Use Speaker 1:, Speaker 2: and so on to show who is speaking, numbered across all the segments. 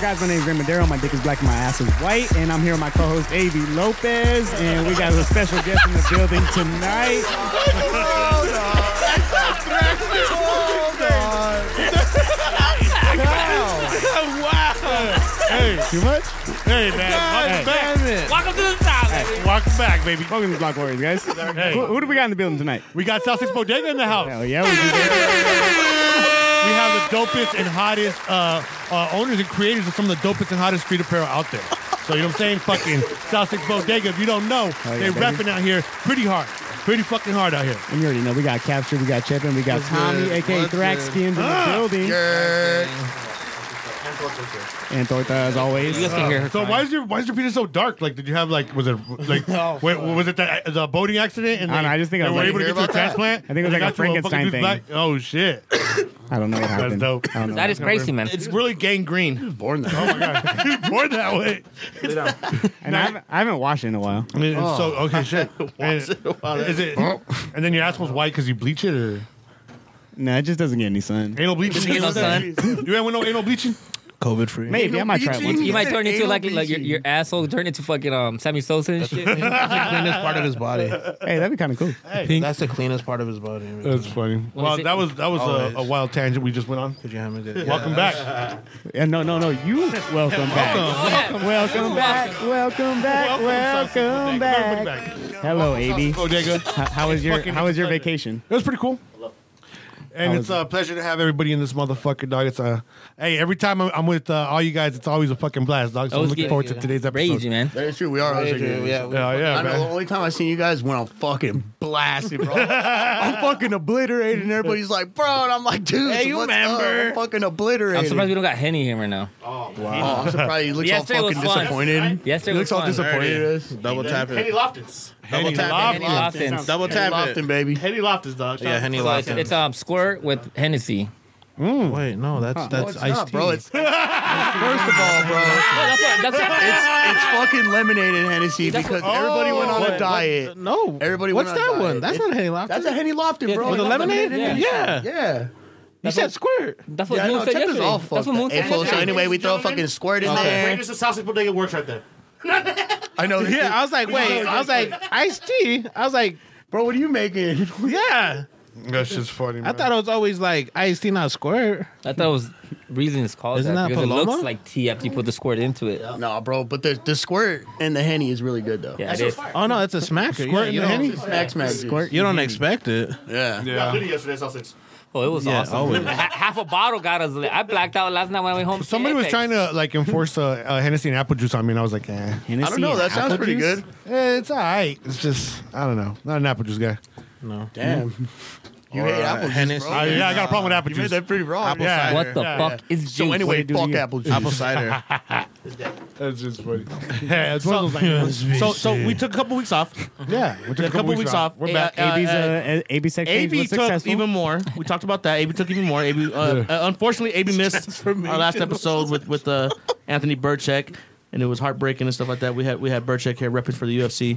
Speaker 1: guys, my name is Ray Madero. My dick is black and my ass is white. And I'm here with my co-host, A.B. Lopez. And we got a special guest in the building tonight.
Speaker 2: Hey,
Speaker 1: Too much?
Speaker 2: hey, man. Welcome back.
Speaker 3: Welcome to the top, baby.
Speaker 2: Welcome back, baby.
Speaker 1: Welcome to Block Warriors, guys. Who,
Speaker 2: Hey,
Speaker 1: who do we got in the building tonight?
Speaker 2: we got South Six Bodega in the house.
Speaker 1: Hell yeah, we do.
Speaker 2: We have the dopest and hottest uh, uh, owners and creators of some of the dopest and hottest street apparel out there. So you know what I'm saying? Fucking South Six Bodega. If you don't know,
Speaker 1: yeah,
Speaker 2: they're
Speaker 1: baby.
Speaker 2: repping out here pretty hard, pretty fucking hard out here.
Speaker 1: And you already know we got Capture, we got Chepin, we got
Speaker 4: What's
Speaker 1: Tommy,
Speaker 4: good?
Speaker 1: aka
Speaker 4: What's
Speaker 1: Thrax
Speaker 4: good?
Speaker 1: Skins in
Speaker 2: Ah!
Speaker 1: the building. And Torta as always. Uh,
Speaker 3: You guys can hear her.
Speaker 2: So
Speaker 3: crying.
Speaker 2: why is your why is your penis so dark? Like, did you have like was it like wait, was it that, the boating accident? And
Speaker 1: I don't know, I just think I
Speaker 2: they
Speaker 1: was
Speaker 2: were
Speaker 1: like-
Speaker 2: able to
Speaker 4: Hear
Speaker 2: get you a
Speaker 4: about that?
Speaker 2: transplant.
Speaker 1: I think it was like a
Speaker 2: and they got you
Speaker 1: Frankenstein
Speaker 2: fucking
Speaker 1: thing.
Speaker 2: black- Oh shit!
Speaker 1: I don't know what happened.
Speaker 2: dope.
Speaker 1: I don't know.
Speaker 3: That is crazy, man.
Speaker 4: It's really gangrene. Born that.
Speaker 2: Oh my god, you born that way.
Speaker 1: and I haven't, I haven't washed it in a while.
Speaker 2: And it's So
Speaker 5: Oh.
Speaker 2: okay, shit. And, is Oh. it? And then your asshole's white because you bleach it or
Speaker 1: No, it just doesn't get any sun.
Speaker 2: anal bleaching?
Speaker 3: Anal sun.
Speaker 2: You ain't with no anal bleaching?
Speaker 4: COVID free.
Speaker 1: Maybe I might try it once.
Speaker 3: You might turn into
Speaker 4: Anal
Speaker 3: like, like your, your asshole turn into fucking um Sammy Sosa and shit.
Speaker 4: That's the cleanest part of his body.
Speaker 1: Hey, that'd be kind of cool.
Speaker 4: That's the cleanest part of his body. man.
Speaker 2: That's funny. Well,
Speaker 3: is it-
Speaker 2: that was that was
Speaker 4: Always.
Speaker 2: a, a wild tangent we just went on.
Speaker 4: Could you have me do it?
Speaker 2: Welcome back.
Speaker 1: Yeah, no, no, no. You welcome back.
Speaker 3: Yeah.
Speaker 1: Welcome back. Welcome back. Welcome back. Hello, AB.
Speaker 2: Bodega.
Speaker 1: How- How was your
Speaker 2: Fucking
Speaker 1: How was your
Speaker 2: excited.
Speaker 1: vacation?
Speaker 2: It was pretty cool. And
Speaker 1: How
Speaker 2: it's
Speaker 1: was
Speaker 2: a pleasure to have everybody in this motherfucker, dog. It's a hey. Every time I'm, I'm with uh, all you guys, it's always a fucking blast, dog. So
Speaker 3: That
Speaker 2: I'm
Speaker 3: was
Speaker 2: looking
Speaker 3: good.
Speaker 2: forward to today's episode.
Speaker 3: Crazy, man.
Speaker 6: That is true. We are hosting
Speaker 4: Yeah,
Speaker 6: games.
Speaker 4: yeah, we-
Speaker 2: Yeah, yeah,
Speaker 6: I know. The
Speaker 2: man.
Speaker 6: only time I seen you guys when I'm fucking blasted, bro. I'm fucking obliterated, and everybody's like, "Bro," and I'm like, "Dude,
Speaker 4: Hey, you
Speaker 6: what's up?
Speaker 4: remember.
Speaker 6: I'm fucking
Speaker 3: I'm
Speaker 6: obliterated."
Speaker 3: surprised we don't got Henny here right now.
Speaker 6: oh, I'm surprised. He looks
Speaker 3: Yesterday
Speaker 6: all
Speaker 3: was
Speaker 6: fucking
Speaker 3: fun.
Speaker 6: disappointed.
Speaker 3: Yesterday
Speaker 6: he
Speaker 3: was
Speaker 6: looks all
Speaker 3: fun.
Speaker 6: disappointed. at us.
Speaker 4: Double tap it.
Speaker 2: Henny
Speaker 4: Double tap
Speaker 2: Lofton.
Speaker 4: it.
Speaker 3: Henny Lofton.
Speaker 4: Double
Speaker 6: Henny
Speaker 4: tap it.
Speaker 6: Lofton, baby.
Speaker 4: Yeah, Henny
Speaker 3: So it's, it's
Speaker 4: Lofton.
Speaker 3: um squirt with Hennessy.
Speaker 4: Wait, no, that's that's
Speaker 6: It's
Speaker 4: iced
Speaker 6: not,
Speaker 4: tea.
Speaker 6: bro. It's first of all, bro.
Speaker 3: That's what, that's what,
Speaker 6: It's it's fucking lemonade and Hennessy
Speaker 3: That's
Speaker 6: because
Speaker 3: what-
Speaker 6: everybody went on
Speaker 4: What-
Speaker 6: a diet.
Speaker 4: No.
Speaker 6: Everybody
Speaker 4: What's
Speaker 6: went on
Speaker 4: that
Speaker 6: diet.
Speaker 4: one? That's
Speaker 6: It-
Speaker 4: not Henny Lofton.
Speaker 6: That's a Henny Lofton, bro.
Speaker 4: With the lemonade?
Speaker 3: lemonade.
Speaker 4: Yeah.
Speaker 6: Yeah.
Speaker 4: You said squirt.
Speaker 3: that's what
Speaker 6: Yeah, I
Speaker 3: Moon
Speaker 6: know.
Speaker 3: said
Speaker 6: Chip is
Speaker 3: yesterday.
Speaker 6: all
Speaker 3: that's
Speaker 6: fucked.
Speaker 3: what Moon
Speaker 6: up. Hey,
Speaker 3: said
Speaker 6: folks, so
Speaker 3: yesterday.
Speaker 6: anyway, we throw a fucking squirt in there.
Speaker 5: Greatest sausage bodega works right there.
Speaker 6: I know.
Speaker 4: Yeah, I was like, wait. I was like, iced tea. I was like,
Speaker 6: bro, what are you making?
Speaker 4: yeah.
Speaker 2: That shit's funny. Man.
Speaker 4: I thought it was always like iced tea, not squirt.
Speaker 3: I thought it was reason it's called
Speaker 4: Isn't that
Speaker 3: because it
Speaker 4: Paloma?
Speaker 3: looks like tea after you put the squirt into it.
Speaker 6: No, bro, but the, the squirt and the henny is really good though.
Speaker 3: Yeah, it is.
Speaker 4: Oh no, that's a smacker.
Speaker 2: Squirt in
Speaker 4: you
Speaker 2: the
Speaker 4: don't-
Speaker 2: Henny?
Speaker 6: Max Max squirt.
Speaker 4: You don't expect it.
Speaker 6: Yeah.
Speaker 2: Yeah.
Speaker 5: Literally yesterday, sausage.
Speaker 3: Oh, it was
Speaker 4: Yeah,
Speaker 3: awesome.
Speaker 4: always.
Speaker 3: Ha- half a bottle got us. Lit. I blacked out last night when I went home. to
Speaker 2: Somebody was
Speaker 3: Apex.
Speaker 2: trying to like enforce uh, uh, Hennessy and apple juice on me, and I was like, eh.
Speaker 1: Hennessy
Speaker 6: I don't know.
Speaker 1: and
Speaker 6: That sounds
Speaker 1: apple
Speaker 6: pretty
Speaker 1: juice?
Speaker 6: good.
Speaker 2: Eh, it's all right. It's just I don't know. Not an apple juice guy.
Speaker 4: No.
Speaker 6: Damn. You
Speaker 4: Or,
Speaker 6: hate
Speaker 4: uh,
Speaker 6: apple juice,
Speaker 4: Hennessy.
Speaker 6: bro.
Speaker 2: I, yeah, I got a problem with apple
Speaker 6: You
Speaker 2: juice.
Speaker 6: made that pretty raw.
Speaker 4: Apple
Speaker 6: bro.
Speaker 2: Yeah.
Speaker 3: What the
Speaker 2: Yeah,
Speaker 3: fuck is juice?
Speaker 6: So anyway,
Speaker 1: do
Speaker 6: fuck
Speaker 1: you-
Speaker 6: apple juice.
Speaker 4: Apple cider.
Speaker 2: That's just funny. yeah, it's one of those like,
Speaker 5: So, so we took a couple weeks off.
Speaker 2: yeah. We took
Speaker 5: a couple weeks off.
Speaker 2: We're
Speaker 5: Yeah,
Speaker 2: back.
Speaker 5: uh,
Speaker 1: AB's uh, AB sex change
Speaker 5: AB
Speaker 1: was
Speaker 5: took
Speaker 1: successful.
Speaker 5: even more. We talked about that. AB took even more. AB, uh, uh, unfortunately, AB missed our last episode with with uh, Anthony Burchek, and it was heartbreaking and stuff like that. We had we had Burchek here repping for the UFC.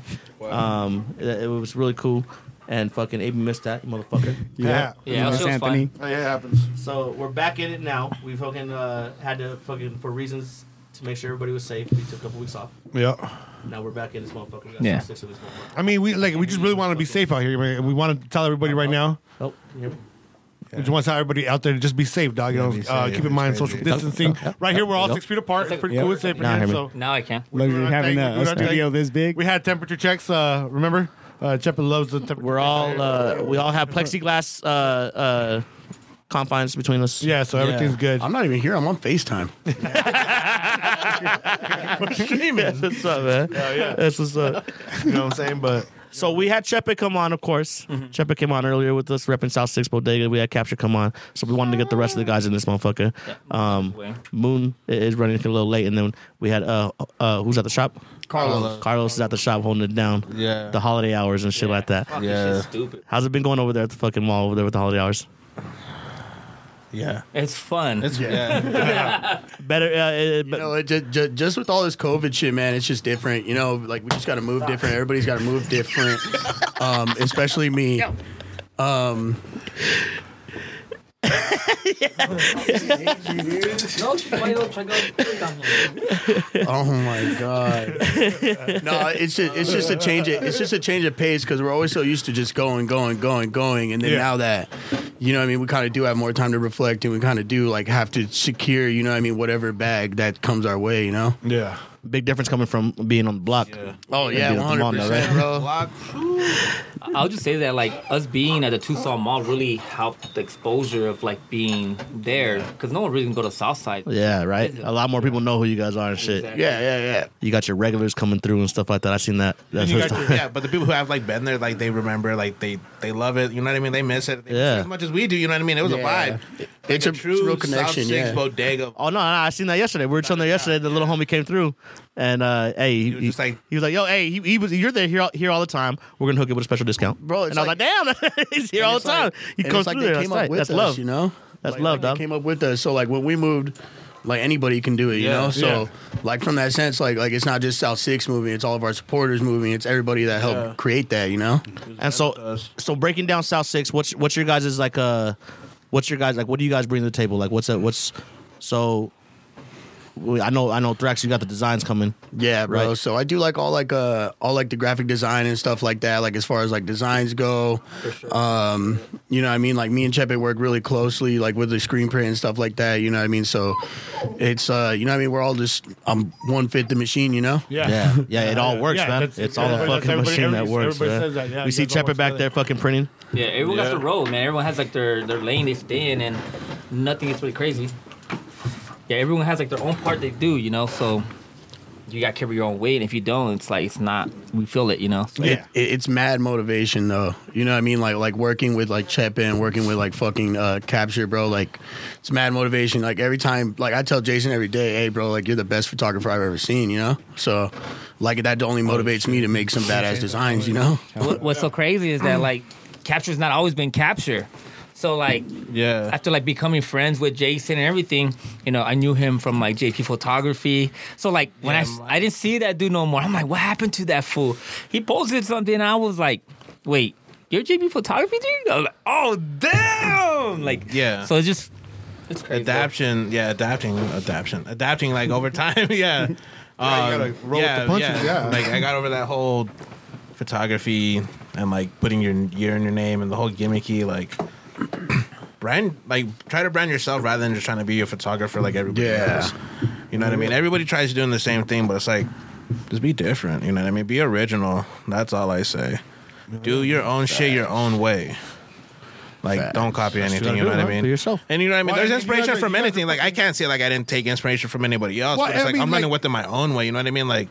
Speaker 5: Um, it, it was really cool, and fucking AB missed that motherfucker.
Speaker 2: yeah.
Speaker 3: Yeah,
Speaker 1: Miss
Speaker 3: it was
Speaker 1: Anthony.
Speaker 3: fun.
Speaker 7: Oh, yeah, it happens. So we're back in it now. We fucking uh, had to fucking for reasons to make sure everybody was safe. We took a couple weeks off.
Speaker 2: Yeah.
Speaker 7: Now we're back in this motherfucker. We got
Speaker 3: Yeah.
Speaker 7: six of this motherfucker.
Speaker 2: I mean, we like we just really want to be safe out here. man. We want to tell everybody right now.
Speaker 5: Oh, can you hear me?
Speaker 2: We just want to tell everybody out there to just be safe, dog. You know,
Speaker 4: be
Speaker 2: uh,
Speaker 4: safe.
Speaker 2: keep in mind
Speaker 4: It's
Speaker 2: social
Speaker 4: crazy.
Speaker 2: distancing. Right here, we're all
Speaker 4: Yep.
Speaker 2: six feet apart. It's pretty
Speaker 1: Yep.
Speaker 2: cool and safe in
Speaker 5: Nah,
Speaker 2: here.
Speaker 5: hear me.
Speaker 2: So
Speaker 3: Now I can.
Speaker 1: Luxury
Speaker 2: We're not
Speaker 1: having
Speaker 2: thank-
Speaker 1: a,
Speaker 2: we're
Speaker 1: a
Speaker 2: not thank-
Speaker 1: studio this big.
Speaker 2: we had temperature checks. Uh, remember, uh, Chepa loves the temperature.
Speaker 5: we're all uh, we all have plexiglass uh, uh, confines between us.
Speaker 2: yeah, so everything's good.
Speaker 6: I'm not even here. I'm on FaceTime.
Speaker 5: That's what's up, man. That's what's up.
Speaker 2: you know what I'm saying? But
Speaker 5: So we had Chepe come on, of course. Chepe came on earlier with us, repping South Six Bodega. We had Capture come on, so we wanted to get the rest of the guys in this motherfucker. Um, Moon i- is running a little late, and then we had uh, uh who's at the shop? Uh,
Speaker 4: Carlos.
Speaker 5: Carlos is at the shop holding it down.
Speaker 4: Yeah.
Speaker 5: The holiday hours and shit like that.
Speaker 3: Fuck,
Speaker 4: Yeah.
Speaker 3: this shit's stupid.
Speaker 5: How's it been going over there at the fucking mall over there with the holiday hours?
Speaker 4: Yeah.
Speaker 3: It's fun.
Speaker 4: It's yeah.
Speaker 5: Better. Uh, it,
Speaker 6: You know, it just, just, just with all this COVID shit, man, it's just different. You know, like we just got to move different. Everybody's got to move different. Um, especially me. Um,
Speaker 3: No, she might not check out.
Speaker 6: Oh my god. no, it's just, it's just a change. Of, it's just a change of pace because we're always so used to just going, going, going, going, and then
Speaker 2: Yeah.
Speaker 6: now that you know, what I mean, we kind of do have more time to reflect, and we kind of do like have to secure, you know, what I mean, whatever bag that comes our way, you know.
Speaker 2: Yeah.
Speaker 5: Big difference coming from being on the block.
Speaker 6: Oh yeah,
Speaker 5: Yeah,
Speaker 6: one
Speaker 5: come on
Speaker 6: hundred
Speaker 5: now,
Speaker 6: percent, bro.
Speaker 3: I'll just say that like us being at the Tucson Mall really helped the exposure of like being there because no one really can go to Southside.
Speaker 5: Yeah, right. A lot more people know who you guys are and shit.
Speaker 3: Exactly.
Speaker 6: Yeah, yeah, yeah.
Speaker 5: You got your regulars coming through and stuff like that. I seen that. That's
Speaker 2: you
Speaker 5: first
Speaker 2: got
Speaker 5: time.
Speaker 4: yeah, but the people who have like been there, like they remember, like they they love it. You know what I mean? They miss it. They miss it
Speaker 5: Yeah.
Speaker 4: as much as we do. You know what I mean? It was
Speaker 6: Yeah.
Speaker 4: a vibe. Like
Speaker 6: a- it's a real connection,
Speaker 4: South
Speaker 6: yeah.
Speaker 4: Six bodega.
Speaker 5: Oh no, no, I seen that yesterday. We were chilling there yesterday. The little homie came through, and uh, hey, he,
Speaker 4: was just like-
Speaker 5: he was like, "Yo, hey, he, he was you're there here all- here all the time. We're gonna hook you up with a special discount,
Speaker 6: Bro, it's
Speaker 5: And I was like, "Damn, he's here
Speaker 6: And
Speaker 5: all
Speaker 6: it's
Speaker 5: the time.
Speaker 6: like-
Speaker 5: he
Speaker 6: and
Speaker 5: comes
Speaker 6: it's like
Speaker 5: through
Speaker 6: they
Speaker 5: there.
Speaker 6: came
Speaker 5: That's,
Speaker 6: up
Speaker 5: tight.
Speaker 6: with
Speaker 5: That's
Speaker 6: us,
Speaker 5: love.
Speaker 6: you know.
Speaker 5: That's
Speaker 6: Like,
Speaker 5: love,
Speaker 6: they
Speaker 5: dog.
Speaker 6: Came up with us, so like when we moved, like anybody can do it, you
Speaker 4: Yeah.
Speaker 6: know. So like from that sense, like like it's not just South Six moving; it's all of our supporters moving. It's everybody that helped create that, you know.
Speaker 5: And so, so breaking down South Six, what's what's your guys is like uh, what's your guys like? What do you guys bring to the table? Like, what's that? What's so? we- I know, I know, Thrax, you got the designs coming.
Speaker 6: Yeah, bro.
Speaker 5: Right.
Speaker 6: So I do like all like uh all like the graphic design and stuff like that. Like as far as like designs go, um, you know, what I mean, like me and Chepe work really closely, like with the screenplay and stuff like that. You know, what I mean, so it's uh, you know, what I mean, we're all just I'm one fit the machine, you know.
Speaker 2: Yeah.
Speaker 5: Yeah, yeah, it all
Speaker 2: Yeah,
Speaker 5: works, man.
Speaker 2: that's-
Speaker 5: It's all
Speaker 2: yeah,
Speaker 5: a
Speaker 2: that's
Speaker 5: fucking
Speaker 2: everybody-
Speaker 5: machine that
Speaker 2: everybody-
Speaker 5: works.
Speaker 2: everybody
Speaker 5: man.
Speaker 2: says that, yeah,
Speaker 5: we
Speaker 2: you
Speaker 5: see
Speaker 2: guys all
Speaker 5: Chepe
Speaker 2: work
Speaker 5: back
Speaker 2: together.
Speaker 5: there fucking printing.
Speaker 3: Yeah, everyone got
Speaker 4: Yeah.
Speaker 3: the road, man. Everyone has like their their lane they stay in, and nothing is really crazy. Yeah, everyone has like their own part they do, you know. So you got to carry your own weight. If you don't, it's like it's not. We feel it, you know. So,
Speaker 6: It, it, it's mad motivation though. You know what I mean? Like like working with like Chepe and working with like fucking uh, Capture, bro. Like it's mad motivation. Like every time, like I tell Jason every day, hey, bro, like you're the best photographer I've ever seen. You know, so like that only motivates me to make some badass designs. You know,
Speaker 3: What, what's so crazy is that like capture's not always been capture. So like
Speaker 4: Yeah,
Speaker 3: after like becoming friends with Jason and everything, you know, I knew him from like JP photography. So like when I s- I didn't see that dude no more. I'm like, what happened to that fool? He posted something. And I was like, wait, you're JP photography dude? I was like, oh damn! Like
Speaker 4: Yeah.
Speaker 3: So it's just it's crazy.
Speaker 4: adaption. Yeah, adapting, adaption, adapting. Like over time. Yeah.
Speaker 8: Yeah, you
Speaker 4: Um,
Speaker 8: gotta roll with the punches, yeah.
Speaker 4: Like I got over that whole photography and like putting your year in your name and the whole gimmicky like brand like try to brand yourself rather than just trying to be a photographer like everybody
Speaker 6: Yeah.
Speaker 4: else. You know what I
Speaker 8: Mm-hmm.
Speaker 4: mean? Everybody tries doing the same thing, but it's like just be different. You know what I mean? Be original. That's all I say. Do your own shit your own way. Like don't copy anything. You know what I mean?
Speaker 5: For yourself.
Speaker 4: And you know what I mean?
Speaker 8: Well,
Speaker 4: There's
Speaker 8: you- you
Speaker 4: inspiration
Speaker 8: gotta-
Speaker 4: from
Speaker 8: you gotta-
Speaker 4: anything. Like I can't say like I didn't take inspiration from anybody else.
Speaker 8: Well,
Speaker 4: but it's
Speaker 8: I
Speaker 4: like
Speaker 8: mean,
Speaker 4: I'm running
Speaker 8: like-
Speaker 4: with it my own way. You know what I mean? Like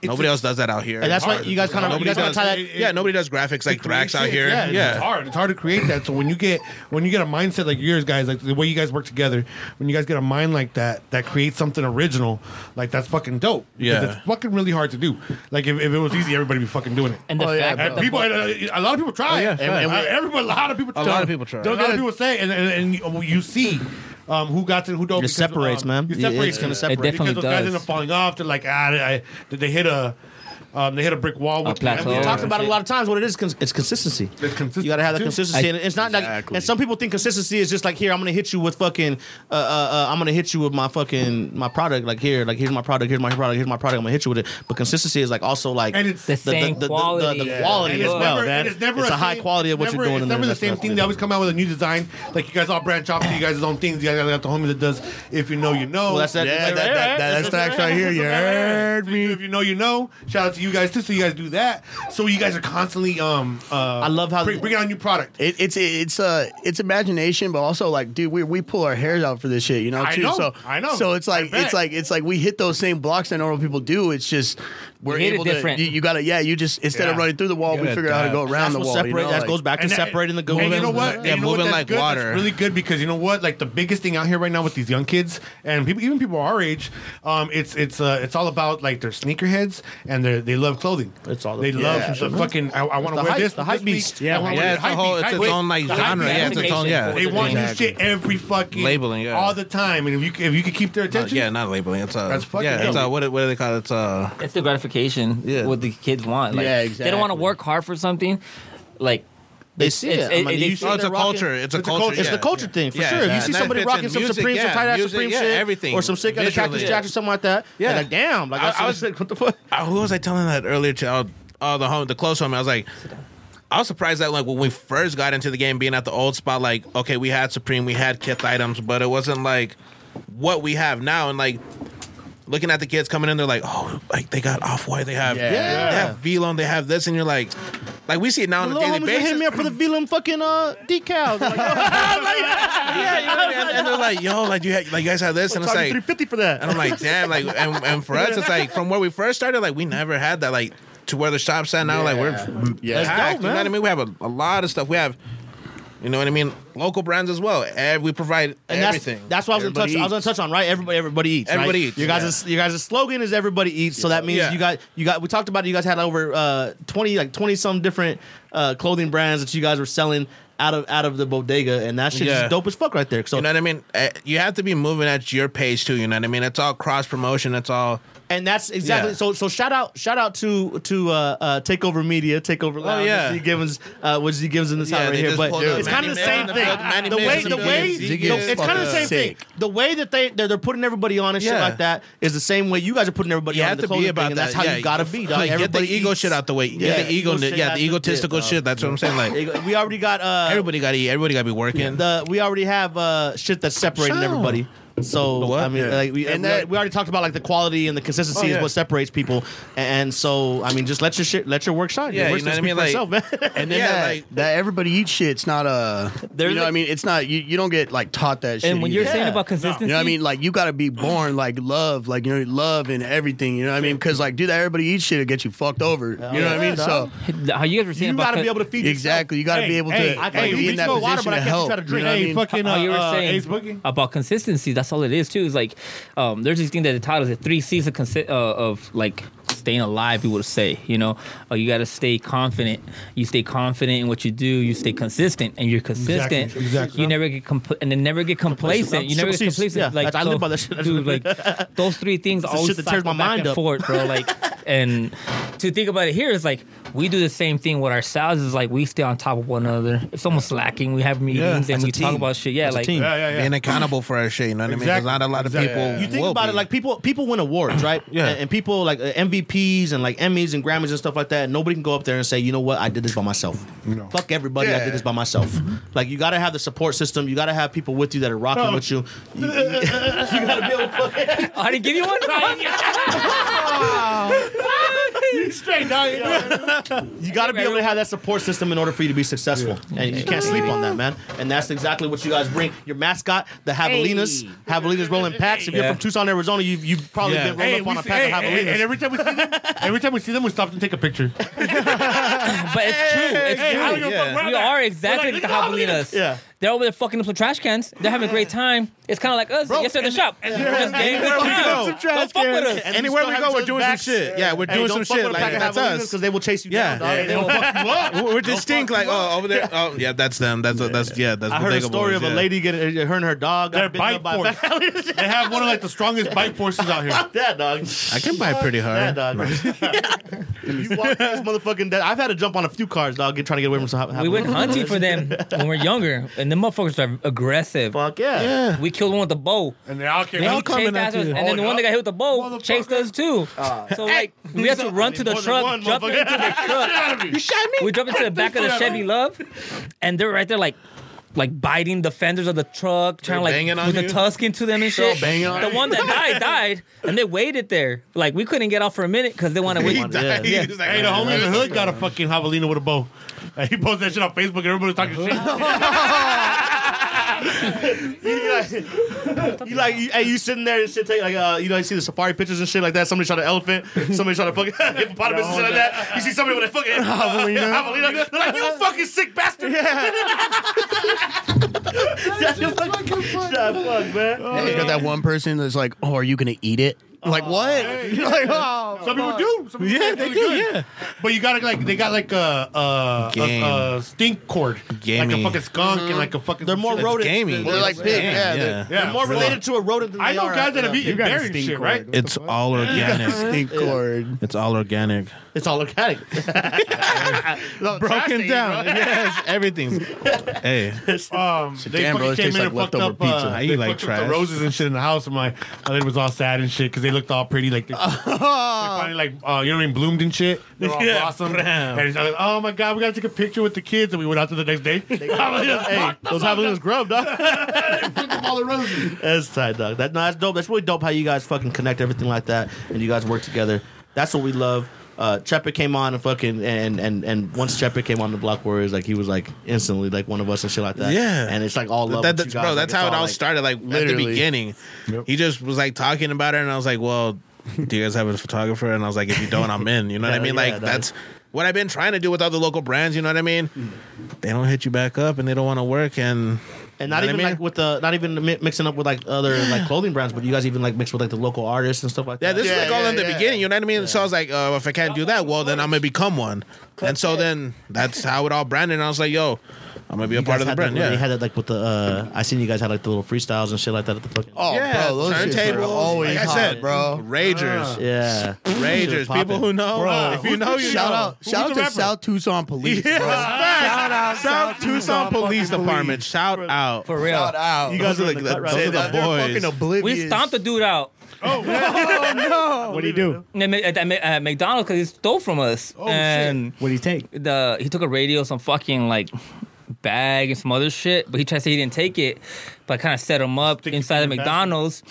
Speaker 4: nobody else does that out here.
Speaker 5: And that's why
Speaker 4: Hard.
Speaker 5: you guys kind of you
Speaker 4: Nobody
Speaker 5: guys kind of
Speaker 4: does.
Speaker 5: tie that.
Speaker 4: yeah, nobody does graphics like Thrax out
Speaker 2: Shit,
Speaker 4: here.
Speaker 2: Yeah, it's
Speaker 4: yeah.
Speaker 2: hard. It's hard to create that. So when you get when you get a mindset like yours, guys, like the way you guys work together, when you guys get a mind like that, that creates something original, like that's fucking dope. Because
Speaker 4: Yeah.
Speaker 2: it's fucking really hard to do. Like if, if it was easy, everybody would be fucking doing it.
Speaker 3: and the
Speaker 6: Oh, yeah,
Speaker 3: fact
Speaker 2: And
Speaker 3: that
Speaker 2: people, and, uh, a lot of people try.
Speaker 4: yeah,
Speaker 2: And-
Speaker 4: facts.
Speaker 2: and we- everybody, a lot of people. A
Speaker 4: lot of people try.
Speaker 2: A lot of people say, and, and, and you see. Um, who got to who don't?
Speaker 5: It
Speaker 2: because,
Speaker 5: separates,
Speaker 2: um,
Speaker 5: man.
Speaker 2: It
Speaker 5: It-
Speaker 2: separates.
Speaker 5: it's gonna
Speaker 2: them.
Speaker 5: separate. It
Speaker 2: because
Speaker 3: definitely
Speaker 2: those guys
Speaker 3: does.
Speaker 2: end up falling off. They're like, ah, I, I- did they hit a, um, they hit a brick wall?
Speaker 3: A
Speaker 2: with the- and we
Speaker 3: plateau.
Speaker 2: talked
Speaker 5: talked about it a lot of times. What it is, cons- it's consistency.
Speaker 2: consistency,
Speaker 5: You got to have the
Speaker 2: too.
Speaker 5: consistency, and it's not like.
Speaker 6: Exactly.
Speaker 5: And some people think consistency is just like here. I'm gonna hit you with fucking. Uh, uh, uh, I'm gonna hit you with my fucking my product. Like here, like here's my product. Here's my product. Here's my product. I'm gonna hit you with it. But consistency is like also like
Speaker 2: And it's
Speaker 3: The same quality.
Speaker 5: The, the,
Speaker 3: Yeah.
Speaker 5: quality
Speaker 2: And
Speaker 5: as
Speaker 2: it's
Speaker 5: well,
Speaker 2: never,
Speaker 5: man.
Speaker 2: and it's never
Speaker 5: a, high
Speaker 2: same-
Speaker 5: quality of what
Speaker 2: never,
Speaker 5: you're doing.
Speaker 2: It's
Speaker 5: and
Speaker 2: never
Speaker 5: then
Speaker 2: the
Speaker 5: that's-
Speaker 2: same
Speaker 5: that's
Speaker 2: thing.
Speaker 5: what
Speaker 2: They
Speaker 5: we
Speaker 2: always
Speaker 5: do.
Speaker 2: come out with a new design. Like you guys all branch off. You guys' own things. You guys got the homie that does. If you know, you know.
Speaker 5: Well, that's that.
Speaker 6: yeah, that, that, that, that's facts right here. You heard me.
Speaker 2: If you know, you know. Shout out to you guys too. So you guys do that. So you guys are constantly. Um, uh, I
Speaker 5: love how-
Speaker 2: bring, bring out new product.
Speaker 6: It, it's it's uh it's imagination, but also like, dude, we we pull our hairs out for this shit, you know.
Speaker 2: I
Speaker 6: Too.
Speaker 2: know,
Speaker 6: so
Speaker 2: I know.
Speaker 6: So it's
Speaker 2: I
Speaker 6: like
Speaker 2: bet.
Speaker 6: it's like it's like we hit those same blocks that normal people do. It's just we're
Speaker 3: hit it
Speaker 6: able to.
Speaker 3: different.
Speaker 6: You, you gotta, yeah. You just instead of
Speaker 2: Yeah.
Speaker 6: running through the wall,
Speaker 4: You
Speaker 6: we
Speaker 4: gotta
Speaker 6: figure out how to go
Speaker 4: adapt.
Speaker 6: around
Speaker 5: That's
Speaker 6: the
Speaker 5: what
Speaker 6: wall. you
Speaker 5: separates.
Speaker 6: know,
Speaker 5: That
Speaker 6: like-
Speaker 5: goes back to
Speaker 2: And that-
Speaker 5: separating the good.
Speaker 2: And you know what?
Speaker 4: Yeah,
Speaker 2: and you know
Speaker 4: moving
Speaker 2: what? That's
Speaker 4: like
Speaker 2: good. That's
Speaker 4: water.
Speaker 2: really good because you know what? Like the biggest thing out here right now with these young kids and people, even people our age, um, it's it's uh, it's all about like their sneakerheads and they they love clothing.
Speaker 5: It's all-
Speaker 2: they love the fucking. I, want
Speaker 5: the
Speaker 2: to wear
Speaker 5: hype-
Speaker 2: this.
Speaker 5: the hype
Speaker 2: this week.
Speaker 5: beast.
Speaker 2: I wanna wear
Speaker 4: Yeah,
Speaker 2: the
Speaker 4: it's a
Speaker 2: hype
Speaker 4: whole
Speaker 2: beast.
Speaker 4: it's
Speaker 2: Hype
Speaker 4: its
Speaker 2: beast.
Speaker 4: own like
Speaker 2: The hype
Speaker 4: genre.
Speaker 2: beast.
Speaker 4: Yeah, it's its own yeah.
Speaker 2: They want
Speaker 6: Exactly.
Speaker 2: new shit every fucking
Speaker 4: Labeling, yeah.
Speaker 2: all the time. And if you if you could keep their
Speaker 4: Uh,
Speaker 2: attention,
Speaker 4: yeah, not labeling. It's uh,
Speaker 2: That's fucking
Speaker 4: yeah, it's
Speaker 2: dope.
Speaker 4: uh, what, do- what do they call it? It's uh,
Speaker 3: it's the gratification
Speaker 4: Yeah.
Speaker 3: what the kids want. Like
Speaker 6: Yeah,
Speaker 3: they don't want to
Speaker 6: exactly.
Speaker 3: work hard for something. Like
Speaker 5: They see
Speaker 3: it's-
Speaker 5: it.
Speaker 3: it-
Speaker 5: I mean,
Speaker 3: it-
Speaker 5: you see
Speaker 4: Oh, it's
Speaker 5: they're
Speaker 4: a
Speaker 5: rocking-
Speaker 4: culture. It's a culture.
Speaker 5: It's
Speaker 4: yeah.
Speaker 5: the culture thing for
Speaker 4: Yeah,
Speaker 5: sure.
Speaker 4: yeah,
Speaker 5: you see
Speaker 4: that
Speaker 5: somebody
Speaker 4: fits
Speaker 5: rocking
Speaker 4: in
Speaker 5: some
Speaker 4: music,
Speaker 5: Supreme,
Speaker 4: yeah,
Speaker 5: some tight ass
Speaker 4: music,
Speaker 5: Supreme
Speaker 4: yeah,
Speaker 5: shit,
Speaker 4: everything.
Speaker 5: or some sick other Cactus
Speaker 4: Visually.
Speaker 5: Jack or something like that.
Speaker 4: Yeah.
Speaker 5: Yeah, like damn, like
Speaker 4: I-
Speaker 5: I,
Speaker 4: I
Speaker 5: was
Speaker 4: was-
Speaker 5: like, what the fuck?
Speaker 4: I, who was I telling that earlier to uh, uh, the home, the close home? I was like, I was surprised that like when we first got into the game, being at the old spot, like okay, we had Supreme, we had Kith items, but it wasn't like what we have now. And like looking at the kids coming in, they're like, oh, like they got off white, they have
Speaker 6: Yeah.
Speaker 4: they have Velon, they have this, and you're like, like we see it now on
Speaker 5: The
Speaker 4: a
Speaker 5: little
Speaker 4: daily
Speaker 5: homies were
Speaker 4: basis.
Speaker 5: hitting me up for the Velum fucking uh, decals. I'm like,
Speaker 4: Yeah, you know what I mean? and, and they're like, yo, like you, had, like you guys have this, and it's like.
Speaker 5: three fifty for that.
Speaker 4: And I'm like, damn, like, and, and for us, it's like from where we first started, like we never had that, like to where the shop's at now, like we're
Speaker 6: Yeah. That's
Speaker 4: packed,
Speaker 5: dope,
Speaker 4: You know
Speaker 5: man.
Speaker 4: what I mean? We have a, a lot of stuff. We have, you know what I mean? Local brands as well. And we provide
Speaker 5: and that's,
Speaker 4: everything.
Speaker 5: that's what I was gonna touch.
Speaker 4: Everybody
Speaker 5: I was gonna touch on right. Everybody, everybody eats. right?
Speaker 4: Everybody eats,
Speaker 5: Your guys, your guys' slogan is everybody eats. So that means
Speaker 4: Yeah.
Speaker 5: you got you got. We talked about it. You guys had over uh, twenty like twenty some different uh, clothing brands that you guys were selling out of out of the bodega, and that shit
Speaker 4: Yeah.
Speaker 5: is dope as fuck right there. So
Speaker 4: You know what I mean? Uh, You have to be moving at your pace too. You know what I mean? It's all cross promotion. It's all.
Speaker 5: and that's exactly
Speaker 4: Yeah.
Speaker 5: so. So shout out shout out to to uh, uh, Takeover Media, Takeover Lounge,
Speaker 4: Oh, yeah.
Speaker 5: Z Givens, uh, which Z Givens in this
Speaker 4: Yeah,
Speaker 5: house
Speaker 4: they
Speaker 5: right here.
Speaker 4: just
Speaker 5: But
Speaker 4: pulled up
Speaker 5: it's kind
Speaker 4: Manny
Speaker 5: of the
Speaker 4: Mills
Speaker 5: same
Speaker 4: and
Speaker 5: thing.
Speaker 4: pulled Manny
Speaker 5: The way
Speaker 4: Mills
Speaker 5: the
Speaker 4: and
Speaker 5: way
Speaker 4: Billy
Speaker 5: the-
Speaker 6: Ziggy.
Speaker 5: it's kind of the same thing.
Speaker 6: Sick.
Speaker 5: The way that they they're, they're putting everybody on and shit
Speaker 4: Yeah.
Speaker 5: like that is the same way you guys are putting everybody
Speaker 4: You
Speaker 5: on. in
Speaker 4: have
Speaker 5: the
Speaker 4: to
Speaker 5: clothing
Speaker 4: be
Speaker 5: thing,
Speaker 4: about
Speaker 5: and
Speaker 4: that.
Speaker 5: That's how
Speaker 4: Yeah,
Speaker 5: you gotta be. Dog.
Speaker 4: Like, get the
Speaker 5: Everybody
Speaker 4: ego
Speaker 5: eats.
Speaker 4: shit out the way. Get
Speaker 5: Yeah.
Speaker 4: the ego.
Speaker 5: Ego shit
Speaker 4: yeah,
Speaker 5: has
Speaker 4: the
Speaker 5: to
Speaker 4: egotistical
Speaker 5: dip, dog.
Speaker 4: shit. That's what I'm saying. Like
Speaker 5: Ego- We already got uh,
Speaker 4: everybody got to eat. Everybody got to be working.
Speaker 5: the we already have uh, shit that's separating
Speaker 4: Sure.
Speaker 5: everybody. So
Speaker 4: what?
Speaker 5: I mean,
Speaker 4: Yeah.
Speaker 5: like we
Speaker 6: And
Speaker 5: we-
Speaker 6: that-
Speaker 5: we already talked about like the quality and the consistency
Speaker 4: Oh, yeah.
Speaker 5: is what separates people. And so I mean, just let your shit, let your work shine. Your
Speaker 4: Yeah,
Speaker 5: work
Speaker 4: you know
Speaker 5: should
Speaker 4: what I
Speaker 5: speak
Speaker 4: mean?
Speaker 5: for itself, man.
Speaker 6: And then
Speaker 4: Yeah,
Speaker 6: that,
Speaker 4: like-
Speaker 6: that everybody eats shit. It's not a.
Speaker 3: There's
Speaker 6: you know,
Speaker 3: a-
Speaker 6: what I mean, it's not. You, you don't get like taught that shit.
Speaker 3: And when
Speaker 6: either.
Speaker 3: you're saying about consistency,
Speaker 6: You know what I mean? Like you got to be born like love, like you know love and everything. You know what I mean? Because like, dude, that everybody eats shit will get you fucked over. You know what I
Speaker 5: yeah,
Speaker 6: mean?
Speaker 5: dog.
Speaker 6: So
Speaker 3: how you guys were saying
Speaker 5: you
Speaker 3: about
Speaker 5: got to
Speaker 3: con-
Speaker 5: be able to feed
Speaker 6: exactly, you got to
Speaker 2: Hey,
Speaker 6: be able to
Speaker 2: hey,
Speaker 6: like,
Speaker 5: I can't
Speaker 6: be
Speaker 5: even
Speaker 6: in that
Speaker 5: smell water,
Speaker 6: position
Speaker 5: but I
Speaker 6: to
Speaker 5: can't
Speaker 6: help.
Speaker 5: try to
Speaker 6: you know
Speaker 5: drink.
Speaker 6: what I
Speaker 2: Hey,
Speaker 6: mean?
Speaker 2: fucking uh,
Speaker 3: Oh, you were
Speaker 2: uh,
Speaker 3: saying
Speaker 2: Ace Boogie?
Speaker 3: about consistency. That's all it is too. Is like um, there's this thing that the title is the three C's of, consi- uh, of like staying alive. You would say, you know, uh, you got to stay confident. You stay confident in what you do. You stay consistent, and you're consistent.
Speaker 2: Exactly, exactly.
Speaker 3: You never get compl- and then never get complacent. You never get
Speaker 5: Triple C's,
Speaker 3: complacent.
Speaker 5: yeah.
Speaker 3: like
Speaker 5: That's- I live by that shit.
Speaker 3: dude. Like those three things
Speaker 5: the
Speaker 3: always
Speaker 5: shit that tears
Speaker 3: cycle
Speaker 5: my
Speaker 3: back
Speaker 5: mind
Speaker 3: and
Speaker 5: up.
Speaker 3: forth, bro. Like and to think about it here is like we do the same thing with ourselves. Is like we stay on top of one another. If someone's slacking, we have meetings and
Speaker 4: as a
Speaker 3: we talk
Speaker 4: team.
Speaker 3: about shit. Yeah,
Speaker 5: As a
Speaker 3: like
Speaker 5: team.
Speaker 2: Yeah, yeah, yeah.
Speaker 4: Being accountable for our shit. You know what I mean?
Speaker 2: Exactly.
Speaker 4: Because not a lot of
Speaker 2: Exactly.
Speaker 4: people.
Speaker 5: You think
Speaker 4: will
Speaker 5: about it
Speaker 4: be.
Speaker 5: like people people win awards, right?
Speaker 4: Yeah.
Speaker 5: And, and people like uh, MVPs and like Emmys and Grammys and stuff like that. Nobody can go up there and say, you know what, I did this by myself. Fuck everybody, I
Speaker 6: Yeah.
Speaker 5: did this by myself. Like you got to have the support system. You got to have people with you that are rocking
Speaker 2: Oh.
Speaker 5: with you. You, got to be able to fucking
Speaker 3: I didn't give you one.
Speaker 5: You got to be able to have that support system in order for you to be successful, and you can't sleep on that, man. And that's exactly what you guys bring. Your mascot, the javelinas, javelinas rolling packs. If you're
Speaker 3: Yeah.
Speaker 5: from Tucson, Arizona, you've you've probably
Speaker 4: Yeah.
Speaker 5: been rolled
Speaker 2: Hey,
Speaker 5: up
Speaker 2: we
Speaker 5: on a
Speaker 2: see-
Speaker 5: pack
Speaker 2: hey,
Speaker 5: of javelinas.
Speaker 2: and and every time we see them, every time we see them, we stop and take a picture.
Speaker 3: But it's true. It's
Speaker 2: Hey, I don't
Speaker 3: true.
Speaker 2: give a
Speaker 4: Yeah.
Speaker 2: fuck. We're
Speaker 3: We
Speaker 2: not-
Speaker 3: are exactly like,
Speaker 2: We're
Speaker 3: the
Speaker 2: like, look at
Speaker 3: javelinas.
Speaker 5: Yeah.
Speaker 3: They're over there fucking up some trash cans. They're having a great time. It's kind of like us. yes, sir, the shop. We're just getting good
Speaker 4: we
Speaker 3: time.
Speaker 4: go,
Speaker 3: Don't fuck with us.
Speaker 5: And
Speaker 4: Anywhere
Speaker 5: still
Speaker 4: we
Speaker 5: have
Speaker 4: go, we're
Speaker 5: each
Speaker 4: doing
Speaker 5: other's
Speaker 4: some
Speaker 5: backs.
Speaker 4: shit. Yeah, we're
Speaker 5: Hey,
Speaker 4: doing some
Speaker 5: don't fuck
Speaker 4: shit.
Speaker 5: with a
Speaker 4: Like
Speaker 5: pack of
Speaker 4: that's us.
Speaker 5: because they will chase you
Speaker 4: Yeah.
Speaker 5: down. dog.
Speaker 4: Yeah.
Speaker 5: They will fuck you up.
Speaker 4: We're we're just think like, oh, over there. Oh, yeah, that's them. That's that's yeah. That's
Speaker 5: I heard a
Speaker 4: Bodega
Speaker 5: story
Speaker 4: Boys,
Speaker 5: of a
Speaker 4: yeah.
Speaker 5: lady getting uh, her and her dog
Speaker 2: They're
Speaker 5: got bitten up
Speaker 2: bite
Speaker 5: by a pack of
Speaker 2: force. They have one of like the strongest bite forces out here.
Speaker 5: that dog.
Speaker 4: I can bite pretty
Speaker 5: That
Speaker 4: hard.
Speaker 5: dog. you walk past motherfucking dead. I've had to jump on a few cars, dog, get, trying to get away from some.
Speaker 3: We went
Speaker 5: javelinas.
Speaker 3: hunting for them when we were younger, and the motherfuckers are aggressive.
Speaker 5: Fuck yeah.
Speaker 3: We killed one with a bow.
Speaker 2: And they all came
Speaker 3: Then he
Speaker 2: out. Oh,
Speaker 3: chased after us, and then the one that got hit with the bow chased us too. So like we had to run to the
Speaker 5: More than
Speaker 3: truck,
Speaker 5: one,
Speaker 3: jump into
Speaker 5: motherfucker.
Speaker 3: the truck.
Speaker 2: You shot
Speaker 3: We jumped into the back of the Chevy Love, and they're right there like. Like biting the fenders of the truck, trying to
Speaker 4: banging
Speaker 3: like
Speaker 4: on
Speaker 3: with the
Speaker 4: you?
Speaker 3: tusk into them and shit.
Speaker 6: banging on
Speaker 3: the one that died died, and they waited there. Like we couldn't get off for a minute because they wanted to wait.
Speaker 5: Yeah.
Speaker 4: He was like,
Speaker 2: Hey, the homie in the hood got a fucking javelina with a bow. Uh, he posted that shit on Facebook and everybody's talking shit.
Speaker 5: You like, you, hey, you sitting there and shit, take like, uh, you know, you see the safari pictures and shit like that. Somebody shot an elephant, somebody shot a fucking hippopotamus and shit like that. You see somebody with a fucking javelina, javelina. They're like you fucking sick bastard. Yeah, yeah, fuck, man.
Speaker 6: Always got that one person that's like, "Oh, are you gonna eat it?" Like what? You're like, oh,
Speaker 2: Some people do. Some people
Speaker 4: Yeah,
Speaker 2: Uh-huh. do.
Speaker 4: they
Speaker 2: Really
Speaker 4: do,
Speaker 2: good. But you gotta like they got like a a,
Speaker 4: Game.
Speaker 2: a, a stink cord, like
Speaker 4: Gamey.
Speaker 2: a fucking skunk and like a fucking.
Speaker 5: They're more
Speaker 2: shit.
Speaker 5: rodents.
Speaker 4: gamey.
Speaker 5: They're like
Speaker 6: big, yeah,
Speaker 2: Yeah,
Speaker 5: They're more
Speaker 2: for real.
Speaker 5: related to a rodent than
Speaker 2: I
Speaker 5: they
Speaker 2: know
Speaker 5: are
Speaker 2: guys that have
Speaker 5: yeah.
Speaker 2: eaten
Speaker 1: got a
Speaker 2: bear and
Speaker 1: stink
Speaker 2: shit,
Speaker 1: cord.
Speaker 2: right?
Speaker 4: It's all organic.
Speaker 6: stink cord.
Speaker 4: it's all organic.
Speaker 5: It's all organic.
Speaker 4: Broken down. yes, everything's. Hey,
Speaker 2: Um, they
Speaker 6: damn, bro,
Speaker 2: fucking
Speaker 6: it
Speaker 2: came
Speaker 6: tastes like
Speaker 2: in and fucked
Speaker 6: leftover
Speaker 2: up. uh,
Speaker 6: pizza.
Speaker 4: I
Speaker 2: they
Speaker 4: eat like
Speaker 2: fucked up
Speaker 4: trash.
Speaker 2: The roses and shit in the house. I'm like, and it was all sad and shit because they looked all pretty, like they, they finally like uh, you know what I mean, bloomed and shit. They were all
Speaker 4: Yeah,
Speaker 2: blossomed.
Speaker 4: bam.
Speaker 2: And it's like, oh my god, we gotta take a picture with the kids, and we went out to the next day.
Speaker 5: hey, those javalos grub, dog. That's tight, dog. That, no, that's dope. That's really dope how you guys fucking connect everything like that and you guys work together. That's what we love. Uh, Chepa came on and fucking and and and once Chepa came on the Block Warriors, like he was like instantly like one of us and shit like that.
Speaker 4: Yeah.
Speaker 5: and it's like all love.
Speaker 4: That-
Speaker 5: with
Speaker 4: that's,
Speaker 5: you guys.
Speaker 4: bro,
Speaker 5: Like,
Speaker 4: that's
Speaker 5: it's
Speaker 4: how it all
Speaker 5: like-
Speaker 4: started. Like at
Speaker 6: Literally.
Speaker 4: the beginning, he just was like talking about it, and I was like, "Well, do you guys have a photographer?" And I was like, "If you don't, I'm in." You know what I
Speaker 5: Yeah,
Speaker 4: mean?
Speaker 5: yeah,
Speaker 4: Like
Speaker 5: dog.
Speaker 4: that's what I've been trying to do with other local brands. You know what I mean? They don't hit you back up, and they don't want to work. And
Speaker 5: Mm. and not
Speaker 4: You know what I
Speaker 5: even
Speaker 4: mean?
Speaker 5: like with the not even mi- mixing up with like other like clothing brands, but you guys even like mix with like the local artists and stuff like
Speaker 4: yeah,
Speaker 5: that.
Speaker 4: this
Speaker 6: Yeah,
Speaker 4: is like all
Speaker 6: yeah,
Speaker 4: in the
Speaker 6: yeah.
Speaker 4: beginning. You know what I mean? So I was like, uh, "If I can't do that, well, then I'm gonna become one." And so then that's how it all branded. And I was like, "Yo, I'm gonna be a
Speaker 5: You
Speaker 4: part
Speaker 5: guys
Speaker 4: of the
Speaker 5: had
Speaker 4: brand."
Speaker 5: that-
Speaker 4: Yeah.
Speaker 5: They had it like with the. Uh, I seen you guys had like the little freestyles and shit like that at the fucking.
Speaker 6: Oh,
Speaker 4: Yeah,
Speaker 6: bro, those shits
Speaker 4: turntables,
Speaker 6: were
Speaker 4: like
Speaker 6: always
Speaker 4: I
Speaker 6: hot,
Speaker 4: said.
Speaker 6: bro.
Speaker 4: Ragers,
Speaker 5: Yeah.
Speaker 4: Ragers, people who know. uh, if you know, you
Speaker 6: shout
Speaker 4: know.
Speaker 6: out, shout out to South Tucson Police,
Speaker 4: Yeah.
Speaker 6: bro.
Speaker 4: Shout out, Tucson Police Department. Shout out.
Speaker 3: For real.
Speaker 6: out.
Speaker 4: You guys are like,
Speaker 5: cut right
Speaker 4: those
Speaker 5: now.
Speaker 4: are the
Speaker 6: They're
Speaker 4: boys.
Speaker 6: fucking Oh, oblivious.
Speaker 3: We stomped the dude out
Speaker 5: Oh,
Speaker 3: Oh,
Speaker 1: What'd he do?
Speaker 3: at Ma- at Ma- at McDonald's because he stole from us. Oh, and
Speaker 1: What'd he take?
Speaker 3: the he took a radio, some fucking like bag and some other shit, but he tried to say he didn't take it, but I kind of set him up inside the McDonald's.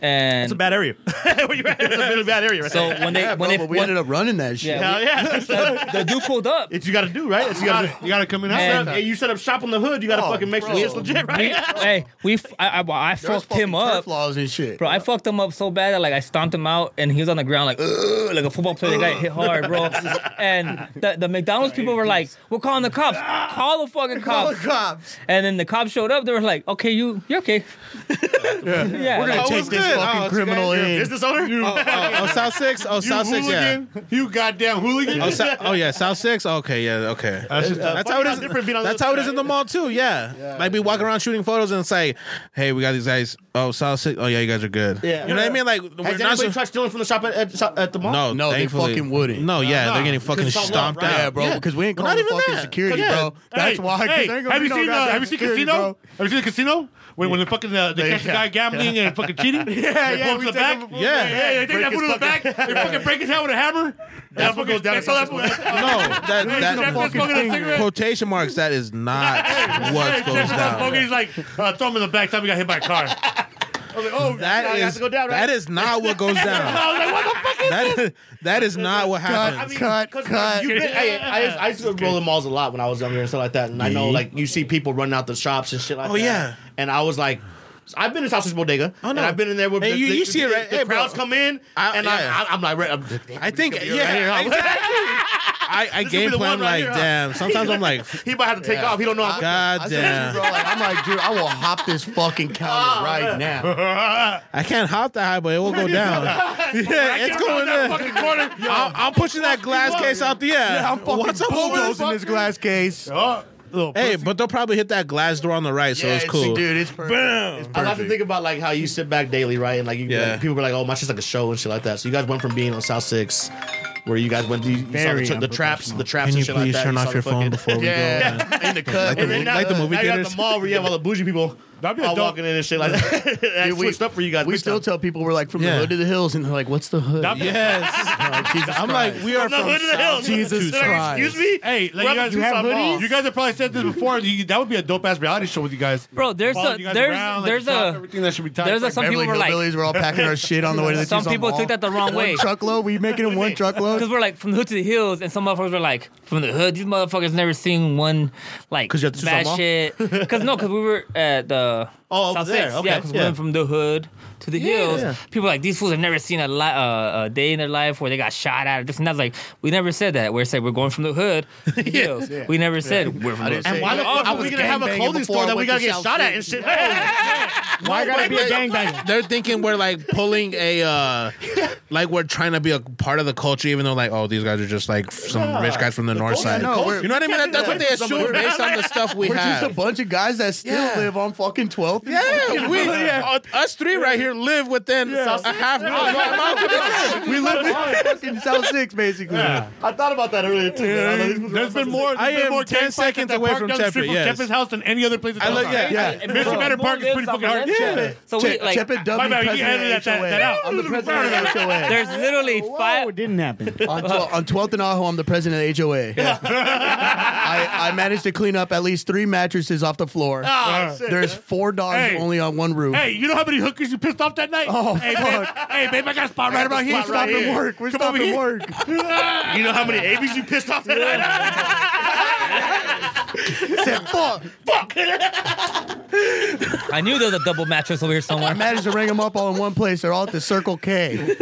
Speaker 3: And
Speaker 7: It's a bad area. Where you at? it's a really bad area. Right?
Speaker 3: so when they when
Speaker 6: Bro,
Speaker 3: they
Speaker 6: but we ended up running that shit.
Speaker 3: yeah,
Speaker 7: Hell yeah.
Speaker 3: we- the, the dude pulled up.
Speaker 7: It's you got to do right. It's you got to.
Speaker 2: You gotta come in.
Speaker 3: Man.
Speaker 2: outside.
Speaker 7: Hey, you set up shop on the hood. You got to
Speaker 6: Oh,
Speaker 7: fucking make sure
Speaker 6: bro.
Speaker 7: it's legit,
Speaker 3: We,
Speaker 7: right?
Speaker 3: hey, we f- I, I, I
Speaker 6: There was
Speaker 3: fucked him
Speaker 6: fucking
Speaker 3: up.
Speaker 6: turf laws and shit.
Speaker 3: Bro, I fucked him up so bad that like I stomped him out and he was on the ground like "Ugh," like a football player that got hit hard, bro. And the, the McDonald's people were like, "We're calling the cops! Call the fucking
Speaker 6: Ah, Call the
Speaker 3: cops!"
Speaker 6: cops.
Speaker 3: And then the cops showed up. They were like, "Okay, you you're okay." yeah,
Speaker 6: We're gonna
Speaker 4: Oh,
Speaker 6: take
Speaker 4: it's
Speaker 6: this
Speaker 4: good.
Speaker 6: fucking
Speaker 4: Oh, it's
Speaker 6: criminal
Speaker 4: good.
Speaker 6: in.
Speaker 7: Business owner.
Speaker 4: Oh, oh, oh, South Six. Oh,
Speaker 2: You
Speaker 4: South Six. Yeah.
Speaker 2: hooligan. You goddamn hooligan.
Speaker 4: Oh, Sou- oh, yeah, South Six. Okay, yeah, okay.
Speaker 2: That's just-
Speaker 4: That's how it is.
Speaker 7: different being on the
Speaker 4: That's
Speaker 7: other
Speaker 4: how it is in the mall too. Yeah, like we walk around shooting photos and say, "Hey, we got these guys." Oh, South Six. Oh yeah, you guys are good.
Speaker 5: Yeah.
Speaker 4: you know what I mean. Like we're
Speaker 5: Has
Speaker 4: not.
Speaker 5: anybody
Speaker 4: so-
Speaker 5: tried stealing from the shop at, at, at the mall?
Speaker 4: no,
Speaker 6: No, they
Speaker 4: thankfully.
Speaker 6: fucking wouldn't.
Speaker 4: No, yeah,
Speaker 2: no,
Speaker 4: they're getting fucking
Speaker 5: it's all love,
Speaker 4: stomped
Speaker 5: right?
Speaker 6: Yeah,
Speaker 4: out.
Speaker 6: bro, because we ain't
Speaker 4: Not
Speaker 6: calling
Speaker 4: even
Speaker 6: fucking
Speaker 4: that.
Speaker 6: security,
Speaker 4: Yeah.
Speaker 6: bro. That's why. 'cause
Speaker 2: Hey,
Speaker 6: there ain't gonna
Speaker 2: have
Speaker 6: be
Speaker 2: you
Speaker 6: no
Speaker 2: seen? uh,
Speaker 6: goddamn
Speaker 2: have you seen
Speaker 6: security,
Speaker 2: Casino?
Speaker 6: bro.
Speaker 2: Have you seen the Casino? When when the fucking uh, they catch the guy gambling and fucking cheating? yeah, yeah.
Speaker 6: we
Speaker 2: the
Speaker 6: take
Speaker 2: back.
Speaker 6: him-
Speaker 4: Yeah.
Speaker 2: yeah. They take that fool to the back. They fucking break his head with a hammer. That's what goes down. That's all that.
Speaker 4: No, that
Speaker 2: Jeff
Speaker 4: that
Speaker 2: was smoking a cigarette.
Speaker 4: quotation marks. That is not what goes down.
Speaker 2: Smoking, he's like, uh, throw him in the back. Time he got hit by a car. I was like, oh,
Speaker 4: That
Speaker 2: I
Speaker 4: is
Speaker 2: have to go down. Right?
Speaker 4: that is not what goes down.
Speaker 2: I was like, what the fuck?
Speaker 4: that is, that is not what happens.
Speaker 6: Cut, cut.
Speaker 5: You've been- hey, I, used- I, used to roll the malls a lot when I was younger and stuff like that. And I know, like, you see people running out the shops and shit like
Speaker 4: Oh,
Speaker 5: that.
Speaker 4: yeah.
Speaker 5: And I was like, I've been in Sausage Bodega.
Speaker 4: Oh, no.
Speaker 5: And I've been in there with
Speaker 4: Hey,
Speaker 5: the,
Speaker 4: you-
Speaker 5: the-
Speaker 4: you see it,
Speaker 5: the-
Speaker 4: right?
Speaker 5: The
Speaker 4: Hey, bro.
Speaker 5: crowds come in,
Speaker 4: I-
Speaker 5: and
Speaker 4: yeah.
Speaker 5: I'm, I'm, I'm like, I'm,
Speaker 4: I think yeah,
Speaker 5: right here, huh?
Speaker 4: exactly. I, I game
Speaker 5: be the
Speaker 4: plan
Speaker 5: one right
Speaker 4: like
Speaker 5: here, huh?
Speaker 4: damn. Sometimes I'm like,
Speaker 5: he might have to take off. He don't know. How
Speaker 6: I
Speaker 4: god
Speaker 6: said to you,
Speaker 4: damn,
Speaker 6: bro, like, I'm like, dude, I will hop this fucking counter right now.
Speaker 4: I can't hop that high, but it will go down. yeah, it's going there.
Speaker 2: that fucking corner.
Speaker 4: I'm, I'm pushing that glass case out the air.
Speaker 6: I'm fucking
Speaker 4: Once I'm over
Speaker 6: bulldozing
Speaker 4: the
Speaker 6: this glass case.
Speaker 2: Oh, little
Speaker 4: Hey,
Speaker 2: pussy.
Speaker 4: but they'll probably hit that glass door on the right, so
Speaker 6: Yeah,
Speaker 4: it's cool.
Speaker 6: dude. It's perfect. It's
Speaker 5: I like to
Speaker 6: perfect.
Speaker 5: think about like how you sit back daily, right? And like, you,
Speaker 4: Yeah.
Speaker 5: like, people were like, "Oh, my shit's like a show and shit like that." So you guys went from being on South Six, where you guys went, you, you saw
Speaker 1: Very
Speaker 5: the, tra- the traps, the traps,
Speaker 4: Can
Speaker 5: and
Speaker 4: you
Speaker 5: shit
Speaker 4: please
Speaker 5: like that.
Speaker 4: turn
Speaker 5: You
Speaker 4: off
Speaker 5: saw
Speaker 4: your
Speaker 5: the
Speaker 4: phone
Speaker 5: fucking-
Speaker 4: before we go?
Speaker 6: Yeah, in the cut.
Speaker 4: Like the,
Speaker 5: And then
Speaker 4: like
Speaker 5: now-
Speaker 4: the movie
Speaker 5: now You're at
Speaker 4: theaters.
Speaker 5: the mall where you have all the bougie people
Speaker 2: That'd be a
Speaker 5: all
Speaker 2: dope-
Speaker 5: walking in and shit like that. That
Speaker 6: Dude, we-
Speaker 5: switched up for you guys.
Speaker 6: we
Speaker 5: this
Speaker 6: still
Speaker 5: time.
Speaker 6: tell people we're like from
Speaker 4: Yeah.
Speaker 6: the hood to the hills, and they're like, "What's the hood?"
Speaker 4: Yes,
Speaker 6: Like, Jesus
Speaker 4: I'm like
Speaker 6: Christ.
Speaker 4: we are
Speaker 5: No,
Speaker 4: from
Speaker 5: hood of the hill.
Speaker 6: Jesus
Speaker 5: They're like,
Speaker 6: Christ.
Speaker 5: Excuse me.
Speaker 2: Hey, like
Speaker 5: We're
Speaker 2: you
Speaker 5: at
Speaker 2: guys,
Speaker 5: the Tucson Mall.
Speaker 2: you guys have probably said this before. You, that would be a dope ass reality show with you guys.
Speaker 3: Bro, there's
Speaker 2: Following
Speaker 3: a-
Speaker 2: you guys
Speaker 3: there's-
Speaker 2: around,
Speaker 3: there's
Speaker 2: like,
Speaker 3: a-
Speaker 2: everything that should be tight.
Speaker 3: there's a-
Speaker 2: like,
Speaker 3: some
Speaker 6: Beverly
Speaker 3: people were like-
Speaker 6: Hillbillies were all packing our shit on the way to the
Speaker 3: Some
Speaker 6: Tucson
Speaker 3: people
Speaker 6: Mall.
Speaker 3: took that the wrong
Speaker 6: One
Speaker 3: way.
Speaker 6: Truckload. We making it in one
Speaker 3: Because
Speaker 6: truckload.
Speaker 3: we're like from the hood to the hills, and some motherfuckers were like from the hood. These motherfuckers never seen one like
Speaker 5: 'Cause you have to choose
Speaker 3: bad
Speaker 5: them all?
Speaker 3: shit. Because no, because we were at the
Speaker 5: Oh, over
Speaker 3: South
Speaker 5: there,
Speaker 3: Six.
Speaker 5: okay,
Speaker 3: yeah, 'cause we
Speaker 5: yeah.
Speaker 3: went from the hood to the
Speaker 5: Yeah.
Speaker 3: hills. People are like these fools have never seen a, li- uh, a day in their life where they got shot at or this and that. Like we never said that. We said we're going from the hood to the hills. We never said we're from
Speaker 6: I
Speaker 3: the
Speaker 6: didn't say
Speaker 5: Why the
Speaker 6: that.
Speaker 5: fuck are we gonna have a
Speaker 6: gangbanging
Speaker 5: clothing
Speaker 6: before
Speaker 5: store
Speaker 6: I
Speaker 5: that we
Speaker 6: went
Speaker 5: gotta
Speaker 6: to
Speaker 5: get
Speaker 6: South
Speaker 5: shot at
Speaker 6: City.
Speaker 5: and shit?
Speaker 1: Why gotta be a gangbanger?
Speaker 4: They're thinking we're like pulling a, uh, like we're trying to be a part of the culture, even though like, oh, these guys are just like some rich guys from the north side.
Speaker 6: no, we're-
Speaker 4: you know what I mean? That, that's what they assume based on the stuff we
Speaker 6: We're
Speaker 4: have.
Speaker 6: just a bunch of guys that still
Speaker 4: Yeah.
Speaker 6: live on fucking 12th. and
Speaker 4: yeah, we, uh, us three right here live within a half mile.
Speaker 6: We live in fucking South Six, basically. I thought about that earlier too. man. I know these-
Speaker 2: There's been more. There's
Speaker 4: I
Speaker 2: been
Speaker 4: am
Speaker 2: more
Speaker 4: 10
Speaker 2: gang fights
Speaker 4: seconds
Speaker 2: at that
Speaker 4: away
Speaker 2: park
Speaker 4: from
Speaker 2: down the
Speaker 4: Chepe,
Speaker 2: street from
Speaker 4: yes.
Speaker 2: Chepe's house than any other place. at
Speaker 4: I
Speaker 2: the
Speaker 4: look-
Speaker 2: house.
Speaker 4: yeah, yeah.
Speaker 2: And Mission Manor Park is pretty fucking hard.
Speaker 3: Yeah. So we
Speaker 6: Che-
Speaker 3: like.
Speaker 6: Chepe W.
Speaker 2: My bad, you can
Speaker 6: president
Speaker 2: edit that- that-
Speaker 6: HOA.
Speaker 2: that out.
Speaker 6: I'm the president of HOA.
Speaker 3: there's literally
Speaker 1: Oh,
Speaker 3: five.
Speaker 1: it didn't happen.
Speaker 6: on, twel- on 12th and Ajo, I'm the president of HOA. I, I managed to clean up at least three mattresses off the floor.
Speaker 4: Ah,
Speaker 6: There's four dogs
Speaker 2: Hey.
Speaker 6: only on one roof.
Speaker 2: Hey, you know how many hookers you pissed off that night?
Speaker 6: Oh,
Speaker 2: hey,
Speaker 6: fuck.
Speaker 2: Babe, hey, babe, I got a spot right
Speaker 6: We're
Speaker 2: about here.
Speaker 6: stopping work. We're
Speaker 2: Come over
Speaker 6: stopping
Speaker 2: here.
Speaker 6: work.
Speaker 5: You know how many ABs you pissed off that night?
Speaker 6: Said, fuck.
Speaker 3: I knew there was a double mattress over here somewhere.
Speaker 6: I managed to ring them up all in one place. They're all at the Circle K.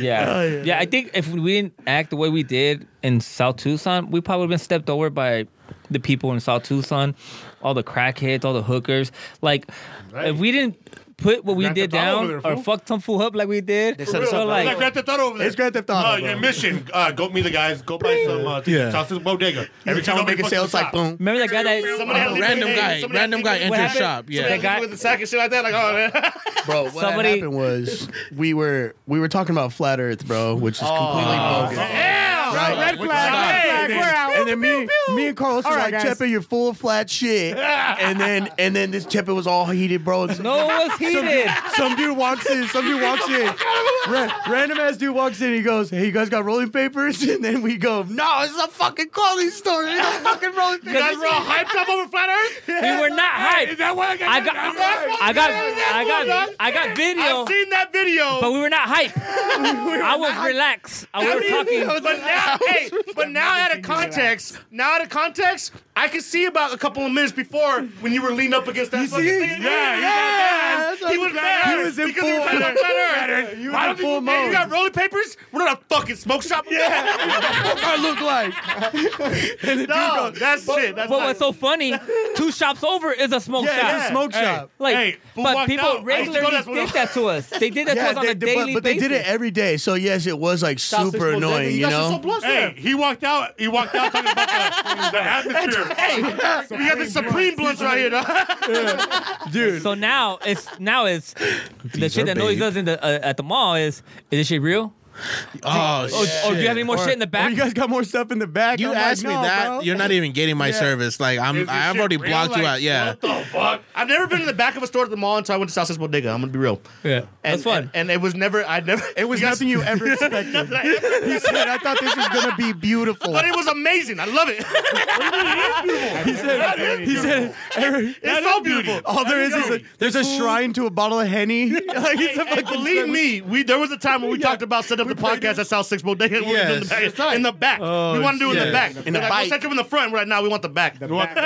Speaker 3: Yeah. yeah. I think if we didn't act the way we did in South Tucson, we probably would have been stepped over by the people in South Tucson, all the crackheads, all the hookers. Like, if we didn't put what we
Speaker 2: Grand
Speaker 3: did
Speaker 2: Theft Auto
Speaker 3: down
Speaker 2: over there,
Speaker 3: or
Speaker 2: fool.
Speaker 3: fuck some fool up like we did, so
Speaker 2: Like,
Speaker 3: like,
Speaker 2: Grand Theft Auto over there.
Speaker 6: It's Grand Theft Auto,
Speaker 2: Oh,
Speaker 6: bro.
Speaker 2: your mission. Uh, go meet the guys. Go buy some uh,
Speaker 4: Yeah.
Speaker 2: Sauces Bodega.
Speaker 6: Every time we make a sale, it's like, boom.
Speaker 3: remember that guy that.
Speaker 5: Somebody had to leave
Speaker 4: Random
Speaker 5: with-
Speaker 4: guy,
Speaker 5: somebody had to
Speaker 4: random
Speaker 5: leave
Speaker 4: guy
Speaker 5: with-
Speaker 3: What
Speaker 4: enters
Speaker 3: happened?
Speaker 4: shop.
Speaker 3: That
Speaker 4: Yeah,
Speaker 3: guy-
Speaker 5: with the sack and shit like that. Like, oh, man.
Speaker 6: Bro, what
Speaker 3: Somebody-
Speaker 6: had happened was we were we were talking about flat Earth, bro, which
Speaker 3: Oh.
Speaker 6: is completely bogus. Right?
Speaker 2: Red
Speaker 6: flag,
Speaker 2: flag. We're out.
Speaker 6: And then me, me and Carlos are
Speaker 1: All right,
Speaker 6: like,
Speaker 1: guys.
Speaker 6: Chepe, you're full of flat shit. and then and then this Chepe was all heated, bro. And
Speaker 3: No, it was heated.
Speaker 6: Some dude walks in. Some dude walks in. Ra- random ass dude walks in. He goes, "Hey, you guys got rolling papers?" And then we go, "No, it's a fucking clothing store. They got fucking rolling papers."
Speaker 3: guys were all
Speaker 6: hyped up over flat Earth.
Speaker 3: We were not hyped.
Speaker 2: That one guy.
Speaker 3: I got, I got, I got, I got video,
Speaker 5: I've seen that video.
Speaker 3: but we were not hyped. I was relaxed. I was talking.
Speaker 5: But now, hey, but now out of context, now out of context, I can see about a couple of minutes before when you were leaned up against that. You
Speaker 6: see?
Speaker 5: Thing.
Speaker 6: Yeah,
Speaker 5: yeah,
Speaker 6: yeah, that's what-
Speaker 5: He was mad.
Speaker 6: he was in
Speaker 5: because he
Speaker 6: full-
Speaker 5: was trying to flatter.
Speaker 6: You
Speaker 5: Why
Speaker 6: were
Speaker 5: don't
Speaker 6: in full
Speaker 5: you, hey, you
Speaker 6: mode.
Speaker 5: got rolling papers? We're not a fucking smoke shop. Yeah,
Speaker 6: What I look like?
Speaker 5: no, that's shit. That's
Speaker 3: But
Speaker 5: not-
Speaker 3: what's so funny? Two shops over is a smoke shop.
Speaker 6: Yeah, it's a smoke shop.
Speaker 3: Like,
Speaker 5: Hey, who
Speaker 3: but
Speaker 5: walked
Speaker 3: people
Speaker 5: out? I used to
Speaker 3: regularly
Speaker 5: go to that
Speaker 3: did that to us. They did that to us on
Speaker 6: they-
Speaker 3: a
Speaker 6: they- but,
Speaker 3: daily
Speaker 6: but they
Speaker 3: basis.
Speaker 6: did it every day. So yes, it was like
Speaker 5: Sausage
Speaker 6: super
Speaker 5: Bodega,
Speaker 6: annoying. You
Speaker 5: guys are
Speaker 6: know,
Speaker 5: so blessed
Speaker 2: Hey, he walked out. He walked out talking about the, the atmosphere.
Speaker 5: there. we got the supreme blunts right here. Dog.
Speaker 3: So now it's now it's the shit that noise does in the uh, at the mall is is this shit real?
Speaker 4: Oh,
Speaker 3: Oh, oh, do you have any more shit in the
Speaker 6: Or
Speaker 3: back?
Speaker 6: you guys got more stuff in the back.
Speaker 4: You
Speaker 6: I'm like,
Speaker 4: asked me
Speaker 6: "No,
Speaker 4: that.
Speaker 6: bro."
Speaker 4: You're not even getting my service. Like I'm, I've already blocked you out. Yeah.
Speaker 5: I've never been in the back of a store at the mall until I went to Southwest Bodega. I'm gonna be real.
Speaker 3: yeah,
Speaker 5: And,
Speaker 3: that's fun.
Speaker 5: And, and it was never. I never.
Speaker 6: It was nothing you ever expected. he said, "I thought this was gonna be beautiful."
Speaker 5: But it was amazing. I love it.
Speaker 6: He said, "He said, Eric,
Speaker 5: It's so beautiful.
Speaker 6: all there is is a, there's a shrine to a bottle of henny. like it's a
Speaker 5: Hey,
Speaker 6: fucking
Speaker 5: believe me, we there was a time when we talked about setting up the podcast at South Six Bodega. We were doing
Speaker 4: Yes.
Speaker 5: the back, in the back.
Speaker 2: Oh,
Speaker 5: we want to do it in the
Speaker 4: shit.
Speaker 5: back.
Speaker 6: In the
Speaker 5: They're like,
Speaker 6: bike.
Speaker 5: We'll set you in the front. We're like, now we want the back.
Speaker 1: The back, the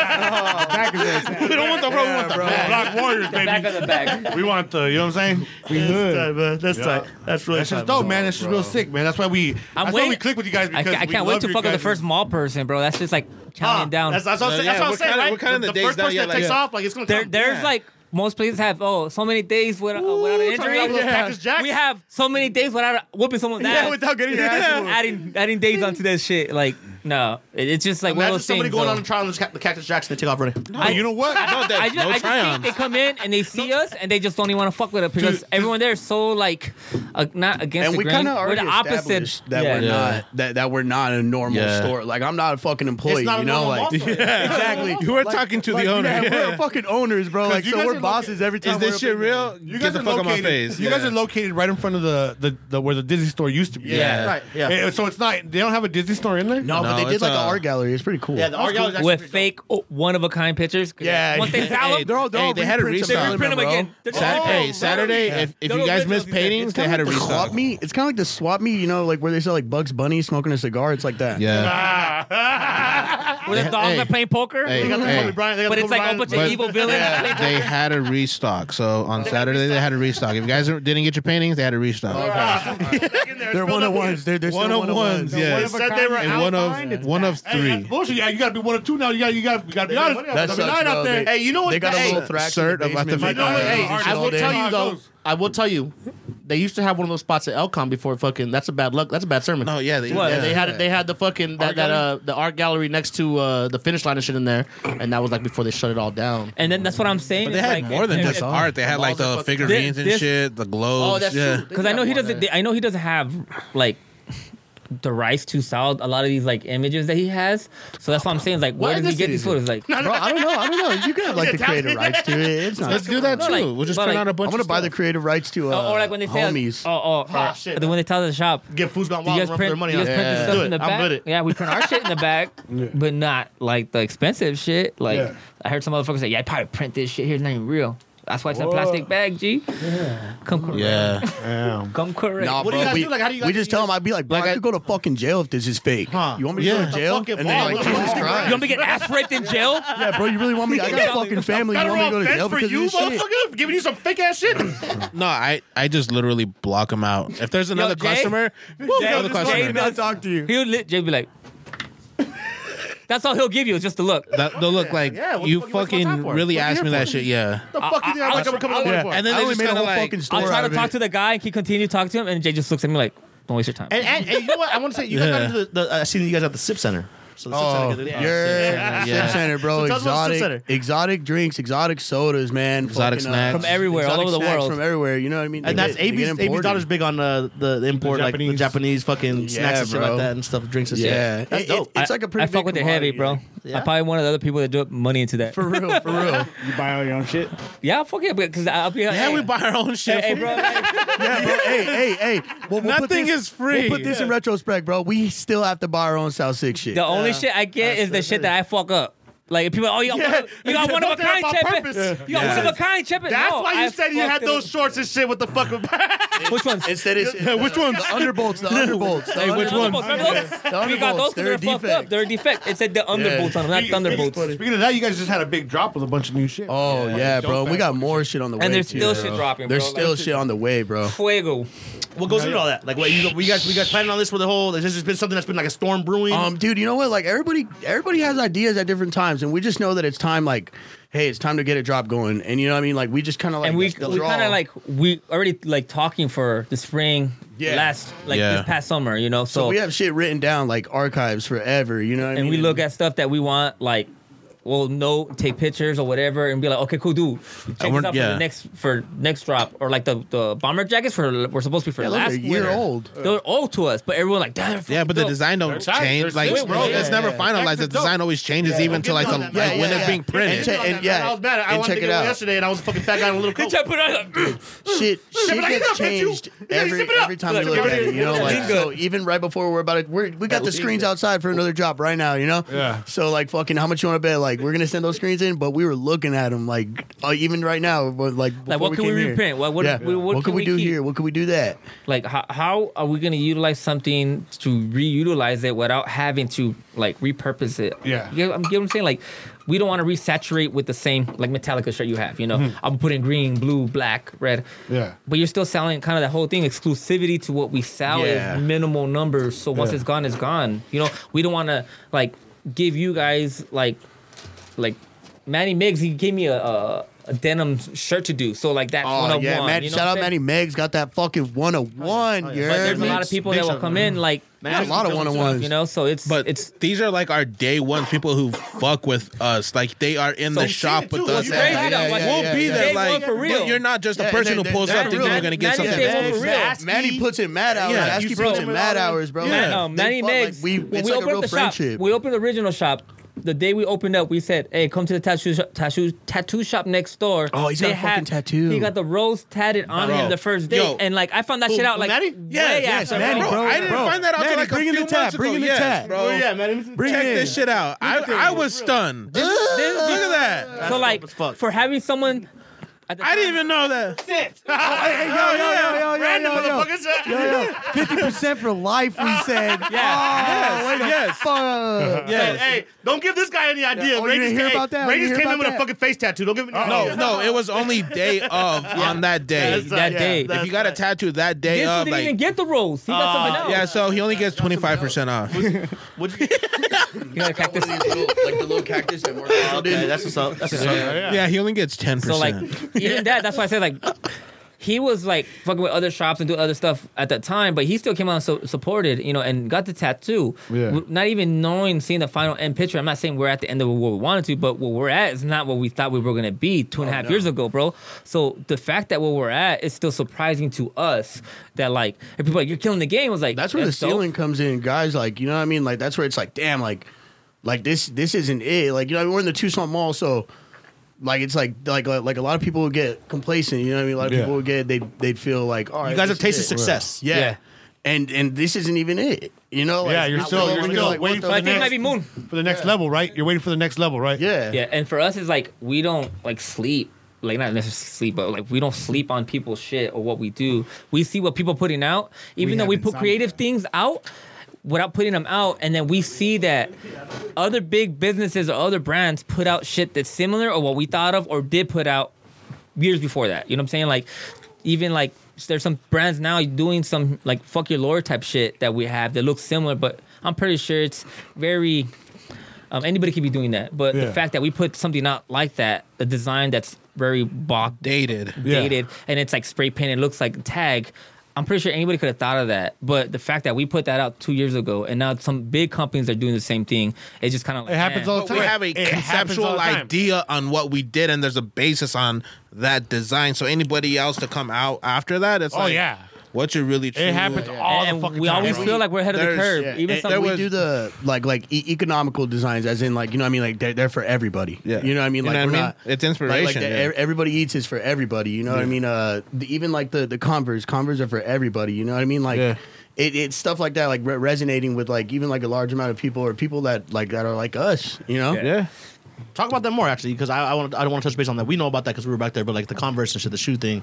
Speaker 1: back is where it's at.
Speaker 5: we don't want the front. we want the back.
Speaker 2: Black warriors,
Speaker 3: back
Speaker 2: baby.
Speaker 3: of the back.
Speaker 2: We want the. You know what I'm saying?
Speaker 1: We hood.
Speaker 5: man. That's tight. That's really
Speaker 2: That's just
Speaker 5: tight,
Speaker 2: dope,
Speaker 5: bro.
Speaker 2: man. That's just real sick, man. That's why we. that's why
Speaker 3: waiting-
Speaker 2: we click with you guys
Speaker 3: I,
Speaker 2: because
Speaker 3: ca- I
Speaker 2: we
Speaker 3: can't
Speaker 2: love
Speaker 3: wait to
Speaker 2: your
Speaker 3: fuck with the
Speaker 2: guys'
Speaker 3: first mall person, bro. That's just like
Speaker 5: Huh.
Speaker 3: counting down.
Speaker 5: Ah, That's, that's what I'm saying.
Speaker 4: Uh, Yeah,
Speaker 5: that's what I'm
Speaker 4: we're
Speaker 5: saying.
Speaker 4: kinda-
Speaker 5: right?
Speaker 4: we're kinda
Speaker 5: the,
Speaker 4: the days
Speaker 5: first
Speaker 4: now,
Speaker 5: person
Speaker 4: yeah,
Speaker 5: that
Speaker 4: like-
Speaker 5: takes
Speaker 4: yeah.
Speaker 5: off, like it's gonna
Speaker 3: there,
Speaker 5: come.
Speaker 3: there's like most places have oh so many days without, uh, without an
Speaker 5: Ooh, turn it up,
Speaker 3: injury.
Speaker 5: little Cactus Jacks.
Speaker 3: We have so many days without whooping someone's ass.
Speaker 6: yeah, without getting your ass whooped.
Speaker 3: adding adding days onto that shit. Like no, It- it's just like one of
Speaker 5: Imagine
Speaker 3: those
Speaker 5: somebody
Speaker 3: things.
Speaker 5: going
Speaker 3: though.
Speaker 5: on a trial on the Cac- the Cactus Jackson. They take off running.
Speaker 4: Oh, you know what? No, that,
Speaker 3: I just,
Speaker 4: no
Speaker 3: I just think
Speaker 4: triumph.
Speaker 3: they come in and they see us and they just don't even want to fuck with us because everyone there is so like uh, not against
Speaker 6: and
Speaker 3: the
Speaker 6: we
Speaker 3: grain.
Speaker 6: kind of
Speaker 3: We're
Speaker 6: already
Speaker 3: the opposite.
Speaker 6: established that
Speaker 3: Yeah.
Speaker 6: we're not that, that we're not a normal
Speaker 4: Yeah.
Speaker 6: store. Like I'm not a fucking employee,
Speaker 5: It's not a
Speaker 6: you know.
Speaker 5: normal
Speaker 6: Like
Speaker 5: mall store.
Speaker 6: exactly,
Speaker 4: You were talking to
Speaker 6: Like,
Speaker 4: the owner.
Speaker 6: yeah,
Speaker 4: Yeah.
Speaker 6: We're fucking owners, bro. Like
Speaker 2: you
Speaker 6: so
Speaker 2: guys
Speaker 6: we're
Speaker 2: are
Speaker 6: bosses every time.
Speaker 4: Is this
Speaker 6: we're
Speaker 4: shit
Speaker 6: up in-
Speaker 4: real?
Speaker 2: You
Speaker 4: Get
Speaker 2: guys
Speaker 4: the
Speaker 2: are
Speaker 4: fuck
Speaker 2: located,
Speaker 4: on my face.
Speaker 2: You guys are located right in front of the, the, the where the Disney store used to be.
Speaker 4: Yeah.
Speaker 5: Right. Yeah.
Speaker 2: Eh, so it's not. They don't have a Disney store in there.
Speaker 6: No, but
Speaker 4: No,
Speaker 6: they did
Speaker 4: it's
Speaker 6: like an
Speaker 4: a-
Speaker 6: art gallery. It's pretty cool.
Speaker 5: Yeah, the argument was actually
Speaker 3: with
Speaker 5: pretty
Speaker 3: fake oh, one of a kind pictures. 'Cause
Speaker 6: Yeah,
Speaker 3: once they
Speaker 6: yeah.
Speaker 3: sell
Speaker 4: Hey,
Speaker 3: them,
Speaker 6: they're all they're all
Speaker 4: Hey, they had a
Speaker 6: reprints
Speaker 4: research-
Speaker 6: of
Speaker 4: They
Speaker 3: print them
Speaker 6: bro.
Speaker 3: again. They're just-
Speaker 4: Sat-
Speaker 3: Oh,
Speaker 4: hey,
Speaker 3: really?
Speaker 4: Saturday,
Speaker 3: Yeah.
Speaker 4: if, if
Speaker 3: Those
Speaker 4: you guys
Speaker 3: originals
Speaker 4: miss
Speaker 3: you said,
Speaker 4: paintings,
Speaker 6: Kinda
Speaker 4: they had a
Speaker 6: like the
Speaker 4: restock.
Speaker 6: swap meet. It's kind of like the swap meet, you know, like where they sell like Bugs Bunny smoking a cigar. It's like that.
Speaker 4: Yeah.
Speaker 3: Where the
Speaker 6: Hey,
Speaker 3: dogs
Speaker 6: hey.
Speaker 3: are playing poker.
Speaker 6: Hey, They got the hey. Kobe
Speaker 5: Bryant- they got
Speaker 3: but
Speaker 5: the
Speaker 3: it's
Speaker 5: Kobe
Speaker 3: like a
Speaker 5: Bryant-
Speaker 3: bunch
Speaker 4: But-
Speaker 3: of evil villains. that play
Speaker 4: They had a restock. So on Saturday they had a restock. If you guys didn't get your paintings, they had a restock.
Speaker 9: They're one of ones. They're, they're
Speaker 4: One
Speaker 9: still
Speaker 4: of ones,
Speaker 9: They're
Speaker 4: yes.
Speaker 9: one of a
Speaker 2: Said they
Speaker 9: kind.
Speaker 2: were
Speaker 4: And one
Speaker 2: outlined,
Speaker 4: of
Speaker 2: it's
Speaker 4: one of
Speaker 2: Hey, that's
Speaker 4: three.
Speaker 2: bullshit. Yeah, you got to be one of two now. You got you got you got to be honest.
Speaker 6: That
Speaker 2: There's
Speaker 6: sucks,
Speaker 2: nine out
Speaker 6: bro.
Speaker 2: there.
Speaker 6: They-
Speaker 5: Hey, you know what?
Speaker 6: They got a
Speaker 5: hey,
Speaker 6: little thrash.
Speaker 4: Cert about the
Speaker 6: basement.
Speaker 4: fake
Speaker 6: My dog-
Speaker 2: eyes.
Speaker 5: Hey,
Speaker 2: Yeah,
Speaker 5: I will
Speaker 2: all day.
Speaker 5: tell you though.
Speaker 2: Goes.
Speaker 5: I will tell you. They used to have one of those spots at Elcom before fucking. That's a bad luck. That's a bad sermon.
Speaker 6: Oh,
Speaker 4: No, yeah, they,
Speaker 5: Yeah,
Speaker 4: yeah.
Speaker 5: they had they had the fucking that, that uh the art gallery next to uh the finish line and shit in there, and that was like before they shut it all down.
Speaker 3: And then that's what I'm saying.
Speaker 4: But they
Speaker 3: it's
Speaker 4: had
Speaker 3: like-
Speaker 4: more than
Speaker 3: and-
Speaker 4: just
Speaker 3: and-
Speaker 4: art. They had like
Speaker 5: Balls are
Speaker 4: the
Speaker 5: fucking-
Speaker 4: figurines and
Speaker 3: This-
Speaker 4: shit, the globes.
Speaker 5: Oh, that's
Speaker 4: yeah.
Speaker 5: true. They
Speaker 3: because I
Speaker 5: got
Speaker 3: know he
Speaker 5: one
Speaker 3: doesn't.
Speaker 5: there.
Speaker 3: I know he doesn't have like the rights to sell a lot of these like images that he has. So that's what I'm saying. Like,
Speaker 5: Why
Speaker 3: where did he
Speaker 5: this
Speaker 3: get these
Speaker 5: is-
Speaker 3: photos? Like,
Speaker 6: Bro, I don't know. I don't know. You could have like the creative rights to it. It's not.
Speaker 4: Let's do that
Speaker 3: No,
Speaker 4: too.
Speaker 3: like-
Speaker 4: we'll just
Speaker 3: but,
Speaker 4: print
Speaker 3: like,
Speaker 4: out a bunch.
Speaker 6: I'm gonna
Speaker 4: of
Speaker 6: buy the
Speaker 4: stuff.
Speaker 6: creative rights to uh,
Speaker 3: or or like when they say,
Speaker 6: homies.
Speaker 3: oh, oh,
Speaker 5: Ah,
Speaker 3: or-
Speaker 5: shit.
Speaker 3: when they tell the shop,
Speaker 5: Get foosball
Speaker 3: Do you
Speaker 5: wild
Speaker 3: guys
Speaker 5: run for
Speaker 3: print,
Speaker 5: their money.
Speaker 3: you guys
Speaker 5: out.
Speaker 3: print the
Speaker 5: Yeah.
Speaker 3: stuff
Speaker 5: Do
Speaker 3: in
Speaker 5: it.
Speaker 3: the back?
Speaker 5: I'm with it.
Speaker 3: Yeah, we print our shit in the back, but not like the expensive shit. Like
Speaker 9: Yeah.
Speaker 3: I heard some motherfuckers say, "Yeah, I probably print this shit here. It's not even real." That's why it's in a plastic bag, G. Come correct.
Speaker 4: Yeah.
Speaker 3: Come correct.
Speaker 6: Nah,
Speaker 5: What do
Speaker 6: bro,
Speaker 5: you guys
Speaker 6: we,
Speaker 5: do? Like, how do you guys-
Speaker 6: we just tell them. I'd be like, bro, I, could go to fucking jail if this is fake. You want me to
Speaker 4: Yeah.
Speaker 6: go to jail?
Speaker 5: fucking
Speaker 6: And they're like,
Speaker 5: wall.
Speaker 6: Jesus Christ.
Speaker 3: You want me to get ass raped in jail?
Speaker 6: yeah, bro, you really want me? I got a fucking family. You want me to go to jail
Speaker 5: for
Speaker 6: because of
Speaker 5: you,
Speaker 6: this shit?
Speaker 5: motherfucker, giving you some fake ass shit.
Speaker 4: No, I, I just literally block them out. If there's another
Speaker 3: Jay?
Speaker 4: customer, woo,
Speaker 3: Jay,
Speaker 4: another
Speaker 3: Jay
Speaker 4: customer.
Speaker 3: does-
Speaker 6: talk to you.
Speaker 3: He'll lit Jay be like, "That's all he'll give you is just a look."
Speaker 4: That, they'll look like
Speaker 5: Yeah, what the
Speaker 4: you
Speaker 5: fuck you
Speaker 4: fucking
Speaker 5: waste my time for?
Speaker 4: really
Speaker 5: What you
Speaker 4: asked
Speaker 5: here
Speaker 4: me
Speaker 5: for?
Speaker 4: that shit. Yeah.
Speaker 5: The fuck you think I like? I'm coming
Speaker 3: I-
Speaker 5: over
Speaker 3: I-
Speaker 5: for.
Speaker 4: And then
Speaker 6: I
Speaker 4: they
Speaker 6: only
Speaker 4: just
Speaker 6: made a
Speaker 4: kind of
Speaker 6: whole
Speaker 4: like.
Speaker 6: fucking story
Speaker 3: I'll try
Speaker 6: out
Speaker 3: to
Speaker 6: of
Speaker 3: talk
Speaker 6: it.
Speaker 3: to the guy, and he continue to talk to him, and Jay just looks at me like, "Don't waste your time."
Speaker 5: And, and, and you know what? I want to say you guys
Speaker 4: Yeah.
Speaker 5: got into the, the I seen you guys at the Sip Center. So the
Speaker 6: Oh,
Speaker 5: Sip Center.
Speaker 6: yeah.
Speaker 4: Yeah.
Speaker 6: Sip Center, bro.
Speaker 5: So tell us about the Sip
Speaker 6: exotic, exotic drinks, exotic sodas, man.
Speaker 4: Exotic
Speaker 6: Fucking, uh,
Speaker 4: snacks.
Speaker 3: From everywhere, all
Speaker 6: exotic
Speaker 3: over the
Speaker 6: snacks
Speaker 3: world.
Speaker 6: From everywhere, you know what I mean?
Speaker 5: And
Speaker 6: They
Speaker 5: that's
Speaker 6: get- they
Speaker 5: AB's,
Speaker 6: get imported.
Speaker 5: AB's daughter's big on uh, the, the import, like the
Speaker 2: Japanese.
Speaker 5: Japanese fucking snacks and shit
Speaker 6: bro.
Speaker 5: like that and stuff, drinks and
Speaker 6: Yeah,
Speaker 5: shit. That's
Speaker 6: It- it-
Speaker 5: dope.
Speaker 6: it's like a pretty.
Speaker 3: I fuck
Speaker 6: big
Speaker 3: with the heavy, bro.
Speaker 6: commodity.
Speaker 5: Yeah?
Speaker 3: I'm probably one of the other people that do money into that.
Speaker 6: For real, for real.
Speaker 1: You buy all your own shit.
Speaker 3: yeah, fuck it, because I'll be like,
Speaker 4: Yeah,
Speaker 3: hey,
Speaker 4: we buy our own shit.
Speaker 3: hey, bro, like,
Speaker 6: Yeah, bro. Hey, hey, hey. Well, we'll put
Speaker 4: Nothing
Speaker 6: this-
Speaker 4: is free.
Speaker 6: We'll put this in retrospect, bro. We still have to buy our own South Six shit.
Speaker 3: The only shit I get is the shit that I fuck up. Like if people, oh, you got, one, you got one of a
Speaker 5: Fuck that
Speaker 3: kind,
Speaker 5: up on
Speaker 3: Chepin.
Speaker 5: purpose.
Speaker 3: You got one of a kind, Chepin.
Speaker 5: That's
Speaker 3: No,
Speaker 5: why you
Speaker 3: I
Speaker 5: said you had
Speaker 3: fucking-
Speaker 5: those shorts and shit with the fucking.
Speaker 3: Which ones?
Speaker 6: Instead, it's, which ones? The underbolts. The underbolts. The
Speaker 3: Which
Speaker 6: underbolts.
Speaker 3: ones? Remember those? We got those because
Speaker 6: underbolts, they're
Speaker 3: they're
Speaker 6: a
Speaker 3: fucked up.
Speaker 6: defect.
Speaker 3: They're a defect. It said the underbolts on them, not thunderbolts. And
Speaker 2: Speaking of that, you guys just had a big drop with a bunch of new shit.
Speaker 6: Oh yeah, bro. We got more shit on the way.
Speaker 3: there's
Speaker 6: too,
Speaker 3: still
Speaker 6: bro.
Speaker 3: shit dropping.
Speaker 6: There's
Speaker 3: bro.
Speaker 6: still
Speaker 3: Like,
Speaker 6: shit on the way, bro.
Speaker 3: Fuego.
Speaker 5: What goes into all that? Like, what you, you guys, we guys planning on this with the whole? This has been something that's been like a storm brewing.
Speaker 6: Um, dude, you know what? Like everybody, everybody has ideas at different times, and we just know that it's time. Like, hey, it's time to get a drop going, and you know what I mean. Like, we just kind of like
Speaker 3: and we
Speaker 6: just
Speaker 3: we
Speaker 6: draw.
Speaker 3: kind of like we already like talking for the spring
Speaker 6: Yeah.
Speaker 3: last like
Speaker 4: Yeah.
Speaker 3: this past summer, you know. So,
Speaker 6: we have shit written down like archives forever. You know what I mean?
Speaker 3: and we look at stuff that we want like. We'll know, take pictures or whatever, and be like, okay, cool, dude. Check this
Speaker 4: we're-
Speaker 3: out for
Speaker 4: yeah.
Speaker 3: the next for next drop, or like the, the bomber jackets for were supposed to be for
Speaker 6: yeah, look,
Speaker 3: last
Speaker 6: they're a year
Speaker 3: winter.
Speaker 6: old.
Speaker 3: They're old to us, but everyone like, damn.
Speaker 4: Yeah, but the design don't
Speaker 2: tight. They're
Speaker 4: change. Like
Speaker 2: sick, bro.
Speaker 4: it's
Speaker 2: Yeah,
Speaker 4: never
Speaker 2: yeah.
Speaker 4: finalized. The
Speaker 2: That's dope.
Speaker 4: design always changes, even to like the
Speaker 5: Yeah,
Speaker 4: like
Speaker 6: yeah,
Speaker 4: when it's
Speaker 6: yeah.
Speaker 4: being
Speaker 6: And
Speaker 4: printed.
Speaker 6: check- and- yeah,
Speaker 5: I was mad. I
Speaker 6: and
Speaker 5: wanted
Speaker 6: check
Speaker 5: to
Speaker 6: it
Speaker 5: get one
Speaker 6: out.
Speaker 5: yesterday, and I was a fucking fat guy in a little coat.
Speaker 6: shit shit
Speaker 5: like,
Speaker 6: gets
Speaker 5: "Look at you."
Speaker 6: changed
Speaker 5: Yeah,
Speaker 6: every
Speaker 5: zip it up.
Speaker 6: every time
Speaker 3: Look,
Speaker 6: we look
Speaker 3: give
Speaker 6: at
Speaker 3: it
Speaker 6: it.
Speaker 3: in,
Speaker 6: You know,
Speaker 3: give it
Speaker 6: like
Speaker 3: in.
Speaker 6: so even right before we're about to, we're, we got the screens outside for another drop right now. You know,
Speaker 2: Yeah.
Speaker 6: So like, fucking, how much you want to bet? Like, we're gonna send those screens in, but we were looking at them like uh, even right now, but like, before
Speaker 3: what can
Speaker 6: came
Speaker 3: we
Speaker 6: here.
Speaker 3: reprint? What- what-
Speaker 6: yeah.
Speaker 3: what- what
Speaker 6: what
Speaker 3: can
Speaker 6: can we,
Speaker 3: we
Speaker 6: do
Speaker 3: keep?
Speaker 6: here? What can we do that?
Speaker 3: like how, how are we going to utilize something to reutilize it without having to like repurpose it
Speaker 2: Yeah.
Speaker 3: you know, I'm- you know what i'm saying like we don't want to resaturate with the same like metallica shirt you have you know
Speaker 4: Mm-hmm.
Speaker 3: i'm putting green blue black red
Speaker 2: Yeah.
Speaker 3: but you're still selling kind of that whole thing exclusivity to what we sell
Speaker 6: Yeah.
Speaker 3: is minimal numbers so once
Speaker 2: Yeah.
Speaker 3: it's gone it's gone you know we don't want to like give you guys like like Manny Miggs, he gave me a, a, a denim shirt to do. So like that's
Speaker 6: Oh
Speaker 3: one of
Speaker 6: yeah,
Speaker 3: one.
Speaker 6: Matt,
Speaker 3: you know
Speaker 6: shout
Speaker 3: what
Speaker 6: out
Speaker 3: I'm saying?
Speaker 6: Manny Meggs got that fucking one on one. But
Speaker 3: But there's a lot of people that will come in like
Speaker 6: a lot of one on ones.
Speaker 3: you know. So it's
Speaker 4: But
Speaker 3: it's
Speaker 4: it's these are like our day ones people who fuck with us. Like they are in the shop with us.
Speaker 3: You
Speaker 4: every
Speaker 3: crazy
Speaker 4: day.
Speaker 3: though, like,
Speaker 4: we'll be
Speaker 6: yeah,
Speaker 4: there.
Speaker 3: day one
Speaker 4: Like
Speaker 3: for real.
Speaker 4: but you're not just
Speaker 6: Yeah,
Speaker 4: a
Speaker 6: and
Speaker 4: person who
Speaker 6: they-
Speaker 4: pulls
Speaker 6: they're
Speaker 4: up thinking
Speaker 6: real.
Speaker 4: you're gonna get
Speaker 3: Not if
Speaker 4: something.
Speaker 3: they
Speaker 4: back.
Speaker 3: were for real.
Speaker 6: Manny puts in mad hours.
Speaker 4: Yeah,
Speaker 6: Asky
Speaker 4: you
Speaker 6: puts in
Speaker 4: bro.
Speaker 6: mad hours, bro.
Speaker 4: Yeah.
Speaker 6: Like,
Speaker 3: No,
Speaker 6: they
Speaker 3: Manny
Speaker 6: fuck, like,
Speaker 3: Miggs.
Speaker 6: we,
Speaker 3: when
Speaker 6: it's
Speaker 3: we
Speaker 6: like a
Speaker 3: opened
Speaker 6: real
Speaker 3: up the
Speaker 6: friendship.
Speaker 3: shop. We opened the original shop. The day we opened up, we said, "Hey, come to the tattoo sh- tattoo tattoo shop next door."
Speaker 6: Oh, he's got
Speaker 3: They
Speaker 6: a fucking tattoo.
Speaker 3: He got the rose tatted on
Speaker 4: Bro.
Speaker 3: him the first day,
Speaker 4: Yo.
Speaker 3: and like I found that shit out like
Speaker 5: Manny?
Speaker 3: way
Speaker 4: Yes, yes,
Speaker 3: after.
Speaker 6: Manny,
Speaker 4: bro,
Speaker 6: bro,
Speaker 4: I didn't
Speaker 6: bro.
Speaker 4: find that out
Speaker 6: Manny,
Speaker 4: till like
Speaker 6: bring
Speaker 4: a
Speaker 6: in
Speaker 4: few
Speaker 6: the tab,
Speaker 4: months ago.
Speaker 6: bring in the
Speaker 4: yes,
Speaker 6: tab.
Speaker 4: bro.
Speaker 5: yeah, man.
Speaker 6: Bring
Speaker 4: Check
Speaker 6: it in.
Speaker 4: this shit out. I, I was stunned. Look
Speaker 3: This-
Speaker 4: at that.
Speaker 3: so like
Speaker 5: dope as fuck.
Speaker 3: for having someone, at the
Speaker 4: I didn't
Speaker 3: time-
Speaker 4: even know that.
Speaker 6: Oh, Hey, yo, yo, yo, yo, yo,
Speaker 5: Random
Speaker 6: yo, yo.
Speaker 5: motherfuckers.
Speaker 6: Yo, yo, 50% for life, we said. Oh,
Speaker 3: yeah.
Speaker 4: yes, yes.
Speaker 6: Alpha.
Speaker 7: Said, hey, don't give this guy any ideas.
Speaker 6: Oh, you
Speaker 7: Ray
Speaker 6: didn't
Speaker 7: just-
Speaker 6: hear
Speaker 7: hey,
Speaker 6: about that?
Speaker 7: Ray
Speaker 6: You
Speaker 7: just
Speaker 6: didn't
Speaker 7: came
Speaker 6: hear
Speaker 7: in with a
Speaker 6: about
Speaker 7: fucking face tattoo. Don't give me
Speaker 4: No, no, it was only day of on that day.
Speaker 7: That's
Speaker 3: that
Speaker 7: right.
Speaker 3: day.
Speaker 7: Yeah,
Speaker 4: if
Speaker 7: that's
Speaker 4: you got a
Speaker 7: right.
Speaker 4: tattoo that day
Speaker 3: This one
Speaker 4: of,
Speaker 3: didn't
Speaker 4: like,
Speaker 3: even get the rose. He got something else.
Speaker 4: yeah, so he only gets twenty five percent off.
Speaker 7: Would you-
Speaker 3: You got a cactus.
Speaker 6: One of these little- like the little cactus that Mark Wild
Speaker 7: Okay,
Speaker 6: did.
Speaker 7: that's what's up. That's what's up.
Speaker 2: yeah.
Speaker 4: Yeah, he only gets ten
Speaker 3: So like
Speaker 4: percent.
Speaker 3: even that, that's why I said like he was like fucking with other shops and do other stuff at that time, but he still came out and so, supported, you know, and got the tattoo.
Speaker 9: Yeah.
Speaker 3: W- Not even knowing seeing the final end picture. I'm not saying we're at the end of what we wanted to, but what we're at is not what we thought we were gonna be two
Speaker 6: Oh,
Speaker 3: and a half years ago, bro. So the fact that where we're at is still surprising to us that like and people are like you're killing the game was like
Speaker 6: That's where the
Speaker 3: dope.
Speaker 6: ceiling comes in, guys. Like, you know what I mean? Like, that's where it's like, damn, like, like this, this isn't it. Like, you know, we're in the Tucson Mall, so like, it's like, like, like a lot of people would get complacent. You know what I mean? A lot of
Speaker 2: Yeah.
Speaker 6: people would get they they'd feel like, all right,
Speaker 5: You guys
Speaker 6: this
Speaker 5: have tasted
Speaker 6: is it.
Speaker 5: success.
Speaker 6: yeah.
Speaker 3: Yeah.
Speaker 6: And and this isn't even it. You know? Like,
Speaker 2: Yeah, you're
Speaker 6: not
Speaker 2: still-
Speaker 6: what
Speaker 2: you're
Speaker 6: we're
Speaker 2: still
Speaker 6: like, what
Speaker 2: waiting
Speaker 6: the
Speaker 2: for
Speaker 3: But I
Speaker 6: fuck?
Speaker 3: think it might be Moon.
Speaker 2: for the next level, right? You're waiting for the next level, right?
Speaker 6: Yeah.
Speaker 3: Yeah, and for us, it's like we don't like sleep, like not necessarily sleep, but like we don't sleep on people's shit or what we do. We see what people putting out, even
Speaker 1: We
Speaker 3: though we
Speaker 1: have
Speaker 3: put
Speaker 1: insomnia.
Speaker 3: creative things out without putting them out, and then we see that other big businesses or other brands put out shit that's similar or what we thought of or did put out years before that. You know what I'm saying? Like even like there's some brands now doing some like fuck your lord type shit that we have that looks similar, but I'm pretty sure it's very um, anybody could be doing that. But
Speaker 2: Yeah.
Speaker 3: the fact that we put something out like that, a design that's very balked,
Speaker 4: Dated.
Speaker 2: Yeah.
Speaker 3: dated, and it's like spray painted, looks like tag. I'm pretty sure anybody could have thought of that, but the fact that we put that out two years ago, and now some big companies are doing the same thing, it's just kind of like
Speaker 2: It happens
Speaker 3: man.
Speaker 2: all
Speaker 4: But
Speaker 2: the time.
Speaker 4: we have a
Speaker 2: It happens all
Speaker 4: conceptual
Speaker 2: the time.
Speaker 4: idea on what we did, and there's a basis on that design. So anybody else to come out after that, it's
Speaker 2: Oh,
Speaker 4: like,
Speaker 2: yeah.
Speaker 4: what you really. True.
Speaker 2: It happens all the
Speaker 3: and
Speaker 2: fucking
Speaker 3: we
Speaker 2: time.
Speaker 3: always feel like we're ahead of the
Speaker 4: There's-
Speaker 3: curve.
Speaker 6: Yeah,
Speaker 3: Even
Speaker 6: and
Speaker 3: some
Speaker 6: and we
Speaker 3: we-
Speaker 6: do the like like e- economical designs, as in like you know what I mean, like they're, they're for everybody.
Speaker 4: Yeah.
Speaker 6: you know what I mean.
Speaker 4: You
Speaker 6: Like
Speaker 4: know what
Speaker 6: we're
Speaker 4: I mean?
Speaker 6: not-
Speaker 4: It's
Speaker 6: Like,
Speaker 4: inspiration,
Speaker 6: like the,
Speaker 4: yeah.
Speaker 6: e- everybody eats is for everybody. You know what I mean? Uh, the, even like the the Converse, Converse are for everybody. You know what I mean? Like.
Speaker 2: Yeah.
Speaker 6: It, it's stuff like that, like re- resonating with like even like a large amount of people or people that like that are like us, you know.
Speaker 2: Yeah.
Speaker 5: Talk about that more actually, because I, I want I don't want to touch base on that. We know about that because we were back there, but like the Converse and shit, the shoe thing.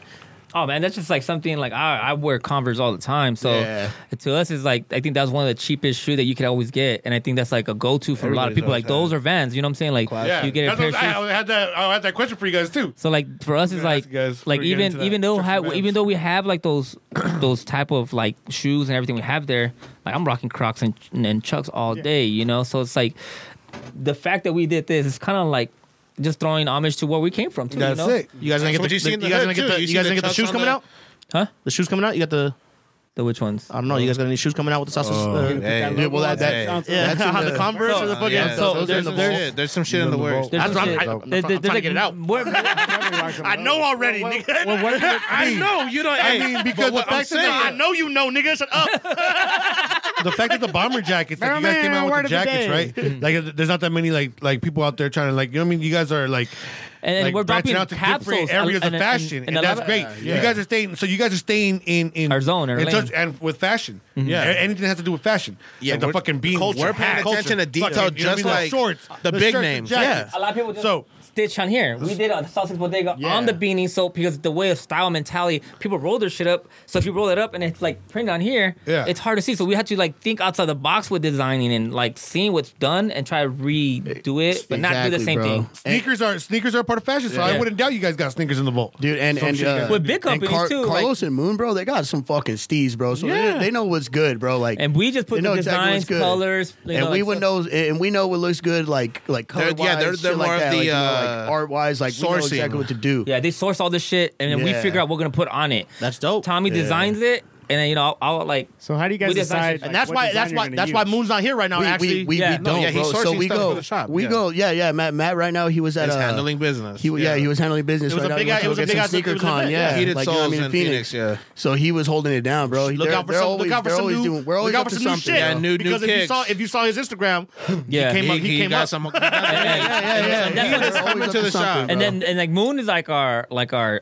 Speaker 3: Oh man, that's just like something like I, I wear Converse all the time. So
Speaker 6: Yeah.
Speaker 3: to us, it's like I think that's one of the cheapest shoes that you could always get, and I think that's like a go to for a lot of
Speaker 4: Everybody's
Speaker 3: people. Like
Speaker 4: always
Speaker 3: those
Speaker 4: had
Speaker 3: are Vans, you know what I'm saying? Like
Speaker 2: Yeah.
Speaker 3: you get a
Speaker 2: That's
Speaker 3: pair of
Speaker 2: what-
Speaker 3: shoes.
Speaker 2: I, I had that. I had that question for you guys too.
Speaker 3: So like for us, it's
Speaker 2: gonna
Speaker 3: like
Speaker 2: ask you guys before
Speaker 3: like
Speaker 2: we get
Speaker 3: even
Speaker 2: into that.
Speaker 3: even though
Speaker 2: Check
Speaker 3: have,
Speaker 2: some
Speaker 3: even
Speaker 2: bands.
Speaker 3: though we have like those those type of like shoes and everything we have there, like I'm rocking Crocs and and Chucks all day, you know. So it's like the fact that we did this is kind of like just throwing homage to where we came from. Too,
Speaker 9: That's
Speaker 3: you know?
Speaker 9: it.
Speaker 5: You guys
Speaker 4: That's
Speaker 5: gonna get the,
Speaker 4: what you see in the
Speaker 5: you guys
Speaker 4: hood,
Speaker 5: gonna get
Speaker 4: too.
Speaker 5: the
Speaker 4: You
Speaker 5: you,
Speaker 4: see
Speaker 5: guys
Speaker 4: the
Speaker 5: gonna get the
Speaker 4: chucks
Speaker 5: shoes
Speaker 4: on
Speaker 5: coming
Speaker 4: the-
Speaker 5: out?
Speaker 3: Huh?
Speaker 5: The shoes coming out? You got the
Speaker 3: The which ones?
Speaker 5: I don't know. You guys got any shoes coming out with the sauces? Uh,
Speaker 4: Hey.
Speaker 6: Oh, Yeah, well, that, that,
Speaker 4: Hey.
Speaker 5: yeah,
Speaker 6: that's in
Speaker 5: the,
Speaker 6: the-
Speaker 5: Converse or the fucking.
Speaker 4: yeah,
Speaker 3: so
Speaker 4: there's,
Speaker 3: there's-
Speaker 4: some
Speaker 3: there's-
Speaker 4: shit. There's some shit in the works.
Speaker 3: There's
Speaker 5: That's
Speaker 3: some
Speaker 5: what I'm-
Speaker 3: shit.
Speaker 5: I- I'm
Speaker 3: There-
Speaker 5: trying-
Speaker 3: there's like
Speaker 5: I'm trying to get it out.
Speaker 3: more-
Speaker 5: I know already, nigga.
Speaker 2: Well, what-
Speaker 4: I know you don't. I mean, because what I'm
Speaker 5: I
Speaker 4: saying,
Speaker 5: know you know, nigga. Shut up.
Speaker 2: the fact that the bomber jackets, like you guys came out with the jackets, right? Like, there's not that many like like people out there trying to like, you know what I mean? You guys are like,
Speaker 3: And then
Speaker 2: like
Speaker 3: we're
Speaker 2: branching
Speaker 3: dropping
Speaker 2: out to
Speaker 3: capsules
Speaker 2: different areas
Speaker 3: and- and-
Speaker 2: of fashion,
Speaker 3: and-
Speaker 2: and,
Speaker 3: and a lot
Speaker 2: that's
Speaker 3: of- Uh,
Speaker 2: great.
Speaker 6: yeah.
Speaker 2: You guys are staying, so you guys are staying in in
Speaker 3: Our zone, our
Speaker 2: in touch,
Speaker 3: lane.
Speaker 2: and with fashion.
Speaker 4: Mm-hmm. Yeah.
Speaker 2: A- anything that has to do with fashion.
Speaker 4: Yeah,
Speaker 2: like the
Speaker 4: we're-
Speaker 2: fucking beans.
Speaker 4: culture. We're paying
Speaker 2: hats,
Speaker 4: attention to detail
Speaker 2: fucking, you know
Speaker 4: just
Speaker 2: what I mean? The
Speaker 4: like
Speaker 2: shorts,
Speaker 4: the big
Speaker 2: shirts,
Speaker 4: names.
Speaker 2: jackets.
Speaker 3: A lot of people just
Speaker 2: So-
Speaker 3: stitch on here. We did on the sausage bodega
Speaker 6: Yeah.
Speaker 3: on the beanie, so because the way of style mentality, people roll their shit up. So if you roll it up and it's like printed on here,
Speaker 2: Yeah.
Speaker 3: it's hard to see. So we had to like think outside the box with designing and like seeing what's done and try to redo it, but not do the
Speaker 6: Exactly,
Speaker 3: same
Speaker 6: bro.
Speaker 3: thing.
Speaker 2: Sneakers are sneakers are a part of fashion, so I
Speaker 3: Yeah.
Speaker 2: wouldn't doubt you guys got sneakers in the vault.
Speaker 6: Dude, and
Speaker 2: Some
Speaker 6: and
Speaker 2: shit
Speaker 6: uh,
Speaker 2: that-
Speaker 3: With big
Speaker 6: and
Speaker 3: companies, too, like-
Speaker 6: Carlos and Moon, bro, they got some fucking steez, bro. So
Speaker 2: Yeah.
Speaker 6: they, they know what's good, bro. Like,
Speaker 3: And we just put
Speaker 6: they
Speaker 3: the
Speaker 6: know exactly
Speaker 3: designs,
Speaker 6: what's good.
Speaker 3: colors, you
Speaker 6: and
Speaker 3: know,
Speaker 6: we
Speaker 3: like
Speaker 6: would
Speaker 3: stuff.
Speaker 6: know, and we know what looks good, like like color
Speaker 4: They're-
Speaker 6: wise,
Speaker 4: yeah, they're- they're
Speaker 6: shit like
Speaker 4: more of
Speaker 6: that,
Speaker 4: the,
Speaker 6: like, you know,
Speaker 4: uh,
Speaker 6: like art wise, like we know
Speaker 4: sourcing.
Speaker 6: exactly what to do.
Speaker 3: Yeah, they source all this shit and then we
Speaker 6: Yeah.
Speaker 3: figure out what we're gonna put on it.
Speaker 5: That's dope.
Speaker 3: Tommy designs it and then you know I'll, I'll like
Speaker 1: So how do you guys
Speaker 3: We just-
Speaker 1: decide?
Speaker 3: and
Speaker 1: like,
Speaker 5: And that's
Speaker 1: what
Speaker 5: why.
Speaker 1: design
Speaker 5: That's
Speaker 1: you're
Speaker 5: why.
Speaker 1: gonna
Speaker 5: That's
Speaker 1: use?
Speaker 5: why Moon's not here right now.
Speaker 6: we,
Speaker 5: actually,
Speaker 6: we, we,
Speaker 3: yeah.
Speaker 6: we don't,
Speaker 3: No,
Speaker 4: yeah, he
Speaker 6: bro.
Speaker 4: sourcing
Speaker 6: So we
Speaker 4: stuff
Speaker 6: go,
Speaker 4: for the shop,
Speaker 6: we
Speaker 4: yeah.
Speaker 6: go, yeah, yeah. Matt, Matt, right now he was at
Speaker 4: it's
Speaker 6: uh,
Speaker 4: handling business.
Speaker 6: He, yeah. he was handling business.
Speaker 5: It was
Speaker 6: right
Speaker 5: a
Speaker 6: now.
Speaker 5: big
Speaker 6: He
Speaker 5: ass-
Speaker 6: went
Speaker 5: it
Speaker 6: to
Speaker 5: was a
Speaker 6: get
Speaker 5: big
Speaker 6: some
Speaker 5: ass- it
Speaker 6: sneaker
Speaker 5: was a
Speaker 6: con.
Speaker 5: big-
Speaker 6: Yeah,
Speaker 4: Heated
Speaker 6: like, you know what I
Speaker 4: Souls
Speaker 6: mean,
Speaker 4: in Phoenix, yeah.
Speaker 6: So he was holding it down, bro. He-
Speaker 5: Look
Speaker 6: they're-
Speaker 5: out for
Speaker 6: they're
Speaker 5: some.
Speaker 6: always-
Speaker 5: look out for
Speaker 6: they're
Speaker 5: some
Speaker 6: always
Speaker 5: new.
Speaker 6: doing- We're always
Speaker 5: look out
Speaker 6: up
Speaker 5: for
Speaker 6: to
Speaker 5: some new
Speaker 6: something.
Speaker 5: shit.
Speaker 4: Yeah, new- new
Speaker 5: because if you
Speaker 4: kicks.
Speaker 5: saw if you saw his Instagram,
Speaker 3: yeah.
Speaker 5: came
Speaker 4: he,
Speaker 5: up- he
Speaker 4: he
Speaker 5: came
Speaker 4: got
Speaker 5: up.
Speaker 4: some.
Speaker 3: and,
Speaker 6: Yeah, yeah, yeah.
Speaker 3: That's
Speaker 6: He
Speaker 3: what
Speaker 6: was
Speaker 3: it's
Speaker 6: always
Speaker 4: coming
Speaker 6: up
Speaker 4: to the shop.
Speaker 6: something,
Speaker 3: and
Speaker 6: bro.
Speaker 3: then and like Moon is like our like our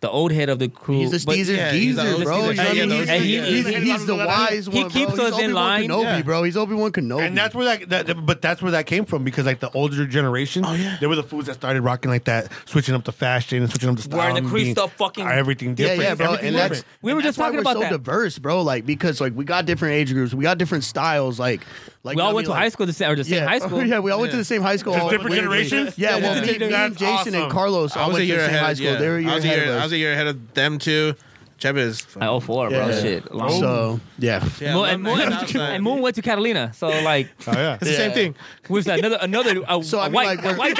Speaker 3: the old head of the crew.
Speaker 6: He's a
Speaker 3: but-
Speaker 6: Steezer
Speaker 3: Yeah,
Speaker 6: geezer,
Speaker 3: he's a-
Speaker 6: bro.
Speaker 3: and
Speaker 6: You know what I mean?
Speaker 3: he-
Speaker 6: He's,
Speaker 3: and he-
Speaker 6: he's-
Speaker 3: he-
Speaker 6: he's the wise
Speaker 3: He
Speaker 6: one.
Speaker 3: keeps
Speaker 6: bro.
Speaker 3: us
Speaker 6: he's
Speaker 3: in
Speaker 6: Obi-Wan
Speaker 3: line.
Speaker 6: Kenobi,
Speaker 2: Yeah.
Speaker 6: bro. He's Obi Wan Kenobi.
Speaker 2: And that's where that, that, but that's where that came from because like the older generation, oh, yeah. they were the fools that started rocking like that, switching up the fashion and switching up the style,
Speaker 3: Wearing the
Speaker 2: and
Speaker 3: creased
Speaker 2: being-
Speaker 3: up fucking-
Speaker 2: everything
Speaker 6: yeah,
Speaker 2: different.
Speaker 6: yeah, bro.
Speaker 2: Everything
Speaker 6: And that's
Speaker 2: different.
Speaker 3: We were
Speaker 6: and
Speaker 3: just
Speaker 6: that's why
Speaker 3: talking
Speaker 6: we're
Speaker 3: about
Speaker 6: so
Speaker 3: that.
Speaker 6: diverse, bro. Like because like we got different age groups, we got different styles. Like like
Speaker 3: we
Speaker 6: you know
Speaker 3: all
Speaker 6: what
Speaker 3: went
Speaker 6: I
Speaker 3: to
Speaker 6: mean?
Speaker 3: high
Speaker 6: Like,
Speaker 3: school the same, or the
Speaker 6: Yeah,
Speaker 3: same high school.
Speaker 6: yeah, we all went to the same high school.
Speaker 2: Just
Speaker 6: all
Speaker 2: different
Speaker 6: weirdly.
Speaker 2: generations?
Speaker 6: Yeah,
Speaker 2: Yeah,
Speaker 6: well,
Speaker 2: yeah.
Speaker 6: me, me and
Speaker 2: That's
Speaker 6: Jason
Speaker 2: awesome.
Speaker 6: and Carlos all
Speaker 4: I was a
Speaker 6: went to
Speaker 4: year
Speaker 6: the same
Speaker 4: ahead.
Speaker 6: high school.
Speaker 4: Yeah.
Speaker 6: They were a year
Speaker 4: I was a
Speaker 6: ahead
Speaker 4: year.
Speaker 6: of us.
Speaker 4: I was a year ahead of them too. Chep is.
Speaker 3: I oh four, bro.
Speaker 6: Yeah.
Speaker 3: Shit. Long-
Speaker 6: So yeah,
Speaker 4: Yeah,
Speaker 3: Mo-
Speaker 4: London
Speaker 3: and, Moon,
Speaker 4: is outside.
Speaker 3: and Moon went to Catalina, so like
Speaker 2: Oh yeah.
Speaker 4: It's the same thing.
Speaker 3: was that another another a,
Speaker 6: So,
Speaker 3: a
Speaker 6: I mean,
Speaker 3: white
Speaker 6: like, we're-
Speaker 3: a white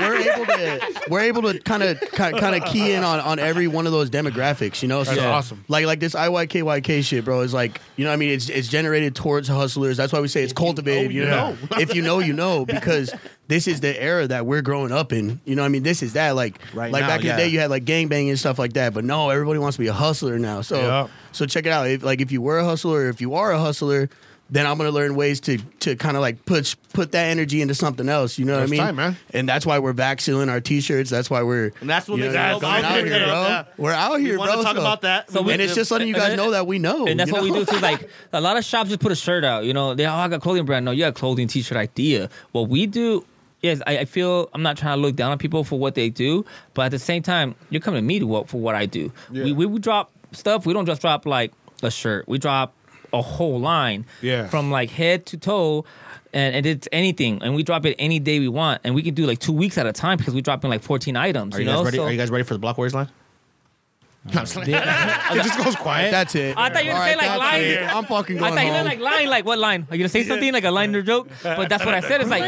Speaker 6: we're able to we're able to kind of kind of key in on on every one of those demographics, you know.
Speaker 2: That's
Speaker 6: So,
Speaker 2: awesome.
Speaker 6: Like like this IYKYK shit, bro. Is like you know what I mean it's it's generated towards hustlers. That's why we say it's cultivated. You,
Speaker 2: you
Speaker 6: know, if you know, you know because. This is the era that we're growing up in. You know, what I mean, this is that like,
Speaker 4: Right
Speaker 6: like
Speaker 4: now,
Speaker 6: back in
Speaker 4: yeah.
Speaker 6: the day, you had like gangbanging and stuff like that. But no, everybody wants to be a hustler now. So,
Speaker 2: Yeah.
Speaker 6: so check it out. If, like, if you were a hustler, or if you are a hustler, then I'm gonna learn ways to to kind of like push put that energy into something else. You know what I
Speaker 2: It's
Speaker 6: mean?
Speaker 2: time, man.
Speaker 6: And that's why we're back sealing our t-shirts. That's why we're
Speaker 7: And that's what
Speaker 6: you
Speaker 7: makes
Speaker 6: know,
Speaker 7: it
Speaker 6: we're
Speaker 7: so
Speaker 6: coming out
Speaker 7: complicated.
Speaker 6: here, bro.
Speaker 7: Yeah.
Speaker 6: We're out here,
Speaker 7: We want
Speaker 6: bro.
Speaker 7: to talk
Speaker 6: so-
Speaker 7: about that.
Speaker 3: So we-
Speaker 6: And it's just letting you guys know that we know.
Speaker 3: And that's
Speaker 6: you
Speaker 3: what we
Speaker 6: know?
Speaker 3: do too. Like a lot of shops just put a shirt out. You know, they all got clothing brand. No, you got clothing t-shirt idea. What we do, yes, I, I feel I'm not trying to look down on people for what they do, but at the same time, you're coming to me to what for what I do. We, we we drop stuff. We don't just drop like a shirt. We drop a whole line.
Speaker 2: Yeah.
Speaker 3: From like head to toe. And, and it's anything, and we drop it any day we want, and we can do like two weeks at a time because we drop in like fourteen items.
Speaker 7: Are you
Speaker 3: know,
Speaker 7: guys ready?
Speaker 3: So-
Speaker 7: Are you guys ready for the block warriors line?
Speaker 6: It just goes quiet. That's it.
Speaker 3: I thought you were
Speaker 6: All
Speaker 3: gonna say, like,
Speaker 6: that's
Speaker 3: lying.
Speaker 6: it. I'm fucking
Speaker 3: I
Speaker 6: going
Speaker 3: thought you
Speaker 6: home.
Speaker 3: meant like line, like what line? Are you gonna say something like a line or joke? But that's what I said. It's like,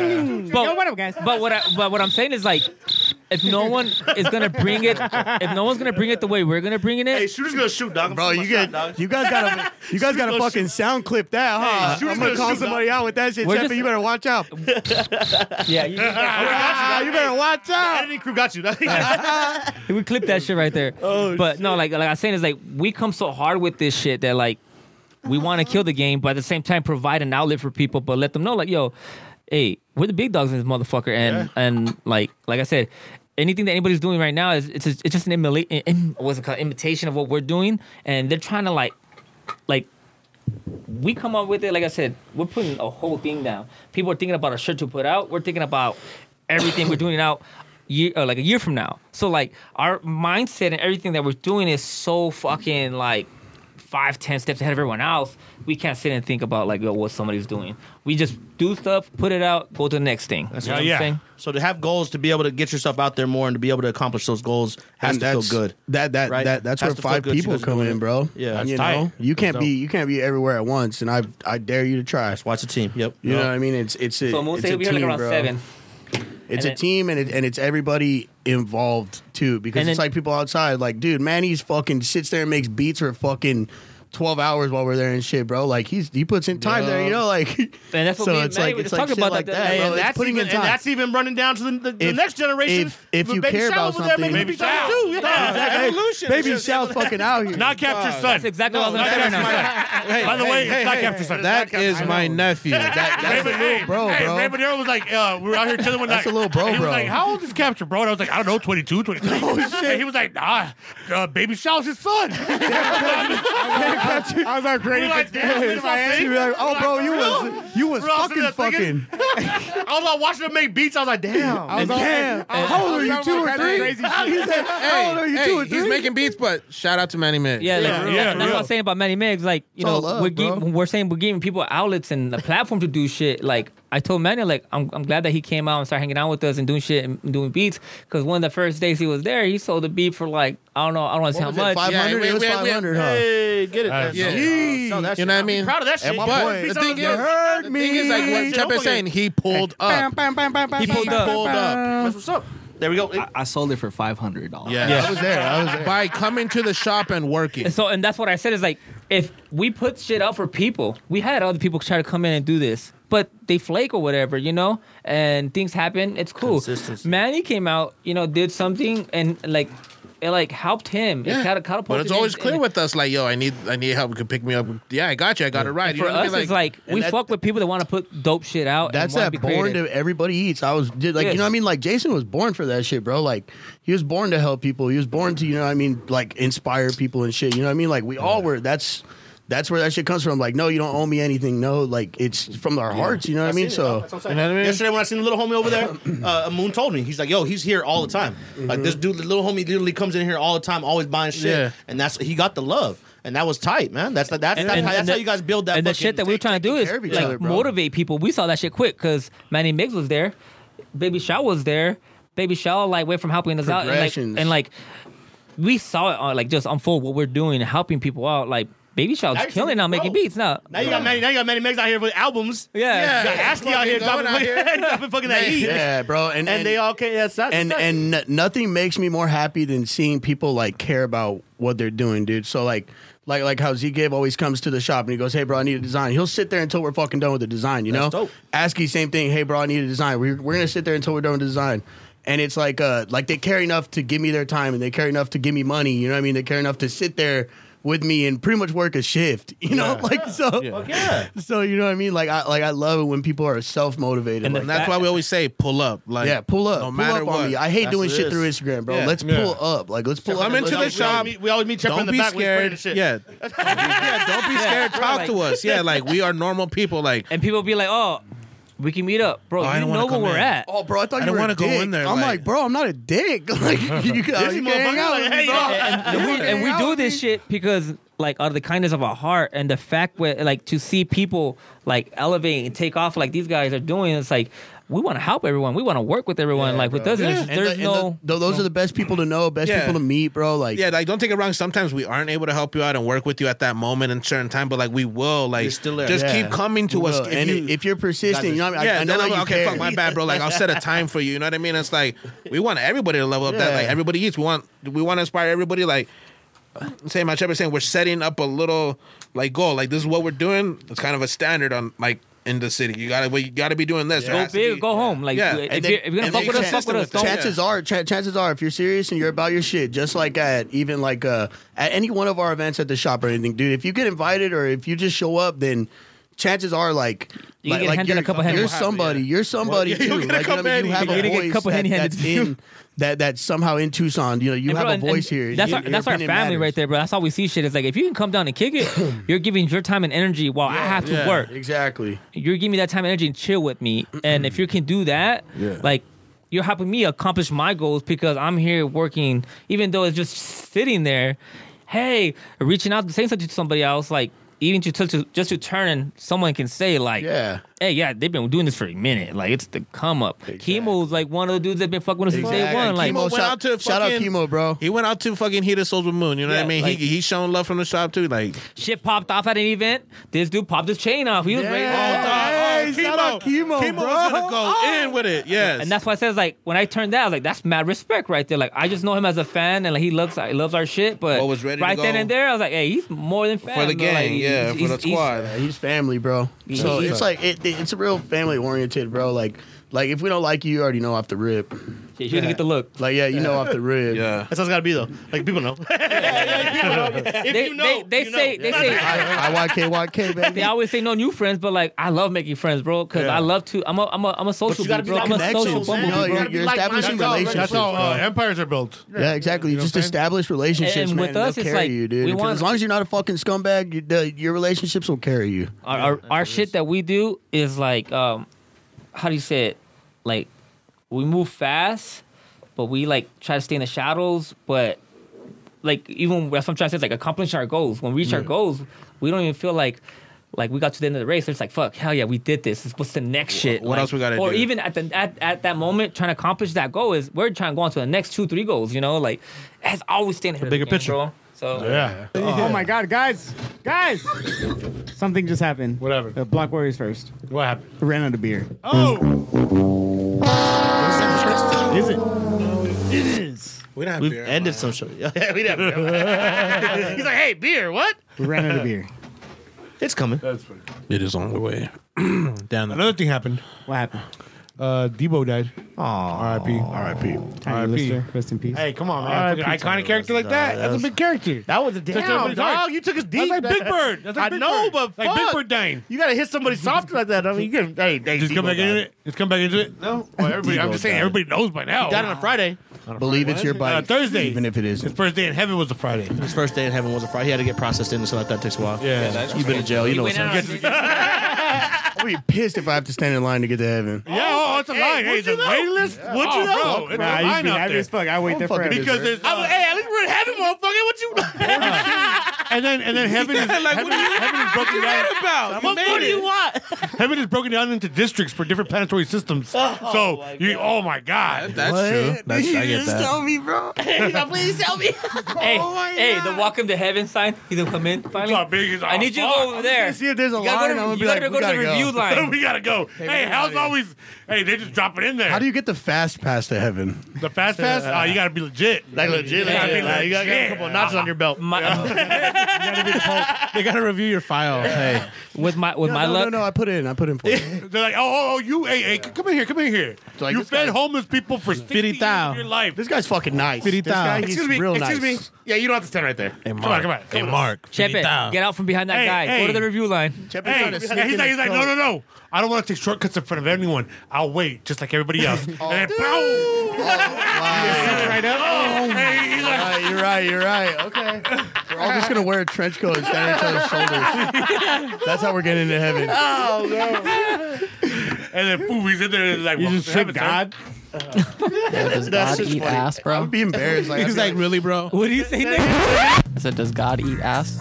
Speaker 3: but,
Speaker 10: Yo, what up, guys?
Speaker 3: But what I, but what I'm saying is like, if no one is gonna bring it, if no one's gonna bring it the way we're gonna bring it,
Speaker 9: Hey, shooter's gonna shoot, dog. I'm
Speaker 6: Bro, you
Speaker 9: shooting my
Speaker 6: get you guys gotta you guys gotta
Speaker 9: gonna
Speaker 6: fucking sound clip that, huh?
Speaker 9: shooter's
Speaker 6: I'm gonna
Speaker 9: gonna
Speaker 6: call
Speaker 9: shoot,
Speaker 6: somebody out with that shit,
Speaker 3: We're
Speaker 6: Chef,
Speaker 3: just-
Speaker 6: You better watch out. You
Speaker 3: yeah, you,
Speaker 6: better watch out.
Speaker 9: Editing crew got you. dog.
Speaker 3: we clip that shit right there. but no, like like I'm saying is like we come so hard with this shit that like we want to kill the game, but at the same time provide an outlet for people, but let them know like yo, hey, we're the big dogs in this motherfucker, and and like like I said. Anything that anybody's doing right now is it's just, it's just an emula- in, what's it called imitation of what we're doing, and they're trying to like like we come up with it like i said we're putting a whole thing down people are thinking about a shirt to put out we're thinking about everything we're doing out year, uh, like a year from now so like our mindset and everything that we're doing is so fucking like five ten steps ahead of everyone else we can't sit and think about like yo, what somebody's doing we just do stuff put it out go to the next thing that's
Speaker 2: Yeah,
Speaker 3: what i'm
Speaker 2: yeah.
Speaker 3: saying
Speaker 7: So to have goals, to be able to get yourself out there more, and to be able to accomplish those goals has
Speaker 6: And
Speaker 7: to feel
Speaker 6: that's-
Speaker 7: good.
Speaker 6: That that
Speaker 7: right?
Speaker 6: that that's
Speaker 7: Has
Speaker 6: where
Speaker 7: to feel
Speaker 6: five
Speaker 7: good so you
Speaker 6: people
Speaker 7: guys are
Speaker 6: come
Speaker 7: doing
Speaker 6: in,
Speaker 7: it.
Speaker 6: bro.
Speaker 7: Yeah. That's
Speaker 6: you
Speaker 2: tight.
Speaker 6: know, you can't
Speaker 7: That's
Speaker 6: be you can't be everywhere at once, and I I dare you to try.
Speaker 7: Just watch the team. Yep.
Speaker 6: You know what I mean? It's it's a,
Speaker 3: so i'm gonna
Speaker 6: it's
Speaker 3: say we'll
Speaker 6: a
Speaker 3: be here like
Speaker 6: team,
Speaker 3: around
Speaker 6: bro.
Speaker 3: seven
Speaker 6: It's
Speaker 3: And
Speaker 6: a
Speaker 3: it-
Speaker 6: team, and it, and it's everybody involved too, because
Speaker 3: And
Speaker 6: it's
Speaker 3: it-
Speaker 6: like people outside, like dude, Manny's fucking sits there and makes beats for fucking twelve hours while we're there and shit, bro. Like he's he puts in time there, you know, like and
Speaker 3: that's what me and Manny were just talking about, like, that-
Speaker 6: bro.
Speaker 3: and
Speaker 6: It's
Speaker 7: that's
Speaker 6: putting
Speaker 7: even,
Speaker 6: in time.
Speaker 7: and that's even running down to the, the, the
Speaker 6: If-
Speaker 7: next generation.
Speaker 6: if- if
Speaker 7: But
Speaker 6: you
Speaker 7: baby
Speaker 6: care
Speaker 7: Shaq
Speaker 6: about
Speaker 7: over there,
Speaker 6: something-
Speaker 7: maybe
Speaker 6: Baby
Speaker 7: he's talking too. Yeah.
Speaker 6: Hey,
Speaker 4: Evolution.
Speaker 6: Baby
Speaker 4: It's just
Speaker 6: Shaq's fucking out here.
Speaker 2: Not capture
Speaker 3: that's
Speaker 2: son.
Speaker 3: exactly what i was gonna say right now
Speaker 4: Hey,
Speaker 2: By the
Speaker 4: hey,
Speaker 2: way,
Speaker 4: hey,
Speaker 2: it's not
Speaker 4: hey,
Speaker 2: capture son.
Speaker 4: That is my nephew.
Speaker 6: That- that's a little bro,
Speaker 2: hey,
Speaker 6: bro.
Speaker 2: Ray Monero was like, uh, we were out here chilling one
Speaker 6: That's
Speaker 2: night.
Speaker 6: a little bro,
Speaker 2: And he
Speaker 6: bro.
Speaker 2: was like, how old is Capture, bro? And I was like, I don't know, 22, 23. oh, shit. And he was like, nah, uh, Baby Shallow's his son.
Speaker 6: I was like,
Speaker 2: We were like, damn, this is my
Speaker 6: She be like, oh, bro, you was you was
Speaker 2: We're all sitting
Speaker 6: fucking
Speaker 2: there
Speaker 6: fucking.
Speaker 2: thinking- I was like, watching him make beats. I was like, damn.
Speaker 6: I was damn. How old are you? Two or three? He said, how old are you? Two or
Speaker 4: Hey,
Speaker 6: three?
Speaker 4: he's making beats, but shout out to Manny Mix.
Speaker 3: Yeah, like,
Speaker 2: Yeah,
Speaker 3: that's,
Speaker 2: yeah,
Speaker 3: that's what
Speaker 2: real.
Speaker 3: I'm saying about Manny Miggs. Like, you
Speaker 6: It's
Speaker 3: know,
Speaker 6: all love,
Speaker 3: we're,
Speaker 6: bro.
Speaker 3: giving, we're saying we're giving people outlets and a platform to do shit. Like, I told Manny, like, I'm, I'm glad that he came out and started hanging out with us and doing shit and doing beats. Because one of the first days he was there, he sold a beat for like, I don't know, I don't want to say how much.
Speaker 6: Five
Speaker 4: Yeah,
Speaker 6: hundred.
Speaker 4: we-
Speaker 6: It was
Speaker 4: we- we-
Speaker 6: five hundred, huh?
Speaker 7: Hey, get it.
Speaker 2: That's
Speaker 4: Yeah.
Speaker 7: Sell that
Speaker 4: You
Speaker 7: shit.
Speaker 4: know what I
Speaker 7: I'd be
Speaker 4: mean?
Speaker 7: Proud of that
Speaker 6: And
Speaker 7: shit.
Speaker 6: my
Speaker 4: But
Speaker 6: boy,
Speaker 4: the thing
Speaker 6: you
Speaker 4: is-
Speaker 6: heard
Speaker 4: The thing is, like what Chep is saying, he pulled up.
Speaker 3: He pulled up.
Speaker 4: Pulled up.
Speaker 7: That's what's up. There we go.
Speaker 11: I sold it for five hundred dollars.
Speaker 4: Yeah.
Speaker 6: I was there. I was there.
Speaker 4: By coming to the shop and working.
Speaker 3: And so, and that's what I said is like, if we put shit out for people, we had other people try to come in and do this, but they flake or whatever, you know, and things happen. It's cool.
Speaker 7: Consistency.
Speaker 3: Manny came out, you know, did something, and like, it like helped him. It kind of catapulted.
Speaker 4: But it's
Speaker 3: him
Speaker 4: always
Speaker 3: in-
Speaker 4: clear with us, like, yo, I need, I need help. You can pick me up. Yeah, I got you. I got it right.
Speaker 3: And
Speaker 4: You
Speaker 3: for
Speaker 4: know what I
Speaker 3: us,
Speaker 4: mean?
Speaker 3: it's like we
Speaker 4: and that-
Speaker 3: fuck with people that want to put dope shit out.
Speaker 6: That's
Speaker 3: and wanna
Speaker 6: that
Speaker 3: be
Speaker 6: born
Speaker 3: creative.
Speaker 6: to everybody eats. I was did like you
Speaker 3: Yes.
Speaker 6: know what I mean like Jason was born for that shit, bro. Like he was born to help people. He was born to you know what I mean like inspire people and shit. You know what I mean like we all were. That's that's where that shit comes from. Like no, you don't owe me anything. No, like it's from our hearts. You know what I mean? So
Speaker 5: Yesterday when I seen the little homie over there, uh, Moon told me he's like, "Yo, he's here all the time. Like this dude, the little homie, literally comes in here all the time, always buying shit,
Speaker 4: Yeah.
Speaker 5: and that's he got the love, and that was tight, man. That's that's that's, how, that's
Speaker 3: the-
Speaker 5: how you guys build that.
Speaker 3: And the
Speaker 5: fucking-
Speaker 3: shit that we were trying to do is
Speaker 5: care of each
Speaker 3: like
Speaker 5: other, bro.
Speaker 3: motivate people. We saw that shit quick because Manny Miggs was there, Baby Shaw was there, Baby Shaw like went from helping us out and like,
Speaker 6: Progressions.
Speaker 3: and like we saw it on like just unfold what we're doing and helping people out. Like Baby Shaw's
Speaker 5: Now you see
Speaker 3: killing
Speaker 5: the
Speaker 3: now, making
Speaker 5: growth.
Speaker 3: beats now.
Speaker 5: Now you got many, now you got many Megs out here with albums.
Speaker 3: Yeah.
Speaker 5: you got
Speaker 4: Yeah.
Speaker 5: Ashley out here
Speaker 4: Fucking
Speaker 5: dropping,
Speaker 4: going out here.
Speaker 5: dropping fucking that heat,
Speaker 6: yeah, bro. And,
Speaker 5: and they all came. That's that's
Speaker 6: and
Speaker 5: that's-
Speaker 6: and n- nothing makes me more happy than seeing people like care about what they're doing, dude. So like like like how Z Gabe always comes to the shop and he goes, "Hey, bro, I need a design." He'll sit there until we're fucking done with the design, you
Speaker 5: That's
Speaker 6: know.
Speaker 5: dope.
Speaker 6: ASCII, same thing. Hey, bro, I need a design. We're we're gonna sit there until we're done with the design. And it's like uh like they care enough to give me their time and they care enough to give me money. You know what I mean? They care enough to sit there with me and pretty much work a shift. You know, like so.
Speaker 5: Fuck yeah.
Speaker 6: So you know what I mean? Like I like I love it when people are self motivated.
Speaker 4: And that's why we always say pull up. Like,
Speaker 6: Yeah, pull up.
Speaker 4: No
Speaker 6: pull
Speaker 4: matter
Speaker 6: up
Speaker 4: what.
Speaker 6: on me. I hate
Speaker 5: That's
Speaker 6: doing
Speaker 5: what it
Speaker 6: shit
Speaker 5: is.
Speaker 6: through Instagram, bro.
Speaker 4: Yeah.
Speaker 6: Let's pull up. Like let's pull
Speaker 4: Come
Speaker 6: up.
Speaker 4: into
Speaker 5: We
Speaker 4: the
Speaker 5: always
Speaker 4: shop.
Speaker 5: meet- We always meet Trevor
Speaker 4: Don't
Speaker 5: in the
Speaker 4: be
Speaker 5: back. when he's putting
Speaker 4: scared.
Speaker 5: the
Speaker 4: Yeah.
Speaker 5: shit.
Speaker 4: yeah. Don't be scared. Talk to us. Yeah. Like we are normal people. Like
Speaker 3: And people be like, oh, we can meet up, bro.
Speaker 4: Oh, I
Speaker 3: you
Speaker 4: don't
Speaker 3: know
Speaker 4: wanna
Speaker 3: where
Speaker 4: come
Speaker 3: we're
Speaker 4: in.
Speaker 3: at.
Speaker 6: Oh, bro, I
Speaker 4: I
Speaker 6: thought you
Speaker 4: don't
Speaker 6: were
Speaker 4: wanna
Speaker 6: want
Speaker 4: go
Speaker 6: to
Speaker 4: in there,
Speaker 6: I'm
Speaker 4: like-
Speaker 6: like, bro, I'm not a dick. Like you can, uh, you can hang
Speaker 5: motherfucker,
Speaker 6: out
Speaker 5: like,
Speaker 6: with
Speaker 5: hey,
Speaker 6: me, bro.
Speaker 3: and, and we, and we do this shit because like out of the kindness of our heart and the fact where like to see people like elevate and take off like these guys are doing it's like we want to help everyone we want to work with everyone like with us there's,
Speaker 6: And
Speaker 3: there's
Speaker 6: the- and
Speaker 3: no
Speaker 6: the- those are the best people to know, best
Speaker 4: Yeah.
Speaker 6: people to meet, bro. Like,
Speaker 4: yeah, like don't take it wrong. Sometimes we aren't able to help you out and work with you at that moment in certain time, but like we will, like
Speaker 5: You're still there.
Speaker 4: just
Speaker 6: Yeah.
Speaker 4: keep coming to
Speaker 6: you
Speaker 4: us.
Speaker 6: will. and
Speaker 4: you-
Speaker 6: if you're persistent, you know what I mean. I-
Speaker 4: yeah,
Speaker 6: I,
Speaker 4: and
Speaker 6: know
Speaker 4: then I'm
Speaker 6: that
Speaker 4: like,
Speaker 6: you
Speaker 4: okay,
Speaker 6: care.
Speaker 4: fuck my bad, bro. Like I'll set a time for you. You know what I mean? It's like we want everybody to level up. That
Speaker 6: Yeah.
Speaker 4: like everybody eats. We want we want to inspire everybody. Like same my Shepard saying, we're setting up a little like goal. Like this is what we're doing. It's kind of a standard on like in the city. You gotta you gotta be doing this. There
Speaker 3: go
Speaker 4: has to
Speaker 3: big or
Speaker 4: be-
Speaker 3: go home like
Speaker 4: Yeah.
Speaker 3: if,
Speaker 4: And
Speaker 3: you're, if you're gonna
Speaker 4: and
Speaker 3: fuck
Speaker 4: they
Speaker 3: with us fuck
Speaker 4: consistent
Speaker 3: with us
Speaker 4: with that.
Speaker 3: don't
Speaker 4: Chad-
Speaker 6: chances are ch- chances are if you're serious and you're about your shit just like at even like uh at any one of our events at the shop or anything dude if you get invited or if you just show up then chances are like
Speaker 3: You
Speaker 6: like,
Speaker 3: get
Speaker 6: like
Speaker 3: handed
Speaker 6: you're,
Speaker 3: a cup of Henny.
Speaker 6: you're somebody you're somebody
Speaker 4: Well, yeah,
Speaker 6: too
Speaker 4: you'll
Speaker 6: like,
Speaker 4: get a
Speaker 6: you know
Speaker 4: cup
Speaker 6: what I mean?
Speaker 4: of
Speaker 6: you have
Speaker 4: Henny.
Speaker 3: You're
Speaker 6: a
Speaker 3: gonna get a
Speaker 6: voice
Speaker 3: cup of
Speaker 6: that,
Speaker 3: Henny handed
Speaker 6: that's
Speaker 3: to you.
Speaker 6: in that that's somehow in Tucson you know you
Speaker 3: And
Speaker 6: have
Speaker 3: bro,
Speaker 6: a
Speaker 3: and-
Speaker 6: voice
Speaker 3: and
Speaker 6: here
Speaker 3: That's
Speaker 6: Your-
Speaker 3: our,
Speaker 6: your
Speaker 3: that's our family
Speaker 6: opinion matters.
Speaker 3: right there, bro. That's how we see shit. It's like if you can come down and kick it, you're giving your time and energy while I have to
Speaker 6: Yeah,
Speaker 3: work.
Speaker 6: exactly
Speaker 3: You're giving me that time and energy and chill with me. And if you can do that, like you're helping me accomplish my goals because I'm here working, even though it's just sitting there. Hey, reaching out, saying something to somebody else, like even to, to just to turn and someone can say like,
Speaker 6: Yeah.
Speaker 3: hey, yeah, they've been doing this for a minute. Like it's the come up.
Speaker 6: Exactly.
Speaker 3: Chemo's like one of the dudes that been fucking with us since day
Speaker 6: Exactly.
Speaker 3: one. Like
Speaker 6: Chemo,
Speaker 4: went
Speaker 6: shout-
Speaker 4: out to
Speaker 6: shout out
Speaker 4: fucking-
Speaker 6: Chemo, bro.
Speaker 4: He went out to fucking heat his souls with Moon. You know what
Speaker 3: Yeah,
Speaker 4: I mean?
Speaker 3: like-
Speaker 4: he he shown love from the shop too. Like
Speaker 3: shit popped off at an event. This dude popped his chain off. He was ready.
Speaker 4: Oh, Hey,
Speaker 6: Hey, shout out Oh. Chemo,
Speaker 4: Chemo was gonna go in with it. Yes,
Speaker 3: And that's why I says like when I turned that, I was like, that's mad respect right there. Like I just know him as a fan and like he loves he loves our shit. But
Speaker 4: Well, was ready to
Speaker 3: right then
Speaker 4: go.
Speaker 3: and there, I was like, hey, he's more than fan
Speaker 4: for the
Speaker 3: bro. Like,
Speaker 4: gang.
Speaker 3: he's-
Speaker 4: yeah,
Speaker 3: he's-
Speaker 4: for
Speaker 3: he's-
Speaker 4: the squad.
Speaker 6: Yeah, he's family, bro. So
Speaker 3: Yeah.
Speaker 6: it's like it, it- it's a real family oriented, bro. Like like if we don't like you, you already know off the rip.
Speaker 3: You're gonna get the look.
Speaker 6: Like yeah, you know off the rip.
Speaker 4: Yeah.
Speaker 5: That's how it's gotta be though. Like people know. If
Speaker 3: They,
Speaker 5: you know,
Speaker 3: they, they
Speaker 5: you
Speaker 3: say
Speaker 5: know.
Speaker 3: they say
Speaker 6: I, I YKYK baby.
Speaker 3: they always say no new friends, but like I love making friends, bro, because I love to. I'm a I'm a I'm a social
Speaker 5: you gotta
Speaker 3: bee,
Speaker 5: be
Speaker 3: bro.
Speaker 5: like
Speaker 3: I'm a
Speaker 5: connections,
Speaker 3: social
Speaker 5: man.
Speaker 3: bumble.
Speaker 6: No,
Speaker 3: bee, bro.
Speaker 6: you're, you're
Speaker 5: Like-minded
Speaker 6: establishing
Speaker 5: people, right?
Speaker 6: relationships.
Speaker 2: That's how uh,
Speaker 6: bro.
Speaker 2: empires are built.
Speaker 6: yeah, exactly.
Speaker 2: You know
Speaker 6: just
Speaker 2: what I'm saying?
Speaker 6: establish relationships,
Speaker 3: And- and
Speaker 6: man.
Speaker 3: with
Speaker 6: They'll
Speaker 3: us, it's
Speaker 6: carry
Speaker 3: like,
Speaker 6: you, dude.
Speaker 3: we
Speaker 6: If-
Speaker 3: want-
Speaker 6: as long as you're not a fucking scumbag, you, the, your relationships will carry you.
Speaker 3: our our, our shit that we do is like um how do you say it like we move fast but we like try to stay in the shadows but like even that's what i'm trying to say it's like accomplishing our goals when we reach our goals we don't even feel like like we got to the end of the race it's like fuck hell yeah we did this It's- what's the next shit
Speaker 4: what
Speaker 3: Like,
Speaker 4: else we gotta
Speaker 3: or
Speaker 4: do?
Speaker 3: even at the at, at that moment trying to accomplish that goal is we're trying to go on to the next two three goals you know like as always staying ahead of the
Speaker 5: bigger
Speaker 3: game,
Speaker 5: picture.
Speaker 3: bro. so
Speaker 2: Yeah.
Speaker 1: Oh my God, guys, guys! Something just happened.
Speaker 2: Whatever.
Speaker 1: Uh, Block Warriors first.
Speaker 2: What happened?
Speaker 1: Ran out of beer.
Speaker 2: Oh,
Speaker 1: Is it? It is.
Speaker 4: We don't have
Speaker 5: We've
Speaker 4: beer.
Speaker 5: ended some shit. Yeah, we never. He's like, hey, beer, what?
Speaker 1: We ran out of beer.
Speaker 5: It's coming.
Speaker 4: It is on the way. Down the
Speaker 2: another thing happened.
Speaker 1: What happened?
Speaker 2: Uh, Debo died. R.I.P. R.I.P. R.I.P.
Speaker 1: Rest in peace.
Speaker 2: Hey, come on, man.
Speaker 5: R.I.P.
Speaker 2: Fucking Iconic
Speaker 5: Tyler
Speaker 2: character like
Speaker 5: West.
Speaker 2: that. That's a big character.
Speaker 5: That was a
Speaker 2: That's
Speaker 5: damn,
Speaker 2: a-
Speaker 5: dog. You took us deep.
Speaker 2: That's like Big Bird. That's like
Speaker 5: I
Speaker 2: Big
Speaker 5: know,
Speaker 2: Bird.
Speaker 5: but
Speaker 2: Like Big
Speaker 5: fuck.
Speaker 2: Bird Dane.
Speaker 5: You gotta hit somebody soft like that. I mean, you can. Hey, hey,
Speaker 2: Just come
Speaker 5: Debo
Speaker 2: back
Speaker 5: died.
Speaker 2: into it. Just come back into it. No, well, everybody. I'm
Speaker 6: Debo
Speaker 2: just saying,
Speaker 6: died.
Speaker 2: everybody knows by now.
Speaker 5: He died on a Friday.
Speaker 6: Believe it's your
Speaker 2: Uh,
Speaker 6: body,
Speaker 2: Thursday.
Speaker 6: even if it
Speaker 2: His
Speaker 6: isn't.
Speaker 2: first day in heaven was a Friday.
Speaker 5: His first day in heaven was a Friday. He had to get processed in, so like that takes a while.
Speaker 2: Yeah.
Speaker 5: You've been in jail. You know what's up.
Speaker 6: I'll be pissed if I have to stand in line to get to heaven.
Speaker 2: Yeah, oh, it's a line. Hey,
Speaker 5: would
Speaker 2: it's
Speaker 5: you
Speaker 2: a
Speaker 5: though?
Speaker 2: waiting list. Would you
Speaker 5: Oh,
Speaker 2: know?
Speaker 5: fuck,
Speaker 2: It's
Speaker 1: Nah,
Speaker 2: a
Speaker 1: you
Speaker 2: line
Speaker 1: be
Speaker 2: out
Speaker 1: happy
Speaker 2: there.
Speaker 1: as fuck. I wait
Speaker 6: I'm
Speaker 1: there
Speaker 6: fucking
Speaker 1: forever.
Speaker 6: because
Speaker 2: Because there's,
Speaker 5: I'm like,
Speaker 2: uh,
Speaker 5: hey, at least we're in heaven, motherfucker. What you?
Speaker 2: and then and then heaven is heaven, heaven is broken down.
Speaker 5: what more do you want?
Speaker 2: Heaven is broken down into districts for different planetary systems. so
Speaker 5: my
Speaker 2: you, oh my god,
Speaker 4: That's true. That's, I get that.
Speaker 6: me, bro.
Speaker 5: He's like, please tell me.
Speaker 3: Hey,
Speaker 5: Oh
Speaker 2: oh
Speaker 3: hey, the welcome to heaven sign. He's gonna come in finally.
Speaker 2: how big is
Speaker 3: I need you to go over there.
Speaker 6: See if there's a
Speaker 3: You
Speaker 6: line.
Speaker 3: gotta
Speaker 6: I'm
Speaker 3: go
Speaker 6: gonna
Speaker 3: to,
Speaker 6: be
Speaker 3: you gotta
Speaker 6: like,
Speaker 3: go to
Speaker 6: we
Speaker 3: the
Speaker 6: gotta go.
Speaker 3: review line.
Speaker 2: we gotta go. Hey, how's always? Hey, they just drop it in there.
Speaker 6: How do you get the fast pass to heaven?
Speaker 2: the fast pass? Oh, you gotta be legit.
Speaker 5: Like legit,
Speaker 3: Yeah,
Speaker 5: like,
Speaker 3: yeah,
Speaker 5: like, you got
Speaker 2: yeah.
Speaker 5: a couple of notches on your belt.
Speaker 3: My-
Speaker 4: They gotta review your file. Hey,
Speaker 3: with my with
Speaker 6: No,
Speaker 3: my
Speaker 6: no,
Speaker 3: luck,
Speaker 6: no, no, I put it in. I put in for it.
Speaker 2: They're like, oh, oh, oh, you, hey, hey, come in here, come in here.
Speaker 6: So, like,
Speaker 2: you
Speaker 6: this
Speaker 2: fed
Speaker 6: guy-
Speaker 2: homeless people for sixty years of
Speaker 4: Firitao.
Speaker 2: your life.
Speaker 6: This guy's fucking nice. This guy, he's
Speaker 5: Excuse me.
Speaker 6: real
Speaker 5: excuse
Speaker 6: nice.
Speaker 5: me. Yeah, you don't have to stand right there.
Speaker 4: hey, Mark.
Speaker 2: on, come on, come
Speaker 4: Hey, Mark.
Speaker 3: Chepe,
Speaker 4: Firitao.
Speaker 3: get out from behind that
Speaker 2: Hey,
Speaker 3: guy.
Speaker 2: hey.
Speaker 3: Go to the review line.
Speaker 6: Chep is
Speaker 2: Hey,
Speaker 6: trying to
Speaker 2: he's
Speaker 6: sneak
Speaker 2: like,
Speaker 6: in
Speaker 2: he's like,
Speaker 6: his
Speaker 2: no,
Speaker 6: coat.
Speaker 2: no, no. I don't want to take shortcuts in front of anyone. I'll wait, just like everybody else.
Speaker 5: Oh.
Speaker 2: and then, boom.
Speaker 1: right up.
Speaker 5: Oh,
Speaker 2: Hey, he's like,
Speaker 6: All right, Oh, you're right. You're right. Okay. We're all just gonna wear a trench coat and stand on each other's shoulders. That's how we're getting into heaven.
Speaker 5: Oh,
Speaker 2: and then, boom, he's in there like,
Speaker 1: You
Speaker 2: well,
Speaker 1: just shook
Speaker 2: heaven, sir.
Speaker 1: God.
Speaker 11: Does God
Speaker 6: just
Speaker 11: eat
Speaker 6: funny.
Speaker 11: ass, bro?
Speaker 6: Be embarrassed. Like,
Speaker 4: He's like, really, bro?
Speaker 3: What do you say, nigga?
Speaker 11: I said, does God eat ass?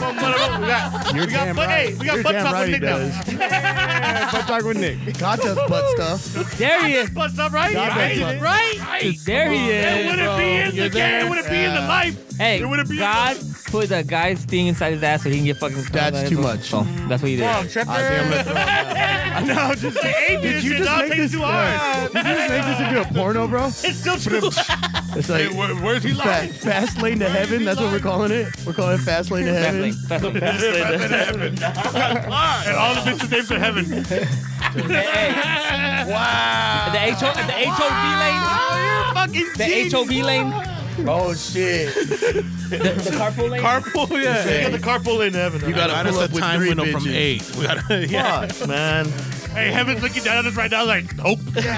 Speaker 6: you're
Speaker 5: We got
Speaker 6: damn
Speaker 5: butt-
Speaker 6: right.
Speaker 5: hey, we got
Speaker 6: You're
Speaker 5: butt
Speaker 6: damn
Speaker 5: top
Speaker 6: right
Speaker 5: with
Speaker 6: he
Speaker 5: Nick now.
Speaker 6: does.
Speaker 1: Let's talk with Nick.
Speaker 6: God does butt stuff.
Speaker 3: There he is.
Speaker 5: What's up, right?
Speaker 1: God bless
Speaker 5: Right?
Speaker 1: you.
Speaker 5: Right?
Speaker 3: There he
Speaker 2: It
Speaker 3: is.
Speaker 2: wouldn't be in the game. It wouldn't be in the life.
Speaker 3: Hey,
Speaker 2: It wouldn't be
Speaker 3: God put a guy's thing inside his ass so he can get fucking.
Speaker 6: That's too much.
Speaker 3: So that's what he did.
Speaker 2: No, just like, hey,
Speaker 6: Did you just make this? Uh, did you just make this into a porno, bro?
Speaker 5: It's still true.
Speaker 6: It's like
Speaker 2: Where, where's he
Speaker 6: fa-
Speaker 2: lying?
Speaker 6: fast lane to heaven. That's what we're calling it. We're calling it fast lane to
Speaker 3: Fast
Speaker 6: heaven.
Speaker 3: lane, fast lane.
Speaker 2: And all the bitches' names are heaven.
Speaker 3: The H O the H O V lane. The H O V lane.
Speaker 6: Oh shit!
Speaker 3: The carpool lane.
Speaker 4: Carpool, yeah.
Speaker 5: the carpool in heaven.
Speaker 4: You gotta pull up a time window from eight. We gotta, yeah.
Speaker 6: Fuck.
Speaker 5: man.
Speaker 2: Hey, heaven's looking down at us right now like, nope.
Speaker 3: Those guys.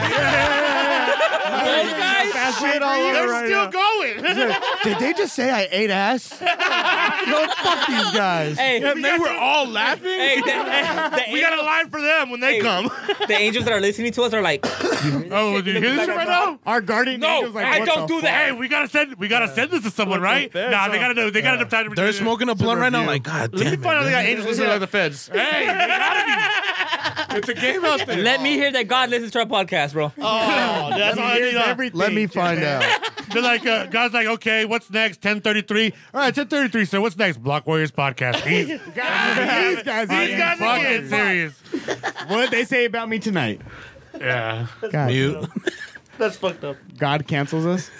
Speaker 1: Fast shit all over right now.
Speaker 5: going.
Speaker 6: Did they just say I ate ass? Yo, fuck these guys.
Speaker 3: Hey,
Speaker 4: They were all laughing.
Speaker 3: hey, the, the,
Speaker 5: we got a line for them when they
Speaker 3: Hey.
Speaker 5: come.
Speaker 3: the angels that are listening to us are like,
Speaker 2: Oh, do you hear this shit right now?
Speaker 1: Our guardian
Speaker 3: no,
Speaker 1: angel's like,
Speaker 3: I
Speaker 1: what
Speaker 3: don't
Speaker 1: the
Speaker 3: do
Speaker 1: fuck?
Speaker 3: that.
Speaker 2: Hey, we gotta send we gotta send this to someone, right?
Speaker 1: that,
Speaker 2: Nah, they
Speaker 1: so-
Speaker 2: gotta know they gotta enough time to
Speaker 4: They're smoking a blunt right now. Like, God damn
Speaker 5: Let me
Speaker 4: it.
Speaker 5: find out they got angels listening
Speaker 2: Yeah.
Speaker 5: like the feds.
Speaker 2: Hey, they gotta be. It's a game out there.
Speaker 3: Let me hear that God listens to our podcast, bro.
Speaker 5: Oh, that's all I need. to-
Speaker 6: Let me find out.
Speaker 2: They're like, uh, God's like, okay, what's next? 1033. All right, 1033, sir. What's next? Block Warriors podcast. He's, he's
Speaker 1: These guys,
Speaker 2: fucking
Speaker 1: are
Speaker 2: fucking serious.
Speaker 1: What they say about me tonight?
Speaker 2: Yeah.
Speaker 1: God,
Speaker 4: Mute.
Speaker 5: That's fucked up.
Speaker 1: God cancels us.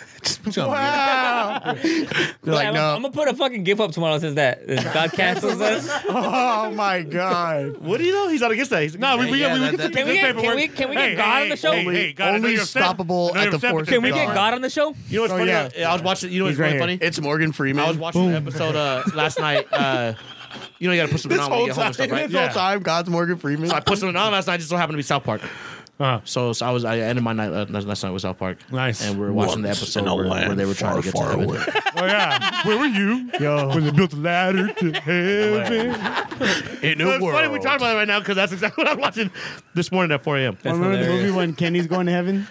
Speaker 6: They're like,
Speaker 3: I'm,
Speaker 6: no.
Speaker 3: I'm gonna put a fucking gif up tomorrow. that Says that If God cancels us.
Speaker 6: Oh my god.
Speaker 5: What do you know? He's not against that. He's
Speaker 2: No, we, we,
Speaker 4: Yeah,
Speaker 2: we, we
Speaker 4: that-
Speaker 2: can
Speaker 4: that-
Speaker 2: send
Speaker 3: Can we
Speaker 2: this
Speaker 3: get- can
Speaker 2: paperwork.
Speaker 3: we- can we get
Speaker 2: Hey,
Speaker 3: God
Speaker 2: hey,
Speaker 3: on the show?
Speaker 2: Hey, hey, God, I know
Speaker 6: Only
Speaker 2: you're upset.
Speaker 6: stoppable at
Speaker 2: I know you're
Speaker 6: the
Speaker 2: upset, but
Speaker 6: fourth
Speaker 2: this
Speaker 3: Can we
Speaker 2: is
Speaker 3: get
Speaker 2: all
Speaker 3: God on the show?
Speaker 5: You know what's
Speaker 1: Oh,
Speaker 5: funny?
Speaker 1: yeah.
Speaker 5: Uh, I was watching. You know what's
Speaker 1: He's right
Speaker 5: really funny?
Speaker 6: It's Morgan Freeman.
Speaker 5: I was watching an episode uh, last night. Uh, you know, you gotta put something
Speaker 6: this
Speaker 5: on when
Speaker 6: whole
Speaker 5: you get home
Speaker 6: time.
Speaker 5: and stuff, right?
Speaker 6: This whole time, God's Morgan Freeman.
Speaker 5: So I put something on last night. Just so happened to be South Park.
Speaker 6: Uh.
Speaker 2: Uh-huh.
Speaker 5: So, so I was I ended my night uh, last night with South Park.
Speaker 2: Nice.
Speaker 5: And we were watching the episode where, where they were trying to get to heaven.
Speaker 2: Oh, yeah. Where were you?
Speaker 6: Yo.
Speaker 2: When they built a ladder to heaven.
Speaker 6: in
Speaker 5: So it's funny we talk about it right now because that's exactly what I'm watching this morning at 4 a.m.
Speaker 1: Remember the movie when Kenny's going to heaven?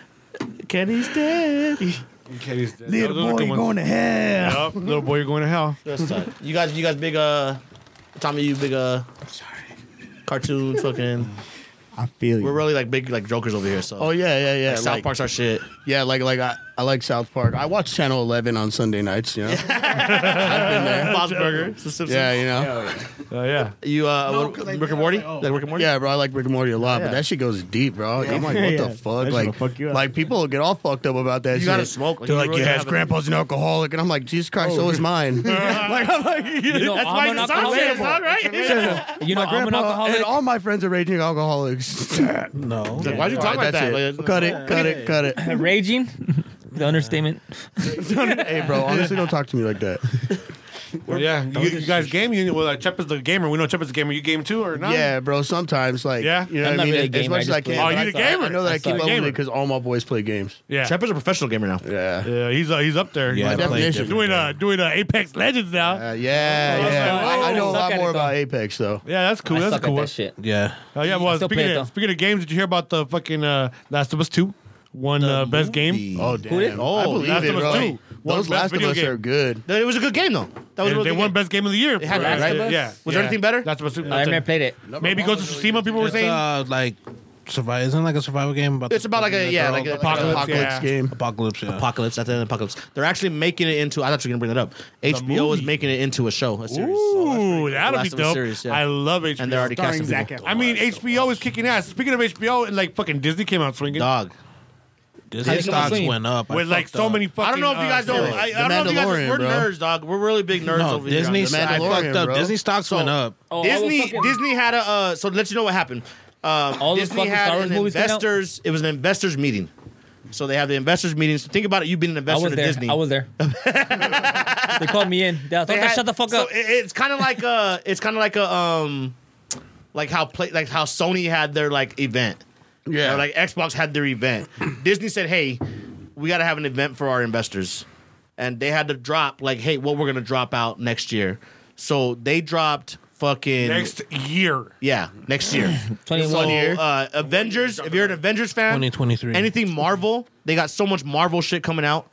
Speaker 5: Kenny's dead.
Speaker 2: Little boy, you're going to hell. Little boy, you're going to hell.
Speaker 5: That's tight. You guys, you guys, big uh, Tommy, you big uh, cartoon fucking.
Speaker 1: I feel you.
Speaker 5: We're really like big like jokers over here. So
Speaker 6: Oh yeah, yeah, yeah.
Speaker 5: Like, South
Speaker 6: Like,
Speaker 5: Park's our shit.
Speaker 6: yeah, like like I, I like South Park. I watch Channel 11 on Sunday nights. You know,
Speaker 5: Bob's Burger.
Speaker 6: yeah, you know,
Speaker 2: yeah.
Speaker 5: You uh, what- Rick and Morty? Like Rick and Morty?
Speaker 6: Yeah, bro, I like Rick and Morty a lot,
Speaker 5: Yeah.
Speaker 6: but that shit goes deep, bro. Like, I'm like,
Speaker 5: Yeah,
Speaker 6: what
Speaker 5: yeah.
Speaker 6: the fuck?
Speaker 5: That shit'll
Speaker 6: Like,
Speaker 5: fuck you up.
Speaker 6: like people get all fucked up about that.
Speaker 5: You
Speaker 6: shit.
Speaker 5: gotta smoke, like,
Speaker 6: They're
Speaker 5: you
Speaker 6: like,
Speaker 5: really
Speaker 6: yeah,
Speaker 5: have
Speaker 6: his
Speaker 5: a- Oh.
Speaker 6: grandpa's an alcoholic, and I'm like, Jesus Christ, so is mine. like, I'm like,
Speaker 3: know,
Speaker 6: that's
Speaker 3: I'm
Speaker 6: why
Speaker 3: an
Speaker 6: it's
Speaker 3: alcoholic.
Speaker 6: so terrible.
Speaker 3: Yeah. You know,
Speaker 6: my
Speaker 3: I'm an
Speaker 6: grandpa
Speaker 3: alcoholic.
Speaker 6: and all my friends are raging alcoholics.
Speaker 4: no,
Speaker 5: Like, why'd you talk
Speaker 6: Alright,
Speaker 5: like that?
Speaker 6: that's it. Cut it, cut it, cut it.
Speaker 3: Raging, the understatement.
Speaker 6: hey, bro, honestly, don't talk to me like that.
Speaker 2: Well, yeah, you, you guys game. You well, uh, Chep is the gamer. We know Chep is the gamer. You game too or not?
Speaker 6: Yeah, bro. Sometimes, like,
Speaker 2: Yeah?
Speaker 6: you know,
Speaker 3: I'm
Speaker 6: what
Speaker 3: not
Speaker 6: I mean,
Speaker 3: really a
Speaker 6: as
Speaker 3: gamer, I
Speaker 6: much as
Speaker 3: just
Speaker 6: I can.
Speaker 3: play.
Speaker 2: Oh,
Speaker 6: but
Speaker 2: you
Speaker 6: I
Speaker 2: the
Speaker 6: suck.
Speaker 2: gamer?
Speaker 6: I know that
Speaker 2: I
Speaker 6: I keep
Speaker 2: suck.
Speaker 6: up with it
Speaker 2: Gamer.
Speaker 6: because all my boys play games.
Speaker 2: yeah.
Speaker 5: Shepard's a professional gamer now.
Speaker 6: Yeah,
Speaker 2: yeah, he's uh, he's up there.
Speaker 4: Yeah,
Speaker 2: He's
Speaker 4: I
Speaker 2: up
Speaker 4: play
Speaker 2: there.
Speaker 6: different.
Speaker 2: doing uh, doing uh, Apex Legends now.
Speaker 6: Uh, yeah, yeah.
Speaker 2: suck.
Speaker 6: I, I know a
Speaker 3: Suck
Speaker 6: lot
Speaker 3: at
Speaker 6: more
Speaker 3: it, though.
Speaker 6: about Apex though.
Speaker 2: yeah, that's cool.
Speaker 3: I
Speaker 2: that's
Speaker 3: suck
Speaker 2: cool.
Speaker 3: at that shit.
Speaker 4: Yeah.
Speaker 2: Uh, yeah, well,
Speaker 3: I still
Speaker 2: speaking
Speaker 3: play it,
Speaker 2: of,
Speaker 3: though.
Speaker 2: speaking of games, did you hear about the fucking uh, Last of Us Two? One uh, best game.
Speaker 6: Oh damn! Oh, I believe
Speaker 2: Last
Speaker 6: it,
Speaker 2: of Us
Speaker 6: bro.
Speaker 2: two. One
Speaker 6: Those
Speaker 2: best
Speaker 6: Last of
Speaker 2: video
Speaker 6: Us
Speaker 2: game.
Speaker 6: are good.
Speaker 5: No, It was a good game though. That was
Speaker 2: They,
Speaker 5: a really
Speaker 2: they
Speaker 5: good
Speaker 2: won
Speaker 5: game.
Speaker 2: best game of the year.
Speaker 5: had
Speaker 2: for
Speaker 5: Last
Speaker 2: Last
Speaker 5: of
Speaker 2: of-
Speaker 5: Us?
Speaker 2: Yeah.
Speaker 5: Was there
Speaker 2: yeah.
Speaker 5: anything better?
Speaker 2: Last of Us Two.
Speaker 3: I never played it.
Speaker 2: Maybe Ghost of Tsushima. People were
Speaker 4: It's
Speaker 2: saying.
Speaker 4: uh, like survive. Isn't it like a survival game about.
Speaker 5: It's
Speaker 4: the-
Speaker 5: about like a
Speaker 4: the
Speaker 5: yeah,
Speaker 4: girl?
Speaker 5: like a
Speaker 2: Apocalypse,
Speaker 5: like a-
Speaker 2: yeah.
Speaker 6: game.
Speaker 4: apocalypse. Yeah.
Speaker 5: apocalypse at the end of apocalypse. They're actually making it into. I thought you were gonna bring that up. HBO is
Speaker 2: movie.
Speaker 5: making it into a show, a series. So that's pretty
Speaker 2: Ooh,
Speaker 5: cool.
Speaker 2: that'll
Speaker 5: Last
Speaker 2: be
Speaker 5: of Us
Speaker 2: dope.
Speaker 5: series, yeah.
Speaker 2: I love HBO.
Speaker 5: and they're already casting
Speaker 1: Starring Zac
Speaker 5: people.
Speaker 1: Efron.
Speaker 2: I mean, HBO is kicking ass. Speaking of HBO, and like fucking Disney came out swinging
Speaker 5: Dog.
Speaker 4: Disney
Speaker 3: Disney
Speaker 4: stocks
Speaker 3: Disney.
Speaker 4: went up I
Speaker 2: with like
Speaker 4: fucked
Speaker 2: so
Speaker 4: up.
Speaker 2: many fucking.
Speaker 5: I don't know if you
Speaker 2: uh,
Speaker 5: guys don't.
Speaker 2: series.
Speaker 5: I, I
Speaker 6: The
Speaker 5: don't know if you guys.
Speaker 6: Mandalorian,
Speaker 5: We're
Speaker 6: bro.
Speaker 5: nerds, dog. We're really big nerds
Speaker 4: No,
Speaker 5: over
Speaker 4: Disney.
Speaker 5: here.
Speaker 6: The
Speaker 4: I
Speaker 6: Mandalorian,
Speaker 4: fucked up.
Speaker 6: bro.
Speaker 4: Disney stocks went up.
Speaker 3: Oh, all the
Speaker 5: Disney
Speaker 3: fucking-
Speaker 5: Disney had a uh, so to let you know what happened. Um,
Speaker 3: All the
Speaker 5: Disney
Speaker 3: fucking Star
Speaker 5: had
Speaker 3: Wars
Speaker 5: an
Speaker 3: movies came out?
Speaker 5: investors. It was an investors meeting. So they have the investors meetings. Think about it. You've been an
Speaker 3: I
Speaker 5: investor
Speaker 3: was
Speaker 5: to
Speaker 3: there.
Speaker 5: Disney.
Speaker 3: I was there. they called me in. They, I thought
Speaker 5: They
Speaker 3: they
Speaker 5: had-
Speaker 3: shut the fuck
Speaker 5: so
Speaker 3: up.
Speaker 5: it- it's kind of like a. It's kind of like a um, like how play like how Sony had their like event.
Speaker 6: Yeah,
Speaker 5: Or, like Xbox had their event. Disney said, "Hey, we got to have an event for our investors," and they had to drop like, "Hey, what we're gonna drop out next year." So they dropped fucking
Speaker 2: next year.
Speaker 5: yeah next year.
Speaker 3: 21
Speaker 5: so,
Speaker 3: year.
Speaker 5: Uh, Avengers. If you're an Avengers fan,
Speaker 4: 2023.
Speaker 5: anything Marvel, they got so much Marvel shit coming out.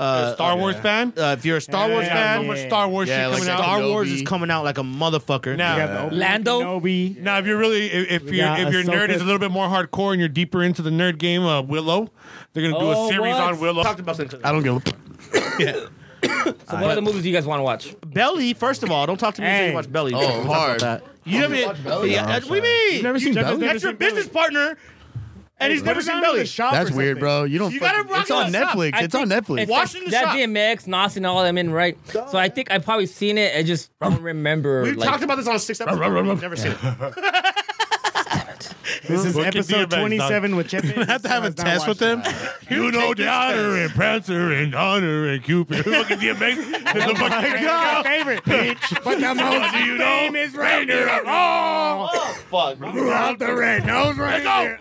Speaker 5: Uh,
Speaker 2: Star Wars fan.
Speaker 5: uh, if you're a Star Wars
Speaker 2: Yeah, so
Speaker 5: fan,
Speaker 2: much Star Wars
Speaker 6: Yeah,
Speaker 2: shit
Speaker 6: like
Speaker 2: coming out.
Speaker 5: Star
Speaker 6: Kenobi.
Speaker 5: Wars is coming out like a motherfucker.
Speaker 2: Now,
Speaker 3: Lando?
Speaker 1: Kenobi.
Speaker 2: now, if you're really, if, if
Speaker 1: We
Speaker 2: you're,
Speaker 1: got
Speaker 2: if your nerd
Speaker 1: Ahsoka.
Speaker 2: is a little bit more hardcore and you're deeper into the nerd game, uh, Willow, they're gonna do
Speaker 3: Oh,
Speaker 2: a series
Speaker 3: what?
Speaker 2: on Willow.
Speaker 5: talked about something.
Speaker 6: I don't give. a
Speaker 3: So what other movies do you guys want to watch?
Speaker 5: Belly, first of all, don't talk to me until
Speaker 1: Hey.
Speaker 5: you watch Belly.
Speaker 6: Oh,
Speaker 5: We'll talk
Speaker 6: hard.
Speaker 5: About that. You haven't. yeah, that's what do you mean?
Speaker 6: You've never seen
Speaker 1: Jeff has
Speaker 6: Belly?
Speaker 1: never
Speaker 5: That's your
Speaker 1: seen Belly.
Speaker 5: business partner, and he's
Speaker 1: Put
Speaker 5: never
Speaker 1: it
Speaker 5: seen
Speaker 1: on
Speaker 5: Belly.
Speaker 1: the shop
Speaker 6: That's
Speaker 1: or
Speaker 6: weird,
Speaker 1: something.
Speaker 6: bro. You don't.
Speaker 5: You gotta
Speaker 6: fucking-
Speaker 5: rock
Speaker 6: it's on
Speaker 5: it up.
Speaker 6: Netflix.
Speaker 3: I
Speaker 6: It's on
Speaker 3: think-
Speaker 6: Netflix.
Speaker 3: it's
Speaker 5: Watch in the
Speaker 3: that
Speaker 5: shop.
Speaker 3: DMX, Nas, and all them in, right? So I think I probably seen it. I just don't remember.
Speaker 5: We
Speaker 3: like,
Speaker 5: talked about this on a sixth episode. I've never seen it.
Speaker 1: This is
Speaker 2: Look at
Speaker 1: episode
Speaker 2: the event, dog.
Speaker 1: 27 with Chip.
Speaker 4: have to have a test with them.
Speaker 2: You know the honor and Prancer and honor and Cupid. Look at the amazing.
Speaker 9: Oh
Speaker 2: There's
Speaker 5: Oh
Speaker 2: a fucking
Speaker 1: God, favorite. But the most
Speaker 2: Do you know?
Speaker 1: famous reindeer of
Speaker 5: Oh,
Speaker 1: all.
Speaker 5: Fuck.
Speaker 1: Out the red nose reindeer.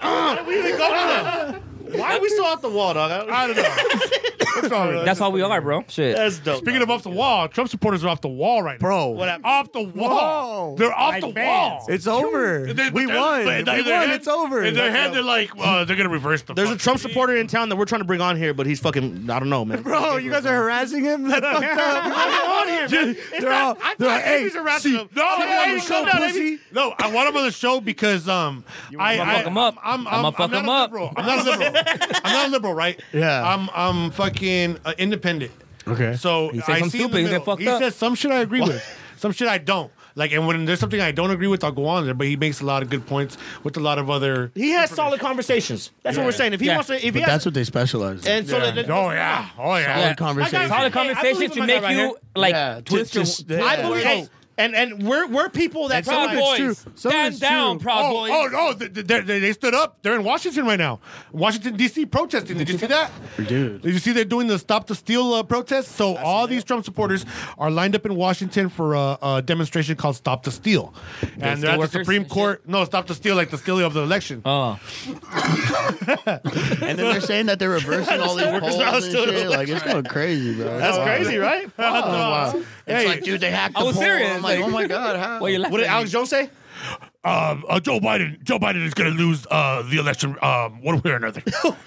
Speaker 5: We even go for that. Why are we so off the wall, dog? I don't-
Speaker 2: I don't know.
Speaker 3: That's how we are, bro. Shit.
Speaker 5: That's dope.
Speaker 2: Speaking of off the wall, Trump supporters are off the wall right now.
Speaker 6: Bro.
Speaker 2: What happened? off the wall.
Speaker 6: Whoa.
Speaker 2: They're off
Speaker 1: Like
Speaker 2: the
Speaker 1: fans.
Speaker 2: wall.
Speaker 6: It's over.
Speaker 2: And they-
Speaker 6: we
Speaker 2: but then-
Speaker 6: won.
Speaker 2: but in their
Speaker 6: we won.
Speaker 2: head-
Speaker 6: it's over.
Speaker 2: In their head, they're like,
Speaker 5: Oh,
Speaker 2: uh, they're gonna reverse the.
Speaker 5: There's a
Speaker 2: fuck.
Speaker 5: Trump supporter in town that we're trying to bring on here, but he's fucking. I don't know, man.
Speaker 6: Bro, you guys are harassing him. That's fucked up.
Speaker 2: on here. man.
Speaker 6: They're all. They're like, hey, see,
Speaker 2: No, I
Speaker 6: on the
Speaker 2: want
Speaker 6: show, pussy.
Speaker 2: No, I want him on the show because um, I,
Speaker 3: wanna
Speaker 2: I
Speaker 3: fuck him up.
Speaker 2: I'm, I'm,
Speaker 3: I'ma
Speaker 2: I'm,
Speaker 3: fuck
Speaker 2: not
Speaker 3: him
Speaker 2: a
Speaker 3: up.
Speaker 2: liberal. I'm not a liberal. I'm not a liberal, right?
Speaker 6: Yeah.
Speaker 2: I'm, I'm fucking uh, independent.
Speaker 6: Okay.
Speaker 2: So
Speaker 3: He said
Speaker 2: I
Speaker 3: something
Speaker 2: see him in
Speaker 3: stupid,
Speaker 2: the
Speaker 3: he's gonna
Speaker 2: middle.
Speaker 3: fucked
Speaker 2: He
Speaker 3: up.
Speaker 2: says some shit I agree with, some shit I don't. Like, and when there's something I don't agree with, I'll go on there. But he makes a lot of good points with a lot of other.
Speaker 5: He has solid conversations. That's what we're saying. If he
Speaker 3: Yeah.
Speaker 5: wants to, if he
Speaker 6: But
Speaker 5: has,
Speaker 6: that's what they specialize in.
Speaker 5: and so that-
Speaker 2: Oh yeah, oh
Speaker 6: Solid
Speaker 2: yeah.
Speaker 3: Yeah. Solid
Speaker 6: conversation.
Speaker 5: Hey, I believe
Speaker 3: conversations
Speaker 5: in
Speaker 3: to
Speaker 5: my
Speaker 3: make
Speaker 5: guy right
Speaker 3: you
Speaker 5: here.
Speaker 3: like
Speaker 6: Yeah, to-
Speaker 3: twist your.
Speaker 6: just-
Speaker 5: I
Speaker 6: Yeah.
Speaker 5: believe. hey, and and we're we're people that
Speaker 3: Proud
Speaker 6: Some of it's
Speaker 3: Boys.
Speaker 6: true. Some of
Speaker 3: Stand
Speaker 6: it's
Speaker 3: down,
Speaker 6: true.
Speaker 3: Proud
Speaker 2: Oh,
Speaker 3: Boys.
Speaker 2: oh no! They, they, they- they stood up. They're in Washington right now, Washington D.C. protesting. Did you see that?
Speaker 6: Dude.
Speaker 2: Did you see they're doing the Stop the Steal uh, protest? So all these Trump supporters are lined up in Washington for a, a demonstration called Stop the Steal, and they're at the
Speaker 3: steelworkers
Speaker 2: Supreme
Speaker 3: and
Speaker 2: Court. No, Stop the Steal, like the stealing of the election.
Speaker 3: Oh.
Speaker 6: And then they're saying that they're reversing all these polls and shit. Like, it's going crazy, bro.
Speaker 5: That's crazy, right?
Speaker 6: Oh, wow. It's like, dude, they hacked the
Speaker 3: I was
Speaker 6: poll.
Speaker 3: serious,
Speaker 6: I'm like,
Speaker 3: like-
Speaker 6: oh my god, how?
Speaker 3: Well, you're laughing
Speaker 5: What did
Speaker 3: at me.
Speaker 5: Alex Jones say?
Speaker 2: Um, uh, Joe Biden, Joe Biden is going to lose uh, the election um, one way or another.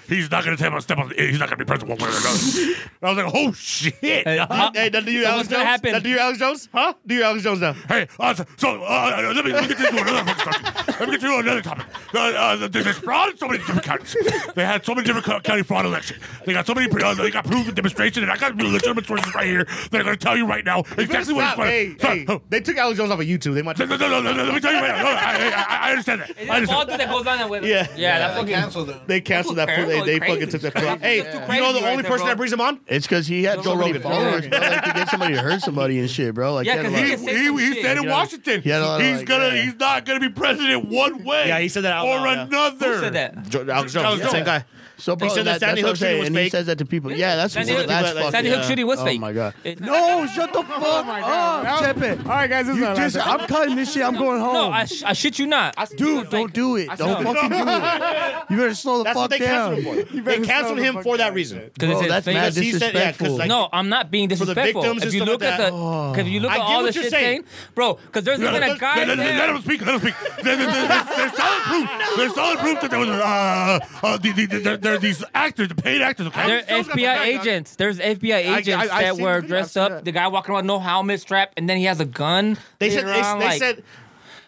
Speaker 2: he's not going to take a step on. He's not going to be president one way or another. I was like, oh shit.
Speaker 3: Hey, uh,
Speaker 5: Hey, that do you,
Speaker 3: so
Speaker 5: Alex
Speaker 3: what's
Speaker 5: Jones?
Speaker 3: gonna happen?
Speaker 5: That do you, Alex Jones? Huh? Do you, Alex Jones now?
Speaker 2: uh, Hey, uh, so uh, let, me, let me get you to another fucking topic. Let me get you to another topic. uh, uh, they, they sprouted so many different counties. They had so many different co- county fraud elections. They got so many. Uh, they got proof of demonstration, and I got legitimate sources right here. They're going to tell you right now exactly what.
Speaker 9: Stop. Hey,
Speaker 2: So-
Speaker 9: hey, they took Alex Jones off of YouTube. They might.
Speaker 2: No, no, no, no, no, no, let me tell you right now. No, I, I, I understand that. I
Speaker 3: All
Speaker 2: understand.
Speaker 3: that goes on and with it.
Speaker 9: Yeah.
Speaker 3: yeah, that fucking
Speaker 9: They canceled that.
Speaker 3: That's
Speaker 9: They, they
Speaker 3: crazy.
Speaker 9: fucking took that.
Speaker 3: Crazy.
Speaker 9: Hey,
Speaker 3: That's too
Speaker 9: you know
Speaker 3: crazy
Speaker 9: the
Speaker 3: right
Speaker 9: only
Speaker 3: there,
Speaker 9: person
Speaker 3: bro.
Speaker 9: that brings him on?
Speaker 6: It's because he had
Speaker 3: Joe
Speaker 6: so many
Speaker 3: Rogan.
Speaker 6: followers, bro. Like to get somebody to hurt somebody and shit, bro. Like
Speaker 3: Yeah,
Speaker 6: he had a
Speaker 3: 'cause
Speaker 6: lot-
Speaker 3: he
Speaker 2: He,
Speaker 3: can say
Speaker 2: he,
Speaker 3: some
Speaker 2: he
Speaker 3: shit.
Speaker 2: said in
Speaker 3: Yeah.
Speaker 2: Washington,
Speaker 6: He had a lot of,
Speaker 2: he's
Speaker 6: like,
Speaker 2: gonna
Speaker 6: yeah.
Speaker 2: he's not gonna be president one way.
Speaker 9: Yeah, he said that out
Speaker 2: or
Speaker 9: loud,
Speaker 2: another.
Speaker 3: Who said that?
Speaker 9: Jo- Alex Jones,
Speaker 2: Alex
Speaker 9: the same guy.
Speaker 6: So bro,
Speaker 9: They said that
Speaker 6: that,
Speaker 9: Sandy
Speaker 6: that's
Speaker 9: Hook shooting
Speaker 6: what I'm saying,
Speaker 9: was
Speaker 6: and he
Speaker 9: fake.
Speaker 6: says that to people. Yeah, that's
Speaker 3: Sandy
Speaker 6: what-
Speaker 3: Hook-
Speaker 6: that's
Speaker 9: Sandy
Speaker 6: fucking.
Speaker 3: Sandy Hook shooting was
Speaker 6: oh
Speaker 3: fake.
Speaker 6: my god.
Speaker 3: It-
Speaker 6: No, shut
Speaker 3: Oh
Speaker 6: the fuck up, Chepe.
Speaker 1: All right, guys, this is
Speaker 6: You
Speaker 1: our
Speaker 6: just,
Speaker 1: last.
Speaker 6: I'm cutting this shit. I'm going home.
Speaker 3: No, I, sh- I shit you not.
Speaker 6: Dude, don't do it. Don't
Speaker 3: saw it.
Speaker 6: fucking do it. You better slow the
Speaker 9: That's what
Speaker 6: fuck
Speaker 9: they
Speaker 6: down.
Speaker 9: canceled him for. They canceled him for that reason.
Speaker 3: Because
Speaker 6: Bro,
Speaker 3: it's
Speaker 6: that's mad
Speaker 9: he said- yeah, 'cause,
Speaker 6: disrespectful. Oh.
Speaker 9: like-
Speaker 3: no, I'm not being
Speaker 9: the
Speaker 3: disrespectful.
Speaker 9: victims and
Speaker 3: if you
Speaker 9: stuff
Speaker 3: look
Speaker 9: like
Speaker 3: at
Speaker 9: that.
Speaker 3: the, because if you look
Speaker 9: I
Speaker 3: at
Speaker 9: get
Speaker 3: all
Speaker 9: what
Speaker 3: the
Speaker 9: you're
Speaker 3: shit
Speaker 9: saying.
Speaker 3: saying, bro, because there's
Speaker 2: Let,
Speaker 3: even a
Speaker 2: let,
Speaker 3: guy
Speaker 2: let, let, let
Speaker 3: there.
Speaker 2: him speak. Let him speak. There- there- there- There's, there's solid proof. There's solid proof that there was uh, uh, the, the, the, there, there are these actors, the paid actors. Okay,
Speaker 3: There are
Speaker 9: Jones got the
Speaker 3: FBI
Speaker 9: back, dog.
Speaker 3: agents. There's FBI
Speaker 9: I-
Speaker 3: agents
Speaker 9: I- I
Speaker 3: that
Speaker 9: seen the
Speaker 3: were
Speaker 9: video,
Speaker 3: dressed
Speaker 9: I've seen
Speaker 3: up.
Speaker 9: that.
Speaker 3: The guy walking around, no helmet strap, and then he has a gun.
Speaker 9: They said
Speaker 3: sitting
Speaker 9: they,
Speaker 3: around,
Speaker 9: they
Speaker 3: like-
Speaker 9: said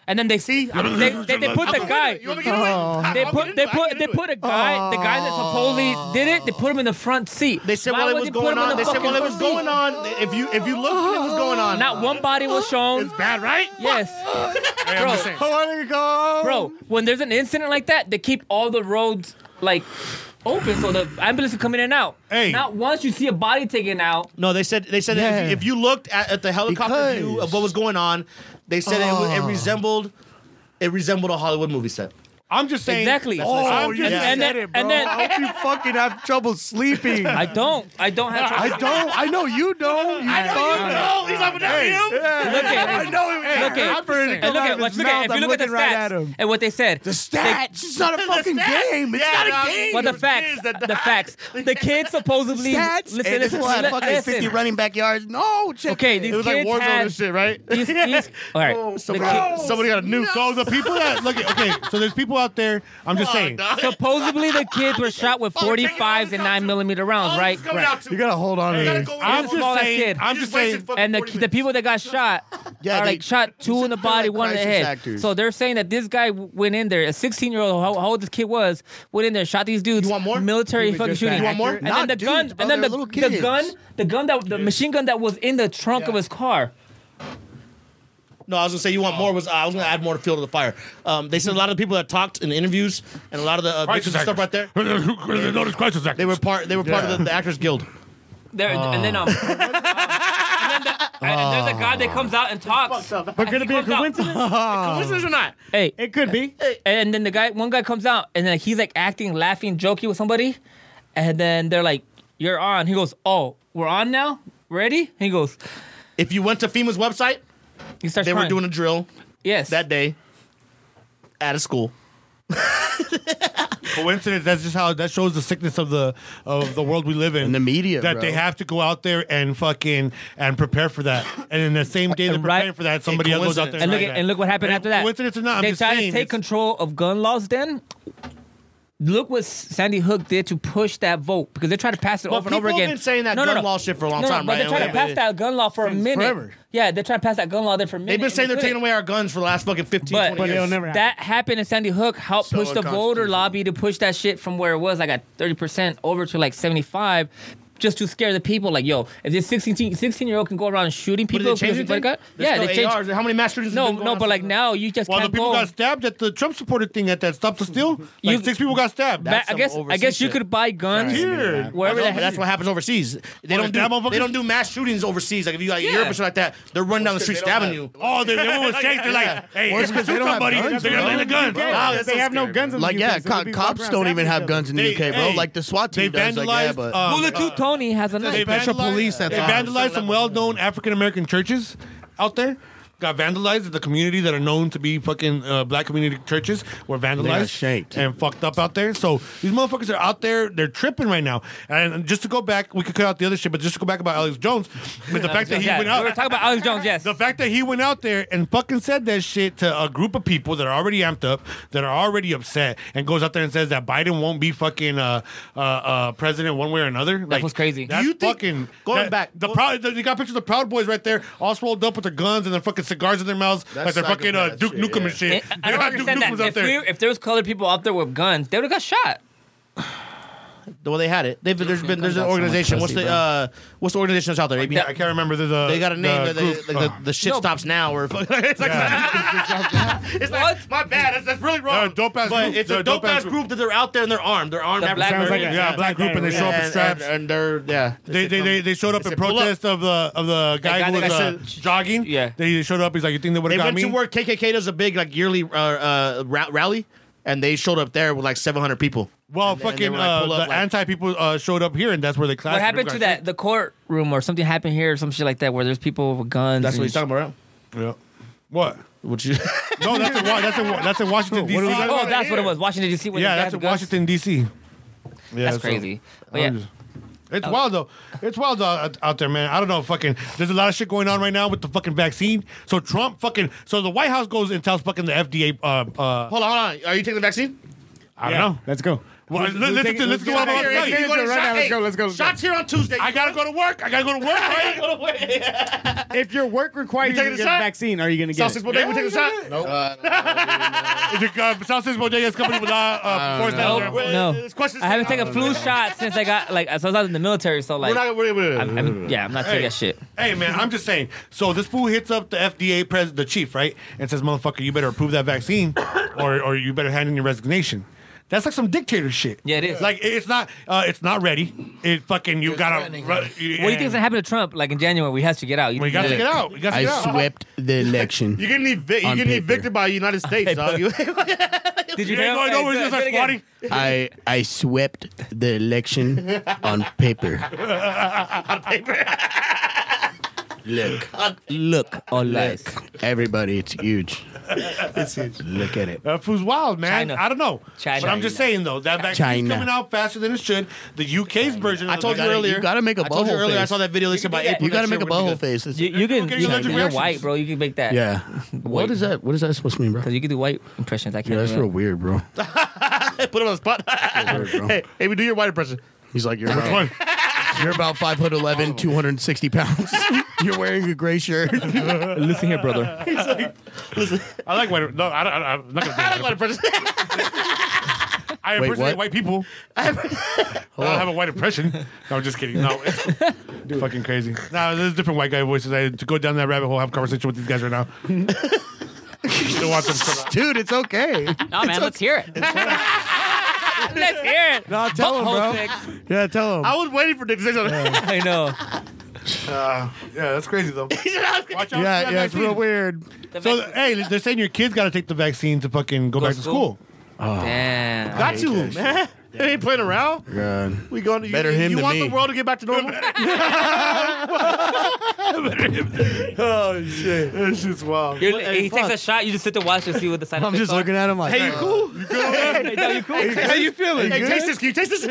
Speaker 3: and then they see they, they, they put the guy. Oh.
Speaker 9: You want me to get into it? I-
Speaker 3: They
Speaker 9: I'll get
Speaker 3: put
Speaker 9: into
Speaker 3: they
Speaker 9: it. I
Speaker 3: put
Speaker 9: can
Speaker 3: they
Speaker 9: do it.
Speaker 3: put a guy the guy that supposedly did it they put him in the front seat.
Speaker 9: They said
Speaker 3: Why
Speaker 9: while it
Speaker 3: would
Speaker 9: was
Speaker 3: put him
Speaker 9: going
Speaker 3: in
Speaker 9: on.
Speaker 3: the
Speaker 9: They said
Speaker 3: fucking
Speaker 9: while it was
Speaker 3: front
Speaker 9: going
Speaker 3: seat?
Speaker 9: on. If you if you looked, at what was going on.
Speaker 3: Not one body was shown.
Speaker 2: bad, right?
Speaker 3: Yes, bro.
Speaker 6: want to go.
Speaker 3: Bro, when there's an incident like that, they keep all the roads like open so the ambulance can come in and out.
Speaker 2: Hey.
Speaker 3: Not once you see a body taken out.
Speaker 9: No, they said they said that
Speaker 6: Yeah.
Speaker 9: if, if you looked at, at the helicopter view
Speaker 6: Because-
Speaker 9: of what was going on, they said it was- it, resembled it resembled a Hollywood movie set.
Speaker 2: I'm just saying.
Speaker 3: Exactly.
Speaker 2: Oh, I'm
Speaker 6: you
Speaker 2: just
Speaker 6: said
Speaker 3: and then-
Speaker 6: it, bro.
Speaker 3: and then-
Speaker 6: I hope you fucking have trouble sleeping.
Speaker 3: I
Speaker 6: I,
Speaker 3: don't. I don't have. trouble-
Speaker 6: don't. I know you don't. You I
Speaker 2: No, he's not
Speaker 3: Look
Speaker 2: him.
Speaker 3: at.
Speaker 6: I know it. was
Speaker 3: Look
Speaker 6: there.
Speaker 3: at.
Speaker 6: I'm ready to
Speaker 3: and
Speaker 6: come
Speaker 3: look
Speaker 6: out
Speaker 3: at.
Speaker 6: of
Speaker 3: Let's
Speaker 6: his
Speaker 3: look at. If
Speaker 6: mouth.
Speaker 3: you
Speaker 6: I'm
Speaker 3: look at the
Speaker 6: looking right at
Speaker 3: stats
Speaker 6: him.
Speaker 3: and what they said.
Speaker 6: The stats. It's not a fucking game. It's not a game.
Speaker 3: Well, the facts. The facts. The kid supposedly.
Speaker 6: stats.
Speaker 3: Listen,
Speaker 6: and this
Speaker 3: listen,
Speaker 6: boy had
Speaker 3: li-
Speaker 6: fucking
Speaker 3: listen.
Speaker 6: 50 running back yards. No, check
Speaker 3: Okay,
Speaker 6: it.
Speaker 3: these
Speaker 9: It was like
Speaker 3: kids
Speaker 9: Warzone
Speaker 3: had.
Speaker 9: and shit, right?
Speaker 3: These, these, all right. the
Speaker 9: Somebody,
Speaker 3: kid-
Speaker 2: Oh,
Speaker 9: somebody got a nuke.
Speaker 2: So the people that look at okay, so there's people out there. I'm just saying.
Speaker 3: supposedly, the kids were shot
Speaker 6: Oh,
Speaker 3: with 45s and 9 millimeter rounds, right?
Speaker 6: You gotta hold on to this.
Speaker 2: I'm
Speaker 3: He's a small
Speaker 2: just
Speaker 3: ass
Speaker 2: saying.
Speaker 3: kid.
Speaker 2: I'm just saying.
Speaker 3: and the, the people that got shot
Speaker 6: Yeah,
Speaker 3: are
Speaker 6: they-
Speaker 3: like shot two in the
Speaker 6: they're
Speaker 3: body,
Speaker 6: like
Speaker 3: one in the
Speaker 6: crisis
Speaker 3: head.
Speaker 6: actors.
Speaker 3: So they're saying that this guy w- went in there, a 16 year old, how, how old this kid was, went in there, shot these dudes.
Speaker 9: You want more?
Speaker 3: Military
Speaker 1: was
Speaker 3: fucking
Speaker 1: just
Speaker 3: shooting.
Speaker 1: that You want
Speaker 9: more?
Speaker 3: And
Speaker 6: Not
Speaker 3: then the
Speaker 6: dudes,
Speaker 3: gun,
Speaker 6: bro,
Speaker 3: and then the,
Speaker 6: they're little
Speaker 3: the
Speaker 6: kids.
Speaker 3: gun, the gun that the machine gun that was in the trunk of his car.
Speaker 9: No, I was gonna say you want more. Was I was gonna add more fuel to the fire? Um, they said a lot of the people that talked in interviews and a lot of the uh, victims and stuff right there.
Speaker 2: Notice crisis
Speaker 9: They were part. They were part of the, the Actors Guild.
Speaker 3: There, and then um. and then the- and there's a guy that comes out and talks.
Speaker 1: But could it be a
Speaker 3: Comes out.
Speaker 1: coincidence?
Speaker 9: Coincidence or not?
Speaker 3: Hey,
Speaker 1: It could be.
Speaker 3: And then the guy, one guy comes out, and then he's like acting, laughing, jokey with somebody, and then they're like, "You're on." He goes, "Oh, we're on now. Ready?" He goes,
Speaker 9: If you went to FEMA's website,
Speaker 3: "He starts."
Speaker 9: they were
Speaker 3: crying.
Speaker 9: doing a drill
Speaker 3: yes.
Speaker 9: that day at a school.
Speaker 2: coincidence. That's just how that shows the sickness of the of the world we live in.
Speaker 6: And the media,
Speaker 2: that
Speaker 6: bro.
Speaker 2: they have to go out there and fucking and prepare for that. And in the same day they're
Speaker 3: Right.
Speaker 2: preparing for that, somebody else goes out there
Speaker 3: and look
Speaker 2: tries
Speaker 3: at,
Speaker 2: that.
Speaker 3: and look what happened
Speaker 2: And
Speaker 3: after that.
Speaker 2: Coincidence or not, I'm
Speaker 3: they
Speaker 2: just
Speaker 3: tried
Speaker 2: saying,
Speaker 3: to take
Speaker 2: it's-
Speaker 3: control of gun laws. Then look what Sandy Hook did to push that vote because they tried to pass it
Speaker 9: But
Speaker 3: over and over
Speaker 9: people have
Speaker 3: again.
Speaker 9: been saying that
Speaker 3: no, no,
Speaker 9: gun
Speaker 3: no.
Speaker 9: law shit for a long
Speaker 3: no, no,
Speaker 9: time,
Speaker 3: But
Speaker 9: right?
Speaker 3: they're trying to
Speaker 9: Yeah.
Speaker 3: pass that gun law for a minute.
Speaker 9: forever.
Speaker 3: Yeah, they're trying to pass that gun law there for a minute.
Speaker 9: They've been
Speaker 3: and
Speaker 9: saying
Speaker 3: they
Speaker 9: they're taking
Speaker 3: couldn't.
Speaker 9: away our guns for the last fucking 15,
Speaker 3: But-
Speaker 9: 20
Speaker 3: But
Speaker 9: years.
Speaker 1: it'll never happen.
Speaker 3: That happened in Sandy Hook. Helped
Speaker 6: So
Speaker 3: push the voter
Speaker 6: unconstitutional.
Speaker 3: lobby to push that shit from where it was, like at 30% over to like 75 just to scare the people. Like, yo, if this 16, 16 year old can go around shooting
Speaker 9: But
Speaker 3: people,
Speaker 9: did they
Speaker 3: because-
Speaker 9: change anything?
Speaker 3: like, uh,
Speaker 9: There's
Speaker 3: yeah,
Speaker 9: still
Speaker 3: they changed.
Speaker 9: ARs. How many mass shootings? have
Speaker 3: No,
Speaker 9: been going
Speaker 3: no,
Speaker 9: on
Speaker 3: but like
Speaker 9: since
Speaker 3: now you just
Speaker 2: Well, the
Speaker 3: can't
Speaker 2: people
Speaker 3: go.
Speaker 2: got stabbed at the Trump supported thing at that stop the steal.
Speaker 3: You-
Speaker 2: like six people got stabbed.
Speaker 3: Ba- I
Speaker 9: some
Speaker 3: guess I
Speaker 9: overseas
Speaker 3: guess you
Speaker 9: shit.
Speaker 3: could buy guns
Speaker 2: Here.
Speaker 9: then?
Speaker 3: wherever
Speaker 9: No,
Speaker 3: the
Speaker 9: but that's what happens overseas. They
Speaker 2: Well,
Speaker 9: don't
Speaker 2: the
Speaker 9: do
Speaker 2: damn
Speaker 9: they don't do mass shootings overseas. Like if you got
Speaker 3: Yeah.
Speaker 9: Europe and shit like that, they're running down the street stabbing you.
Speaker 2: Oh, they, they were shaking. They're like, hey,
Speaker 6: Well, it's
Speaker 2: if you
Speaker 6: 'cause they
Speaker 2: shoot
Speaker 6: don't have
Speaker 2: somebody,
Speaker 6: guns,
Speaker 2: they're gonna
Speaker 6: bro.
Speaker 2: lay the gun.
Speaker 1: Yeah,
Speaker 2: Wow,
Speaker 1: they have no guns in the
Speaker 6: Like,
Speaker 1: UK,
Speaker 6: yeah,
Speaker 1: so
Speaker 6: co-
Speaker 1: they'll be
Speaker 6: cops
Speaker 1: walking
Speaker 6: don't
Speaker 1: around
Speaker 6: even have
Speaker 1: stabbing each
Speaker 6: guns in the
Speaker 2: They-
Speaker 6: UK, bro.
Speaker 2: hey,
Speaker 6: like the SWAT
Speaker 2: they
Speaker 6: team does. Like, yeah,
Speaker 2: vandalized,
Speaker 6: but
Speaker 2: uh,
Speaker 3: Bullet to Tony has a
Speaker 2: They
Speaker 3: knife.
Speaker 6: Special
Speaker 2: vandalized-
Speaker 6: police, that's
Speaker 2: They
Speaker 6: on.
Speaker 2: vandalized some well-known African-American churches out there. Got vandalized at the community that are known to be fucking uh, black community churches were vandalized
Speaker 6: shanked.
Speaker 2: and fucked up out there. So these motherfuckers are out there; they're tripping right now. And just to go back, we could cut out the other shit, but just to go back about Alex Jones, but the fact that he
Speaker 3: Yeah,
Speaker 2: went
Speaker 3: we
Speaker 2: out,
Speaker 3: were talking about Alex Jones. Yes,
Speaker 2: the fact that he went out there and fucking said that shit to a group of people that are already amped up, that are already upset, and goes out there and says that Biden won't be fucking uh, uh, uh, president one way or another. That
Speaker 3: was crazy.
Speaker 2: That's
Speaker 9: Do you think-
Speaker 2: fucking
Speaker 9: going
Speaker 2: that-
Speaker 9: back-
Speaker 2: The
Speaker 9: go-
Speaker 2: proud, you got pictures of the Proud Boys right there, all swelled up with their guns and their fucking cigars in their mouths
Speaker 6: That's
Speaker 2: like they're fucking uh,
Speaker 6: psychopath
Speaker 2: Duke
Speaker 6: shit,
Speaker 2: Nukem
Speaker 6: yeah.
Speaker 2: and shit.
Speaker 3: I- I
Speaker 2: They
Speaker 3: don't
Speaker 2: got Duke
Speaker 3: understand
Speaker 2: Nukems
Speaker 3: that.
Speaker 2: out
Speaker 3: If, we,
Speaker 2: there.
Speaker 3: if there was colored people out there with guns, they would have got shot.
Speaker 9: The way they had it. They've, there's been there's
Speaker 11: Got
Speaker 9: an
Speaker 11: so much
Speaker 9: organization. what's
Speaker 11: pussy,
Speaker 9: the
Speaker 11: bro.
Speaker 9: uh, what's the organization that's out there? AB?
Speaker 2: Yeah, I can't remember the. the
Speaker 9: they got a name. The,
Speaker 2: The
Speaker 9: the,
Speaker 2: group. uh,
Speaker 9: like, the, the shit
Speaker 3: No.
Speaker 9: stops now or fucking. It's like, it's like,
Speaker 3: What?
Speaker 9: my bad. That's, that's really
Speaker 2: They're a
Speaker 9: wrong.
Speaker 2: dope-ass
Speaker 9: but
Speaker 2: group.
Speaker 9: it's
Speaker 2: They're
Speaker 9: a dope ass group that they're out there and they're armed. They're armed.
Speaker 3: The
Speaker 9: after-
Speaker 3: black
Speaker 2: Sounds like a
Speaker 3: Yeah,
Speaker 2: yeah,
Speaker 3: it's
Speaker 2: black group and they show up in
Speaker 9: and-
Speaker 2: straps.
Speaker 9: and, and they're yeah.
Speaker 2: They, they, they, they showed up in
Speaker 9: said, "Pull up."
Speaker 2: protest of the of the guy
Speaker 3: guy
Speaker 2: who was
Speaker 3: that I
Speaker 2: uh,
Speaker 3: said-
Speaker 2: jogging.
Speaker 3: Yeah.
Speaker 2: they showed up. He's like, you think they would
Speaker 9: They
Speaker 2: have got
Speaker 9: went
Speaker 2: me?
Speaker 9: to work. KKK does a big like yearly uh, uh, ra- rally, and they showed up there with like 700 people. And-
Speaker 2: Well,
Speaker 9: and they
Speaker 2: fucking
Speaker 9: were like,
Speaker 2: uh,
Speaker 9: "Pull
Speaker 2: the
Speaker 9: up," like-
Speaker 2: anti people uh, showed up here, and that's where the class.
Speaker 3: What happened to that? The courtroom or something happened here or some shit like that where there's people with guns.
Speaker 9: That's
Speaker 3: and
Speaker 9: what he's talking about.
Speaker 2: Yeah. What?
Speaker 9: What you?
Speaker 2: No, that's in Wa- that's in Wa- that's in Washington D.C.
Speaker 3: Oh, that's what it was. Washington D.C. where
Speaker 2: Yeah,
Speaker 3: they
Speaker 2: that's
Speaker 3: had
Speaker 2: in
Speaker 3: guns.
Speaker 2: Washington D.C.
Speaker 3: That's crazy. But yeah, Oh.
Speaker 2: It's wild though. It's wild uh, out, out there, man. I don't know. Fucking, there's a lot of shit going on right now with the fucking vaccine. So Trump fucking, so the White House goes and tells fucking the FDA. Uh, uh,
Speaker 9: Hold on, hold on. Are you taking the vaccine?
Speaker 2: I
Speaker 1: Yeah,
Speaker 2: don't know.
Speaker 1: Let's go.
Speaker 2: Well,
Speaker 1: Let's-
Speaker 2: li-
Speaker 1: let's
Speaker 2: listen
Speaker 1: take-
Speaker 2: to-
Speaker 1: let's
Speaker 2: listen to
Speaker 1: get out
Speaker 2: what I'm
Speaker 1: of
Speaker 2: about
Speaker 1: here.
Speaker 2: to tell you.
Speaker 1: Let's get
Speaker 9: Go
Speaker 1: into
Speaker 9: to
Speaker 1: it right
Speaker 9: shot-
Speaker 1: now. Let's
Speaker 9: hey,
Speaker 1: go. Let's go. Let's go.
Speaker 9: Shots here on Tuesday.
Speaker 2: I gotta go to work. I gotta go to work. Right?
Speaker 1: If your work requires you to
Speaker 9: taking
Speaker 1: get
Speaker 9: the
Speaker 1: the
Speaker 9: shot?
Speaker 1: vaccine, are you gonna
Speaker 9: South
Speaker 1: get
Speaker 9: Six
Speaker 1: it?
Speaker 9: Bodega, we taking a shot.
Speaker 4: Nope.
Speaker 2: The, uh, South Central Bodega's company was uh, uh, forced
Speaker 4: know.
Speaker 2: out of there.
Speaker 3: Nope. No.
Speaker 9: There's questions.
Speaker 3: I haven't taken a flu shot since I got like since I was in the military. So
Speaker 9: We're
Speaker 3: like,
Speaker 9: not. We're, we're,
Speaker 3: I'm, I'm- yeah, I'm not taking
Speaker 2: Hey.
Speaker 3: that shit.
Speaker 2: Hey man, I'm just saying. So this fool hits up the FDA pres the chief, right? And says, "Motherfucker, you better approve that vaccine, or or you better hand in your resignation." That's like some dictator shit.
Speaker 3: Yeah, it is.
Speaker 2: Like it's not uh, it's not ready. It fucking you gotta.
Speaker 4: threatening
Speaker 2: ru-
Speaker 4: him.
Speaker 2: you-
Speaker 3: What do you think's gonna happen to Trump? Like in January, we have to get out. You
Speaker 2: We gotta get out. We gotta
Speaker 6: I
Speaker 2: get out.
Speaker 6: swept the election.
Speaker 9: you're getting evi- you're
Speaker 6: On
Speaker 9: getting
Speaker 6: paper.
Speaker 9: evicted by the United States, dog. You-
Speaker 3: Did
Speaker 2: You ain't going nowhere. Just like squatting.
Speaker 6: I I swept the election on paper. on paper. Look,
Speaker 3: Look or like.
Speaker 6: look, everybody, it's huge. Look at it.
Speaker 2: That fool's Uh, wild, man.
Speaker 3: China.
Speaker 2: I don't know.
Speaker 3: China.
Speaker 2: But I'm just saying though, that vaccine's
Speaker 6: China.
Speaker 2: coming out faster than it should. The UK's version.
Speaker 9: I
Speaker 2: of
Speaker 9: told
Speaker 2: the
Speaker 9: you
Speaker 2: vaccine-
Speaker 9: earlier.
Speaker 6: you gotta make a
Speaker 9: I told you
Speaker 6: butthole
Speaker 9: earlier. I
Speaker 6: face.
Speaker 9: saw that video. They said by
Speaker 3: do that.
Speaker 9: April.
Speaker 6: You got to
Speaker 9: next
Speaker 6: make a
Speaker 9: year we're gonna
Speaker 6: butthole
Speaker 9: be
Speaker 6: face. It's-
Speaker 3: You, you can.
Speaker 2: Okay,
Speaker 3: You,
Speaker 2: you're allergic
Speaker 3: are
Speaker 2: reactions.
Speaker 3: white, bro. You can make that.
Speaker 6: yeah. What is that? What is that supposed to mean, bro?
Speaker 3: Because you can do white impressions. I can't.
Speaker 6: Yeah, that's
Speaker 3: do
Speaker 6: real
Speaker 3: that.
Speaker 6: weird, bro.
Speaker 9: good. Put him on the spot.
Speaker 6: Weird, bro.
Speaker 9: hey, hey, we do your white impression.
Speaker 6: He's like, you're about,
Speaker 2: one?
Speaker 6: you're about 5'11", 260 pounds. you're wearing a gray shirt.
Speaker 11: Listen here, brother.
Speaker 2: I like white. No, I don't. I, I'm not gonna. do
Speaker 9: I like
Speaker 2: that.
Speaker 9: white impression.
Speaker 2: I
Speaker 6: Wait,
Speaker 2: impersonate
Speaker 6: what?
Speaker 2: white people. I don't have a white impression. No, I'm just kidding. No, it's fucking crazy. No, there's different white guy voices. I had to go down that rabbit hole, have a conversation with these guys right now. Don't want them to-
Speaker 6: Dude, it's okay.
Speaker 11: No, man, let's hear it.
Speaker 3: Let's hear it.
Speaker 1: No, tell him, bro.
Speaker 3: Butthole sex.
Speaker 1: Yeah, tell him.
Speaker 9: I was waiting for Dick to say something.
Speaker 3: I know.
Speaker 2: yeah, that's crazy though. Watch out.
Speaker 1: Yeah,
Speaker 2: for that
Speaker 1: yeah, it's
Speaker 2: Uh, vaccine.
Speaker 1: real weird.
Speaker 2: So th- hey, they're saying your kids got to take the vaccine to fucking go, back to school.
Speaker 6: Oh.
Speaker 3: Damn.
Speaker 9: Got you, man. They ain't playing around.
Speaker 6: God.
Speaker 9: We going to you,
Speaker 6: Better him
Speaker 9: You
Speaker 6: than
Speaker 9: want
Speaker 6: me.
Speaker 9: the world to get back to normal?
Speaker 2: Oh shit, this is wild.
Speaker 3: You're, he takes a shot. You just sit to watch and see what the side
Speaker 6: I'm
Speaker 3: effects
Speaker 6: just
Speaker 3: are.
Speaker 6: looking at him like, uh,
Speaker 9: hey, you cool?
Speaker 1: How you feeling?
Speaker 9: Hey, taste this. Can you taste this?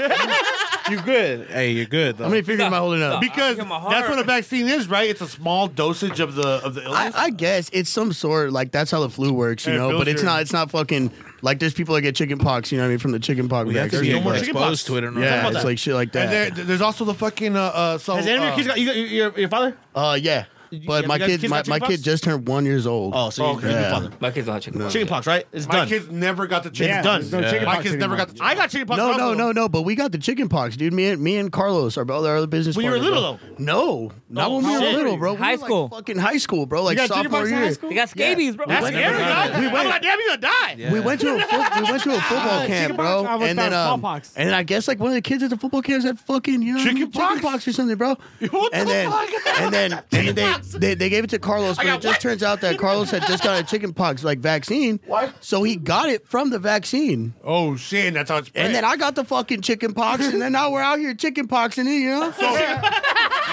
Speaker 4: You good? Hey, you're good. Though.
Speaker 6: how many fingers am I holding up?
Speaker 2: Because
Speaker 3: Give him a
Speaker 2: that's
Speaker 3: heart.
Speaker 2: what a vaccine is, right? It's a small dosage of the of the
Speaker 6: I,
Speaker 2: illness.
Speaker 6: I guess it's some sort like that's how the flu works, you
Speaker 2: Hey,
Speaker 6: know.
Speaker 2: Bill's
Speaker 6: But it's
Speaker 2: here.
Speaker 6: not. It's not fucking like there's people that get chicken pox. You know what I mean from the chicken pox
Speaker 4: we have to
Speaker 6: vaccine.
Speaker 4: be
Speaker 9: no more
Speaker 6: but-
Speaker 9: chicken pox.
Speaker 4: exposed to it or not.
Speaker 6: yeah, it's like shit like
Speaker 2: and
Speaker 6: that.
Speaker 2: there, there's also the fucking uh, uh so
Speaker 9: Has any of
Speaker 2: uh,
Speaker 9: your kids got you got your, your, your father?
Speaker 6: Uh, yeah. But
Speaker 9: you
Speaker 6: my
Speaker 9: guys
Speaker 6: kid,
Speaker 9: kids
Speaker 6: my,
Speaker 9: got
Speaker 6: my
Speaker 9: chickenpox?
Speaker 6: kid just turned one years old.
Speaker 9: Oh, so you,
Speaker 2: Okay.
Speaker 9: you your
Speaker 6: Yeah.
Speaker 9: father.
Speaker 3: My kids don't have chicken. pox.
Speaker 9: Chickenpox, right? It's
Speaker 2: my
Speaker 9: done.
Speaker 2: kids never got the chicken.
Speaker 1: Yeah,
Speaker 9: done.
Speaker 1: there's no
Speaker 4: Yeah.
Speaker 1: chicken
Speaker 2: My
Speaker 1: pox
Speaker 2: kids never
Speaker 1: anymore.
Speaker 2: got the chicken.
Speaker 9: I got chickenpox.
Speaker 6: no,
Speaker 9: when I
Speaker 6: no,
Speaker 9: was
Speaker 6: no,
Speaker 9: little.
Speaker 6: no. But we got the chicken pox, dude. Me and me and Carlos, our other, our other business.
Speaker 9: When you were
Speaker 6: partner,
Speaker 9: little,
Speaker 6: bro. No, not
Speaker 9: Oh,
Speaker 6: when we
Speaker 9: how
Speaker 6: were
Speaker 9: old were
Speaker 6: little,
Speaker 9: you?
Speaker 6: bro. We
Speaker 3: High
Speaker 6: were, like,
Speaker 3: school.
Speaker 6: fucking high school, bro. Like sophomore year.
Speaker 3: They got scabies, bro.
Speaker 9: That's scary, dog.
Speaker 6: We
Speaker 9: I'm
Speaker 6: went-
Speaker 9: like, damn, you gonna die.
Speaker 6: We went to a fo- we went to a
Speaker 2: Uh,
Speaker 6: football camp, bro,
Speaker 1: chickenpox? I almost
Speaker 6: and then
Speaker 1: thought
Speaker 6: um, and
Speaker 1: smallpox.
Speaker 6: then I guess like one of the kids at the football camps had fucking you know
Speaker 2: Chickenpox?
Speaker 6: chickenpox or something, bro.
Speaker 2: What the
Speaker 6: and then
Speaker 2: fuck?
Speaker 6: and then and then they, they they gave it to Carlos, but it just turns out that Carlos had just got a chickenpox like vaccine,
Speaker 2: What?
Speaker 6: so he got it from the vaccine,
Speaker 2: Oh shit, and that's how it's.
Speaker 6: and then I got the fucking chickenpox, and then now we're out here chickenpoxing it, you know.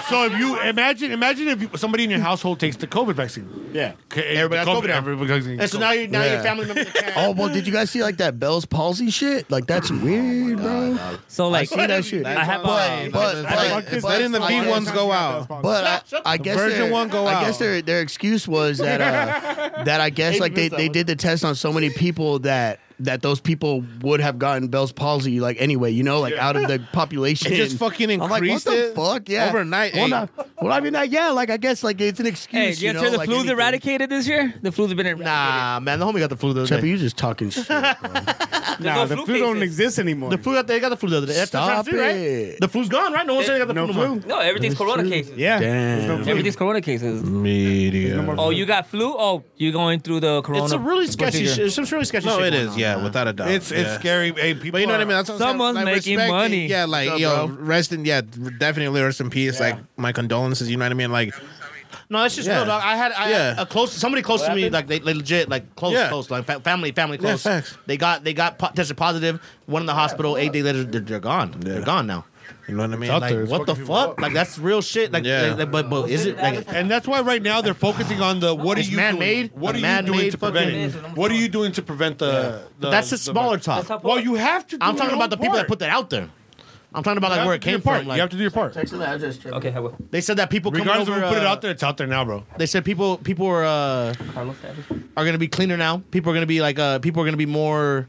Speaker 2: So if you imagine, imagine if you, somebody in your household takes the COVID vaccine.
Speaker 6: Yeah.
Speaker 2: Okay,
Speaker 9: Everybody
Speaker 2: the
Speaker 9: got COVID now.
Speaker 2: Everybody got COVID.
Speaker 9: And so now you now
Speaker 6: Yeah.
Speaker 9: your family members can't.
Speaker 6: Oh well, did you guys see like that Bell's palsy shit? Like
Speaker 4: Oh
Speaker 6: that's weird, bro.
Speaker 3: So like,
Speaker 6: See that shit?
Speaker 3: I have
Speaker 6: But
Speaker 5: um,
Speaker 3: uh,
Speaker 6: but
Speaker 1: Fuck this
Speaker 6: but
Speaker 4: letting the
Speaker 6: I
Speaker 4: B
Speaker 6: guess-
Speaker 4: ones go out.
Speaker 6: But I, I guess
Speaker 4: Version
Speaker 6: their-
Speaker 4: one go
Speaker 6: I guess
Speaker 4: out.
Speaker 5: uh,
Speaker 6: their their excuse was that uh, that I guess like they, they did the test on so many people that that those people would have gotten Bell's palsy like anyway, you know, like out of the population.
Speaker 4: It just fucking
Speaker 6: I'm like, what
Speaker 4: increased
Speaker 6: the
Speaker 4: it
Speaker 6: fuck? Yeah,
Speaker 4: overnight, eh?
Speaker 6: Well,
Speaker 4: hey.
Speaker 6: not, well, I mean, like, yeah, like I guess like it's an excuse.
Speaker 3: Hey, you,
Speaker 6: you
Speaker 3: guys
Speaker 6: know,
Speaker 3: hear the
Speaker 6: like
Speaker 3: flu's
Speaker 6: anything.
Speaker 3: eradicated this year? The flu's been eradicated.
Speaker 5: Nah, man, the homie got the flu the other
Speaker 6: Chubby,
Speaker 5: day.
Speaker 6: you just talking shit. bro.
Speaker 9: Nah,
Speaker 3: no
Speaker 9: the
Speaker 3: flu
Speaker 9: flu don't
Speaker 3: cases.
Speaker 9: exist anymore.
Speaker 5: The flu got they got the flu the other day. That's what I'm trying to
Speaker 6: Stop
Speaker 5: do, right?
Speaker 6: it.
Speaker 5: The flu's gone, right? No one's saying they got the
Speaker 9: no
Speaker 5: flu. no more.
Speaker 9: flu.
Speaker 3: No, everything's corona cases.
Speaker 9: Yeah.
Speaker 6: Damn.
Speaker 9: There's no flu.
Speaker 3: Everything's corona cases.
Speaker 4: media.
Speaker 3: Oh, you got flu? Oh, you're going through the corona.
Speaker 5: It's a really sketchy.
Speaker 3: procedure.
Speaker 5: Sh- it's some really sketchy.
Speaker 4: No,
Speaker 5: shit
Speaker 4: it
Speaker 5: going
Speaker 4: is.
Speaker 5: on.
Speaker 4: Yeah, without a doubt.
Speaker 2: It's it's
Speaker 4: yeah.
Speaker 2: scary. Hey, people
Speaker 4: But you know what I
Speaker 2: are-
Speaker 4: mean? That's what I'm
Speaker 3: Someone's
Speaker 4: saying.
Speaker 3: making
Speaker 4: respecting-
Speaker 3: money.
Speaker 4: Yeah, like,
Speaker 5: What's
Speaker 4: yo,
Speaker 5: up, bro?
Speaker 4: rest in, yeah, definitely rest in peace. Like, my condolences, you know what I mean? Like,
Speaker 5: No, that's just
Speaker 4: Yeah.
Speaker 5: no, dog. I had I had
Speaker 4: Yeah.
Speaker 5: a close somebody close to me, like they, they legit, like close,
Speaker 4: Yeah.
Speaker 5: close, like fa- family, family close.
Speaker 4: facts.
Speaker 5: they got they got po- tested positive. One in the hospital. Eight days later, they're, they're gone. They're gone now.
Speaker 4: you know what I mean?
Speaker 2: out
Speaker 4: Like,
Speaker 2: there. It's
Speaker 5: what the
Speaker 2: fucking people
Speaker 5: fuck? Like that's real shit. Like,
Speaker 4: Yeah.
Speaker 5: like, like, but but is it like
Speaker 2: And that's why right now they're focusing on the what
Speaker 5: It's
Speaker 2: are you
Speaker 5: man-made?
Speaker 2: doing? What
Speaker 5: A
Speaker 2: are you
Speaker 5: man-made
Speaker 2: doing to prevent it?
Speaker 3: fucking-
Speaker 2: What are you doing to prevent the? the
Speaker 5: that's a
Speaker 2: the-
Speaker 5: smaller talk?
Speaker 3: how-
Speaker 2: Well, you have to. Do
Speaker 5: I'm talking
Speaker 2: your
Speaker 5: about
Speaker 2: own
Speaker 5: the people that
Speaker 2: part.
Speaker 5: put that out there. I'm talking about
Speaker 2: You
Speaker 5: like
Speaker 2: have
Speaker 5: where
Speaker 2: to
Speaker 5: it
Speaker 2: do your
Speaker 5: came
Speaker 2: part.
Speaker 5: from. Like
Speaker 2: you have to do your part.
Speaker 6: Text him the address. Chubby.
Speaker 3: Okay, I will.
Speaker 5: they said that people coming
Speaker 2: Regardless
Speaker 5: over.
Speaker 2: of who put it
Speaker 5: uh,
Speaker 2: out there, it's out there now, bro.
Speaker 5: They said people people are uh,
Speaker 3: Carlos, that is-
Speaker 5: are gonna be cleaner now. People are gonna be like uh, people are gonna be more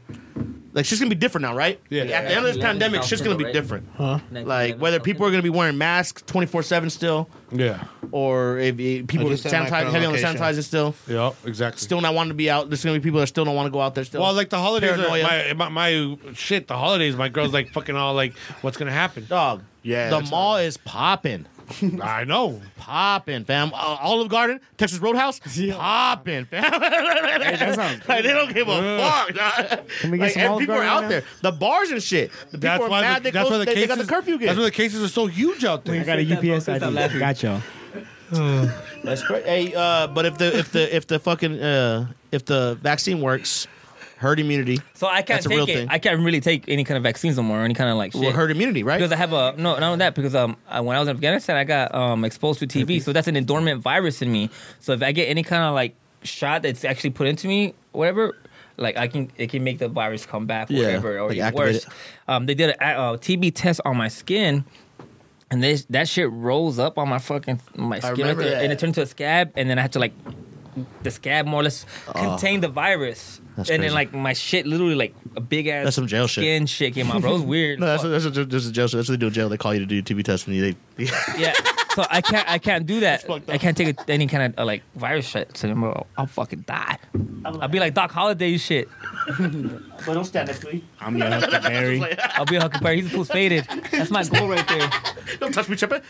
Speaker 5: like shit's gonna be different now, right?
Speaker 2: Yeah.
Speaker 5: At the end of this
Speaker 3: Yeah.
Speaker 5: pandemic, shit's gonna be
Speaker 3: Right.
Speaker 5: different. Like whether people are gonna be wearing masks twenty four seven still,
Speaker 2: Yeah.
Speaker 5: or if eh, people are
Speaker 4: just send my
Speaker 5: sanitize, heavy on the
Speaker 4: location.
Speaker 5: sanitizer still,
Speaker 2: Yeah. Exactly.
Speaker 5: still not wanting to be out. There's gonna be people that still don't want to go out there still.
Speaker 2: Well, like the holidays, are,
Speaker 5: Paranoia.
Speaker 2: my, my my shit. The holidays, my girl's like fucking all like, what's gonna happen?
Speaker 5: dog,
Speaker 6: Yeah,
Speaker 5: the
Speaker 6: that's
Speaker 5: mall is popping.
Speaker 2: I know.
Speaker 5: Popping, fam. Uh, Olive Garden, Texas Roadhouse,
Speaker 9: Yeah.
Speaker 5: popping, fam.
Speaker 9: That sounds
Speaker 5: like they don't give a fuck. dog.
Speaker 9: Can we get
Speaker 5: Like,
Speaker 9: some
Speaker 5: and
Speaker 9: Olive
Speaker 5: people are
Speaker 9: Garden
Speaker 5: out
Speaker 9: right now?
Speaker 5: there. The bars and shit. The people
Speaker 2: That's
Speaker 5: are
Speaker 2: why.
Speaker 5: mad.
Speaker 2: the,
Speaker 5: they,
Speaker 2: that's
Speaker 5: closed,
Speaker 2: why the
Speaker 5: they,
Speaker 2: cases.
Speaker 5: they got the curfew again.
Speaker 2: That's why the cases are so huge out
Speaker 9: I
Speaker 2: there.
Speaker 9: got a UPS
Speaker 3: Stop
Speaker 9: ID.
Speaker 3: laughing.
Speaker 9: Got y'all.
Speaker 5: That's great. Hey, uh, but if the if the if the fucking uh, if the vaccine works, herd immunity.
Speaker 3: So I can't
Speaker 5: That's a real
Speaker 3: take it.
Speaker 5: thing.
Speaker 3: I can't really take any kind of vaccines no more, any kind of like shit.
Speaker 5: Well, herd immunity, right?
Speaker 3: because I have a no, not only that. Because um, I, when I was in Afghanistan, I got um exposed to TB, so that's an dormant virus in me. So if I get any kind of like shot that's actually put into me, whatever, like I can, it can make the virus come back,
Speaker 5: Yeah,
Speaker 3: whatever, or
Speaker 5: like
Speaker 3: even
Speaker 5: activate
Speaker 3: worse.
Speaker 5: it.
Speaker 3: Um, they did a, uh TB test on my skin. And this, that shit rolls up on my fucking my skin,
Speaker 6: remember
Speaker 3: right there, and
Speaker 6: that.
Speaker 3: it turned to a scab, and then I had to like the scab more or less
Speaker 5: Oh.
Speaker 3: contained the virus. And
Speaker 5: That's
Speaker 3: then
Speaker 5: crazy.
Speaker 3: like my shit literally like a big ass
Speaker 5: That's some jail shit.
Speaker 3: skin shit. came out, bro. It was weird.
Speaker 5: no,
Speaker 3: as
Speaker 5: that's what, that's, what, that's what jail. That's what they do in jail. They call you to do TB test and you. They,
Speaker 3: fuck. yeah. So I can't I can't do that.
Speaker 5: fucked up.
Speaker 3: I can't take any kind of uh, like virus shit. So then, bro, I'll fucking die. I'll be like Doc Holiday shit.
Speaker 12: But don't stand next to me.
Speaker 9: I'm your Huckleberry.
Speaker 3: I'll be a Huckleberry. He's a fool's faded. That's my goal right there.
Speaker 5: don't touch me, Chipper.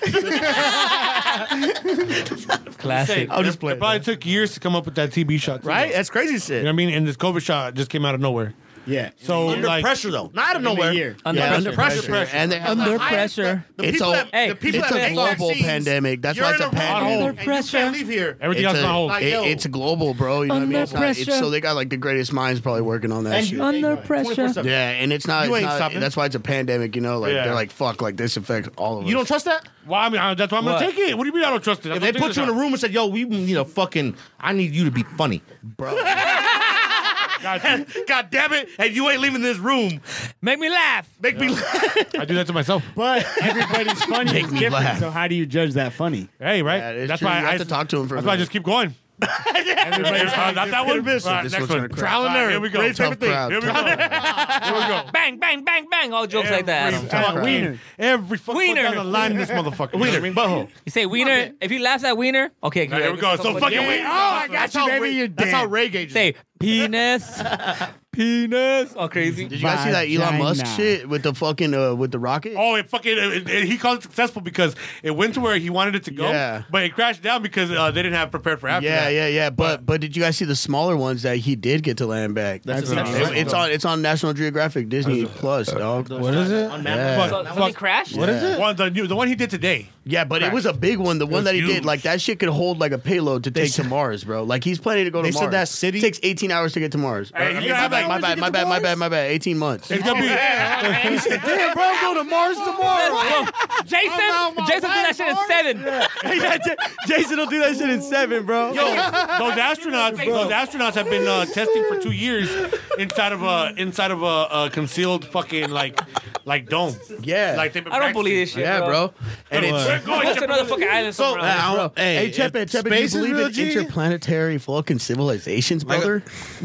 Speaker 3: Classic.
Speaker 5: I'll just
Speaker 2: It
Speaker 5: play. it,
Speaker 2: probably
Speaker 5: man.
Speaker 2: took years to come up with that TB shot, too,
Speaker 5: Right?
Speaker 2: though.
Speaker 5: That's crazy shit.
Speaker 2: You know what I mean? And this COVID shot just came out of nowhere.
Speaker 9: Yeah.
Speaker 2: So
Speaker 5: under
Speaker 2: like,
Speaker 5: pressure though, not out of
Speaker 9: In the
Speaker 5: nowhere.
Speaker 9: year.
Speaker 3: Under
Speaker 6: Yeah,
Speaker 3: pressure.
Speaker 6: under pressure.
Speaker 2: pressure.
Speaker 6: And they have
Speaker 3: Under
Speaker 6: like,
Speaker 5: I-
Speaker 3: pressure.
Speaker 5: The people
Speaker 6: It's
Speaker 5: that,
Speaker 6: a-
Speaker 5: the people
Speaker 6: it's
Speaker 5: that
Speaker 6: a
Speaker 5: make
Speaker 6: global
Speaker 5: vaccines,
Speaker 6: pandemic. That's
Speaker 5: you're
Speaker 6: why
Speaker 5: in
Speaker 6: it's a
Speaker 5: bubble
Speaker 2: pandemic.
Speaker 5: and you
Speaker 3: Pressure.
Speaker 5: can't leave here.
Speaker 2: everything
Speaker 6: it's
Speaker 2: else
Speaker 6: a-
Speaker 2: on hold.
Speaker 5: Like,
Speaker 6: it-
Speaker 5: yo.
Speaker 6: it's global, bro. You know what I mean?
Speaker 3: Under
Speaker 6: It's, not, it's
Speaker 3: pressure.
Speaker 6: so they got like the greatest minds probably working on that
Speaker 5: And
Speaker 6: shit.
Speaker 5: you-
Speaker 3: Under
Speaker 5: 24/7.
Speaker 3: pressure.
Speaker 6: yeah, and it's not.
Speaker 5: You
Speaker 6: it's
Speaker 5: ain't
Speaker 6: not-
Speaker 5: stopping.
Speaker 6: That's why it's a pandemic. You know, like
Speaker 2: Yeah.
Speaker 6: they're like, fuck, like this affects all of us.
Speaker 5: You don't trust that?
Speaker 2: Well, I mean, I, that's why I'm
Speaker 3: What?
Speaker 2: gonna take it. What do you mean I don't trust it?
Speaker 5: If they put you in a room and said, "Yo, we you know fucking, I need you to be funny,"
Speaker 6: bro.
Speaker 2: room,
Speaker 5: God damn it, and you ain't leaving this room.
Speaker 3: Make me laugh.
Speaker 5: Make me.
Speaker 2: I do that to myself.
Speaker 9: But everybody's funny
Speaker 6: Make
Speaker 9: is
Speaker 6: me
Speaker 9: different.
Speaker 6: laugh.
Speaker 9: So how do you judge that funny?
Speaker 2: Hey, right?
Speaker 6: That is
Speaker 2: that's
Speaker 6: true.
Speaker 2: why
Speaker 6: You
Speaker 2: I
Speaker 6: have to talk to him for a
Speaker 2: That's why I
Speaker 6: minute.
Speaker 2: just keep going. Everybody's uh, not that one.
Speaker 6: So
Speaker 2: Alright,
Speaker 6: this
Speaker 2: next
Speaker 6: one's
Speaker 2: one.
Speaker 6: gonna crack.
Speaker 2: Trial and
Speaker 6: Alright,
Speaker 2: error.
Speaker 6: here we go.
Speaker 2: Greatest
Speaker 6: Tough
Speaker 2: favorite thing.
Speaker 6: crowd,
Speaker 2: Here we go.
Speaker 6: tough
Speaker 2: Here we go.
Speaker 3: Bang, bang, bang, bang. All jokes like that. Adam.
Speaker 2: Every time,
Speaker 6: crowd.
Speaker 2: Wiener. Every fucking
Speaker 3: Wiener.
Speaker 2: down the line, this motherfucker. Wiener. Butthole.
Speaker 3: You say wiener. If he laughs at wiener, okay.
Speaker 2: All right, here we go. So fucking wiener. Oh, I got you, baby. You're
Speaker 5: That's how Ray gauges.
Speaker 3: Say penis, penis. All crazy.
Speaker 6: Did you guys see that Elon Musk
Speaker 9: Vagina.
Speaker 6: shit with the fucking uh, with the rocket?
Speaker 2: Oh, it fucking it, it- he called it successful because it went to where he wanted it to go,
Speaker 6: Yeah.
Speaker 2: but it crashed down because uh, they didn't have prepared for after
Speaker 6: yeah,
Speaker 2: that.
Speaker 6: yeah, yeah. But but did you guys see the smaller ones that he did get to land back?
Speaker 5: That's
Speaker 6: It-
Speaker 5: insane.
Speaker 6: it's on it's on National Geographic Disney Plus, dog.
Speaker 5: What is it?
Speaker 6: Yeah.
Speaker 3: So, something crashed.
Speaker 2: What is it? Well, the, new, the one he did today.
Speaker 6: Yeah, but it was a big one. The one
Speaker 2: was
Speaker 6: that he
Speaker 2: huge.
Speaker 6: did, like that shit could hold like a payload to take to Mars, bro. Like he's planning to go
Speaker 5: They
Speaker 6: to
Speaker 5: said
Speaker 6: Mars.
Speaker 5: that city-
Speaker 6: it takes 18 hours to get to Mars. Uh,
Speaker 2: Hey, you
Speaker 6: my,
Speaker 2: gotta
Speaker 6: bad, my
Speaker 2: have that-
Speaker 6: bad, my bad, my bad, my bad. 18 months.
Speaker 2: It's gonna be.
Speaker 6: He said, "Damn, bro, I'm going to Mars tomorrow."
Speaker 3: Jason, Jason did that shit in seven.
Speaker 6: Jason will do that shit in seven, bro.
Speaker 2: Yo, those astronauts, those astronauts have been uh, testing for two years inside of a inside of a, a concealed fucking like like dome.
Speaker 6: Yeah,
Speaker 2: like they've been
Speaker 3: I don't believe this shit.
Speaker 6: Yeah,
Speaker 2: practicing.
Speaker 6: bro. And
Speaker 2: Come
Speaker 6: it's-
Speaker 2: on. We're going
Speaker 3: Go to another fucking island
Speaker 6: So,
Speaker 3: somewhere else.
Speaker 6: bro,
Speaker 4: hey,
Speaker 6: hey,
Speaker 4: if
Speaker 6: Chepe, Chepe, do you
Speaker 4: space is
Speaker 6: believe
Speaker 4: real,
Speaker 6: in
Speaker 4: G?
Speaker 6: interplanetary fucking civilizations, brother?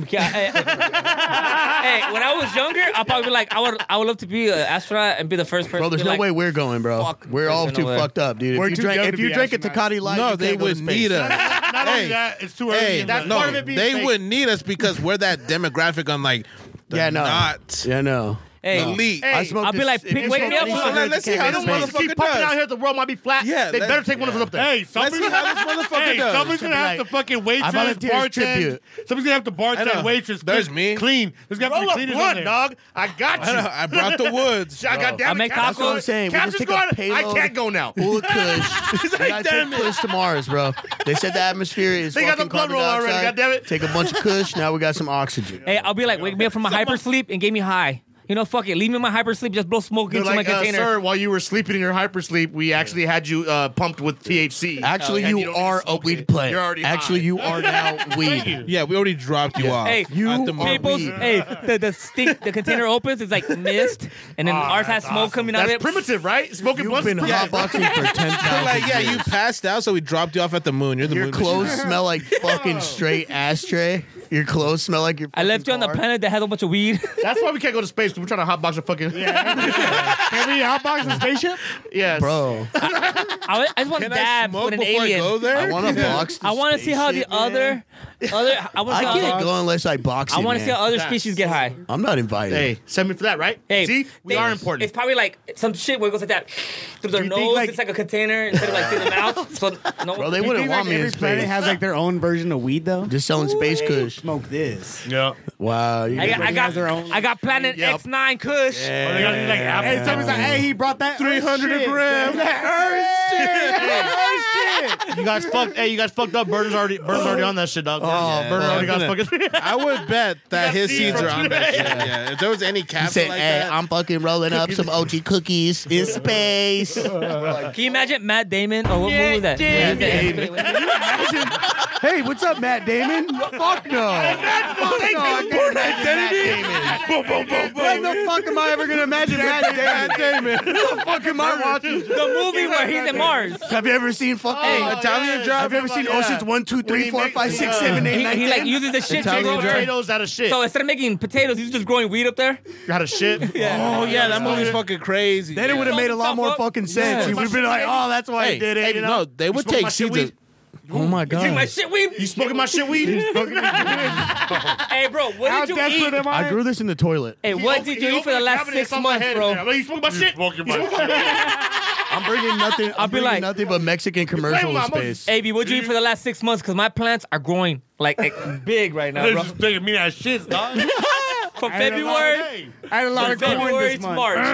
Speaker 3: Yeah, eh, hey, hey, eh, when I was younger, I'd probably be like, I would, I would love to be an astronaut and be the first person. to
Speaker 6: bro, there's
Speaker 3: be
Speaker 6: no
Speaker 3: like,
Speaker 6: way we're going, bro.
Speaker 3: fuck,
Speaker 6: we're
Speaker 3: there's
Speaker 6: all
Speaker 3: no
Speaker 6: too
Speaker 3: way.
Speaker 6: fucked up, dude.
Speaker 2: We're
Speaker 6: if you
Speaker 2: too
Speaker 6: drink,
Speaker 2: young
Speaker 6: if
Speaker 2: to
Speaker 6: you
Speaker 2: be
Speaker 6: drink a Takati
Speaker 2: astronauts.
Speaker 6: light,
Speaker 4: No,
Speaker 6: you
Speaker 4: they
Speaker 6: can't go to
Speaker 4: would
Speaker 6: space.
Speaker 4: need us.
Speaker 2: Not
Speaker 4: Hey.
Speaker 2: only that, it's too early.
Speaker 4: Hey,
Speaker 2: in the-
Speaker 4: no, they would need us because we're that demographic. I'm like,
Speaker 6: Yeah,
Speaker 4: yeah,
Speaker 6: no.
Speaker 4: not
Speaker 6: Yeah, no.
Speaker 3: Hey,
Speaker 4: elite.
Speaker 2: Hey,
Speaker 6: I smoked
Speaker 3: I'll be
Speaker 6: this-
Speaker 3: like,
Speaker 6: if you
Speaker 3: pick- wake
Speaker 6: smoke
Speaker 3: me up
Speaker 6: any
Speaker 3: one
Speaker 6: cigarette,
Speaker 4: night. Let's
Speaker 6: you
Speaker 4: see
Speaker 6: can't
Speaker 4: how
Speaker 6: go to
Speaker 4: this
Speaker 6: space.
Speaker 4: motherfucker-
Speaker 9: Keep popping out here. The world might be flat.
Speaker 4: Yeah,
Speaker 9: they
Speaker 4: that-
Speaker 9: better take one of us up there.
Speaker 2: Hey,
Speaker 4: Let's
Speaker 2: somebody's
Speaker 4: see how this motherfucker
Speaker 2: Hey,
Speaker 4: does.
Speaker 2: someone's gonna have to fucking waitress,
Speaker 6: volunteer as
Speaker 2: bartend.
Speaker 6: tribute.
Speaker 2: Somebody's gonna have to
Speaker 4: I know.
Speaker 2: bartend, waitress.
Speaker 4: There's
Speaker 2: clean-
Speaker 4: me.
Speaker 2: Clean. There's gonna
Speaker 9: Roll
Speaker 2: be
Speaker 9: a
Speaker 2: cleaners on
Speaker 9: blunt,
Speaker 2: there.
Speaker 9: dog. I got
Speaker 4: I, know,
Speaker 9: you.
Speaker 4: I brought the woods.
Speaker 9: I got
Speaker 3: I
Speaker 9: damn it.
Speaker 3: make tacos.
Speaker 9: Captain's
Speaker 6: That's what I'm saying. We just
Speaker 9: Captain's
Speaker 6: take
Speaker 9: gone.
Speaker 6: a payload.
Speaker 9: I can't go now.
Speaker 6: Full of Kush. we gotta take Kush to Mars, bro. They said the atmosphere is.
Speaker 9: They got the
Speaker 6: fucking
Speaker 9: blood
Speaker 6: carbon
Speaker 9: roll already,
Speaker 6: dioxide.
Speaker 9: goddammit.
Speaker 6: Take a bunch of Kush. Now we got some oxygen.
Speaker 3: Hey, I'll be like, wake me up from my hypersleep and get me high. You know, fuck it. Leave me in my hypersleep. Just blow smoke
Speaker 9: They're
Speaker 3: into
Speaker 9: like,
Speaker 3: my
Speaker 9: uh,
Speaker 3: container.
Speaker 9: sir, while you were sleeping in your hypersleep, we actually had you uh, pumped with THC.
Speaker 6: Actually,
Speaker 9: And
Speaker 6: you,
Speaker 9: Oh, don't
Speaker 6: are
Speaker 9: need to
Speaker 6: a
Speaker 9: smoke
Speaker 6: weed
Speaker 9: it.
Speaker 6: player.
Speaker 9: You're already
Speaker 6: Actually,
Speaker 9: high.
Speaker 6: you are now weed.
Speaker 4: Yeah, we already dropped you off.
Speaker 3: Hey,
Speaker 6: You
Speaker 4: at the
Speaker 6: are
Speaker 4: moment.
Speaker 3: People's,
Speaker 6: weed.
Speaker 3: hey, the, the stink, the container opens, it's like mist, and then ours has smoke coming out
Speaker 9: Ah, That's
Speaker 3: of it.
Speaker 9: primitive, right? Smoking
Speaker 6: You've
Speaker 9: blunts. is
Speaker 6: been
Speaker 9: primitive.
Speaker 6: hotboxing for ten
Speaker 4: They're
Speaker 6: thousand
Speaker 4: like, yeah, you
Speaker 6: years.
Speaker 4: passed out, so we dropped you off at the moon. You're the
Speaker 6: Your
Speaker 4: moon.
Speaker 6: clothes smell like fucking straight ashtray. Your clothes smell like your.
Speaker 3: I left you on the
Speaker 6: fucking car.
Speaker 3: planet that has a bunch of weed.
Speaker 9: That's why we can't go to space because we're trying to hotbox a fucking. Yeah.
Speaker 1: Can we hotbox a spaceship?
Speaker 9: yes.
Speaker 6: bro.
Speaker 3: I, I just want to
Speaker 4: Can I
Speaker 3: dab
Speaker 4: smoke
Speaker 3: with an
Speaker 4: before
Speaker 3: alien.
Speaker 4: I go there?
Speaker 6: I want to box. the
Speaker 3: I want to see how the
Speaker 6: spaceship, man.
Speaker 3: other, other. I want to
Speaker 6: I
Speaker 3: see, how
Speaker 6: can't
Speaker 3: other-
Speaker 6: go unless I box.
Speaker 3: I
Speaker 6: want to
Speaker 3: see how other species get high.
Speaker 6: I'm not invited.
Speaker 9: Hey, send me for that, right?
Speaker 3: Hey,
Speaker 9: See, we
Speaker 3: they-
Speaker 9: are important.
Speaker 3: It's probably like some shit where it goes like that through their
Speaker 1: you
Speaker 3: nose.
Speaker 1: think, like-
Speaker 3: it's like a container instead of like through the mouth. So no,
Speaker 6: Bro, they
Speaker 1: You
Speaker 6: wouldn't
Speaker 1: think, like,
Speaker 6: want me in
Speaker 1: every planet
Speaker 6: space.
Speaker 1: has like their own version of weed though.
Speaker 6: Just selling space kush.
Speaker 1: smoke this.
Speaker 2: Yeah.
Speaker 6: Wow. you
Speaker 3: I got, I
Speaker 1: Everybody has
Speaker 3: got,
Speaker 1: their own-
Speaker 3: I got Planet
Speaker 9: Yep.
Speaker 3: X9 Kush.
Speaker 2: Or they gotta do, like,
Speaker 1: Hey,
Speaker 2: apple-
Speaker 1: somebody's like, hey, he brought that three hundred grams.
Speaker 9: you guys fucked. Hey, you guys fucked up. Burner's already. Burner's already on that shit, dog. Oh, Burner
Speaker 4: well,
Speaker 9: already got
Speaker 4: I'm
Speaker 9: fucking.
Speaker 4: I would bet that his
Speaker 9: seeds
Speaker 4: seeds are
Speaker 9: from
Speaker 4: on that shit. Yeah, if there was any
Speaker 6: He
Speaker 4: capsule
Speaker 6: said,
Speaker 4: like
Speaker 6: "Hey,
Speaker 4: that,
Speaker 6: I'm fucking rolling up some OG cookies in space."
Speaker 3: Can you imagine Matt Damon or what movie was that? Yeah,
Speaker 1: hey, what's up, Matt Damon? Fuck no. Fuck no, I can't imagine Matt Damon. When the fuck am I ever gonna imagine Matt Damon? What the fuck am I watching?
Speaker 3: The movie where he's in Mars.
Speaker 6: Have you ever seen fucking
Speaker 9: Oh,
Speaker 4: Italian job?
Speaker 6: Have you ever seen Ocean's one, two, three, four, five, six, seven, eight,
Speaker 3: He,
Speaker 6: nine,
Speaker 3: he like
Speaker 6: ten?
Speaker 3: uses the shit to grow earth.
Speaker 9: Potatoes out of shit.
Speaker 3: So instead of making potatoes, he's just growing weed up there.
Speaker 9: Out of shit.
Speaker 3: Yeah.
Speaker 4: Oh yeah, that movie's fucking crazy.
Speaker 6: Then it would have made a lot more fucking sense.
Speaker 3: Yeah.
Speaker 6: We'd been like, "Oh, that's why
Speaker 4: Hey,
Speaker 6: he did it."
Speaker 4: hey,
Speaker 6: you
Speaker 4: no,
Speaker 6: know?
Speaker 4: they would
Speaker 9: smoking
Speaker 4: take
Speaker 9: my shit
Speaker 4: seeds. Of,
Speaker 9: weed?
Speaker 6: Oh my
Speaker 3: Take my
Speaker 6: god!
Speaker 3: shit weed.
Speaker 9: You smoking my shit weed?
Speaker 3: Hey, bro,
Speaker 1: How
Speaker 3: what did you
Speaker 1: desperate
Speaker 3: eat?
Speaker 1: am
Speaker 6: I
Speaker 1: I?
Speaker 6: grew this in the toilet.
Speaker 3: Hey, what
Speaker 9: He
Speaker 3: did you
Speaker 9: opened
Speaker 3: eat for the
Speaker 9: the
Speaker 3: last
Speaker 9: cabinet,
Speaker 3: six
Speaker 9: it's on my
Speaker 3: months,
Speaker 9: head,
Speaker 3: bro?
Speaker 9: man. I'm like, you smoking my shit?
Speaker 2: Smoking my
Speaker 6: I'm bringing nothing. I'm
Speaker 3: I'll be
Speaker 6: bringing
Speaker 3: like-
Speaker 6: nothing but Mexican commercial
Speaker 9: mama.
Speaker 6: space.
Speaker 3: Ab, what'd you eat for the last six months? Because my plants are growing like, like, big right now,
Speaker 2: This
Speaker 3: bro.
Speaker 2: is taking me that shit, dog.
Speaker 3: From
Speaker 1: I had a lot of-
Speaker 3: February,
Speaker 1: I had a lot
Speaker 3: from
Speaker 1: of corn
Speaker 3: February
Speaker 1: this
Speaker 3: to
Speaker 1: month.
Speaker 3: March. bro.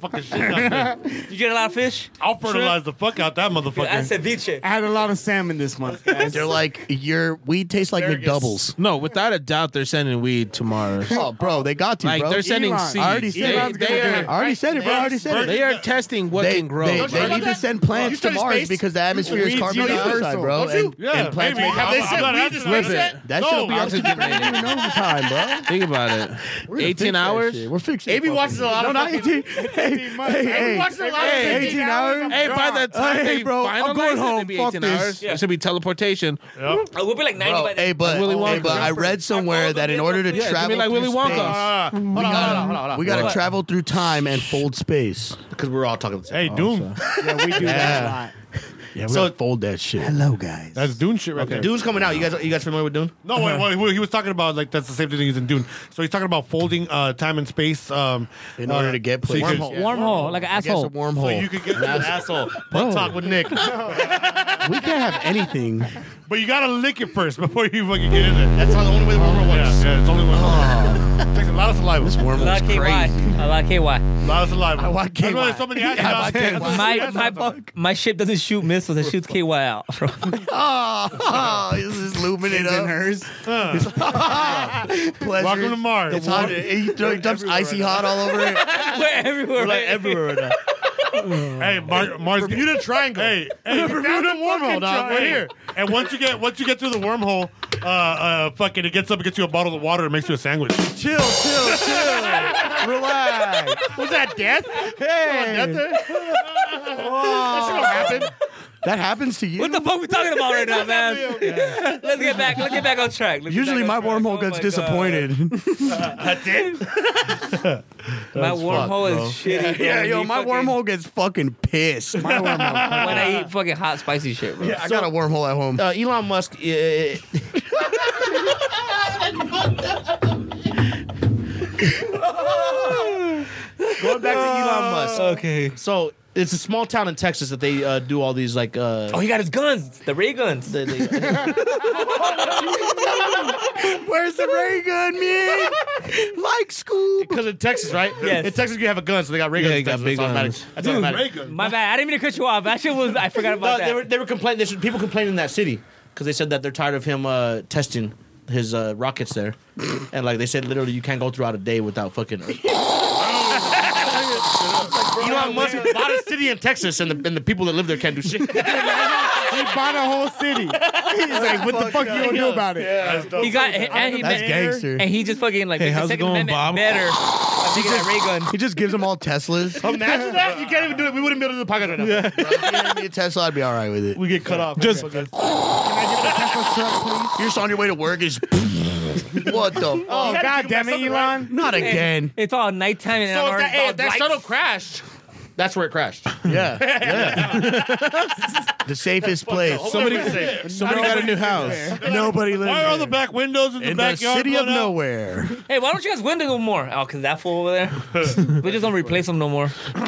Speaker 2: Fucking shit. out there.
Speaker 3: Did you get a lot of fish?
Speaker 2: I'll fertilize the fuck out that
Speaker 3: I
Speaker 2: motherfucker.
Speaker 3: said ceviche.
Speaker 1: I had a lot of salmon this month, guys.
Speaker 6: They're like, "Your weed tastes like McDoubles."
Speaker 4: no, without a doubt, they're sending weed to Mars.
Speaker 6: Oh, bro, they got you,
Speaker 4: Like
Speaker 6: bro.
Speaker 4: they're sending
Speaker 1: Elon.
Speaker 4: seeds.
Speaker 6: I already
Speaker 4: they,
Speaker 6: said
Speaker 1: Elon's
Speaker 4: they
Speaker 1: gonna do
Speaker 4: are,
Speaker 1: it.
Speaker 6: I already said it, bro. I already said it.
Speaker 4: they are testing what
Speaker 6: They,
Speaker 4: can grow.
Speaker 6: they,
Speaker 4: Like,
Speaker 6: they need to send plants to
Speaker 9: study
Speaker 6: Mars
Speaker 9: space?
Speaker 6: because the atmosphere is
Speaker 1: Weeds,
Speaker 6: carbon
Speaker 1: you know,
Speaker 6: dioxide,
Speaker 1: universal.
Speaker 6: bro.
Speaker 1: Don't you?
Speaker 6: And,
Speaker 2: Yeah,
Speaker 6: and plants
Speaker 2: maybe.
Speaker 6: make
Speaker 2: I'm-
Speaker 9: They
Speaker 2: I'm
Speaker 9: said
Speaker 2: not
Speaker 9: weed
Speaker 2: asking
Speaker 9: is
Speaker 2: for
Speaker 9: like
Speaker 2: that.
Speaker 9: that.
Speaker 6: that
Speaker 2: No,
Speaker 6: shit'll be
Speaker 4: oxygen
Speaker 6: oxygen in overtime, bro.
Speaker 4: Think about it.
Speaker 6: We're gonna fix
Speaker 4: 18
Speaker 6: that
Speaker 4: hours?
Speaker 6: shit. We're fixing.
Speaker 9: Maybe
Speaker 6: fucking-
Speaker 9: watches a lot
Speaker 6: No,
Speaker 9: of
Speaker 6: not
Speaker 9: fucking.
Speaker 6: 18. Hey, hey, hey.
Speaker 9: watches a lot of
Speaker 6: Hey,
Speaker 9: 18
Speaker 6: 18 hours.
Speaker 4: Hey, by the time
Speaker 6: Hey,
Speaker 4: they
Speaker 6: bro, I'm
Speaker 4: finalize
Speaker 6: going
Speaker 4: it, it'll
Speaker 6: home.
Speaker 4: be
Speaker 6: Fuck
Speaker 4: 18
Speaker 6: this.
Speaker 4: hours. It should be teleportation.
Speaker 3: I will be like 90 by
Speaker 6: Bro,
Speaker 3: the
Speaker 6: hey, but,
Speaker 4: Willy
Speaker 6: hey,
Speaker 4: Wonka.
Speaker 6: but I read somewhere that in order to
Speaker 4: Yeah, it'd
Speaker 6: travel
Speaker 4: be like
Speaker 6: through
Speaker 4: Willy Wonka.
Speaker 2: Uh,
Speaker 9: Hold on, hold on, hold on, hold
Speaker 6: space,
Speaker 9: on.
Speaker 6: we gotta travel through time and fold space.
Speaker 9: Because we're all talking the same.
Speaker 2: Hey, Doom.
Speaker 1: Oh, yeah, we do that a lot.
Speaker 6: Yeah, we
Speaker 9: So-
Speaker 6: gotta fold that shit.
Speaker 1: Hello, guys.
Speaker 2: That's Dune shit right there.
Speaker 9: Dune's coming out. You guys, you guys familiar with Dune?
Speaker 2: No, wait, wait, wait, he was talking about like that's the same thing he's in Dune. So he's talking about folding uh, time and space um,
Speaker 6: In order
Speaker 2: uh,
Speaker 6: to get
Speaker 2: so you
Speaker 6: places.
Speaker 2: could-
Speaker 6: Wormhole.
Speaker 3: Wormhole, like an
Speaker 6: I guess a
Speaker 3: asshole.
Speaker 2: So
Speaker 6: wormhole.
Speaker 2: you could get to
Speaker 9: An
Speaker 2: the
Speaker 9: asshole. Butt talk with Nick.
Speaker 6: we can't have anything.
Speaker 2: But you gotta lick it first before you fucking get in there.
Speaker 9: That's the only way the world
Speaker 2: Yeah,
Speaker 9: works.
Speaker 2: yeah, it's only one.
Speaker 6: Oh.
Speaker 2: it takes a lot of
Speaker 3: A
Speaker 2: saliva.
Speaker 3: lot of KY. A lot of KY.
Speaker 2: a lot of saliva.
Speaker 6: I want
Speaker 2: That's why
Speaker 6: KY.
Speaker 2: there's so many
Speaker 6: Yeah, I
Speaker 2: astronauts.
Speaker 6: want
Speaker 2: That's
Speaker 6: KY.
Speaker 2: why
Speaker 3: My
Speaker 2: there's so many astronauts.
Speaker 3: my my ship doesn't shoot missiles; it shoots KY out. Bro.
Speaker 6: Oh, this is looming it up.
Speaker 1: hers.
Speaker 6: Pleasure.
Speaker 2: Welcome to Mars.
Speaker 6: It's hot. He throw- he dumps icy hot all over it.
Speaker 3: We're everywhere.
Speaker 9: Like everywhere now.
Speaker 2: Hey, Mar- Mars. Bermuda Triangle. Hey, hey Bermuda
Speaker 9: wormhole, dog. We're here.
Speaker 2: And once you get once you get through the wormhole, uh, uh, fucking, it gets up and gets you a bottle of water and makes you a sandwich.
Speaker 1: Chill, chill, chill. Relax.
Speaker 2: Was that death?
Speaker 1: Hey.
Speaker 2: That should've happened.
Speaker 6: That happens to you.
Speaker 3: What the fuck we talking about right now, man? Let's get back. Let's get back on track. Let's get
Speaker 6: Usually
Speaker 3: back
Speaker 6: my
Speaker 3: on track.
Speaker 6: wormhole
Speaker 3: Oh
Speaker 6: gets
Speaker 3: my God.
Speaker 6: disappointed.
Speaker 2: That's it.
Speaker 3: My wormhole is shitty. bro.
Speaker 6: yeah, yo,
Speaker 3: You
Speaker 6: my
Speaker 3: fucking-
Speaker 6: wormhole gets fucking pissed. My wormhole.
Speaker 3: When I eat fucking hot spicy shit, bro.
Speaker 6: I got a wormhole at home.
Speaker 9: Uh, Elon Musk. Uh, going back to Elon Musk.
Speaker 3: Okay.
Speaker 9: So it's a small town in Texas that they uh, do all these like. Uh,
Speaker 3: Oh, he got his guns. The ray guns.
Speaker 9: they- they-
Speaker 6: Where's the ray gun, man? like Scoob.
Speaker 9: Because in Texas, right?
Speaker 3: Yes.
Speaker 9: In Texas, you have a gun, so they got ray guns.
Speaker 4: Yeah,
Speaker 9: in
Speaker 4: they got
Speaker 9: Texas.
Speaker 4: big
Speaker 9: That's automatic.
Speaker 4: guns.
Speaker 9: That's automatic.
Speaker 3: My bad. I didn't mean to cut you off. That shit was. I forgot
Speaker 9: No,
Speaker 3: about
Speaker 9: they
Speaker 3: that.
Speaker 9: were they were complaining. There's people complaining in that city because they said that they're tired of him uh, testing his uh, rockets there, and like they said, literally, you can't go throughout a day without fucking. Elon Musk bought a city in Texas, and the, and the people that live there can't do shit.
Speaker 1: He bought a whole city. He's like, what the fuck you gonna do about it?
Speaker 3: he got and he
Speaker 6: That's
Speaker 3: made-
Speaker 6: gangster.
Speaker 3: And he just fucking like
Speaker 4: Hey,
Speaker 3: made the
Speaker 4: how's it
Speaker 3: Second
Speaker 4: going,
Speaker 3: Amendment
Speaker 4: Bob?
Speaker 3: better by taking that ray gun.
Speaker 6: He just gives them all Teslas.
Speaker 4: Oh,
Speaker 9: Imagine that you can't even do it. We wouldn't be able to do the podcast right now.
Speaker 6: If you gave me a Tesla, I'd be all right with it.
Speaker 9: We get cut off. Just
Speaker 6: You're just on your way to work. Is what the? Fuck?
Speaker 1: Oh, god damn it, Elon.
Speaker 6: Not again.
Speaker 3: It's all nighttime and
Speaker 9: so
Speaker 3: I'm
Speaker 9: if that,
Speaker 3: already
Speaker 9: hey,
Speaker 3: all
Speaker 9: if that
Speaker 3: lights.
Speaker 9: shuttle crashed, that's where it crashed.
Speaker 6: Yeah, yeah. the safest place.
Speaker 4: Somebody,
Speaker 9: Somebody-
Speaker 4: somebody got a new house.
Speaker 6: Nobody lives
Speaker 2: Why are all the
Speaker 6: there.
Speaker 2: back windows in the
Speaker 6: in the
Speaker 2: backyard?
Speaker 6: city of
Speaker 2: blown out?
Speaker 6: nowhere.
Speaker 3: Hey, why don't you guys win no more? Oh, cause that fool over there. we just don't replace him no more.
Speaker 2: Virgin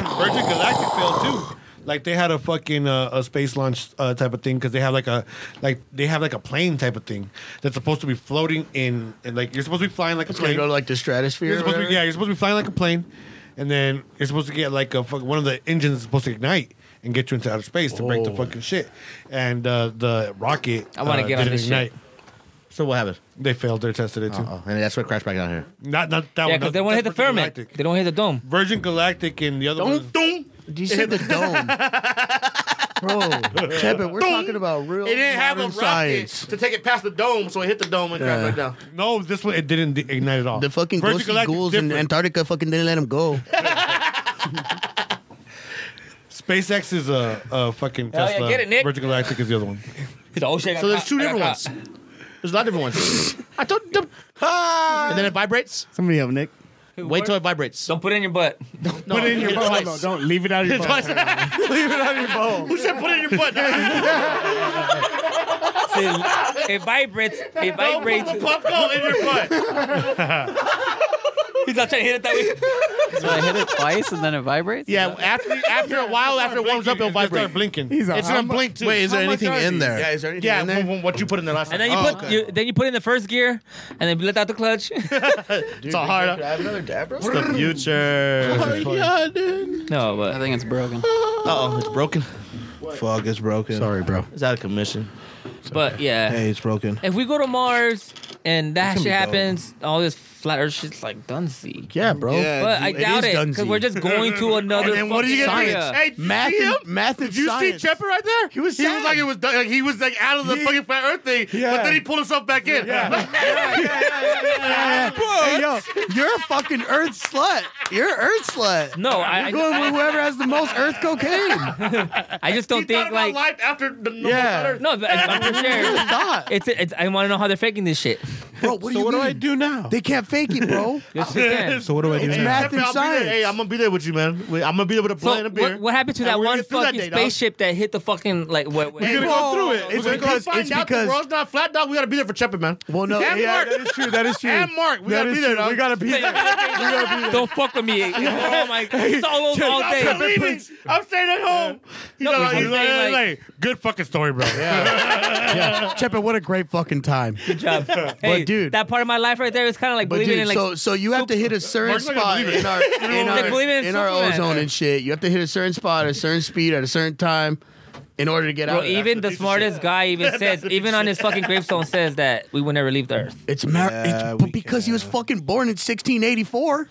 Speaker 2: Galactic failed too. Like they had a fucking uh, a space launch uh, type of thing because they have like a like they have like a plane type of thing that's supposed to be floating in and like you're supposed to be flying like a
Speaker 6: It's gonna
Speaker 2: plane.
Speaker 6: go to like the stratosphere.
Speaker 2: You're
Speaker 6: or
Speaker 2: supposed to be,
Speaker 6: whatever.
Speaker 2: yeah, you're supposed to be flying like a plane, and then you're supposed to get like a fuck, one of the engines is supposed to ignite and get you into outer space to break the
Speaker 6: Oh.
Speaker 2: fucking shit. And uh, the rocket,
Speaker 3: I wanna
Speaker 2: uh,
Speaker 3: get on
Speaker 2: didn't
Speaker 3: this shit.
Speaker 2: ignite.
Speaker 9: So what happened?
Speaker 2: They failed their test today too.
Speaker 9: Oh, and that's where it crashed back down here.
Speaker 2: Not not that
Speaker 3: Yeah,
Speaker 2: one.
Speaker 3: cause
Speaker 2: not-
Speaker 3: they won't hit
Speaker 2: that's
Speaker 3: the
Speaker 2: Virgin
Speaker 3: firmament.
Speaker 2: Galactic.
Speaker 3: They don't hit the dome.
Speaker 2: Virgin Galactic and the other one.
Speaker 6: Don't don't. You said the dome, bro. Chepin, we're talking about real.
Speaker 9: It didn't have a
Speaker 6: modern
Speaker 9: rocket
Speaker 6: science.
Speaker 9: to take it past the dome, so it hit the dome and crashed
Speaker 6: Yeah.
Speaker 9: back down.
Speaker 2: No, this one it didn't de- ignite at all.
Speaker 6: The fucking
Speaker 2: Virgin
Speaker 6: ghostly
Speaker 2: Galactic's
Speaker 6: ghouls in
Speaker 2: different.
Speaker 6: Antarctica fucking didn't let him go.
Speaker 2: SpaceX is a, a fucking
Speaker 3: Hell yeah,
Speaker 2: Tesla.
Speaker 3: get it, Nick.
Speaker 2: Virgin Galactic is the other one.
Speaker 3: He's like, oh shit. I got
Speaker 9: So there's
Speaker 3: caught.
Speaker 9: two
Speaker 3: I got
Speaker 9: different
Speaker 3: caught.
Speaker 9: ones. There's a lot of different ones. I told them. And then it vibrates.
Speaker 8: Somebody help Nick.
Speaker 3: Hey,
Speaker 9: Wait
Speaker 3: what?
Speaker 9: till it vibrates.
Speaker 3: Don't put it in your butt.
Speaker 9: no, put it in your
Speaker 1: Hold on, don't leave it out of your
Speaker 9: Twice.
Speaker 1: butt. Leave it out of your bowl.
Speaker 9: Who said put it in your butt?
Speaker 3: It, it vibrates. It vibrates.
Speaker 9: Puff go in your butt.
Speaker 3: He's not trying to hit it that way.
Speaker 11: So I hit it twice and then it vibrates.
Speaker 9: Yeah, after after a while, after it warms up, it'll
Speaker 2: They
Speaker 9: vibrate.
Speaker 2: start blinking.
Speaker 1: He's a
Speaker 9: It's gonna
Speaker 1: humble-
Speaker 9: blink too.
Speaker 4: Wait, is there anything in there?
Speaker 6: Yeah, is there anything
Speaker 9: yeah,
Speaker 6: in there?
Speaker 9: wh- wh- what you put in the last?
Speaker 3: And then you
Speaker 9: Oh,
Speaker 3: put you, then you put it in the first gear, and then let out the clutch.
Speaker 9: it's all hard.
Speaker 6: I have another dab, bro?
Speaker 9: The future.
Speaker 4: Yeah, dude.
Speaker 3: no,
Speaker 11: I
Speaker 3: but
Speaker 11: think it's broken.
Speaker 9: Oh, it's broken.
Speaker 4: Fuck, it's broken.
Speaker 6: Sorry, bro.
Speaker 9: It's out of commission.
Speaker 3: but yeah.
Speaker 4: Hey, it's broken.
Speaker 3: If we go to Mars and that
Speaker 4: can
Speaker 3: shit
Speaker 4: go.
Speaker 3: happens, all this flat Earth shit's like dunzy.
Speaker 6: Yeah, bro.
Speaker 4: Yeah,
Speaker 3: But I
Speaker 6: dude, it
Speaker 3: doubt
Speaker 6: is
Speaker 3: it because
Speaker 6: dunzy.
Speaker 3: we're just going to another.
Speaker 9: And then what are you
Speaker 3: fucking
Speaker 9: gonna do?
Speaker 3: area.
Speaker 9: Hey, did you
Speaker 6: Math,
Speaker 9: see him?
Speaker 6: and, math and
Speaker 9: Did you
Speaker 6: science.
Speaker 9: see Chepper right there?
Speaker 6: He was
Speaker 9: He
Speaker 6: sad.
Speaker 9: was like it was done. Like he was like out of the fucking flat Earth thing. But
Speaker 1: Yeah.
Speaker 9: then he pulled himself back in.
Speaker 6: Hey, yo, you're a fucking Earth slut. You're an Earth slut.
Speaker 3: No, I,
Speaker 6: You're going
Speaker 3: I,
Speaker 6: with whoever has the most Earth cocaine.
Speaker 3: I, I just
Speaker 9: He
Speaker 3: don't
Speaker 9: thought
Speaker 3: think like
Speaker 9: about life after the normal
Speaker 6: Yeah.
Speaker 9: flat Earth.
Speaker 3: no. But I'm for sure.
Speaker 6: Stop.
Speaker 3: It's, it's I want to know how they're faking this shit.
Speaker 6: Bro, what do
Speaker 4: So
Speaker 6: you
Speaker 4: what do
Speaker 6: mean?
Speaker 4: I do now?
Speaker 6: They can't fake it, bro.
Speaker 3: Yes, you can.
Speaker 4: So what do I do
Speaker 6: It's
Speaker 4: now?
Speaker 6: math
Speaker 9: Chepper,
Speaker 6: and
Speaker 9: I'll be there.
Speaker 6: science.
Speaker 9: Hey, I'm gonna be there with you, man. We- I'm gonna be there with a
Speaker 3: So
Speaker 9: blunt and a beer.
Speaker 3: what, what happened to
Speaker 9: And
Speaker 3: that
Speaker 9: we're gonna
Speaker 3: one
Speaker 9: get through that
Speaker 3: fucking
Speaker 9: day, dog.
Speaker 3: spaceship that hit the fucking like what? what-
Speaker 9: Hey,
Speaker 6: gonna
Speaker 9: bro,
Speaker 6: go through it. It's
Speaker 9: we're gonna
Speaker 6: because-
Speaker 9: find
Speaker 6: it's
Speaker 9: out
Speaker 6: because-
Speaker 9: the world's not flat, dog. We gotta be there for Chepper, man.
Speaker 6: Well, no,
Speaker 9: And
Speaker 6: yeah,
Speaker 9: Mark.
Speaker 6: that is true. That is true.
Speaker 9: And Mark, we
Speaker 6: That
Speaker 9: gotta
Speaker 6: is
Speaker 9: be there,
Speaker 6: true.
Speaker 9: dog.
Speaker 6: We gotta be there.
Speaker 3: don't fuck with me. Oh my! It's all over all
Speaker 9: I'm not
Speaker 3: day.
Speaker 9: leaving. I'm staying at home. He's
Speaker 3: No,
Speaker 9: like,
Speaker 3: I'm
Speaker 9: he's like,
Speaker 3: saying,
Speaker 9: he's
Speaker 3: like-
Speaker 9: like,
Speaker 2: Good fucking story, bro.
Speaker 6: yeah. Chepin, what a great fucking time.
Speaker 3: Good job. Hey,
Speaker 6: dude-
Speaker 3: that part of my life right there is kind of like
Speaker 6: But
Speaker 3: believing
Speaker 6: dude,
Speaker 3: in like
Speaker 6: so so you have to hit a certain
Speaker 2: Mark's not gonna
Speaker 6: spot
Speaker 2: believe it.
Speaker 6: in our in
Speaker 3: Like,
Speaker 6: our,
Speaker 3: believe it in
Speaker 6: in our
Speaker 3: Superman.
Speaker 6: ozone and shit. You have to hit a certain spot at a certain speed at a certain time. in order to get
Speaker 3: Bro,
Speaker 6: out.
Speaker 9: e-
Speaker 6: of
Speaker 3: even the smartest guy even says, even on his fucking gravestone says that we will never leave the earth.
Speaker 6: It's, mar-
Speaker 4: Yeah,
Speaker 6: it's but because he was fucking born in 1684.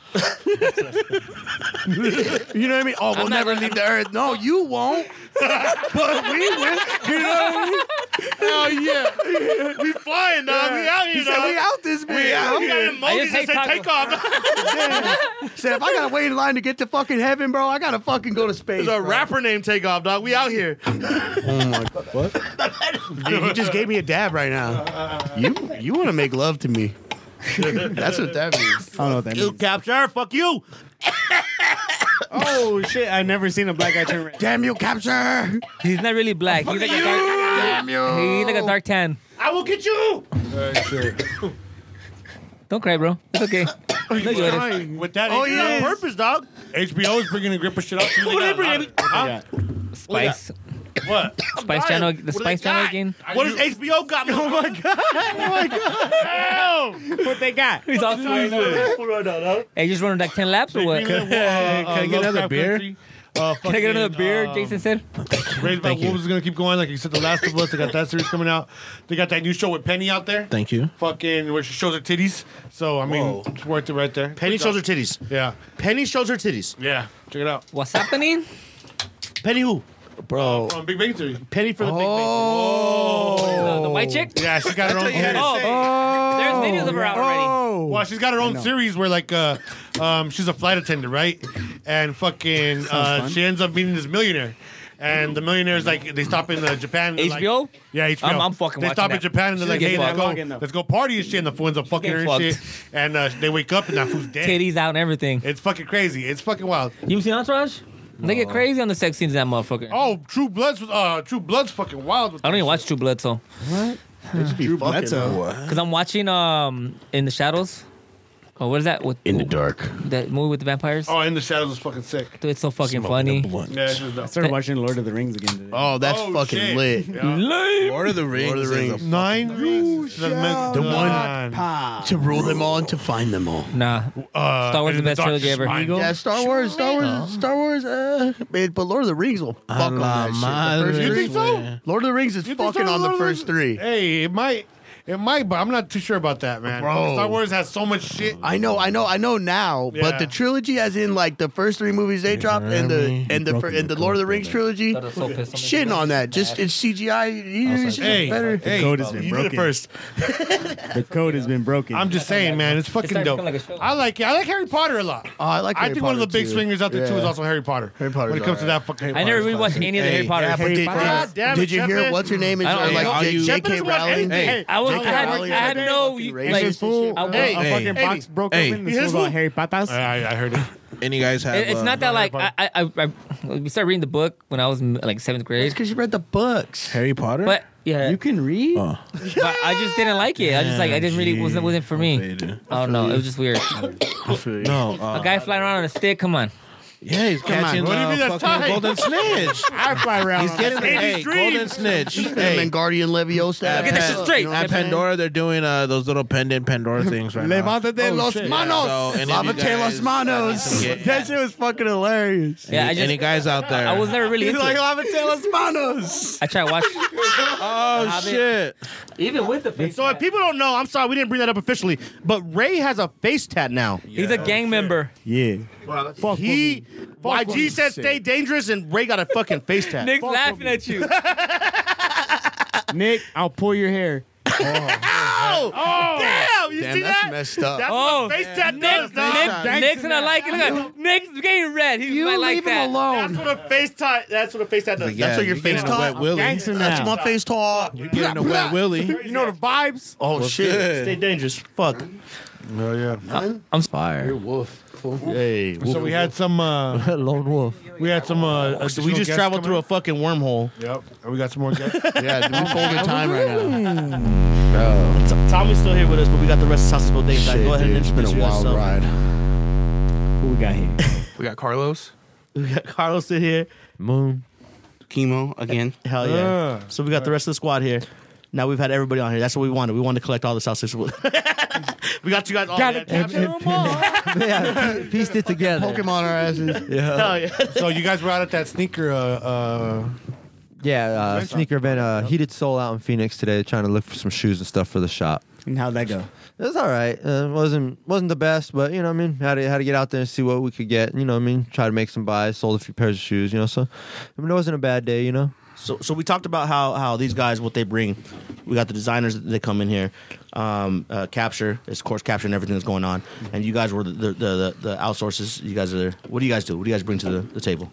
Speaker 6: you know what I mean? Oh, we'll never leave the earth. No, you won't. but we will. You know
Speaker 2: Hell yeah. we flying, dog. We out
Speaker 6: what I
Speaker 2: here,
Speaker 6: mean? Said,
Speaker 2: dog.
Speaker 6: we out this bitch.
Speaker 2: We got
Speaker 6: Yeah.
Speaker 3: I
Speaker 2: emojis
Speaker 3: just
Speaker 2: that
Speaker 3: hate tacos.
Speaker 2: say take off.
Speaker 6: Said if I gotta wait in line to get to fucking heaven, bro, I gotta fucking go to space.
Speaker 9: There's a
Speaker 6: bro.
Speaker 9: rapper named Takeoff, dog. We out here.
Speaker 8: Oh
Speaker 6: Dude, you just gave me a dab right now. You you want to make love to me? That's what that means.
Speaker 8: I don't know what that
Speaker 9: You
Speaker 8: means.
Speaker 9: capture, fuck you.
Speaker 8: Oh shit! I never seen a black guy turn red.
Speaker 6: Damn you, capture!
Speaker 3: He's not really black. He's like, a dark,
Speaker 6: Damn
Speaker 3: he's
Speaker 6: you!
Speaker 3: like a dark tan.
Speaker 9: I will get you.
Speaker 3: Don't cry, bro. It's okay. No, you already-
Speaker 2: With that,
Speaker 6: Oh,
Speaker 2: HBO
Speaker 6: yeah.
Speaker 9: On purpose, dog.
Speaker 2: HBO is bringing a grip of shit up.
Speaker 9: What are they bringing?
Speaker 2: Huh?
Speaker 3: Spice,
Speaker 2: What?
Speaker 3: Spice Channel, the
Speaker 9: What do
Speaker 3: Spice
Speaker 9: they
Speaker 3: Channel
Speaker 9: got?
Speaker 3: again.
Speaker 9: What does HBO got? Me? Oh my god.
Speaker 8: What they got?
Speaker 3: He's all Hey, you just running like ten laps or what?
Speaker 9: uh,
Speaker 3: Can
Speaker 2: Can
Speaker 4: I get another beer?
Speaker 2: Uh,
Speaker 3: I get another beer?
Speaker 2: um,
Speaker 3: Jason said.
Speaker 2: Raised by Wolves is gonna keep going. Like you said, The Last of Us. They got that series coming out. They got that new show with Penny out there.
Speaker 4: Thank you.
Speaker 2: Fucking where she shows her titties. So I mean,
Speaker 9: Whoa.
Speaker 2: it's worth it right there.
Speaker 9: Penny shows her titties.
Speaker 2: Yeah,
Speaker 9: Penny shows her titties.
Speaker 2: yeah. Check it out.
Speaker 3: What's happening?
Speaker 9: Penny who?
Speaker 6: Bro,
Speaker 2: Oh, From Big Bang Theory. Oh.
Speaker 9: Penny for the
Speaker 3: The, the white chick.
Speaker 2: Yeah, she's got her own.
Speaker 4: you had
Speaker 2: series. Oh.
Speaker 4: to
Speaker 3: Oh,
Speaker 4: say.
Speaker 3: there's videos of her out already.
Speaker 2: Well, she's got her own series where like uh, um, she's a flight attendant, right? And fucking uh, she ends up meeting this millionaire. And the millionaires like they stop in uh, Japan. and they're
Speaker 3: HBO?
Speaker 2: Like, yeah, HBO.
Speaker 3: I'm- I'm fucking
Speaker 2: They
Speaker 3: watching
Speaker 2: stop in
Speaker 3: that.
Speaker 2: Japan and they're
Speaker 3: She's
Speaker 2: like,
Speaker 3: getting
Speaker 2: hey, let's
Speaker 3: fucked.
Speaker 2: go, let's go party and shit. And the fool's up fucking her
Speaker 3: getting
Speaker 2: and shit.
Speaker 3: fucked.
Speaker 2: And uh, they wake up and that fool's dead.
Speaker 3: Titties out and everything.
Speaker 2: It's fucking crazy. It's fucking wild.
Speaker 3: You seen Entourage?
Speaker 9: uh,
Speaker 3: They get crazy on the sex scenes, that motherfucker.
Speaker 2: Oh, True Bloods was uh, True Bloods fucking wild. With
Speaker 3: I don't even watch True Blood, so
Speaker 8: Drew Bledsoe.
Speaker 4: What?
Speaker 3: because I'm watching um in the shadows. Oh, what is that? With
Speaker 6: in the dark.
Speaker 3: that movie with the vampires?
Speaker 2: Oh, in the shadows was fucking sick.
Speaker 3: Dude, it's so fucking funny.
Speaker 2: Yeah, it's just
Speaker 8: I
Speaker 2: dope.
Speaker 8: started watching Lord of the Rings again today.
Speaker 6: Oh, that's
Speaker 2: Oh,
Speaker 6: fucking
Speaker 2: shit.
Speaker 6: lit.
Speaker 2: Yeah.
Speaker 4: Lord of the Rings.
Speaker 6: Lord of
Speaker 4: is
Speaker 6: the
Speaker 4: a
Speaker 6: Rings.
Speaker 4: f-
Speaker 2: Nine. You shall
Speaker 6: The one-
Speaker 2: not
Speaker 8: Pa.
Speaker 6: To rule them all and to find them all.
Speaker 3: Nah,
Speaker 2: Uh,
Speaker 3: Star Wars
Speaker 2: in
Speaker 3: the best
Speaker 2: darkness,
Speaker 3: trilogy ever.
Speaker 2: mine.
Speaker 6: Yeah, Star Wars, Star Wars, Star Wars. Uh, man, but Lord of the Rings will fuck on
Speaker 4: La
Speaker 6: that shit. The first
Speaker 4: madre.
Speaker 6: three-
Speaker 2: You think so?
Speaker 6: Ah, Lord of the Rings is
Speaker 2: You think
Speaker 6: fucking
Speaker 2: Star
Speaker 6: on the
Speaker 2: Wars
Speaker 6: first
Speaker 2: is-
Speaker 6: three.
Speaker 2: Hey, it might, it might, but I'm not too sure about that, man.
Speaker 6: Bro.
Speaker 2: Star Wars has so much shit.
Speaker 6: I know, I know, I know now.
Speaker 2: Yeah.
Speaker 6: But the trilogy, as in like the first three movies they dropped, and the
Speaker 4: Jeremy,
Speaker 6: and the
Speaker 4: you
Speaker 6: fir-
Speaker 4: broke
Speaker 6: and the
Speaker 4: your
Speaker 6: Lord of the
Speaker 4: coat,
Speaker 6: Rings
Speaker 4: brother.
Speaker 6: trilogy,
Speaker 3: That is so pissed. I'm
Speaker 6: shitting on that. Just it's CGI. You know, it's just
Speaker 2: Hey,
Speaker 6: better.
Speaker 2: hey,
Speaker 8: Code has been
Speaker 4: you did it
Speaker 8: broken.
Speaker 4: first.
Speaker 8: The code has been broken.
Speaker 2: I'm just saying, man, it's fucking
Speaker 3: starting to
Speaker 2: dope.
Speaker 3: become like a show.
Speaker 2: I like it. I like Harry Potter a lot.
Speaker 6: Oh, I like.
Speaker 2: I
Speaker 6: Harry
Speaker 2: think one of the
Speaker 6: Potter,
Speaker 2: big
Speaker 6: too.
Speaker 2: swingers out there too
Speaker 6: Yeah.
Speaker 2: is also Harry Potter.
Speaker 6: Harry Potter's
Speaker 2: When it comes to
Speaker 6: alright.
Speaker 2: that fucking,
Speaker 3: I never rewatched any of the Harry Potter.
Speaker 6: Yeah, but did,
Speaker 9: God damn it,
Speaker 6: did you hear
Speaker 9: Chapman.
Speaker 6: what's her name is? uh,
Speaker 3: I don't-
Speaker 6: Or
Speaker 3: Are
Speaker 6: like
Speaker 4: you-
Speaker 6: J- J.K.
Speaker 9: Chapman's one-
Speaker 6: Rowling.
Speaker 9: Hey,
Speaker 4: Hey,
Speaker 3: I was, I
Speaker 6: J.K.
Speaker 3: had,
Speaker 6: Rowling
Speaker 3: I had
Speaker 6: is a
Speaker 3: no like,
Speaker 6: fucking racist.
Speaker 8: this fool,
Speaker 3: I-
Speaker 8: a,
Speaker 3: Hey,
Speaker 8: a
Speaker 4: hey,
Speaker 8: fucking box
Speaker 9: hey.
Speaker 8: broke
Speaker 4: Hey.
Speaker 8: open. This
Speaker 9: Here's
Speaker 8: fool's all
Speaker 9: who-
Speaker 8: Harry Potter's.
Speaker 2: I, I heard it.
Speaker 4: Any guys have?
Speaker 3: It- it's
Speaker 4: uh,
Speaker 3: not that like I,
Speaker 2: Potter.
Speaker 3: I I I we started reading the book when I was in, like seventh grade,
Speaker 6: because you read the books.
Speaker 4: Harry Potter.
Speaker 3: but yeah,
Speaker 8: You can read.
Speaker 4: Oh.
Speaker 3: but I just didn't like it. I just like I didn't really wasn't wasn't for me. I don't know. It was just weird.
Speaker 4: No.
Speaker 3: A
Speaker 4: Uh,
Speaker 3: guy flying around on a stick. Come on.
Speaker 4: yeah, he's catching
Speaker 2: What do you mean
Speaker 4: the
Speaker 2: that's
Speaker 4: fucking
Speaker 2: tight?
Speaker 4: golden snitch.
Speaker 8: I fly around.
Speaker 4: He's getting the hey, golden snitch.
Speaker 6: Hey.
Speaker 4: Hey,
Speaker 6: And Guardian Leviosa.
Speaker 4: at
Speaker 3: Get that shit
Speaker 4: Pan-
Speaker 3: straight.
Speaker 4: At Pandora, they're doing uh, those little pendant Pandora things right now.
Speaker 8: Levántate los manos.
Speaker 4: Oh, So, and if you
Speaker 6: Oh, Lávate
Speaker 4: guys-
Speaker 6: los manos.
Speaker 4: Yeah.
Speaker 6: That shit was fucking hilarious.
Speaker 3: Yeah, I
Speaker 4: any, any
Speaker 3: just
Speaker 4: guys out there?
Speaker 3: I was never really
Speaker 6: He's
Speaker 3: into
Speaker 6: like,
Speaker 3: it.
Speaker 6: Lávate los manos.
Speaker 3: I try to watch
Speaker 4: oh shit!
Speaker 3: even with the face.
Speaker 9: So if people don't know, I'm sorry, we didn't bring that up officially, but Ray has a face tat now.
Speaker 3: He's a gang member.
Speaker 8: Yeah. Fuck
Speaker 9: He, YG said stay dangerous, and Ray got a fucking face tat.
Speaker 3: Nick's laughing at you.
Speaker 8: with me. Nick, I'll pull your hair.
Speaker 9: oh, damn, you see
Speaker 6: Damn,
Speaker 9: that?
Speaker 6: that's messed up.
Speaker 9: That's
Speaker 3: Oh,
Speaker 9: what face tat does,
Speaker 3: Nick,
Speaker 9: dog.
Speaker 3: Nick, Nick's not liking. Look, at- Nick's getting red. He's not like that.
Speaker 9: That's what a face tat. That's what a face tat does.
Speaker 4: Yeah,
Speaker 6: what your
Speaker 4: you're getting
Speaker 6: face
Speaker 4: a
Speaker 6: talk?
Speaker 4: Wet willy.
Speaker 8: Gangster
Speaker 6: That's
Speaker 8: now.
Speaker 6: my face talk.
Speaker 4: You're getting a wet willy.
Speaker 9: You know the vibes.
Speaker 6: Oh shit.
Speaker 9: Stay dangerous. Fuck.
Speaker 2: Oh yeah.
Speaker 3: I'm fire.
Speaker 9: Hey,
Speaker 2: So we had some. Uh,
Speaker 9: lone wolf.
Speaker 2: we had some. Uh,
Speaker 9: So we just traveled through a fucking wormhole.
Speaker 2: a. Yep. And we got some more guests.
Speaker 6: Yeah, dude, we folded time right
Speaker 5: Hmm.
Speaker 6: now.
Speaker 9: Tommy's still here with us, but we got the rest of Sauceville Dave. Go ahead and
Speaker 6: it's been
Speaker 9: introduce
Speaker 6: a wild
Speaker 9: yourself.
Speaker 6: ride.
Speaker 8: Who we got here?
Speaker 10: We got Carlos,
Speaker 9: We got Carlos in here.
Speaker 4: Moon.
Speaker 10: chemo again.
Speaker 9: Hell yeah.
Speaker 10: Ah.
Speaker 2: Yeah.
Speaker 9: so we got the rest of the squad here. Now we've had everybody on here. That's what we wanted. We wanted to collect all the sausage. we got you guys all. Got
Speaker 11: yeah, pieced it together.
Speaker 5: Oh,
Speaker 6: Pokemon our asses.
Speaker 2: So you guys were out at that sneaker uh, uh,
Speaker 11: Yeah, uh, sneaker event. Uh, Heated Soul out in Phoenix today. They're trying to look for some shoes and stuff for the shop.
Speaker 9: And how'd that go?
Speaker 11: It was all right. Uh, it wasn't wasn't the best, but you know, what I mean, had to had to get out there and see what we could get. You know, what I mean, try to make some buys. Sold a few pairs of shoes. You know, so I mean, it wasn't a bad day. You know.
Speaker 5: So, so we talked about how how these guys what they bring. We got the designers that they come in here, um, uh, capture is of course capture and everything that's going on. And you guys were the the, the the outsources. You guys are there. What do you guys do? What do you guys bring to the, the table?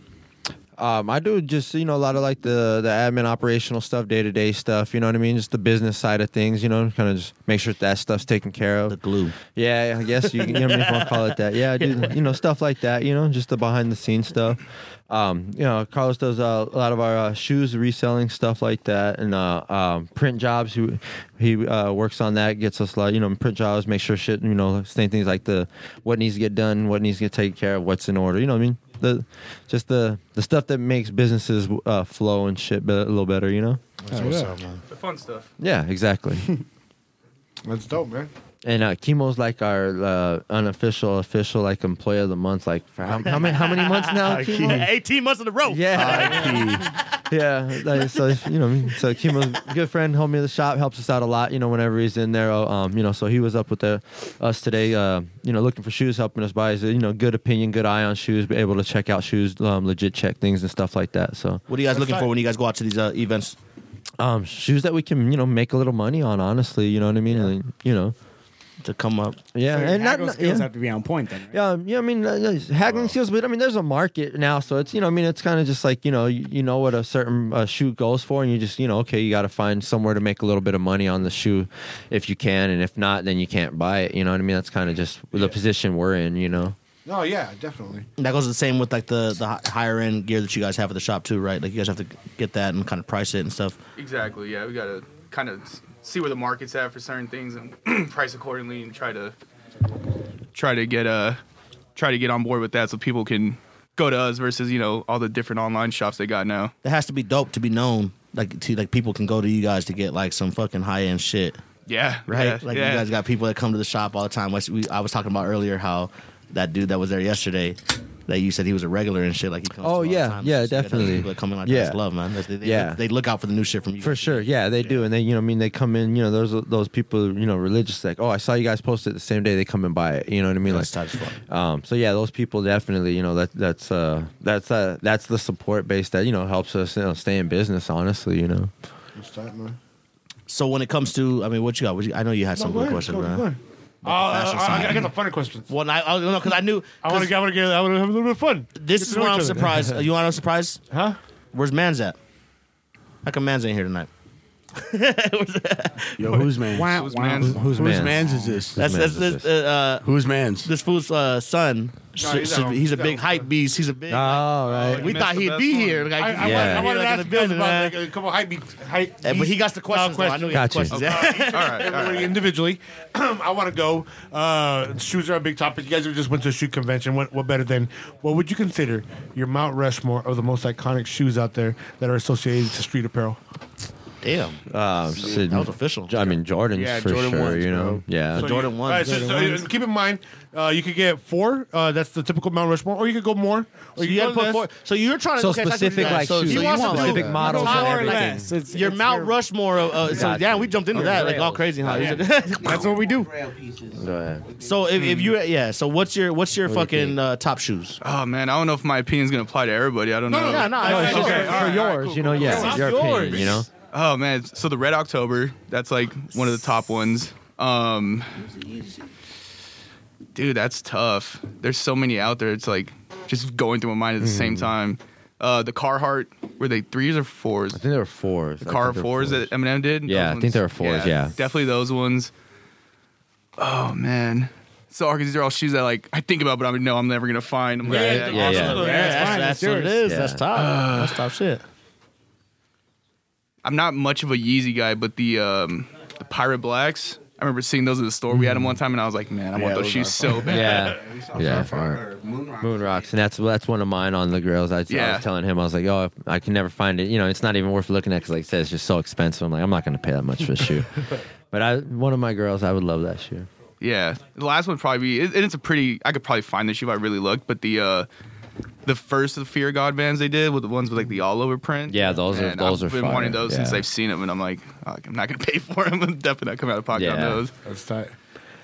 Speaker 11: Um, I do just you know a lot of like the the admin operational stuff, day to day stuff. You know what I mean? Just the business side of things. You know, kind of just make sure that stuff's taken care of. The
Speaker 5: glue.
Speaker 11: Yeah, I guess you, you know what I mean, if you want to call it that. Yeah, I do you know stuff like that. You know, just the behind the scenes stuff. Um, you know, Carlos does uh, a lot of our uh, shoes reselling stuff like that, and uh, um, print jobs. He he uh, works on that, gets us a lot. You know, print jobs, make sure shit. You know, same things like the what needs to get done, what needs to get taken care of, what's in order. You know what I mean? the just the the stuff that makes businesses uh, flow and shit be- a little better, you know.
Speaker 2: That's what's up, man.
Speaker 13: The fun stuff.
Speaker 11: Yeah, exactly.
Speaker 2: That's dope, man.
Speaker 11: and uh, Chemo's like our uh, unofficial, official like employee of the month, like for how, how many how many months now? Chemo?
Speaker 5: Eighteen months in a row.
Speaker 11: Yeah. yeah, like, so you know, so Chemo's a good friend, homie of the shop, helps us out a lot. You know, whenever he's in there, um, you know, so he was up with the, us today, uh, you know, looking for shoes, helping us buy. He's a, you know, good opinion, good eye on shoes, be able to check out shoes, um, legit check things and stuff like that. So,
Speaker 5: What are you guys looking for when you guys go out to these uh, events?
Speaker 11: um, shoes that we can, you know, make a little money on. Honestly, you know what I mean? Like, you know,
Speaker 5: to come up.
Speaker 11: Yeah,
Speaker 9: So your
Speaker 11: and not,
Speaker 9: haggle
Speaker 11: not-
Speaker 9: skills
Speaker 11: yeah.
Speaker 9: have to be on point then.
Speaker 11: Yeah, um, yeah. I mean, uh, uh, haggling skills, but I mean, there's a market now, so it's you know, I mean, it's kind of just like you know, you, you know what a certain uh, shoe goes for, and you just you know, okay, you got to find somewhere to make a little bit of money on the shoe, if you can, and if not, then you can't buy it. You know what I mean? That's kind of just the position we're in. You know.
Speaker 2: No, yeah, definitely.
Speaker 5: That goes the same with like the the hi- higher end gear that you guys have at the shop too, right? Like you guys have to get that and kind of price it and stuff.
Speaker 10: Exactly. Yeah, we gotta kind of see where the market's at for certain things and price accordingly, and try to try to get uh try to get on board with that so people can go to us versus you know all the different online shops they got now.
Speaker 5: That has to be dope to be known. Like to like people can go to you guys to get like some fucking high end shit.
Speaker 10: Yeah.
Speaker 5: Right?
Speaker 10: yeah,
Speaker 5: like
Speaker 10: yeah.
Speaker 5: you guys got people that come to the shop all the time. Like we, I was talking about earlier how that dude that was there yesterday that you said he was a regular and shit. Like he comes to
Speaker 11: Oh
Speaker 5: all the
Speaker 11: yeah,
Speaker 5: time.
Speaker 11: yeah,
Speaker 5: It's just good how
Speaker 11: definitely.
Speaker 5: People that come in like that.
Speaker 11: yeah.
Speaker 5: It's love, man. They, they,
Speaker 11: Yeah.
Speaker 5: they look out for the new shit from you.
Speaker 11: For sure, yeah, they do, and they, you know, I mean, they come in, you know, those those people, you know, religious, like, oh, I saw you guys post it the same day, they come and buy it, you know what I mean, like, um, so yeah, those people definitely, you know, that that's uh that's uh that's the support base that you know helps us you know, stay in business, honestly, you know.
Speaker 2: What's that, man?
Speaker 5: So when it comes to, I mean, what you got? What you, I know you had some
Speaker 2: go
Speaker 5: good
Speaker 2: ahead,
Speaker 5: questions,
Speaker 2: go- go
Speaker 5: man.
Speaker 2: ahead. Oh, I, I, I got the funny questions.
Speaker 5: Well, I, I no, because I knew
Speaker 2: I want to get, I want to get, I want to have a little bit of fun. Get
Speaker 5: This is
Speaker 2: to know
Speaker 5: where
Speaker 2: each
Speaker 5: I'm
Speaker 2: other.
Speaker 5: surprised. you want to know surprise?
Speaker 2: Huh?
Speaker 5: Where's Mans at? How come Mans ain't here tonight?
Speaker 6: Yo, who's man's?
Speaker 5: Wow, Who's wow. Mans?
Speaker 6: Who- Who's,
Speaker 5: Who's
Speaker 6: man's?
Speaker 5: Mans?
Speaker 6: is this?
Speaker 5: That's that's this, uh, uh,
Speaker 6: who's man's?
Speaker 5: This fool's uh, son.
Speaker 6: No,
Speaker 5: Su-
Speaker 6: he's
Speaker 5: Su-
Speaker 6: out.
Speaker 5: he's a big hype beast. He's a big.
Speaker 11: Oh right.
Speaker 5: we thought he'd be here. Like,
Speaker 2: I, I,
Speaker 5: yeah.
Speaker 2: yeah. wanted, I wanted to
Speaker 5: Like,
Speaker 2: ask
Speaker 5: in the
Speaker 2: Bill
Speaker 5: building, man.
Speaker 2: about like, a couple hype beats. Hype
Speaker 5: Yeah, but he got the questions, though. I knew he had Gotcha. questions, yeah.
Speaker 2: All right, everybody individually. I want to go. Uh, shoes are a big topic. You guys just went to a shoe convention. What, what better than what would you consider your Mount Rushmore of the most iconic shoes out there that are associated to street apparel?
Speaker 5: Damn.
Speaker 11: Uh, Sid-
Speaker 5: That was official.
Speaker 11: I mean, Jordan's
Speaker 2: Yeah,
Speaker 11: for
Speaker 2: Jordan
Speaker 11: sure,
Speaker 2: ones,
Speaker 11: you know.
Speaker 2: bro.
Speaker 11: Yeah,
Speaker 2: So you- All right, so- so, uh, keep in mind, uh, you could get four. Uh, that's the typical Mount Rushmore, or you could go more. Or
Speaker 5: So you gotta
Speaker 2: go
Speaker 5: put
Speaker 2: less.
Speaker 5: four- so you're trying to- So okay, so I see what specific, you're doing. like, So shoes.
Speaker 2: He
Speaker 5: you
Speaker 2: wants
Speaker 5: want
Speaker 2: to do
Speaker 5: specific
Speaker 2: the
Speaker 5: models
Speaker 2: top
Speaker 5: and
Speaker 2: or
Speaker 5: everything.
Speaker 2: less.
Speaker 5: It's- your Mount Rushmore. Of, uh, so
Speaker 2: Gotcha.
Speaker 5: yeah, we jumped into
Speaker 2: Okay.
Speaker 5: that like all crazy, huh?
Speaker 2: Yeah.
Speaker 5: That's what we do. So if, if you yeah, so what's your what's your
Speaker 10: What do you
Speaker 5: fucking uh, top shoes?
Speaker 10: Oh man, I don't know if my opinion's gonna apply to everybody. I don't
Speaker 5: No,
Speaker 10: know.
Speaker 5: no, no, no, No, it's it's just okay. for- for
Speaker 11: yours, you know, yeah, It's your opinion, yours. you know?
Speaker 10: Oh man, so the Red October, that's like one of the top ones. Um, dude, that's tough. There's so many out there. It's like just going through my mind at the
Speaker 11: Mm-hmm.
Speaker 10: same time. Uh, the Carhartt, were they threes or fours? I
Speaker 11: think they were fours.
Speaker 10: The
Speaker 11: I
Speaker 10: Car
Speaker 11: think they were
Speaker 10: fours that Eminem did.
Speaker 11: Yeah, I
Speaker 10: Those
Speaker 11: think they
Speaker 10: ones-
Speaker 11: were fours, yeah.
Speaker 10: definitely those ones. Oh man. So because these are all shoes that like I think about, but I know I'm never gonna find. I'm like,
Speaker 5: Yeah,
Speaker 10: yeah,
Speaker 5: yeah, yeah. Yeah, that's-
Speaker 10: fine,
Speaker 5: that's
Speaker 10: it's
Speaker 5: what it
Speaker 10: yours.
Speaker 5: is. That's top.
Speaker 4: Uh,
Speaker 5: That's top shit.
Speaker 10: I'm not much of a Yeezy guy, but the um, the Pirate Blacks. I remember seeing those at the store. We had them one time, and I was like, man, I want those shoes so bad.
Speaker 11: Yeah, yeah.
Speaker 10: Moon rocks.
Speaker 11: Moon rocks, and that's that's one of mine on the grills. I, I
Speaker 10: Yeah.
Speaker 11: was telling him, I was like, "Oh, I can never find it. You know, it's not even worth looking at because, like I said, it's just so expensive. I'm like, I'm not going to pay that much for a shoe." but I, one of my girls, I would love that shoe.
Speaker 10: Yeah, the last one would probably be. It, and it's a pretty. I could probably find the shoe if I really looked, but the uh, the first of Fear God bands they did with the ones with like the all over print.
Speaker 14: Yeah, those are-
Speaker 10: And
Speaker 14: those
Speaker 10: I've
Speaker 14: are
Speaker 10: been
Speaker 14: fire,
Speaker 10: wanting those since
Speaker 14: yeah.
Speaker 10: I've seen them, and I'm like, "Fuck, I'm not gonna pay for them. I'm definitely not coming out of pocket on
Speaker 14: Yeah.
Speaker 10: those.
Speaker 2: That's tight.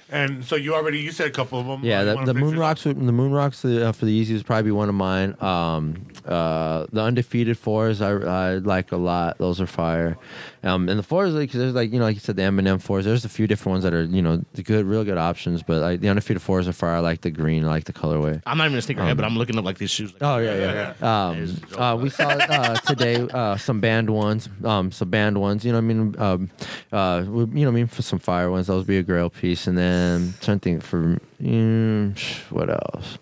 Speaker 2: And so you already you said a couple of them.
Speaker 11: Yeah,
Speaker 2: You
Speaker 11: the,
Speaker 2: wanna
Speaker 11: the
Speaker 2: finish
Speaker 11: moon rocks. would- The moon rocks uh, for the easy is probably one of mine. Um, uh, the undefeated fours I, I like a lot. Those are fire. Um, and the fours like 'cause there's like you know like you said the M and M fours. There's a few different ones that are you know the good real good options. But like the undefeated fours are fire. I like the green. I like the colorway.
Speaker 9: I'm not even a sneakerhead,
Speaker 11: Um,
Speaker 9: but I'm looking up like these shoes.
Speaker 11: Oh yeah, yeah. Um, uh, we saw uh, today uh, some band ones, um, some band ones. You know, what I mean, um, uh, we- you know, what I mean, for some fire ones, those would be a grail piece. And then trying to think for mm, what else.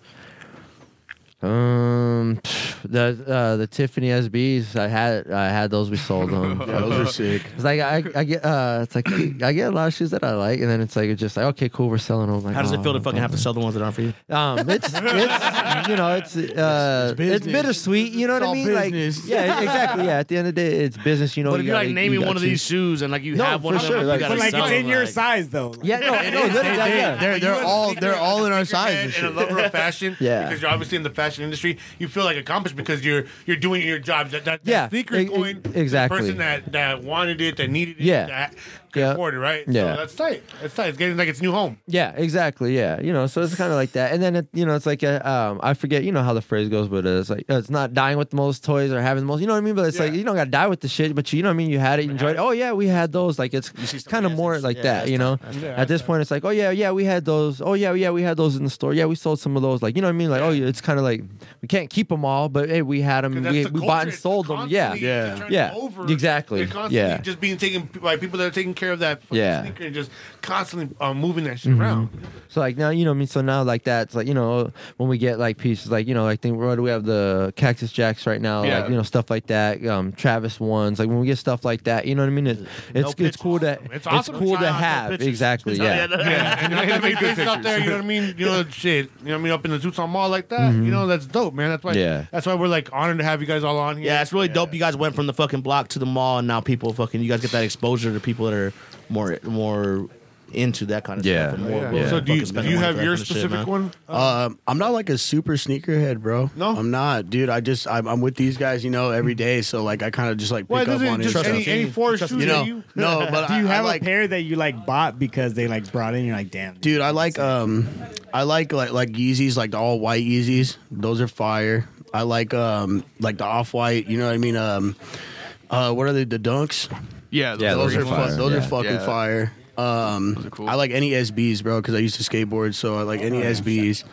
Speaker 11: Um, the uh, the Tiffany SBs I had I had those we sold them.
Speaker 6: Yeah, those are sick.
Speaker 11: It's like I, I get uh, it's like I get a lot of shoes that I like, and then it's like it's just like okay, cool, we're selling them. Like,
Speaker 9: How does it
Speaker 11: "Oh,
Speaker 9: feel to fucking
Speaker 11: bummer."
Speaker 9: have to sell the ones that aren't for you?
Speaker 11: Um, it's it's you know it's uh it's,
Speaker 9: business.
Speaker 11: bittersweet. You know
Speaker 9: It's
Speaker 11: what I
Speaker 9: all
Speaker 11: mean?
Speaker 9: business.
Speaker 11: Like yeah, exactly. Yeah, at the end of the day, it's business. You know,
Speaker 9: but if
Speaker 11: you
Speaker 9: you're
Speaker 11: gotta-
Speaker 9: like
Speaker 11: you
Speaker 9: naming
Speaker 11: got
Speaker 9: one of
Speaker 11: to-
Speaker 9: these shoes and like you
Speaker 11: No,
Speaker 9: have one
Speaker 11: for
Speaker 9: of
Speaker 11: sure,
Speaker 9: them,
Speaker 11: like-
Speaker 9: you gotta
Speaker 11: But, like, it's
Speaker 9: sell
Speaker 11: in
Speaker 9: them,
Speaker 11: your
Speaker 9: like-
Speaker 8: size though.
Speaker 11: Yeah, no,
Speaker 2: It
Speaker 11: no,
Speaker 2: is.
Speaker 11: they're,
Speaker 2: They-
Speaker 11: yeah,
Speaker 2: they-
Speaker 11: yeah.
Speaker 2: They're- they're You all-
Speaker 11: they're all in our size.
Speaker 2: and a lover of fashion.
Speaker 11: Yeah.
Speaker 2: because you're obviously in the fashion industry, you feel like accomplished because you're you're doing your job. That, that, that
Speaker 11: Yeah,
Speaker 2: sneaker
Speaker 11: e-
Speaker 2: is
Speaker 11: e-
Speaker 2: going to
Speaker 11: exactly.
Speaker 2: The person that that wanted it, that needed it,
Speaker 11: Yeah.
Speaker 2: that could
Speaker 11: Yeah.
Speaker 2: afford it, right?
Speaker 11: Yeah.
Speaker 2: so that's tight. That's tight. It's getting like its new home.
Speaker 11: Yeah, exactly. Yeah, you know, so it's kind of like that. And then it, you know, it's like a, um, I forget, you know, how the phrase goes, but it's like uh, it's not dying with the most toys or having the most. You know what I mean? But it's like you don't got to die with the shit, but you, know what I mean. You had it, you enjoyed. it. Oh yeah, we had those. Like it's kind of more like that. You know, at this point, it's like oh yeah, yeah, we had those. Oh yeah, yeah, we had those in the store. Yeah, we sold some of those. Like you know what I mean? Like oh yeah, it's kind of like we can't keep them all, but hey, we had them.
Speaker 2: That's
Speaker 11: We,
Speaker 2: the
Speaker 11: we
Speaker 2: culture.
Speaker 11: bought and
Speaker 2: It's
Speaker 11: sold them. Yeah,
Speaker 2: constantly
Speaker 11: yeah,
Speaker 2: turning
Speaker 11: yeah.
Speaker 2: over.
Speaker 11: Exactly.
Speaker 2: They're constantly
Speaker 11: Yeah.
Speaker 2: just being taken by people that are taking care of that fucking
Speaker 11: Yeah. Mm-hmm.
Speaker 2: sneaker and just constantly uh, moving that shit around.
Speaker 11: So like now, you know, what I mean, so now like that's like you know when we get like pieces like you know like think what do we have the Cactus Jacks right now
Speaker 2: Yeah.
Speaker 11: like you know stuff like that um Travis ones like when we get stuff like that you know what I mean it, it's it's cool to
Speaker 2: It's
Speaker 11: it's,
Speaker 2: awesome.
Speaker 11: cool
Speaker 2: Try
Speaker 11: to
Speaker 2: out the
Speaker 11: have
Speaker 2: pictures.
Speaker 11: exactly yeah.
Speaker 2: and I got big bitches out there. You know what I mean? You know, shit. You know what I mean? Up in the Tucson Mall like that. You know, that's dope, man. That's why.
Speaker 11: Mm-hmm. Yeah.
Speaker 2: That's why we're like honored to have you guys all on here.
Speaker 9: Yeah, it's really dope. You guys went from the fucking block to the mall, and now people fucking you guys get that exposure to people that are more more into that kind of
Speaker 11: Yeah.
Speaker 9: stuff. and more
Speaker 11: Yeah.
Speaker 9: willing to
Speaker 2: So do you,
Speaker 9: fucking spend
Speaker 2: do you
Speaker 9: money
Speaker 2: have
Speaker 9: for that
Speaker 2: your
Speaker 9: kind of shit, man.
Speaker 2: specific one?
Speaker 6: Um, I'm not like a super sneakerhead, bro. No, I'm not, dude. I just I'm, I'm with these guys, you know, every day. So like, I kind of just like pick
Speaker 2: Why
Speaker 6: up
Speaker 2: doesn't
Speaker 6: on
Speaker 2: it
Speaker 6: it.
Speaker 2: just
Speaker 6: and
Speaker 2: any,
Speaker 6: stuff.
Speaker 2: any four shoes?
Speaker 6: you
Speaker 2: that
Speaker 6: know, no, but
Speaker 8: do you
Speaker 6: I- I
Speaker 8: have
Speaker 6: like-
Speaker 8: a pair that you like bought because they like brought in? You're like, damn,
Speaker 6: dude. I like um, I like like like Yeezys, like the all white Yeezys. Those are fire. I like um, like the off white. You know what I mean? Um, uh, what are they? The Dunks.
Speaker 10: Yeah,
Speaker 11: Yeah,
Speaker 6: those,
Speaker 11: those are
Speaker 6: are, fun.
Speaker 11: fire,
Speaker 6: Those are
Speaker 11: yeah.
Speaker 6: fucking
Speaker 10: Yeah.
Speaker 6: fire. Um, I like any SBs, bro, because I used to skateboard, so I like any SBs.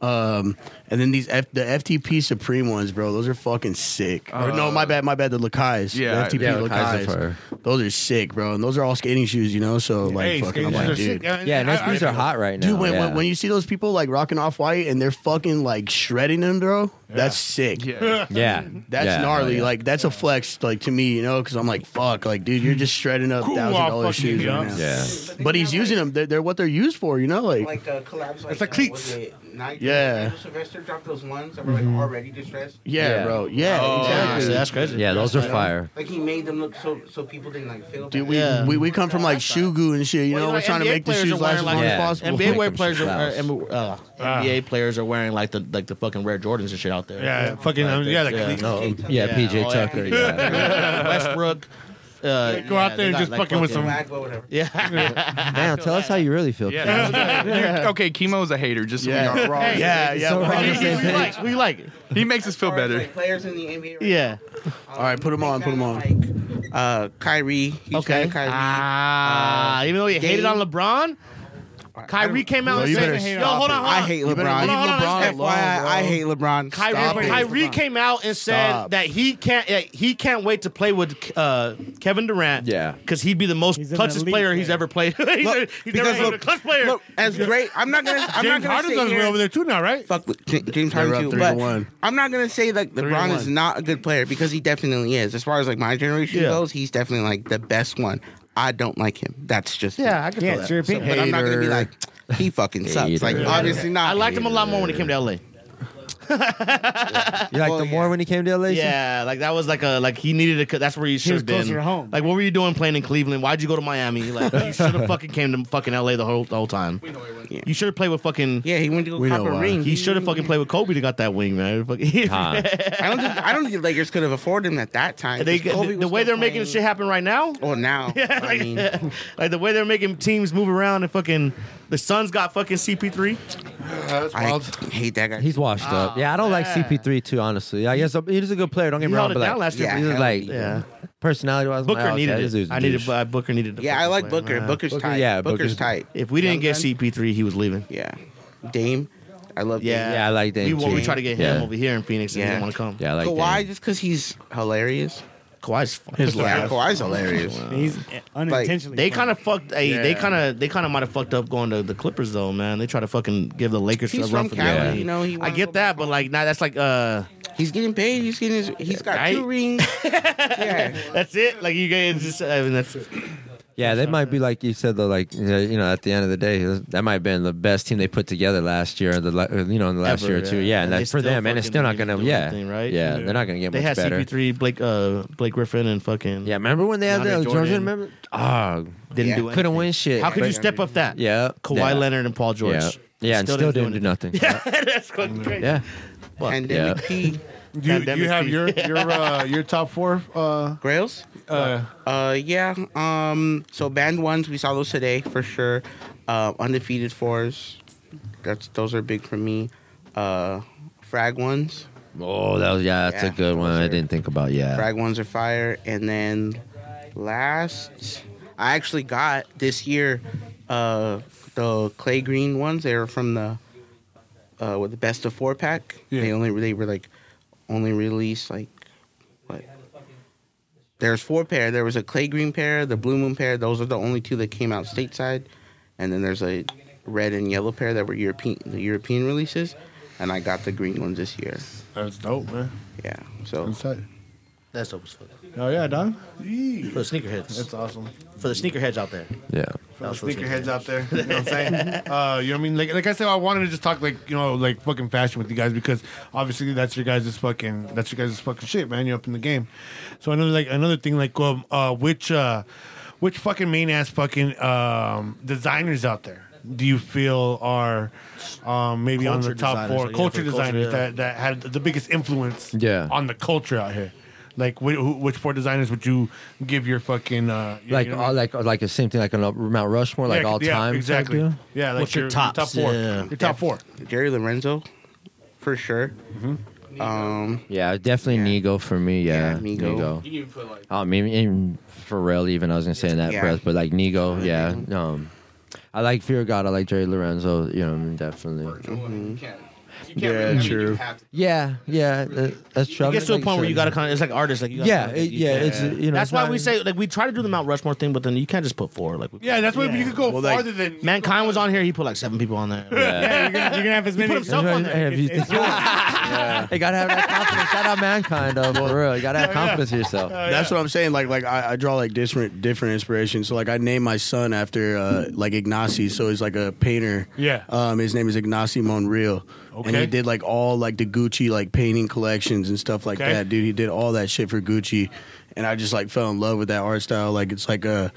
Speaker 6: Um, and then these F- the FTP Supreme ones, bro. Those are fucking sick. or no,
Speaker 10: Uh,
Speaker 6: my bad, my bad. The Lakais,
Speaker 10: yeah,
Speaker 6: the FTP
Speaker 11: yeah, Lakais are
Speaker 6: Lakais.
Speaker 11: fire.
Speaker 6: Those are sick, bro, and those are all skating shoes, you know. So like,
Speaker 2: Hey,
Speaker 6: fucking,
Speaker 2: skating
Speaker 6: I'm
Speaker 2: shoes are
Speaker 6: like,
Speaker 2: sick.
Speaker 6: dude.
Speaker 11: Yeah, and
Speaker 2: I- I-
Speaker 11: SBs are hot right now.
Speaker 6: Dude, when,
Speaker 11: yeah.
Speaker 6: when, when you see those people like rocking off white and they're fucking like shredding them, bro, that's sick.
Speaker 10: Yeah.
Speaker 11: yeah,
Speaker 6: That's
Speaker 11: yeah,
Speaker 6: gnarly.
Speaker 11: yeah.
Speaker 6: Like that's a flex, like to me, you know, because I'm like, fuck, like dude, you're just shredding up
Speaker 2: Cool
Speaker 6: thousand
Speaker 2: off
Speaker 6: dollar
Speaker 2: fucking
Speaker 6: shoes right
Speaker 2: jumps.
Speaker 6: now.
Speaker 11: yeah.
Speaker 6: But he's using them. They're, they're what they're used for, you know. Like,
Speaker 15: Like the collabs, like
Speaker 2: It's like
Speaker 15: uh,
Speaker 2: cleats.
Speaker 15: was it Nike?
Speaker 6: Yeah.
Speaker 15: Michael Sylvester dropped those ones that were like already distressed.
Speaker 6: yeah,
Speaker 11: Yeah.
Speaker 6: bro. Yeah,
Speaker 10: Oh,
Speaker 6: exactly.
Speaker 9: Yeah, that's crazy.
Speaker 11: Yeah, those are fire.
Speaker 15: Like he made them look so so people didn't like feel.
Speaker 6: Dude,
Speaker 15: bad.
Speaker 6: we, we we come from like shoe goo and shit. You know,
Speaker 9: Well,
Speaker 6: we're
Speaker 9: you
Speaker 6: trying to
Speaker 9: NBA
Speaker 6: make the
Speaker 9: players
Speaker 6: shoes
Speaker 9: are
Speaker 6: last
Speaker 9: wearing,
Speaker 6: as
Speaker 9: like,
Speaker 6: long
Speaker 11: yeah.
Speaker 6: as
Speaker 11: We'll
Speaker 6: possible.
Speaker 9: NBA
Speaker 11: make
Speaker 9: wear
Speaker 11: them
Speaker 9: players are
Speaker 11: slouch.
Speaker 9: uh, uh, NBA players are wearing like the like the fucking rare Jordans and shit out there.
Speaker 2: Yeah, fucking, um, yeah, like,
Speaker 9: Yeah.
Speaker 11: Oh, yeah,
Speaker 9: Yeah,
Speaker 11: PJ
Speaker 9: oh, yeah.
Speaker 11: Tucker. Yeah.
Speaker 9: Westbrook. Uh,
Speaker 2: Go out
Speaker 9: yeah,
Speaker 2: there
Speaker 9: they
Speaker 2: and
Speaker 9: got,
Speaker 2: just
Speaker 9: like,
Speaker 2: fucking with some.
Speaker 15: Swag, but whatever.
Speaker 9: Yeah,
Speaker 11: Damn, tell us how you really feel.
Speaker 10: Yeah.
Speaker 11: Kevin.
Speaker 10: Dude, okay, Chemo's a hater. Just so we
Speaker 6: Yeah,
Speaker 10: are wrong.
Speaker 6: yeah, yeah.
Speaker 11: So
Speaker 6: we're on the
Speaker 11: Robbie
Speaker 6: same
Speaker 11: said-
Speaker 6: page.
Speaker 9: like we like it.
Speaker 10: He makes us feel
Speaker 15: As far as,
Speaker 10: better.
Speaker 15: Like players in the NBA. Right
Speaker 9: Yeah.
Speaker 15: All
Speaker 6: right, put 'em on, put 'em on.
Speaker 15: Like, uh, Kyrie. He's
Speaker 9: Okay.
Speaker 15: Kyrie.
Speaker 9: Ah,
Speaker 6: Uh,
Speaker 9: even though you hated on
Speaker 15: Dame.
Speaker 9: LeBron, Kyrie came out
Speaker 6: Well,
Speaker 9: and
Speaker 6: you
Speaker 9: said,
Speaker 6: better
Speaker 9: "Yo, hold on, hold on.
Speaker 15: I hate
Speaker 6: better
Speaker 15: LeBron.
Speaker 9: Hold
Speaker 6: leave
Speaker 9: on, hold on,
Speaker 6: LeBron
Speaker 9: let's-
Speaker 6: alone,
Speaker 15: FYI, I
Speaker 6: bro.
Speaker 15: hate LeBron. Stop
Speaker 9: Kyrie,
Speaker 15: it.
Speaker 9: Kyrie came out and said
Speaker 6: Stop.
Speaker 9: that he can't uh, he can't wait to play with uh, Kevin Durant.
Speaker 11: Yeah.
Speaker 9: because he'd be the most
Speaker 8: He's an
Speaker 9: clutchest
Speaker 8: elite
Speaker 9: player he's
Speaker 8: player.
Speaker 9: ever played. he's never- he's never
Speaker 15: because
Speaker 9: played with a
Speaker 15: look-
Speaker 9: clutch player.
Speaker 15: Look, as great, I'm not gonna. I'm
Speaker 2: James
Speaker 15: not gonna
Speaker 2: Harden's
Speaker 15: sit
Speaker 2: on his way
Speaker 15: here.
Speaker 2: over there too now, right?
Speaker 15: Fuck with J- James
Speaker 6: They're
Speaker 15: Harden too,
Speaker 6: up three to
Speaker 15: but
Speaker 6: one.
Speaker 15: I'm not gonna say like LeBron is
Speaker 6: one.
Speaker 15: not a good player because he definitely is. As far as like my generation goes, he's definitely like the best one. I don't like him. That's just me.
Speaker 9: yeah, I can
Speaker 8: yeah,
Speaker 9: feel
Speaker 8: it's
Speaker 9: that.
Speaker 8: your
Speaker 15: So,
Speaker 8: opinion.
Speaker 15: but I'm not gonna be like he fucking sucks. Like
Speaker 11: Hater.
Speaker 15: obviously not.
Speaker 9: I liked him a lot more when he came to LA.
Speaker 11: You liked him more when he came to LA?
Speaker 5: Yeah, like that was like a like he needed to. That's where you should
Speaker 11: was
Speaker 5: have been.
Speaker 11: closer to home.
Speaker 5: Like, what were you doing playing in Cleveland? Why'd you go to Miami? Like, you should have fucking came to fucking L.A. the whole the whole time. You should have played with fucking.
Speaker 15: Yeah, he went to go
Speaker 5: We
Speaker 15: cop
Speaker 5: know
Speaker 15: a
Speaker 5: why.
Speaker 15: ring.
Speaker 5: He should have fucking played with Kobe to got that wing, man. Fucking-
Speaker 15: I don't think I don't think the Lakers could have afforded him at that time.
Speaker 5: They-
Speaker 15: because Kobe
Speaker 5: the
Speaker 15: was
Speaker 5: way
Speaker 15: still
Speaker 5: they're making
Speaker 15: playing.
Speaker 5: shit happen right now.
Speaker 15: Well, now I mean,
Speaker 5: like the way they're making teams move around and fucking the Suns got fucking CP3.
Speaker 15: I hate that guy.
Speaker 11: He's washed up. Yeah, I don't like CP3 too, honestly. I guess he's a good player. Don't get
Speaker 5: He
Speaker 11: me wrong.
Speaker 5: held
Speaker 11: but
Speaker 5: it
Speaker 11: like,
Speaker 5: down last year, but
Speaker 11: He's
Speaker 5: hell,
Speaker 11: like,
Speaker 5: yeah.
Speaker 11: personality wise,
Speaker 5: Booker needed it. I needed- uh, Booker needed.
Speaker 15: Yeah, I like Booker. Booker's tight.
Speaker 11: Yeah,
Speaker 15: Booker's tight.
Speaker 5: Uh, If we didn't get CP3, he was leaving.
Speaker 15: Yeah, Dame. I love.
Speaker 5: Yeah,
Speaker 15: Dame.
Speaker 11: Yeah, I like Dame
Speaker 5: We, well, we
Speaker 15: too.
Speaker 5: tried to get
Speaker 15: Yeah.
Speaker 5: him over here in Phoenix, and he didn't want to come.
Speaker 11: Yeah, I like
Speaker 15: Kawhi just because he's hilarious.
Speaker 5: Kawhi's
Speaker 15: his yeah, Kawhi's hilarious.
Speaker 5: He's
Speaker 15: unintentionally
Speaker 5: they kind of fucked. Hey, they
Speaker 15: Yeah.
Speaker 5: kind of they kind of might have fucked up going to the Clippers though, man. They try to fucking give the Lakers
Speaker 15: He's
Speaker 5: a run
Speaker 15: from
Speaker 5: for
Speaker 15: Cali,
Speaker 5: the money.
Speaker 15: you know, he
Speaker 5: I get that, but like now that's like uh,
Speaker 15: he's getting paid. He's getting his. He's got two rings. yeah,
Speaker 5: that's it. Like you guys just I mean that's.
Speaker 11: Yeah, they might be like you said though. Like you know, you know, at the end of the day, that might have been the best team they put together last year. The la- you know, in the last
Speaker 5: Ever,
Speaker 11: year or two.
Speaker 5: yeah.
Speaker 11: Yeah, and,
Speaker 5: And
Speaker 11: that's
Speaker 5: they
Speaker 11: for
Speaker 5: still
Speaker 11: them. And it's
Speaker 5: fucking
Speaker 11: still not
Speaker 5: didn't
Speaker 11: gonna.
Speaker 5: do
Speaker 11: Yeah,
Speaker 5: anything, right?
Speaker 11: Yeah, they're not gonna get
Speaker 5: they
Speaker 11: much
Speaker 5: had
Speaker 11: better.
Speaker 5: CP3, Blake, uh, Blake Griffin, and fucking. Yeah,
Speaker 11: remember when they had the Georgia? Remember? Ah,
Speaker 5: Didn't do
Speaker 11: Couldn't
Speaker 5: anything.
Speaker 11: win shit.
Speaker 5: How could
Speaker 11: But-
Speaker 5: you step up that?
Speaker 11: Yeah,
Speaker 5: Kawhi
Speaker 11: yeah.
Speaker 5: Leonard and Paul George.
Speaker 11: Yeah, yeah and still didn't do nothing.
Speaker 5: Yeah, that's
Speaker 6: Mm.
Speaker 5: fucking crazy.
Speaker 11: Yeah.
Speaker 15: Pandemic
Speaker 11: Yeah.
Speaker 15: P.
Speaker 2: Do you, do you
Speaker 15: Pandemic
Speaker 2: have
Speaker 15: P.
Speaker 2: your your uh, your top four? Uh,
Speaker 15: Grails?
Speaker 2: Uh,
Speaker 15: Uh, yeah. Um, so band ones, we saw those today for sure. Uh, undefeated fours, that's those are big for me. Uh, frag ones,
Speaker 11: Oh, that was yeah. That's
Speaker 15: Yeah,
Speaker 11: a good one. I didn't think about. Yeah.
Speaker 15: frag ones are fire. And then last, I actually got this year, uh, the clay green ones. They were from the, uh, with the best of four pack. They only they were like, only released like, what There's four pair. There was a clay green pair, the blue moon pair. Those are the only two that came out stateside, and then there's a red and yellow pair that were European the European releases, and I got the green ones this year.
Speaker 2: That's dope, man.
Speaker 15: Yeah. So
Speaker 5: That's dope as fuck.
Speaker 2: Oh yeah, done.
Speaker 5: For the sneakerheads.
Speaker 2: That's awesome.
Speaker 5: For the sneakerheads out there.
Speaker 11: Yeah.
Speaker 2: For the sneakerheads out there, you know what I'm saying? uh, you know what I mean? Like, like I said, I wanted to just talk like you know, like fucking fashion with you guys because obviously that's your guys' fucking that's your guys' fucking shit, man. You're up in the game. So another like another thing like um, uh, which uh, which fucking main ass fucking um, designers out there do you feel are um, maybe on the
Speaker 16: Culture
Speaker 2: top
Speaker 16: designers,
Speaker 2: four
Speaker 16: yeah, for
Speaker 2: culture
Speaker 16: culture,
Speaker 2: designers
Speaker 16: yeah.
Speaker 2: that, that had the biggest influence
Speaker 11: Yeah.
Speaker 2: on the culture out here? Like, wh- who, which four designers would you give your fucking uh, you-
Speaker 11: Like,
Speaker 2: you know,
Speaker 11: all, like, like the same thing, like on uh, Mount Rushmore, like
Speaker 2: yeah,
Speaker 11: all
Speaker 2: yeah,
Speaker 11: time. type
Speaker 2: Exactly.
Speaker 11: deal?
Speaker 2: Yeah, like your, top four. Your top four.
Speaker 15: Jerry Lorenzo, for sure. Um,
Speaker 11: Yeah, definitely Nego for me. Yeah,
Speaker 15: Nigo.
Speaker 11: Nigo.
Speaker 15: You can even put, like-
Speaker 11: I mean, and Pharrell even. I was gonna say in that
Speaker 15: Yeah.
Speaker 11: breath, but like Nego, yeah. Um, I like Fear God. I like Jerry Lorenzo. You know, definitely.
Speaker 6: Mm-hmm.
Speaker 17: Yeah, true.
Speaker 11: Yeah, yeah, that- that's true.
Speaker 5: It gets to a point where you got to kind of, it's like artists, like you. Gotta
Speaker 11: Yeah,
Speaker 5: kinda-
Speaker 11: it-
Speaker 5: you
Speaker 11: yeah,
Speaker 5: can't-
Speaker 11: it's, you know,
Speaker 5: that's
Speaker 11: it's
Speaker 5: why
Speaker 11: not-
Speaker 5: we say like we try to do the Mount Rushmore thing, but then you can't just put four. Like
Speaker 2: Yeah, that's why you could go
Speaker 5: Well, like,
Speaker 2: farther than.
Speaker 5: mankind was on here. He put like seven people on there.
Speaker 9: you're gonna, you're gonna have as
Speaker 5: He put
Speaker 9: many.
Speaker 5: himself on there.
Speaker 11: If you think- Hey, gotta have that confidence. Shout out mankind, though, for real. You gotta have confidence in yourself.
Speaker 6: That's what I'm saying. Like, like I, I draw like different different inspirations. So like I named my son after uh, like Ignacy. So he's like a painter.
Speaker 2: Yeah.
Speaker 6: Um, his name is Ignacy Monreal. And
Speaker 2: Okay.
Speaker 6: he did like all like the Gucci like painting collections and stuff like
Speaker 2: Okay.
Speaker 6: that, dude. He did all that shit for Gucci, and I just like fell in love with that art style. Like it's like a.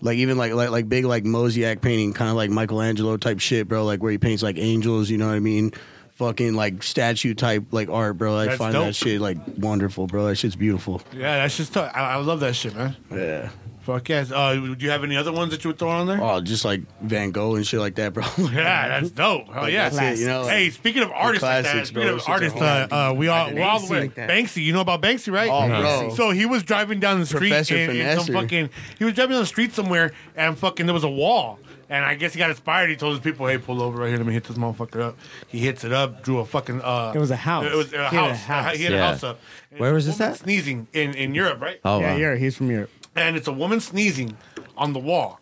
Speaker 6: Like even like like like big like mosaic painting, kind of like Michelangelo type shit, bro. Like where he paints like angels, you know what I mean? Fucking like statue type like art, bro. I
Speaker 2: That's
Speaker 6: find
Speaker 2: dope.
Speaker 6: that shit like wonderful, bro. That shit's beautiful.
Speaker 2: Yeah, that's just. tough. I, I love that shit, man.
Speaker 6: Yeah.
Speaker 2: Fuck yes. Uh, do you have any other ones that you would throw on there?
Speaker 6: Oh, just like Van Gogh and shit like that, bro.
Speaker 2: Yeah, that's dope. Hell
Speaker 6: Like,
Speaker 2: yeah.
Speaker 6: that's it, you know,
Speaker 2: hey,
Speaker 6: like,
Speaker 2: speaking of
Speaker 6: the
Speaker 2: artists, like that,
Speaker 6: classics,
Speaker 2: speaking
Speaker 6: bro,
Speaker 2: of
Speaker 6: shit
Speaker 2: artists,
Speaker 6: are
Speaker 2: uh,
Speaker 6: hard.
Speaker 2: uh, we all
Speaker 6: Like
Speaker 2: we're all the
Speaker 6: Banksy
Speaker 2: way.
Speaker 6: like that.
Speaker 2: Banksy, you know about Banksy, right?
Speaker 6: Oh, bro.
Speaker 2: So he was driving down the street
Speaker 6: Professor
Speaker 2: in, in some
Speaker 6: Finesser.
Speaker 2: fucking. He was driving down the street somewhere, and fucking there was a wall. And I guess he got inspired. He told his people, "Hey, pull over right here. Let me hit this motherfucker up." He hits it up. Drew a fucking. Uh,
Speaker 9: It was a house.
Speaker 2: It was a
Speaker 9: He had a
Speaker 2: house.
Speaker 9: house.
Speaker 2: He had a
Speaker 9: Yeah.
Speaker 2: house up.
Speaker 11: Where was this at?
Speaker 2: Sneezing in in Europe, right?
Speaker 11: Oh,
Speaker 9: yeah,
Speaker 11: wow.
Speaker 9: you're, he's from Europe.
Speaker 2: and it's a woman sneezing on the wall.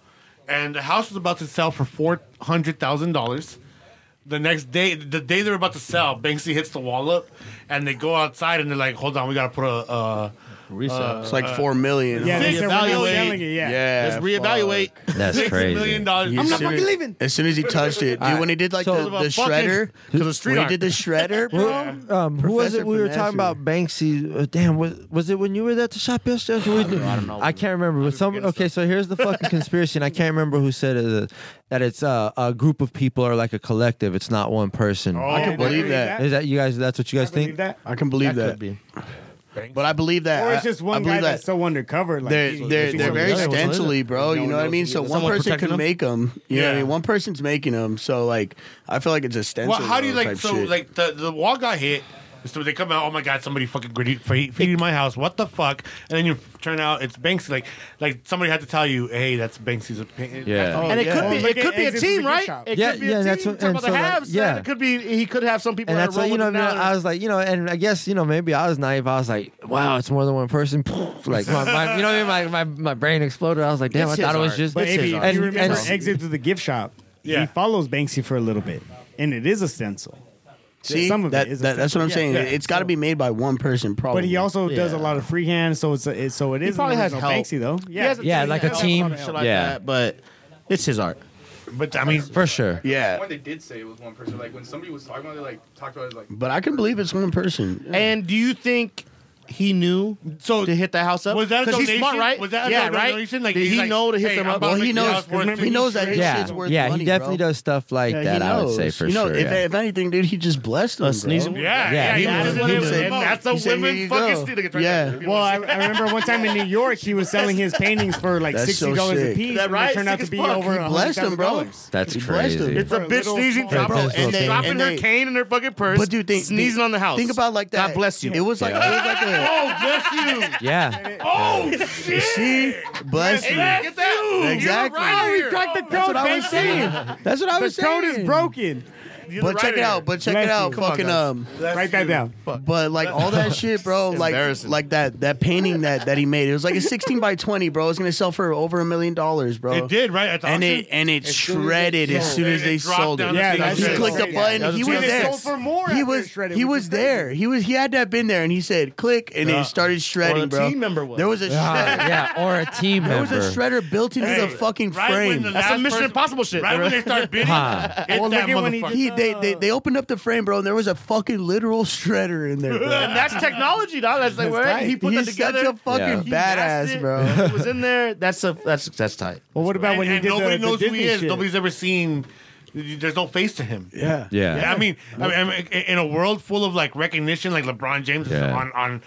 Speaker 2: And the house was about to sell for four hundred thousand dollars. The next day, the day they're about to sell, Banksy hits the wall up, and they go outside and they're like, "Hold on, we gotta put a." Uh,
Speaker 6: Resale.
Speaker 2: uh,
Speaker 6: It's like
Speaker 2: uh,
Speaker 6: four million.
Speaker 2: Yeah,
Speaker 6: Six
Speaker 2: they
Speaker 6: are
Speaker 2: reevaluate.
Speaker 6: reselling it, yeah. Yeah,
Speaker 2: Let's reevaluate.
Speaker 6: fuck. That's
Speaker 2: Six
Speaker 6: crazy.
Speaker 2: million dollars.
Speaker 6: You
Speaker 2: I'm not
Speaker 6: serious?
Speaker 2: fucking leaving.
Speaker 6: As soon as he touched it, dude,
Speaker 2: Alright.
Speaker 6: when he did like the,
Speaker 2: So-
Speaker 6: the
Speaker 2: Son of a fucking-
Speaker 6: shredder,
Speaker 2: He's a street
Speaker 6: when he
Speaker 2: art.
Speaker 6: did the shredder, bro.
Speaker 11: Well, um, who was
Speaker 6: Professor
Speaker 11: it we were talking
Speaker 6: Finesse,
Speaker 11: about? Banksy. Uh, damn, was, was it when you were at the shop yesterday? I don't, know. I can't remember. But some okay. So here's the fucking conspiracy, and I can't remember who said it, uh, that it's uh, a group of people or like a collective. It's not one person.
Speaker 6: Oh, I can believe that.
Speaker 11: Is that you guys? That's what you guys think?
Speaker 6: I can believe that. But I believe that.
Speaker 9: Or it's
Speaker 6: I-
Speaker 9: just
Speaker 6: I
Speaker 9: one
Speaker 6: believe
Speaker 9: guy
Speaker 6: that.
Speaker 9: that's so undercover. Like
Speaker 6: they're
Speaker 9: he's-
Speaker 6: they're,
Speaker 9: he's
Speaker 6: they're very
Speaker 9: somebody else.
Speaker 6: stencily, bro. You know what I mean. So one
Speaker 9: Someone
Speaker 6: person
Speaker 9: protecting
Speaker 6: can
Speaker 9: them?
Speaker 6: make them. You know what I
Speaker 2: Yeah.
Speaker 6: mean. One person's making them. So like, I feel like it's a stencil.
Speaker 2: Well, how do you
Speaker 6: bro,
Speaker 2: like
Speaker 6: type
Speaker 2: so
Speaker 6: shit.
Speaker 2: like the the wall got hit? So they come out. Oh my god! Somebody fucking gritty feed feeding my house. What the fuck? And then you turn out it's Banksy. Like like somebody had to tell you, hey, that's Banksy's opinion.
Speaker 11: Yeah.
Speaker 2: That's-
Speaker 11: And it could be-
Speaker 2: Like,
Speaker 11: it could be a
Speaker 2: it's-
Speaker 11: team,
Speaker 2: it's
Speaker 11: right?
Speaker 2: shop.
Speaker 11: It Yeah, could be a yeah, team. that's what- Talking and about the so, like, halves, yeah. it
Speaker 2: could be he could have some people
Speaker 11: and that's why you know what I mean? I was like, you know, and I guess you know maybe I was naive. I was like, wow, it's more than one person. like my, my you know, what I mean? my, my my brain exploded. I was like, damn, I
Speaker 9: It's
Speaker 11: thought
Speaker 9: his
Speaker 11: it was
Speaker 9: art.
Speaker 11: just
Speaker 9: But if you,
Speaker 11: and-
Speaker 9: you remember
Speaker 11: and-
Speaker 9: exit to the gift shop,
Speaker 11: Yeah.
Speaker 9: he follows Banksy for a little bit, and it is a stencil.
Speaker 6: See,
Speaker 9: some of
Speaker 6: that,
Speaker 9: it is. A
Speaker 6: that- that's what I'm
Speaker 9: stencil.
Speaker 6: saying.
Speaker 9: Yeah.
Speaker 6: It's got to be made by one person, probably.
Speaker 9: But he also does a lot of freehand, so it's a, it, so it is.
Speaker 18: probably
Speaker 9: an
Speaker 18: has
Speaker 9: original
Speaker 18: help.
Speaker 9: Banksy though.
Speaker 18: He has a team that helps him, shit like that,
Speaker 5: but it's his art.
Speaker 2: But I mean,
Speaker 11: for sure.
Speaker 10: When they did say it was one person, like when somebody was talking about it, like talked about it, like
Speaker 6: But I can believe it's one person.
Speaker 5: And do you think he knew
Speaker 2: so
Speaker 5: to hit that house up?
Speaker 2: Was that a
Speaker 5: 'Cause He's smart,
Speaker 2: donation?
Speaker 5: right?
Speaker 2: Was that a
Speaker 5: yeah,
Speaker 2: donation?
Speaker 5: Right?
Speaker 2: Like,
Speaker 5: Did
Speaker 2: he's
Speaker 5: he
Speaker 2: like,
Speaker 5: know to hit
Speaker 2: hey,
Speaker 5: them
Speaker 2: I'm
Speaker 5: up?
Speaker 2: about Well, to he make the knows- house worth
Speaker 6: he knows that his
Speaker 11: yeah,
Speaker 6: shit's worth
Speaker 11: yeah,
Speaker 6: money,
Speaker 11: he definitely
Speaker 6: bro.
Speaker 11: does stuff like
Speaker 6: Yeah,
Speaker 11: that.
Speaker 6: he
Speaker 11: I would
Speaker 6: knows.
Speaker 11: say for
Speaker 6: you know,
Speaker 11: sure.
Speaker 6: If,
Speaker 11: yeah.
Speaker 6: if anything, dude, he just blessed them, bro.
Speaker 11: sneeze- Yeah, yeah, he
Speaker 2: that's what it was about. That's a
Speaker 6: he said,
Speaker 2: women
Speaker 6: "Here you
Speaker 2: fucking
Speaker 6: go."
Speaker 2: steal the contract.
Speaker 6: Yeah.
Speaker 9: Well, I, I remember one time in New York, he was selling his paintings for like
Speaker 6: That's so
Speaker 9: sixty dollars a
Speaker 6: sick.
Speaker 9: piece.
Speaker 6: Is that
Speaker 9: and
Speaker 6: right?
Speaker 9: It turned out to
Speaker 6: Sick as
Speaker 9: be
Speaker 6: fuck.
Speaker 9: over
Speaker 6: He blessed them, bro.
Speaker 9: $100,000.
Speaker 11: That's
Speaker 6: He blessed
Speaker 11: crazy.
Speaker 6: him.
Speaker 2: It's a bitch sneezing,
Speaker 11: small thing.
Speaker 2: dropping, and
Speaker 11: And they-
Speaker 2: dropping
Speaker 11: and
Speaker 2: her
Speaker 11: they-
Speaker 2: cane in her fucking purse.
Speaker 11: But dude, think-
Speaker 2: sneezing
Speaker 11: think-
Speaker 2: on the house.
Speaker 11: think about like that.
Speaker 2: God bless you.
Speaker 11: It was like-
Speaker 2: Yeah.
Speaker 11: it was like a-
Speaker 2: oh bless you.
Speaker 11: yeah.
Speaker 2: Oh shit.
Speaker 6: See, bless you.
Speaker 2: Get that.
Speaker 6: Exactly.
Speaker 2: You're
Speaker 11: Oh,
Speaker 2: right
Speaker 9: We
Speaker 2: here.
Speaker 9: Oh, cracked the
Speaker 6: That's
Speaker 9: code,
Speaker 6: what I was saying.
Speaker 9: Banksy.
Speaker 6: That's what I was
Speaker 9: The
Speaker 6: saying.
Speaker 9: code is broken.
Speaker 2: You're the
Speaker 6: But check it
Speaker 2: writer.
Speaker 6: out. But check
Speaker 9: Bless
Speaker 6: it
Speaker 9: you.
Speaker 6: out.
Speaker 9: Come on,
Speaker 6: Fucking
Speaker 9: guys.
Speaker 6: um.
Speaker 9: Write that down.
Speaker 6: But like all that shit, bro. Like
Speaker 5: Embarrassing.
Speaker 6: like that that painting that that he made. It was like a sixteen by twenty, bro. It's gonna sell for over a million dollars, bro.
Speaker 2: It did right at the
Speaker 6: And it
Speaker 2: auction?
Speaker 6: and it
Speaker 2: As soon as it
Speaker 6: shredded as
Speaker 2: sold.
Speaker 6: soon
Speaker 2: And
Speaker 6: as
Speaker 2: it
Speaker 6: they
Speaker 2: dropped
Speaker 6: sold
Speaker 2: down
Speaker 6: it.
Speaker 2: to Yeah, that's
Speaker 6: he
Speaker 2: it.
Speaker 6: clicked the
Speaker 2: Yeah,
Speaker 6: button.
Speaker 2: that's
Speaker 6: he
Speaker 2: what
Speaker 6: was
Speaker 2: it
Speaker 6: there.
Speaker 2: sold for
Speaker 9: more
Speaker 6: he
Speaker 9: after
Speaker 6: was
Speaker 9: it shredded,
Speaker 6: he
Speaker 9: which
Speaker 6: was
Speaker 9: is
Speaker 6: there. He was he had to have been there, and he said click, and
Speaker 2: Yeah.
Speaker 6: it started shredding, bro.
Speaker 2: team member was.
Speaker 6: There was a shredder.
Speaker 11: Ah, yeah, or a team
Speaker 6: There
Speaker 11: member.
Speaker 6: was a shredder built into the
Speaker 2: Hey,
Speaker 6: fucking
Speaker 2: right
Speaker 6: frame.
Speaker 2: When the last person- Right when they start bidding,
Speaker 11: Huh.
Speaker 2: hit that motherfucker.
Speaker 6: he, they, they they opened up the frame, bro, and there was a fucking literal shredder in there, bro.
Speaker 5: And that's technology, dog. That's like where
Speaker 6: tight.
Speaker 5: he put
Speaker 6: He's
Speaker 5: that together.
Speaker 6: such a fucking
Speaker 5: He
Speaker 6: badass,
Speaker 5: masked it.
Speaker 6: bro.
Speaker 5: It was in there. That's a that's that's tight.
Speaker 9: Well, what about
Speaker 2: and,
Speaker 9: when he
Speaker 2: and
Speaker 9: did
Speaker 2: nobody
Speaker 9: the,
Speaker 2: knows
Speaker 9: the
Speaker 2: who
Speaker 9: Disney
Speaker 2: he is.
Speaker 9: shit?
Speaker 2: Nobody's ever seen. There's no face to him.
Speaker 6: Yeah.
Speaker 11: Yeah.
Speaker 2: I mean, I mean, I mean, in a world full of like recognition, like LeBron James is
Speaker 11: Yeah.
Speaker 2: on on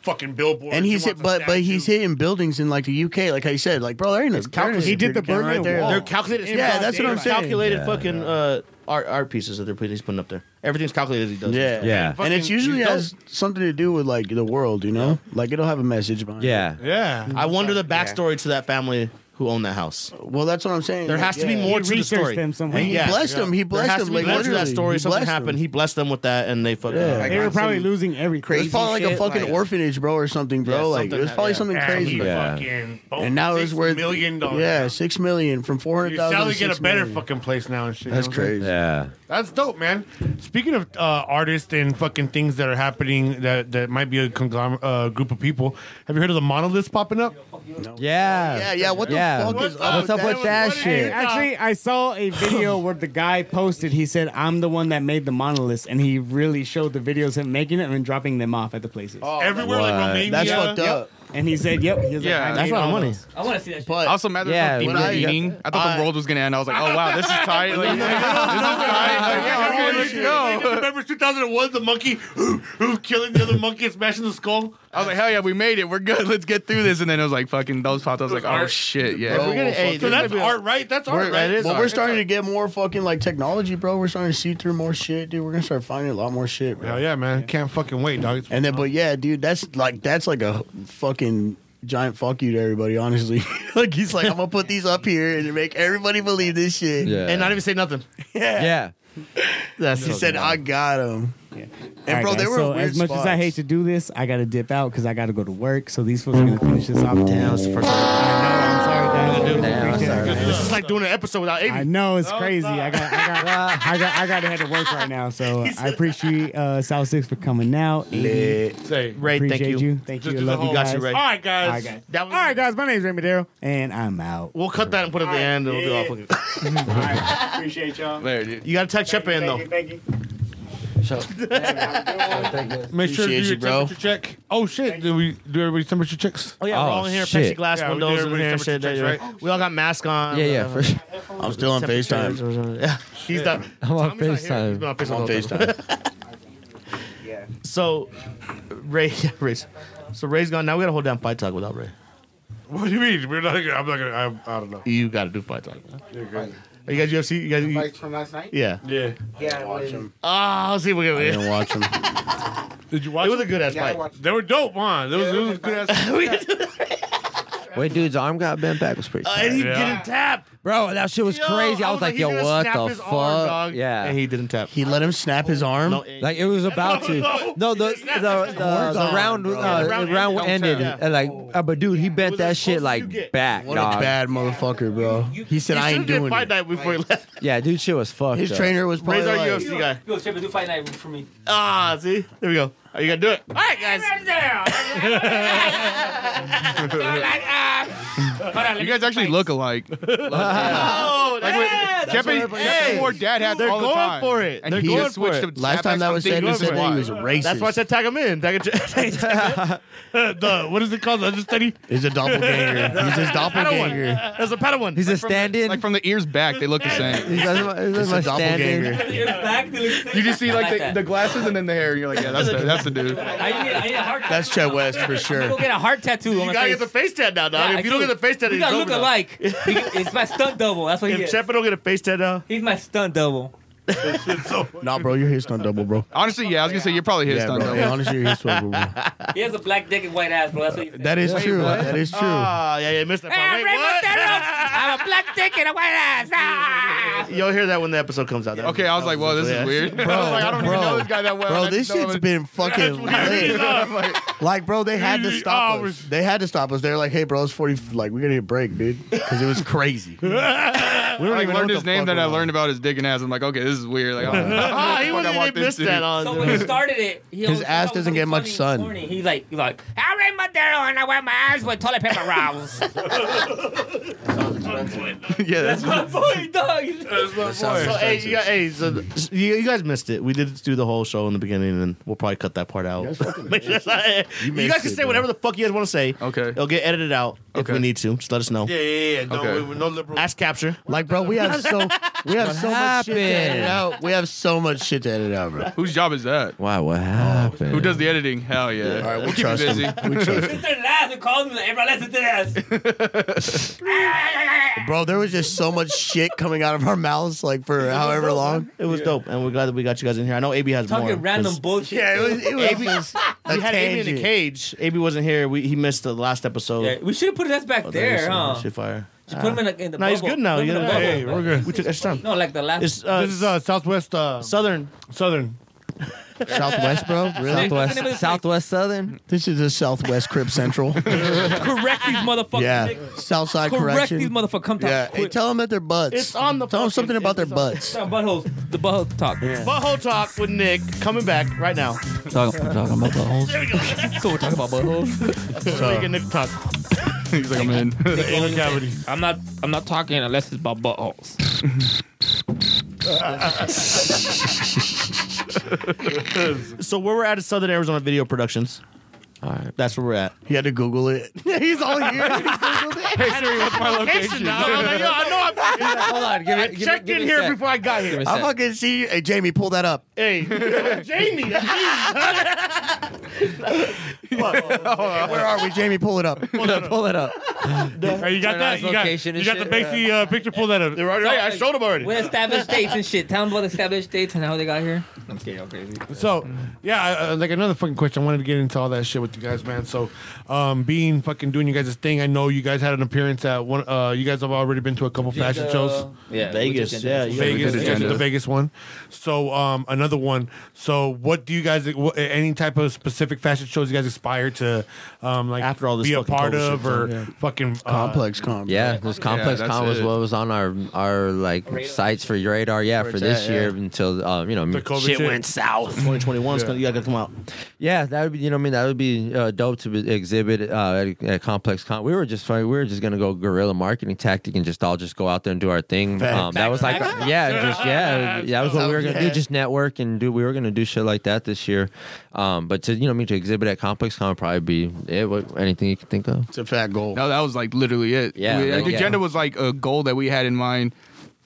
Speaker 2: fucking billboards,
Speaker 6: And
Speaker 2: he
Speaker 6: he's hit,
Speaker 2: wants a
Speaker 6: but but
Speaker 2: statue.
Speaker 6: he's hitting buildings in like the UK, like I said, like bro, there ain't no there ain't no
Speaker 9: He did the
Speaker 6: security camera
Speaker 9: Berlin
Speaker 6: right there.
Speaker 9: Wall.
Speaker 5: They're calculated.
Speaker 6: Yeah, that's what I'm saying.
Speaker 5: Calculated fucking Uh, art art pieces that they're putting, he's putting up there. Everything's calculated. He does.
Speaker 6: Yeah,
Speaker 11: Yeah.
Speaker 6: and it's
Speaker 2: Fucking-
Speaker 6: usually
Speaker 2: you don't-
Speaker 6: has something to do with like the world, you know, like it'll have a message behind. it.
Speaker 11: yeah.
Speaker 2: yeah.
Speaker 5: I wonder the backstory to that family who owned that house.
Speaker 6: Well, that's what I'm saying.
Speaker 5: There
Speaker 6: like,
Speaker 5: has to be
Speaker 6: yeah.
Speaker 5: more
Speaker 9: He
Speaker 5: to the
Speaker 9: researched
Speaker 5: story.
Speaker 9: them somewhere.
Speaker 5: And
Speaker 6: He blessed him. He
Speaker 5: There
Speaker 6: blessed
Speaker 5: has
Speaker 6: him.
Speaker 5: to be
Speaker 6: Like
Speaker 5: more to
Speaker 6: literally,
Speaker 5: that story.
Speaker 6: He
Speaker 5: Something
Speaker 6: blessed him.
Speaker 5: happened. He blessed them with that, and they fucked up.
Speaker 6: Yeah.
Speaker 9: They were probably losing everything.
Speaker 6: It's probably like a
Speaker 19: shit,
Speaker 6: fucking
Speaker 19: like-
Speaker 6: orphanage, bro, or something, bro.
Speaker 5: Yeah,
Speaker 6: like
Speaker 5: something
Speaker 6: it was
Speaker 5: ha-
Speaker 6: probably
Speaker 5: yeah.
Speaker 6: something
Speaker 2: And
Speaker 6: crazy.
Speaker 2: he
Speaker 11: Yeah.
Speaker 2: fucking boom,
Speaker 6: And now it's
Speaker 2: six
Speaker 6: worth
Speaker 2: million dollars.
Speaker 6: Yeah, six million from four
Speaker 2: you
Speaker 6: hundred thousand.
Speaker 2: sell get a better fucking place now and shit.
Speaker 6: That's
Speaker 2: you know what I'm saying?
Speaker 6: crazy.
Speaker 11: Yeah.
Speaker 2: That's dope, man. Speaking of uh, artists and fucking things that are happening that that might be a conglomerate uh, group of people. Have you heard of the monoliths popping up?
Speaker 11: Yeah.
Speaker 6: Yeah, yeah. What the
Speaker 11: Yeah.
Speaker 6: fuck
Speaker 2: What's
Speaker 6: is
Speaker 2: up
Speaker 6: up?
Speaker 11: What's up with that
Speaker 9: Hey,
Speaker 11: shit?
Speaker 9: actually, I saw a video where the guy posted. He said, "I'm the one that made the monoliths," and he really showed the videos him making it and then dropping them off at the places.
Speaker 2: Everywhere, like
Speaker 11: What?
Speaker 2: Romania.
Speaker 6: That's fucked up.
Speaker 9: And he said, "Yep." He was
Speaker 10: Oh, Yeah,
Speaker 9: like, I
Speaker 10: that's
Speaker 9: made
Speaker 10: a lot
Speaker 9: all those."
Speaker 10: of money.
Speaker 20: I want to see that. shit.
Speaker 6: But
Speaker 10: Also, mad there's
Speaker 11: Yeah,
Speaker 10: no people
Speaker 11: when I-
Speaker 10: eating. I thought
Speaker 6: I-
Speaker 10: the world was gonna end. I was like, oh wow, this is tight. Like, this is tight. Like, okay, let's go.
Speaker 2: Remember 2001, the monkey who, who killing the other monkey and smashing the skull?
Speaker 10: I was like, hell yeah, we made it. We're good. Let's get through this. And then it was like, fucking those popped. I was like, oh shit, yeah.
Speaker 6: Bro,
Speaker 10: We're gonna-
Speaker 6: fuck
Speaker 2: So that's art, right? That's
Speaker 6: We're,
Speaker 2: art, right?
Speaker 6: but we're starting to get more fucking like technology, bro. We're starting to see through more shit, dude. We're gonna start finding a lot more shit, bro.
Speaker 2: Hell yeah, man. Can't fucking wait, dog. It's-
Speaker 6: And then, but yeah, dude, that's like that's like a fucking giant fuck you to everybody. Honestly, like he's like, I'm gonna put these up here and make everybody believe this shit.
Speaker 11: Yeah.
Speaker 5: And not even say nothing.
Speaker 6: yeah.
Speaker 11: yeah.
Speaker 5: That's
Speaker 6: He said, I got him.
Speaker 9: All
Speaker 6: And
Speaker 9: right,
Speaker 6: bro, they
Speaker 9: guys,
Speaker 6: were
Speaker 9: so
Speaker 6: in weird
Speaker 9: as much as I
Speaker 6: spots.
Speaker 9: hate to do this, I got to dip out because I got to go to work. So these folks are gonna finish this off. Damn,
Speaker 5: that's the first.
Speaker 9: I know. I'm sorry.
Speaker 5: This is like doing an episode without
Speaker 8: I
Speaker 5: AB.
Speaker 8: know it's crazy. I got, I got, I got, I got to head to work right now. So I appreciate uh, South Six for coming out. Ray,
Speaker 5: Say, Ray,
Speaker 8: appreciate
Speaker 5: thank you.
Speaker 8: Thank
Speaker 5: Just
Speaker 8: you. I
Speaker 5: do the
Speaker 8: Love you
Speaker 5: whole-
Speaker 8: guys.
Speaker 5: Got you, Ray.
Speaker 8: All right,
Speaker 5: guys.
Speaker 8: All right, guys. My name is Ray Madero, and I'm out.
Speaker 5: We'll cut that and put it at the end. and We'll do all fucking.
Speaker 8: Appreciate y'all.
Speaker 10: There, dude.
Speaker 5: You gotta text Chip in though.
Speaker 8: Thank you. Thank you.
Speaker 2: Make sure to do
Speaker 6: Appreciate
Speaker 2: your
Speaker 6: you, bro.
Speaker 2: temperature check. Oh shit! Do we do everybody's temperature checks?
Speaker 5: Oh yeah, we're all in here,
Speaker 11: shit.
Speaker 5: plexiglass glass
Speaker 2: Yeah, we do
Speaker 5: windows in here and
Speaker 2: everybody's
Speaker 5: shit.
Speaker 2: temperature checks,
Speaker 5: We all got masks on.
Speaker 11: Yeah, yeah, for sure.
Speaker 6: I'm still on FaceTime.
Speaker 5: Yeah, he's done.
Speaker 11: I'm on
Speaker 5: He's been
Speaker 11: FaceTime.
Speaker 5: on Facebook
Speaker 6: I'm on
Speaker 5: all the time.
Speaker 6: FaceTime.
Speaker 5: So, Ray, yeah, Ray's. So Ray's gone. Now we gotta hold down fight talk without Ray.
Speaker 2: What do you mean? We're not. gonna- I'm not gonna. I'm, I don't know.
Speaker 5: You gotta do fight talk. Are you guys UFC? You guys? You,
Speaker 15: Fights from last night?
Speaker 5: yeah.
Speaker 2: Yeah.
Speaker 15: Yeah, watch them.
Speaker 5: Ah, let's see if we
Speaker 6: I
Speaker 5: can.
Speaker 6: didn't watch him.
Speaker 2: Did you
Speaker 5: It
Speaker 2: watch?
Speaker 5: was a good ass
Speaker 15: Yeah, I
Speaker 5: fight.
Speaker 15: watched.
Speaker 2: they were dope, man. There was, it was good ass.
Speaker 11: Wait, dude's arm got bent back was pretty
Speaker 5: And
Speaker 11: tight.
Speaker 5: he
Speaker 2: Yeah.
Speaker 5: didn't tap.
Speaker 11: Bro, that shit was
Speaker 5: Yo,
Speaker 11: crazy. I was like,
Speaker 5: he's
Speaker 11: yo,
Speaker 5: gonna
Speaker 11: what
Speaker 5: snap
Speaker 11: the
Speaker 5: his
Speaker 11: fuck?
Speaker 5: arm, dog. And
Speaker 11: Yeah.
Speaker 5: he didn't tap.
Speaker 6: He let him snap his arm.
Speaker 5: No, it-
Speaker 11: Like it was about to.
Speaker 5: No.
Speaker 11: No, the the the, the,
Speaker 6: Gone,
Speaker 11: round
Speaker 6: bro.
Speaker 11: uh,
Speaker 5: the
Speaker 11: the
Speaker 5: round
Speaker 11: round, ended.
Speaker 5: ended. Yeah.
Speaker 11: uh, Like, uh, but dude, he bent
Speaker 5: was as
Speaker 11: that
Speaker 5: close
Speaker 11: shit
Speaker 5: as you get.
Speaker 11: like back,
Speaker 6: What
Speaker 11: dog.
Speaker 6: a bad motherfucker, bro. He said,
Speaker 5: He
Speaker 6: I
Speaker 5: should've
Speaker 6: ain't
Speaker 5: did
Speaker 6: doing
Speaker 5: fight
Speaker 6: it.
Speaker 5: night before he left.
Speaker 11: Yeah, dude, shit was fucked.
Speaker 6: His
Speaker 11: up.
Speaker 6: trainer was probably
Speaker 5: Raise our
Speaker 6: like,
Speaker 5: UFC guy.
Speaker 3: Yo, Chip, do fight night for me.
Speaker 5: Ah, see, there we go. Are you gonna do it? All right, guys.
Speaker 3: Right down. So like, ah. Hold on, let
Speaker 10: You
Speaker 3: me
Speaker 10: guys actually
Speaker 3: fight.
Speaker 10: look alike.
Speaker 5: Oh,
Speaker 10: Like when Jeopardy,
Speaker 5: what everybody-
Speaker 10: Jeopardy wore dad hats
Speaker 5: They're
Speaker 10: all the
Speaker 5: going
Speaker 10: time.
Speaker 5: for it.
Speaker 10: And
Speaker 5: They're
Speaker 10: he
Speaker 5: going
Speaker 10: just
Speaker 5: for
Speaker 10: switched
Speaker 5: it.
Speaker 10: to
Speaker 6: last time that was said, he
Speaker 10: he
Speaker 6: said that he was racist.
Speaker 5: That's why I said tag him in. Tag him- tag him-
Speaker 2: the what is it called? The understudy.
Speaker 6: He's a doppelganger. He's his doppelganger.
Speaker 5: Padawan. That's a Padawan.
Speaker 11: He's a stand-in.
Speaker 10: Like from the ears back, they look the same.
Speaker 11: He's like my- he's like
Speaker 6: He's
Speaker 11: my
Speaker 6: a
Speaker 11: stand-in.
Speaker 6: doppelganger.
Speaker 3: It's back to the-
Speaker 10: You just see
Speaker 3: I
Speaker 10: like,
Speaker 3: that.
Speaker 10: the, the glasses and then the hair, and you're like, yeah, that's the, that's the dude.
Speaker 3: I need, I need a heart.
Speaker 6: That's Chet West for
Speaker 3: I'm
Speaker 6: sure.
Speaker 3: gonna go get a heart tattoo. on
Speaker 5: You
Speaker 3: my
Speaker 5: gotta
Speaker 3: face.
Speaker 5: get the face tat now, dog.
Speaker 3: Yeah,
Speaker 5: if you don't
Speaker 3: dude.
Speaker 5: get the face tat,
Speaker 3: we
Speaker 5: it's
Speaker 3: gotta
Speaker 5: over.
Speaker 3: look
Speaker 5: dog.
Speaker 3: alike. it's my stunt double. That's what he
Speaker 5: If
Speaker 3: is.
Speaker 5: Chepo don't get a face tat now,
Speaker 3: He's my stunt double.
Speaker 6: Nah, bro, you're his stunt double, bro.
Speaker 10: Honestly, yeah, I was gonna say you're probably his
Speaker 6: Yeah,
Speaker 10: stunt
Speaker 6: bro.
Speaker 10: double.
Speaker 6: Yeah, honestly, you're his stunt double, bro.
Speaker 3: He has a black dick and white ass, bro. That's what he's.
Speaker 6: That is true. That is true.
Speaker 5: ah, yeah, yeah, missed that.
Speaker 3: Ah,
Speaker 5: part.
Speaker 3: Ray
Speaker 5: Wait, what?
Speaker 3: Montero, I have a black dick and a white ass. Ah!
Speaker 5: You'll hear that when the episode comes out. That
Speaker 10: Okay, I was like, well, this
Speaker 5: yeah.
Speaker 10: is weird. I was like, I don't even know this guy that well.
Speaker 6: Bro,
Speaker 10: I
Speaker 6: this
Speaker 10: just know
Speaker 6: shit's
Speaker 10: him.
Speaker 6: been fucking lit.
Speaker 10: Like,
Speaker 6: Like, bro, they had to
Speaker 2: Three
Speaker 6: stop us.
Speaker 2: hours.
Speaker 6: They had to stop us. They were like, hey, bro, it's 40. Like, we're going to a break, dude. Because it was crazy. We don't
Speaker 10: I
Speaker 6: even know
Speaker 10: learned
Speaker 6: what
Speaker 10: his
Speaker 6: the
Speaker 10: name,
Speaker 6: fuck
Speaker 10: then
Speaker 6: went
Speaker 10: I
Speaker 6: on.
Speaker 10: learned about his dick and ass. I'm like, okay, this is weird. Like,
Speaker 5: Ah, he
Speaker 10: I
Speaker 5: wouldn't
Speaker 10: walked
Speaker 5: even missed
Speaker 10: into.
Speaker 5: that on.
Speaker 3: So when he started it, he always-
Speaker 6: ass
Speaker 3: he was
Speaker 6: doesn't get much
Speaker 3: funny,
Speaker 6: sun.
Speaker 3: Corny. He's like, he's like, I Ray Montero and I wipe my ass with toilet paper rolls.
Speaker 10: yeah, that's
Speaker 3: my boy, dog.
Speaker 5: So hey, you guys, hey, so th- you, you guys missed it. We did do the whole show in the beginning, and we'll probably cut that part out. Make sure that's not it. you,
Speaker 6: missed
Speaker 5: guys can
Speaker 6: it,
Speaker 5: say
Speaker 6: bro.
Speaker 5: whatever the fuck you guys want to say.
Speaker 10: okay.
Speaker 5: It'll get edited out if
Speaker 10: Okay.
Speaker 5: we need to. Just let us know.
Speaker 2: Yeah, yeah, yeah. No,
Speaker 10: Okay.
Speaker 2: we were no liberal.
Speaker 5: Ask capture.
Speaker 6: Like, bro, we have so we have so much shit to
Speaker 11: happened?
Speaker 6: edit out. We have so much shit to edit out, bro.
Speaker 10: Whose job is that?
Speaker 11: Wow, what happened?
Speaker 10: Who does the editing? Hell yeah.
Speaker 6: All right, we
Speaker 10: keep you
Speaker 6: trust
Speaker 10: busy.
Speaker 6: him. We trust him.
Speaker 3: Sister laughs and calls him. Everybody listen to
Speaker 5: Ah,
Speaker 3: this.
Speaker 6: Bro, there was just so much shit coming out of our mouths, like for however long.
Speaker 5: It was dope, and we're glad that we got you guys in here. I know AB has more.
Speaker 3: Talking random
Speaker 5: 'cause
Speaker 3: bullshit.
Speaker 6: Yeah, it was. It was
Speaker 5: AB
Speaker 6: just a
Speaker 5: We had AB in
Speaker 6: tangent.
Speaker 5: the cage. AB wasn't here. We, he missed the last episode. Oh,
Speaker 3: Yeah, we should have put his ass back
Speaker 5: That is
Speaker 3: there,
Speaker 5: some
Speaker 3: huh?
Speaker 5: Shit fire. Ah.
Speaker 3: Should put him in the, in the
Speaker 5: No,
Speaker 3: bubble.
Speaker 5: he's good now.
Speaker 3: Put him in
Speaker 5: Yeah,
Speaker 3: the bubble.
Speaker 2: Hey, we're good.
Speaker 5: We took extra time.
Speaker 3: No, like the last.
Speaker 5: It's, uh,
Speaker 2: This is uh, Southwest uh,
Speaker 5: Southern.
Speaker 2: Southern.
Speaker 6: Southwest, bro. Really?
Speaker 11: Southwest, Southwest Southern?
Speaker 6: This is a Southwest Crip Central.
Speaker 3: correct these motherfuckers.
Speaker 6: yeah,
Speaker 3: nigga.
Speaker 6: Southside
Speaker 3: Correct
Speaker 6: correction.
Speaker 3: these motherfuckers. Come talk
Speaker 6: yeah, hey,
Speaker 3: quick.
Speaker 6: tell them that they're butts.
Speaker 5: It's on the
Speaker 6: Tell them
Speaker 5: fucking-
Speaker 6: something about their
Speaker 5: it's on-
Speaker 6: butts.
Speaker 3: Talk about buttholes. The butthole talk.
Speaker 5: Butthole Talk with Nick coming back right now.
Speaker 11: Talking talking about buttholes. So we're talking about buttholes.
Speaker 5: Speaking Nick Talk.
Speaker 10: He's like, I'm in.
Speaker 3: Anal cavity. I'm not. I'm not talking unless it's about buttholes.
Speaker 5: So where we're at is Southern Arizona Video Productions.
Speaker 11: All right.
Speaker 5: That's where we're at.
Speaker 6: He had to Google it. He's all here. and he Googled it.
Speaker 10: hey Siri, what's my
Speaker 5: I
Speaker 10: location?
Speaker 5: know I'm
Speaker 11: Hold on, give it.
Speaker 5: checked in here before I got here.
Speaker 6: I fucking see you. Hey, Jamie, pull that up.
Speaker 5: Hey, Jamie. that's me.
Speaker 6: Where are we, Jamie? Pull it up.
Speaker 11: Pull it up.
Speaker 2: Hey, you got
Speaker 11: Turn
Speaker 2: that?
Speaker 11: on
Speaker 2: You got,
Speaker 11: location
Speaker 2: you
Speaker 11: and
Speaker 2: got the
Speaker 11: shit.
Speaker 2: Banksy uh, picture. Pull that up.
Speaker 5: Hey, I showed him already.
Speaker 3: With established dates and shit. Tell them about established dates and how they got here.
Speaker 2: So, yeah, uh, like another fucking question. I wanted to get into all that shit with with you guys, man. So, um, being fucking doing you guys' thing, I know you guys had an appearance at one. Uh, you guys have already been to a couple fashion shows.
Speaker 5: Yeah, Vegas. Yeah, you guys-
Speaker 2: Vegas, yeah, the Vegas one. So um, another one. So what do you guys? What, any type of specific fashion shows you guys aspire to, um, like
Speaker 5: After all this
Speaker 2: be a
Speaker 5: fucking
Speaker 2: part
Speaker 5: COVID
Speaker 2: of
Speaker 5: shit's
Speaker 2: or
Speaker 5: on, yeah.
Speaker 2: fucking uh,
Speaker 6: Complex comp.
Speaker 11: Yeah, this complex
Speaker 10: that's
Speaker 11: con was
Speaker 10: it.
Speaker 11: what was on our our like sites for radar. Yeah,
Speaker 5: Where
Speaker 11: for
Speaker 5: it's
Speaker 11: this
Speaker 5: at,
Speaker 11: year
Speaker 5: yeah.
Speaker 11: until um, you know
Speaker 2: The COVID
Speaker 11: shit
Speaker 2: shit.
Speaker 11: went south.
Speaker 5: 2021 is gonna you gotta come out.
Speaker 11: Yeah, that would be you know what I mean that would be uh, dope to be- exhibit uh, at, at complex con. We were just funny. We were just gonna go guerrilla marketing tactic and just all just go out there and do our thing.
Speaker 6: Fact.
Speaker 11: Um, that was like yeah, just yeah, yeah, that was what we were gonna do.
Speaker 6: Yeah.
Speaker 11: Just network and do. We were gonna do shit like that this year. Um, but to you know what I mean to exhibit at complex con would probably be it. What, anything you can think of.
Speaker 6: It's a fat goal.
Speaker 10: No, that was like literally it.
Speaker 11: Yeah,
Speaker 10: We-
Speaker 11: like,
Speaker 10: the
Speaker 11: yeah.
Speaker 10: agenda was like a goal that we had in mind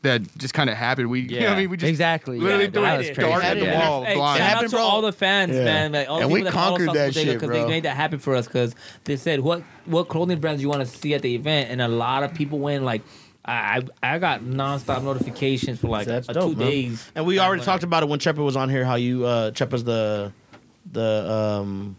Speaker 10: that just kind of happened. We, you know what I mean? We just
Speaker 11: exactly.
Speaker 10: literally
Speaker 11: yeah,
Speaker 10: threw
Speaker 11: that
Speaker 10: it
Speaker 11: was
Speaker 10: dark
Speaker 11: crazy,
Speaker 10: at the
Speaker 11: yeah.
Speaker 10: wall.
Speaker 3: Hey,
Speaker 10: blind.
Speaker 3: shout out to all the fans,
Speaker 6: Yeah.
Speaker 3: man. Like, all the
Speaker 6: And we
Speaker 3: people that follow
Speaker 6: conquered
Speaker 3: South
Speaker 6: that
Speaker 3: Bodega,
Speaker 6: shit,
Speaker 3: 'cause
Speaker 6: bro.
Speaker 3: They made that happen for us because they said what what clothing brands you want to see at the event, and a lot of people went. Like, I I, I got nonstop notifications for like
Speaker 5: That's
Speaker 3: uh,
Speaker 5: dope,
Speaker 3: two
Speaker 5: man.
Speaker 3: days.
Speaker 5: And we already
Speaker 3: Like,
Speaker 5: talked about it when Chepa was on here. How you uh Chepa's the the um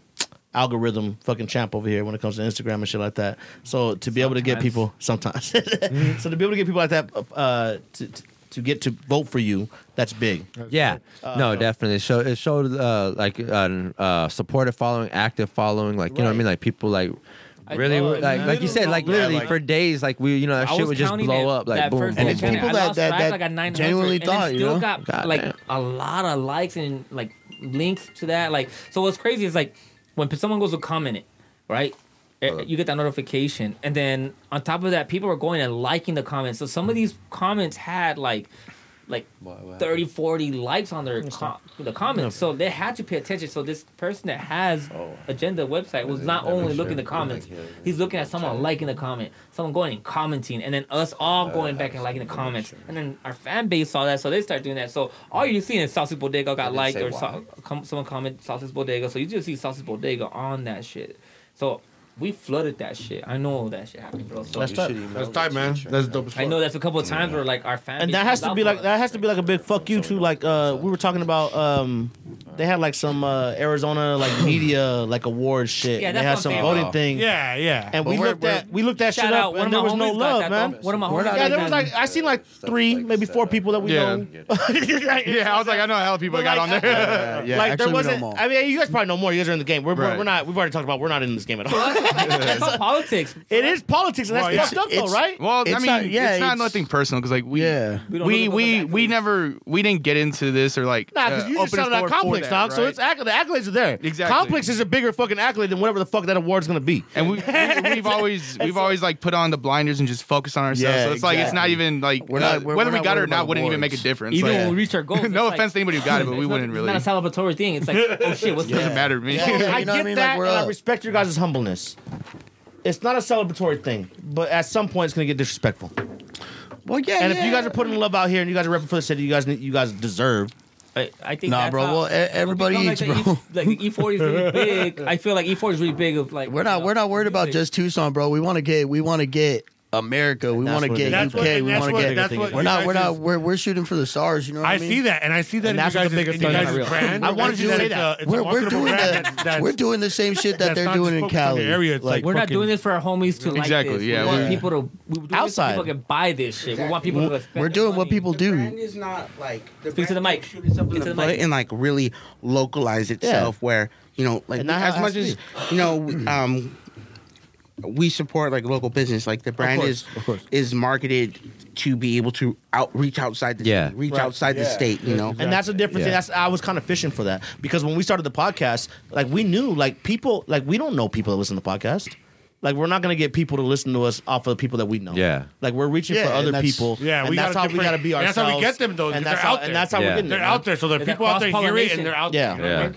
Speaker 5: algorithm fucking champ over here when it comes to Instagram and shit like that. So to be able to get
Speaker 3: Sometimes.
Speaker 5: people sometimes, so to be able to get people like that uh to, to to get to vote for you, that's big.
Speaker 11: Yeah,
Speaker 3: Uh,
Speaker 11: no, definitely. It showed, it showed uh, like uh, uh, supportive following, active following, like you know what I mean, like people like
Speaker 3: I
Speaker 11: really
Speaker 3: know,
Speaker 11: were- like like you said,
Speaker 3: literally-
Speaker 11: like
Speaker 3: Yeah,
Speaker 11: literally
Speaker 3: like-
Speaker 11: for days, like we you know that
Speaker 3: I
Speaker 11: shit
Speaker 3: was
Speaker 11: would just
Speaker 3: counting
Speaker 11: blow
Speaker 3: it
Speaker 11: up like
Speaker 3: that
Speaker 11: boom, boom,
Speaker 3: first
Speaker 11: boom,
Speaker 3: day,
Speaker 6: it's
Speaker 11: boom.
Speaker 6: people
Speaker 3: I
Speaker 6: that-
Speaker 3: lost
Speaker 6: that-
Speaker 3: track,
Speaker 6: that
Speaker 3: like, at 900,
Speaker 6: genuinely
Speaker 3: and it
Speaker 6: thought, you
Speaker 3: still
Speaker 6: know?
Speaker 3: got
Speaker 11: God
Speaker 3: like
Speaker 11: damn.
Speaker 3: a lot of likes and like links to that. Like, so what's crazy is like when someone goes to comment it, right? Eh,
Speaker 11: Uh-huh.
Speaker 3: You get that notification, and then on top of that, people are going and liking the comments. So some of these comments had like. Like 30, 40 likes on their com- the comments, so they had to pay attention. So this person that has
Speaker 11: Oh.
Speaker 3: agenda website was not only looking at the comments, he's looking at someone liking the comment, someone going and commenting, and then us
Speaker 6: Uh,
Speaker 3: all going back and liking the comments, and then our fan base saw that, so they start doing that. So all you see is Sausage Bodega got liked or so, com- someone comment Sausage Bodega, so you just see Sausage Bodega on that shit. So we flooded that shit. I know that shit happened, bro. So
Speaker 2: That's tight, man. That's dope. as
Speaker 3: I
Speaker 2: fuck.
Speaker 3: know that's a couple of times where like our fan
Speaker 5: and
Speaker 3: base
Speaker 5: that
Speaker 3: was
Speaker 5: has to
Speaker 3: out
Speaker 5: be
Speaker 3: for
Speaker 5: like
Speaker 3: us.
Speaker 5: that has to be like a big fuck you too. Like uh, we were talking about um, they had like some uh, Arizona like media like award shit.
Speaker 3: Yeah,
Speaker 5: and they
Speaker 3: that's what
Speaker 5: had some
Speaker 3: I'm saying.
Speaker 5: voting thing.
Speaker 2: Yeah, yeah.
Speaker 5: And
Speaker 6: But
Speaker 5: we
Speaker 6: we're-
Speaker 5: looked at we looked that shit
Speaker 3: Shout
Speaker 5: up
Speaker 3: out. One
Speaker 5: and
Speaker 3: of
Speaker 5: there
Speaker 3: my
Speaker 5: was no
Speaker 3: homies got
Speaker 5: love,
Speaker 3: that,
Speaker 5: man.
Speaker 3: though. One of my
Speaker 6: We're
Speaker 3: homies
Speaker 6: not
Speaker 3: got
Speaker 5: Yeah, there was
Speaker 3: that.
Speaker 5: like I seen like three, maybe four people that we
Speaker 10: Yeah.
Speaker 5: know.
Speaker 10: yeah, I was like, I know how people
Speaker 5: But,
Speaker 10: got
Speaker 5: like,
Speaker 10: on there.
Speaker 6: Yeah, yeah,
Speaker 5: like
Speaker 6: actually,
Speaker 5: there
Speaker 6: we know
Speaker 5: wasn't.
Speaker 6: 'em all.
Speaker 5: I mean, you guys probably know more. You guys are in the game. We're, we're,
Speaker 10: Right.
Speaker 5: we're not. We've already talked about. We're not in this game at all.
Speaker 3: That's all politics.
Speaker 5: it is politics, and that's
Speaker 2: Well, yeah.
Speaker 5: fucked up, though,
Speaker 6: It's-
Speaker 5: right?
Speaker 10: Well, I
Speaker 6: It's
Speaker 10: mean,
Speaker 6: not- yeah,
Speaker 10: it's not
Speaker 6: it's-
Speaker 10: nothing personal because like we,
Speaker 6: Yeah.
Speaker 3: We
Speaker 10: we
Speaker 3: don't
Speaker 10: we
Speaker 3: look at
Speaker 10: we,
Speaker 3: the back of
Speaker 10: never we didn't get into this or like
Speaker 5: Nah, because
Speaker 10: uh,
Speaker 5: you
Speaker 10: open
Speaker 5: just shouted out
Speaker 10: floor for
Speaker 5: complex,
Speaker 10: that,
Speaker 5: dog. So
Speaker 10: right?
Speaker 5: it's accolade. The accolades are there.
Speaker 10: Exactly.
Speaker 5: Complex is a bigger fucking accolade than whatever the fuck that award's gonna be.
Speaker 10: and we, we we've always we've always like put on the blinders and just focus on ourselves.
Speaker 6: Yeah,
Speaker 10: so it's like it's not
Speaker 6: exactly.
Speaker 10: even like
Speaker 6: We're not-
Speaker 10: uh,
Speaker 6: we're-
Speaker 10: whether
Speaker 6: we're
Speaker 10: we
Speaker 6: not
Speaker 10: got it or
Speaker 6: worried
Speaker 10: not
Speaker 6: about
Speaker 10: wouldn't even make a
Speaker 6: awards.
Speaker 10: difference.
Speaker 3: Even
Speaker 10: Like,
Speaker 3: when we reach our goals,
Speaker 10: no
Speaker 3: it's
Speaker 10: offense to
Speaker 3: like,
Speaker 10: anybody who got it, but we
Speaker 3: it's
Speaker 10: wouldn't
Speaker 3: not,
Speaker 10: really.
Speaker 3: It's
Speaker 10: Doesn't
Speaker 3: not a celebratory thing. It's like, oh shit, what's
Speaker 6: Yeah.
Speaker 3: next?
Speaker 10: matter to me.
Speaker 6: Yeah.
Speaker 5: I
Speaker 6: You know what I
Speaker 5: get
Speaker 6: mean? Like,
Speaker 5: that,
Speaker 6: we're
Speaker 5: and I
Speaker 6: up.
Speaker 5: respect your guys' humbleness. It's not a celebratory thing, but at some point, it's gonna get disrespectful.
Speaker 6: Well, yeah.
Speaker 5: And
Speaker 6: yeah.
Speaker 5: if you guys are putting love out here and you guys are repping for the city, you guys need- you guys deserve.
Speaker 3: I, I think
Speaker 6: Nah,
Speaker 3: that's
Speaker 6: bro.
Speaker 3: how-
Speaker 6: Well, e- everybody
Speaker 3: become
Speaker 6: eats,
Speaker 3: like
Speaker 6: bro.
Speaker 3: The e, like the E40 is really big. I feel like E40 is really big. Of like
Speaker 6: We're not.
Speaker 3: you know,
Speaker 6: We're not worried about
Speaker 3: music.
Speaker 6: just Tucson, bro. We want to get. We want to get America. We
Speaker 5: that's
Speaker 6: want to
Speaker 5: what-
Speaker 6: get
Speaker 5: that's
Speaker 6: UK.
Speaker 2: what-
Speaker 6: we
Speaker 2: that's
Speaker 6: want
Speaker 2: what-
Speaker 6: to
Speaker 2: that's
Speaker 6: get.
Speaker 2: what
Speaker 6: We're
Speaker 2: you
Speaker 6: not. We're
Speaker 2: guys
Speaker 6: not.
Speaker 2: is-
Speaker 6: We're, we're shooting for the stars. You know. What I,
Speaker 2: I
Speaker 6: mean?
Speaker 2: see that, and I see that in you
Speaker 5: that's
Speaker 2: guys.
Speaker 5: the biggest
Speaker 2: In you
Speaker 5: thing
Speaker 2: guys'
Speaker 5: about it.
Speaker 2: brand,
Speaker 5: I wanted
Speaker 2: It's
Speaker 5: you to
Speaker 2: a-
Speaker 5: say
Speaker 2: it's a-
Speaker 5: that.
Speaker 2: it's a
Speaker 6: We're, we're
Speaker 2: marketable
Speaker 6: doing
Speaker 2: brand
Speaker 6: the.
Speaker 2: that's- that's-
Speaker 6: we're doing the same shit that
Speaker 2: that's
Speaker 6: they're
Speaker 2: not
Speaker 6: doing
Speaker 2: just
Speaker 6: in
Speaker 2: focused on the
Speaker 6: Cali.
Speaker 2: area, it's
Speaker 6: like
Speaker 2: like-
Speaker 3: We're not
Speaker 2: fucking-
Speaker 3: doing this for our homies to
Speaker 10: Exactly,
Speaker 3: like this.
Speaker 10: yeah,
Speaker 3: we want
Speaker 10: we're-
Speaker 3: people to. We want
Speaker 5: Outside.
Speaker 3: people to buy this shit. We want people to. Spend
Speaker 6: we're doing
Speaker 3: their
Speaker 6: what
Speaker 3: money.
Speaker 6: people
Speaker 15: The
Speaker 6: do.
Speaker 15: brand is not like the
Speaker 3: Speak to the
Speaker 15: brand
Speaker 3: mic.
Speaker 15: can shoot itself in
Speaker 3: Speak
Speaker 15: the
Speaker 3: to the
Speaker 15: foot
Speaker 3: mic.
Speaker 15: and like really localize itself where you know like
Speaker 5: And not
Speaker 15: as
Speaker 5: have
Speaker 15: much as you know um we support like local business like the brand
Speaker 5: course,
Speaker 15: is is marketed to be able to out reach outside the
Speaker 11: Yeah.
Speaker 15: city, reach
Speaker 5: Right.
Speaker 15: outside the state you know
Speaker 5: And that's a different thing.
Speaker 11: Yeah.
Speaker 5: That's I was kind of fishing for that because when we started the podcast, like we knew, like people, like we don't know people that listen to the podcast. Like we're not gonna get people to listen to us off of the people that we know.
Speaker 11: Yeah.
Speaker 5: like we're reaching
Speaker 6: Yeah,
Speaker 5: for
Speaker 6: and
Speaker 5: other
Speaker 6: that's-
Speaker 5: people.
Speaker 2: Yeah,
Speaker 5: and
Speaker 2: we
Speaker 5: that's
Speaker 2: got a
Speaker 5: how we
Speaker 2: different-
Speaker 5: gotta be
Speaker 2: and
Speaker 5: ourselves.
Speaker 2: that's how we get them, though,
Speaker 5: And
Speaker 2: because
Speaker 5: that's
Speaker 2: they're
Speaker 5: how
Speaker 2: out
Speaker 5: and
Speaker 2: there.
Speaker 5: that's how we're
Speaker 11: Yeah.
Speaker 5: getting
Speaker 2: They're
Speaker 5: it,
Speaker 2: out
Speaker 5: man.
Speaker 2: there, so the
Speaker 3: Is that
Speaker 2: people out there hear it,
Speaker 3: cross-pollination?
Speaker 2: and they're out there.
Speaker 5: Yeah.
Speaker 2: you know what I
Speaker 11: Yeah.
Speaker 2: mean?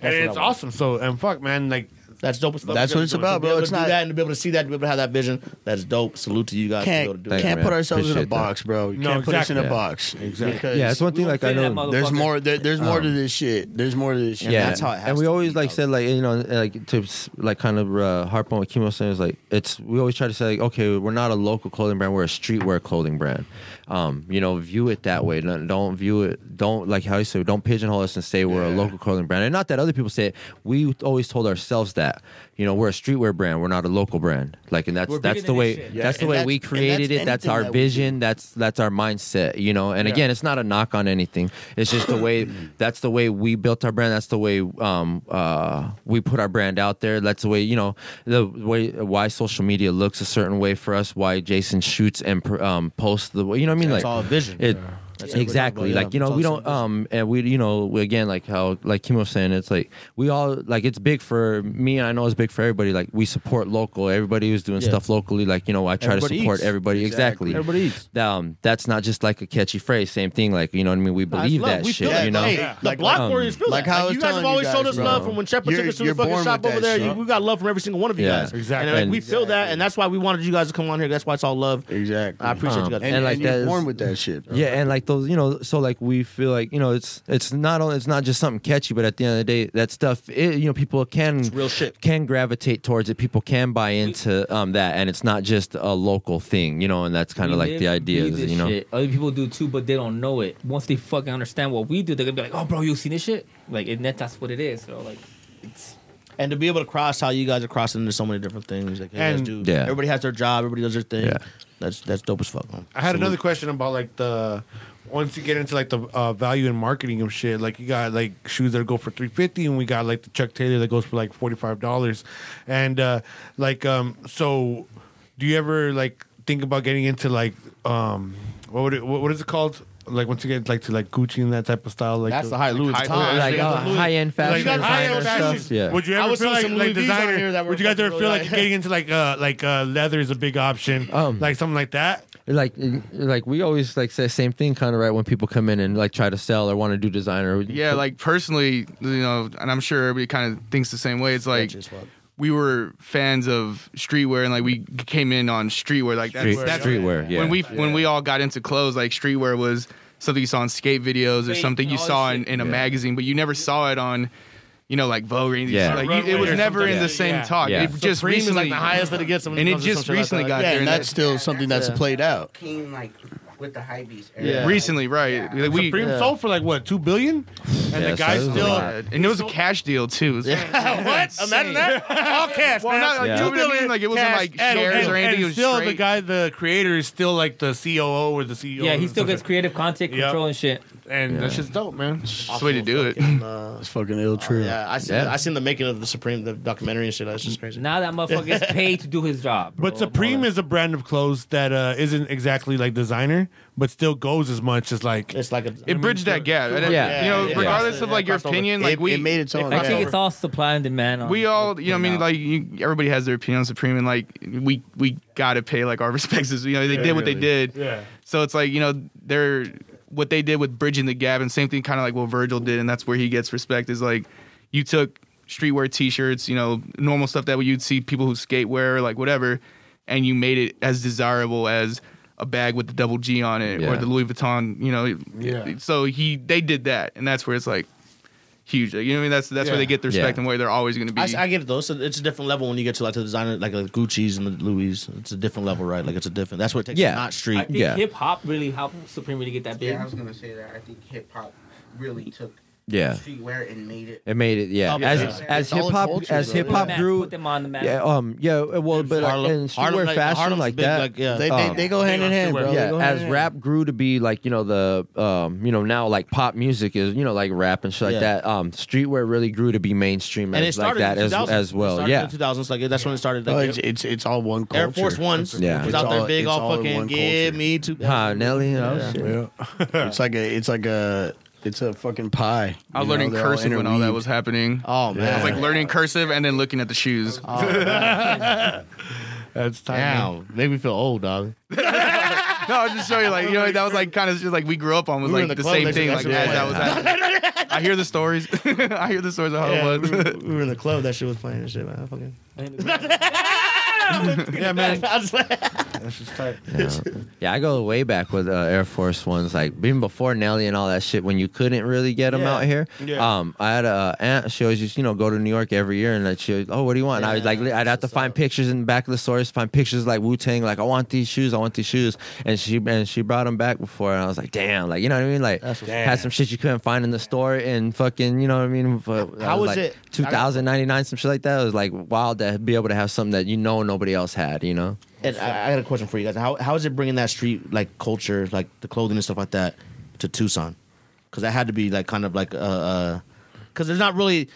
Speaker 2: And
Speaker 5: what I
Speaker 2: it's
Speaker 5: want.
Speaker 2: awesome. So and fuck, man, like
Speaker 5: That's dope. As fuck.
Speaker 6: That's what it's
Speaker 5: To be
Speaker 6: about, bro.
Speaker 5: able to
Speaker 6: It's
Speaker 5: do
Speaker 6: not-
Speaker 5: that and to be able to see that, to be able to have that vision. That's dope. Salute to you guys. to be able to
Speaker 6: Can't
Speaker 5: do
Speaker 11: Thank
Speaker 5: that.
Speaker 11: you,
Speaker 6: can't
Speaker 11: man.
Speaker 6: put ourselves in a
Speaker 11: Appreciate that.
Speaker 6: box, bro. You
Speaker 2: No,
Speaker 6: can't put us in a
Speaker 2: exactly.
Speaker 6: box. Exactly.
Speaker 11: Yeah, it's one thing like I
Speaker 3: fit in
Speaker 11: know.
Speaker 3: that
Speaker 6: There's
Speaker 3: motherfucker.
Speaker 6: more. There, there's more to this shit. There's more to this shit.
Speaker 11: yeah,
Speaker 5: that's how it has
Speaker 11: And we
Speaker 5: to
Speaker 11: always
Speaker 5: be,
Speaker 11: like
Speaker 5: dog.
Speaker 11: said like you know like to s- like kind of uh, harp on what Kimo saying is like it's we always try to say like okay we're not a local clothing brand we're a streetwear clothing brand, um, you know, view it that way. Don't- Don't view it. Don't like how you say. Don't pigeonhole us and say we're a local clothing brand. And not that other people say it. We always told ourselves that. You know, we're a streetwear brand. We're not a local brand. Like, and that's
Speaker 14: We're
Speaker 11: that's
Speaker 14: bigger
Speaker 11: the
Speaker 14: than
Speaker 11: way.
Speaker 14: this shit. Yeah,
Speaker 11: That's the
Speaker 14: and
Speaker 11: way
Speaker 14: that's-
Speaker 11: we
Speaker 14: and that's
Speaker 11: created it. That's
Speaker 14: anything
Speaker 11: our
Speaker 14: that we
Speaker 11: vision. That's that's our mindset. You know. And
Speaker 14: Yeah.
Speaker 11: again, it's not a knock on anything. It's just the way. That's the way we built our brand. That's the way um uh we put our brand out there. That's the way you know the way why social media looks a certain way for us. Why Jason shoots and pr- um posts the way you know what I mean.
Speaker 9: It's
Speaker 11: like
Speaker 9: all a vision.
Speaker 11: It,
Speaker 9: That's what we're
Speaker 11: exactly
Speaker 9: talking about,
Speaker 11: like
Speaker 9: yeah.
Speaker 11: you know
Speaker 9: It's
Speaker 11: we
Speaker 9: all
Speaker 11: don't um and we you know we- again like how like Kim was saying it's like we all like it's big for me and I know it's big for everybody like we support local everybody who's doing
Speaker 14: Yeah.
Speaker 11: stuff locally like you know I try
Speaker 14: Everybody
Speaker 11: to support
Speaker 14: eats.
Speaker 11: everybody
Speaker 14: Exactly.
Speaker 11: exactly,
Speaker 14: Everybody
Speaker 11: eats um that's not just like a catchy phrase same thing like you know what I mean we
Speaker 5: Nah, it's
Speaker 11: believe
Speaker 5: love.
Speaker 11: that
Speaker 5: We
Speaker 11: shit
Speaker 5: feel that.
Speaker 11: you know um,
Speaker 5: Hey, the block warriors feel
Speaker 6: like
Speaker 5: that.
Speaker 6: how I
Speaker 5: Like,
Speaker 6: was
Speaker 5: you guys have
Speaker 6: telling
Speaker 5: always
Speaker 6: you
Speaker 5: showed
Speaker 6: guys,
Speaker 5: us
Speaker 6: bro.
Speaker 5: love from when Shepard took
Speaker 6: You're-
Speaker 5: us to the
Speaker 6: you're
Speaker 5: fucking
Speaker 6: born
Speaker 5: shop
Speaker 6: with
Speaker 5: over
Speaker 6: that
Speaker 5: there.
Speaker 6: shit.
Speaker 5: We got love from every single one of you
Speaker 11: Yeah,
Speaker 5: guys.
Speaker 11: exactly.
Speaker 5: And, like,
Speaker 11: And-
Speaker 5: we feel that, and that's why we wanted you guys to come on here. That's why it's all love.
Speaker 6: Exactly.
Speaker 5: I appreciate you guys.
Speaker 11: And, like that is- Yeah, and like those, you know, so like we feel like you know, it's it's not only it's not just something catchy, but at the end of the day, that stuff, it, you know, people can real shit can gravitate towards it. People can buy into um that, and it's not just a local thing, you know, and that's kind of
Speaker 3: We
Speaker 11: like
Speaker 3: live
Speaker 11: the
Speaker 3: and
Speaker 11: idea,
Speaker 3: breathe
Speaker 11: is,
Speaker 3: this
Speaker 11: you know.
Speaker 3: shit. Other people do too, but they don't know it. Once they fucking understand what we do, they're gonna be like, "Oh, bro, you seen this shit?" Like, and that, that's what it is. So, like, it's
Speaker 9: And to be able to cross how you guys are crossing into so many different things, like you guys
Speaker 2: And-
Speaker 9: do.
Speaker 2: Yeah.
Speaker 9: Everybody has their job. Everybody does their thing. That's that's dope as fuck. Man.
Speaker 2: I had
Speaker 9: Salute.
Speaker 2: another question about like the once you get into like the uh, value and marketing of shit. Like you got like shoes that go for three fifty, and we got like the Chuck Taylor that goes for like forty five dollars. And uh, like um, so, do you ever like think about getting into like um, what would it, what, what is it called? Like once you get like to like Gucci and that type of style, like
Speaker 5: That's
Speaker 2: the-
Speaker 5: the high Louis Like Vuitton. high-
Speaker 11: like,
Speaker 2: Yeah,
Speaker 11: uh,
Speaker 2: the Louis-
Speaker 11: high-end fashion
Speaker 2: Like,
Speaker 11: designer
Speaker 2: high-end
Speaker 11: stuff.
Speaker 2: fashion.
Speaker 11: Yeah.
Speaker 2: Would you
Speaker 5: I
Speaker 2: ever
Speaker 5: was
Speaker 2: feel
Speaker 5: seeing
Speaker 2: like,
Speaker 5: some
Speaker 2: like
Speaker 5: Louis Vs on here
Speaker 2: designer?
Speaker 5: that were
Speaker 2: Would you guys
Speaker 5: fucking
Speaker 2: ever
Speaker 5: really
Speaker 2: feel like
Speaker 5: high.
Speaker 2: getting into like uh like uh leather is a big option,
Speaker 11: Um,
Speaker 2: like something like that?
Speaker 11: Like, like we always like say the same thing, kind of right when people come in and like try to sell or want to do designer.
Speaker 10: Yeah, like personally, you know, and I'm sure everybody kind of thinks the same way. It's like we were fans of streetwear, and like we came in on streetwear. Like that's,
Speaker 11: Street-
Speaker 10: that's
Speaker 11: streetwear, yeah.
Speaker 10: When we when we all got into clothes, like streetwear was something you saw in skate videos or
Speaker 3: Wait,
Speaker 10: something you
Speaker 3: all
Speaker 10: saw
Speaker 3: this
Speaker 10: in,
Speaker 3: shit.
Speaker 10: in a
Speaker 3: Yeah.
Speaker 10: magazine, but you never saw it on. You know, like Vogue, or anything.
Speaker 11: Yeah.
Speaker 10: like you, it was
Speaker 5: Runway or
Speaker 10: never
Speaker 5: something.
Speaker 10: in the
Speaker 5: Yeah.
Speaker 10: same
Speaker 5: Yeah.
Speaker 10: talk.
Speaker 11: Yeah.
Speaker 10: It just
Speaker 5: Supreme is,
Speaker 10: recently,
Speaker 5: like, the highest that it gets when it
Speaker 10: and it
Speaker 5: comes to
Speaker 10: just
Speaker 5: some shit like
Speaker 10: recently
Speaker 5: that.
Speaker 10: got
Speaker 5: Yeah,
Speaker 10: there.
Speaker 5: and
Speaker 10: that-
Speaker 5: that's
Speaker 6: Still something that's
Speaker 5: Yeah.
Speaker 6: played out.
Speaker 15: Came like with the high beast.
Speaker 10: Yeah. Recently, right. Like, we-
Speaker 2: Supreme
Speaker 10: Yeah.
Speaker 2: sold for like what two billion, and
Speaker 10: Yeah,
Speaker 2: the
Speaker 10: so
Speaker 2: guy
Speaker 10: it was a
Speaker 2: still.
Speaker 10: lot. and it was a cash deal too. It was-
Speaker 2: what? Imagine that. All cash.
Speaker 10: Well,
Speaker 2: man.
Speaker 10: not, like, Yeah. you know what I mean?
Speaker 2: billion
Speaker 10: Like, it wasn't,
Speaker 2: cash.
Speaker 10: like,
Speaker 2: And-
Speaker 10: shares
Speaker 2: and-
Speaker 10: or anything.
Speaker 2: and
Speaker 10: It was
Speaker 2: still, the
Speaker 10: straight.
Speaker 2: guy, the creator, is still like the COO or the CEO.
Speaker 3: yeah, he
Speaker 2: and
Speaker 3: still
Speaker 2: stuff
Speaker 3: gets
Speaker 2: like-
Speaker 3: creative content
Speaker 2: Yep.
Speaker 3: control and shit.
Speaker 2: And
Speaker 3: Yeah.
Speaker 2: that's just dope, man.
Speaker 10: That's the way to do it.
Speaker 5: uh,
Speaker 6: It's fucking uh, ill true.
Speaker 9: Yeah, I seen
Speaker 3: Yeah.
Speaker 9: I seen the making of the Supreme the documentary and shit. That's just crazy.
Speaker 3: Now that motherfucker gets paid to do his job.
Speaker 2: But Supreme is a brand of clothes that uh, isn't exactly like designer, but still goes as much as like
Speaker 9: it's like a
Speaker 10: It bridged that gap. And it-
Speaker 2: Yeah.
Speaker 10: you know,
Speaker 2: Yeah.
Speaker 10: regardless of
Speaker 2: Yeah.
Speaker 10: like your
Speaker 2: Crossed over.
Speaker 10: opinion,
Speaker 2: It-
Speaker 10: like we
Speaker 2: it made its own.
Speaker 10: Yeah.
Speaker 3: I think it's all supply and demand. On
Speaker 10: We all, you know, I mean,
Speaker 3: out.
Speaker 10: like you, everybody has their opinion on Supreme, and like we we gotta pay like our respects. You know, they
Speaker 2: Yeah,
Speaker 10: did what they
Speaker 2: really.
Speaker 10: did.
Speaker 2: Yeah.
Speaker 10: So it's like you know they're what they did with bridging the gap, and same thing kind of like what Virgil did, and that's where he gets respect. Is like you took streetwear T-shirts, you know, normal stuff that you'd see people who skate wear, like whatever, and you made it as desirable as a bag with the double G on it or
Speaker 11: Yeah.
Speaker 10: the Louis Vuitton, you know.
Speaker 2: Yeah.
Speaker 10: So he they did that, and that's where it's like huge. Like, you know what I mean? That's that's where
Speaker 9: Yeah.
Speaker 10: they get the
Speaker 9: Yeah.
Speaker 10: respect and where they're always going to be.
Speaker 9: I, I get it though. So it's a different level when you get to like the designer, like the Gucci's and the Louis. It's a different level, right? Like it's a different. That's what it takes.
Speaker 11: Yeah.
Speaker 9: Yeah, not
Speaker 3: I
Speaker 9: street.
Speaker 3: think hip hop really helped Supreme really get that big.
Speaker 15: Yeah, I was gonna say that. I think hip hop really took
Speaker 11: Yeah.
Speaker 15: streetwear and made it.
Speaker 11: It made it, yeah.
Speaker 15: Up there.
Speaker 11: As as
Speaker 15: It's all
Speaker 11: hip
Speaker 15: in
Speaker 11: hop
Speaker 15: culture,
Speaker 11: as
Speaker 15: though.
Speaker 11: hip hop
Speaker 15: Put
Speaker 11: grew,
Speaker 3: Put them on the map.
Speaker 11: Yeah, um, yeah, well, but like,
Speaker 3: Harlem-
Speaker 11: in
Speaker 3: Harlem,
Speaker 11: streetwear
Speaker 3: like,
Speaker 11: fashion
Speaker 3: Harlem's
Speaker 11: like
Speaker 3: big,
Speaker 11: that,
Speaker 3: like, yeah. They- they-
Speaker 11: um,
Speaker 3: they go hand in hand, bro. They
Speaker 11: Yeah,
Speaker 3: go hand
Speaker 11: as
Speaker 3: in
Speaker 11: rap grew to be like you know the um, you know now like pop music is you know like rap and shit like
Speaker 9: Yeah.
Speaker 11: that. Um, streetwear really grew to be mainstream
Speaker 9: and it
Speaker 11: as
Speaker 9: started
Speaker 11: like that
Speaker 9: in
Speaker 11: as
Speaker 9: 2000s.
Speaker 11: as
Speaker 9: It
Speaker 11: well.
Speaker 9: started
Speaker 11: yeah,
Speaker 9: in the 2000s. Like that's when it started. Like,
Speaker 6: Oh, it's, it's it's all one culture.
Speaker 9: Air Force Ones
Speaker 6: Yeah,
Speaker 9: was
Speaker 6: It's
Speaker 9: out there
Speaker 6: all-
Speaker 9: big,
Speaker 6: it's
Speaker 9: all,
Speaker 6: in
Speaker 9: fucking
Speaker 6: one
Speaker 9: give me two.
Speaker 11: Ha, Nelly, oh,
Speaker 9: Yeah.
Speaker 11: shit.
Speaker 6: it's like a it's like a it's a fucking pie.
Speaker 10: I was
Speaker 6: you know,
Speaker 10: learning
Speaker 6: they're all
Speaker 10: cursive when all that
Speaker 6: interweaved.
Speaker 10: was happening.
Speaker 9: Oh
Speaker 10: I was
Speaker 6: man.
Speaker 10: like learning cursive and then looking at the shoes.
Speaker 2: That's time.
Speaker 9: Now, make me feel old, dog.
Speaker 10: no, I'll just show you like you know that was like kind of just like we grew up on
Speaker 9: We
Speaker 10: was
Speaker 9: were in
Speaker 10: like the,
Speaker 9: the club
Speaker 10: same
Speaker 9: next
Speaker 10: thing
Speaker 9: to
Speaker 10: like
Speaker 9: that
Speaker 10: as
Speaker 9: shit.
Speaker 10: that was happening. I hear the stories. I hear the stories of how
Speaker 9: Yeah,
Speaker 10: it
Speaker 9: we,
Speaker 10: was.
Speaker 9: were, we were in the club. That shit was playing and shit, man. I fucking.
Speaker 2: yeah, man.
Speaker 9: That's just tight.
Speaker 11: Yeah. Yeah, I go way back with uh, Air Force Ones, like even before Nelly and all that shit. When you couldn't really get them
Speaker 9: Yeah.
Speaker 11: out here,
Speaker 9: Yeah.
Speaker 11: um, I had a aunt. She always just you know go to New York every year, and like she, would, oh, what do you want? And I was like, li- I'd have to find pictures in the back of the source, find pictures like Wu Tang, like I want these shoes, I want these shoes, and she and she brought them back before, and I was like, damn, like you know what I mean, like
Speaker 9: That's what's
Speaker 11: had some shit you couldn't find in the store, and fucking you know what I mean. But
Speaker 9: How was
Speaker 11: like,
Speaker 9: it?
Speaker 11: Two thousand ninety nine, some shit like that. It was like wild to be able to have something that you know nobody else had, you know.
Speaker 9: And I, I got a question for you guys. How how is it bringing that street like culture, like the clothing and stuff like that, to Tucson? Because that had to be like kind of like uh, because there's not really.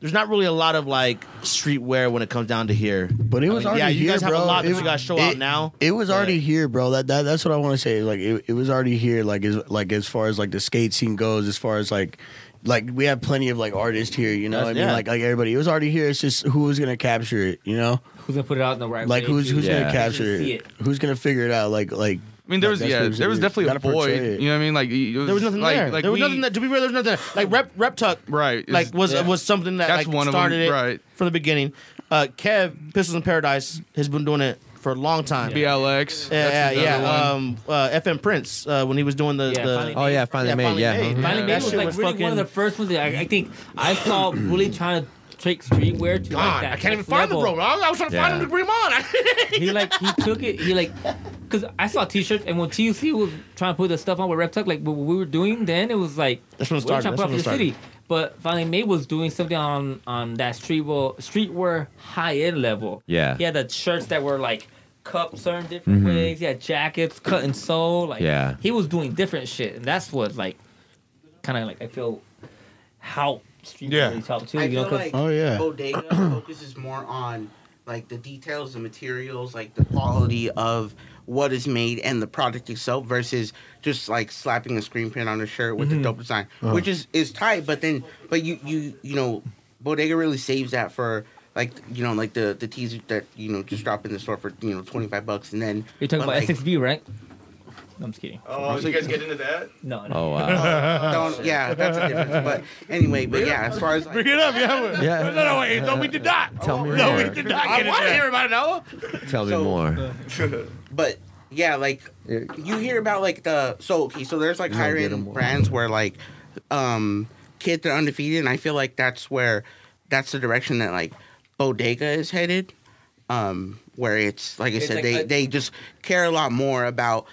Speaker 9: There's not really a lot of like streetwear when it comes down to here, but
Speaker 6: It was
Speaker 9: I mean,
Speaker 6: already
Speaker 9: yeah. You
Speaker 6: here,
Speaker 9: guys have
Speaker 6: bro.
Speaker 9: a lot that
Speaker 6: It-
Speaker 9: you guys show
Speaker 6: it-
Speaker 9: out now.
Speaker 6: It was
Speaker 9: but-
Speaker 6: already here, bro. That, that that's what I want to say. Like it, it was already here. Like as like as far as like the skate scene goes, as far as like like we have plenty of like artists here. You know, what I mean,
Speaker 3: That's- yeah.
Speaker 6: like like everybody. It was already here. It's just who was gonna capture it. You know,
Speaker 3: Who's gonna put it out in the right
Speaker 6: like
Speaker 3: way?
Speaker 6: who's
Speaker 3: dude?
Speaker 6: who's
Speaker 3: Yeah.
Speaker 6: gonna capture
Speaker 3: See
Speaker 6: it? Who's gonna figure it out? Like like.
Speaker 10: I mean, there was yeah, there was definitely a void. You know what I mean? Like it
Speaker 9: There was nothing
Speaker 10: like,
Speaker 9: there.
Speaker 10: Like
Speaker 9: there was
Speaker 10: we-
Speaker 9: nothing that to be real. There was nothing there. like Rep Rep Tuck.
Speaker 10: Right.
Speaker 9: Like was
Speaker 10: Yeah.
Speaker 9: was something that
Speaker 10: That's
Speaker 9: like
Speaker 10: one of 'em,
Speaker 9: started it
Speaker 10: right.
Speaker 9: from the beginning. Uh, Kev Pistols in Paradise has been doing it for a long time.
Speaker 10: BLX.
Speaker 9: Yeah,
Speaker 10: that's
Speaker 9: yeah,
Speaker 10: another
Speaker 9: yeah.
Speaker 10: one.
Speaker 9: Um, uh, FM Prince uh, when he was doing the,
Speaker 3: Yeah,
Speaker 9: the
Speaker 3: Finally
Speaker 11: Oh yeah, finally made. yeah, mhm.
Speaker 3: Finally, Made
Speaker 9: That
Speaker 3: was
Speaker 9: shit
Speaker 3: like
Speaker 9: was
Speaker 3: really one
Speaker 9: fucking-
Speaker 3: of the first ones. That I, I think I saw really trying to trick streetwear to like
Speaker 9: God,
Speaker 3: that
Speaker 9: I can't even
Speaker 3: next
Speaker 9: find the
Speaker 3: level.
Speaker 9: bro. I was- I was trying to find him to bring him on.
Speaker 3: he like he took it. He like because I saw t-shirts and when TUC was trying to put the stuff on with Rep Tuck, like what we were doing then, it was like
Speaker 9: That's when it
Speaker 3: we were
Speaker 9: started.
Speaker 3: trying to put
Speaker 9: That's
Speaker 3: up
Speaker 9: when it
Speaker 3: the city. But finally, May was doing something on on that streetwear streetwear high end level.
Speaker 11: Yeah.
Speaker 3: he had the shirts that were like cupped certain different
Speaker 9: Mm-hmm.
Speaker 11: Mhm.
Speaker 3: ways. He had jackets cut and sew. Like
Speaker 11: Yeah.
Speaker 3: he was doing different shit, and that's what like kind of like I feel how streetwear
Speaker 2: Yeah.
Speaker 3: is helped too.
Speaker 15: I
Speaker 3: you know,
Speaker 15: feel
Speaker 3: 'cause-
Speaker 15: like Bodega focuses more on like the details, the materials, like the quality of what is made and the product itself versus just like slapping a screen print on a shirt with a
Speaker 3: Mm-hmm.
Speaker 21: Mhm.
Speaker 15: dope design,
Speaker 21: Uh-huh.
Speaker 15: which is is tight. But then, but you you you know, Bodega really saves that for. Like you know, like the the teaser that you know just drop in the store for you know twenty five bucks, and then
Speaker 3: You're talking
Speaker 15: but,
Speaker 3: about
Speaker 15: like,
Speaker 3: SXB, right? No, I'm just kidding.
Speaker 10: Oh, so you guys get into that?
Speaker 3: No.
Speaker 11: Oh
Speaker 15: uh, wow. Don't, yeah, that's a difference. But anyway, but yeah, as far as
Speaker 2: Bring it up, yeah.
Speaker 11: Yeah.
Speaker 2: No, no, wait. No, we did not.
Speaker 11: Tell me
Speaker 2: No,
Speaker 11: more.
Speaker 2: we did not.
Speaker 15: I
Speaker 2: get
Speaker 15: wanna
Speaker 2: into
Speaker 15: hear
Speaker 2: that.
Speaker 11: Tell me more.
Speaker 15: but yeah, like you hear about like the so okay, so there's like
Speaker 11: You don't
Speaker 15: higher
Speaker 11: get 'em
Speaker 15: end
Speaker 11: all.
Speaker 15: brands where like um kids are undefeated, and I feel like that's where that's the direction that like Bodega is headed. Um, where it's like I
Speaker 21: It's
Speaker 15: said,
Speaker 21: like
Speaker 15: they
Speaker 21: a-
Speaker 15: they just care a lot more about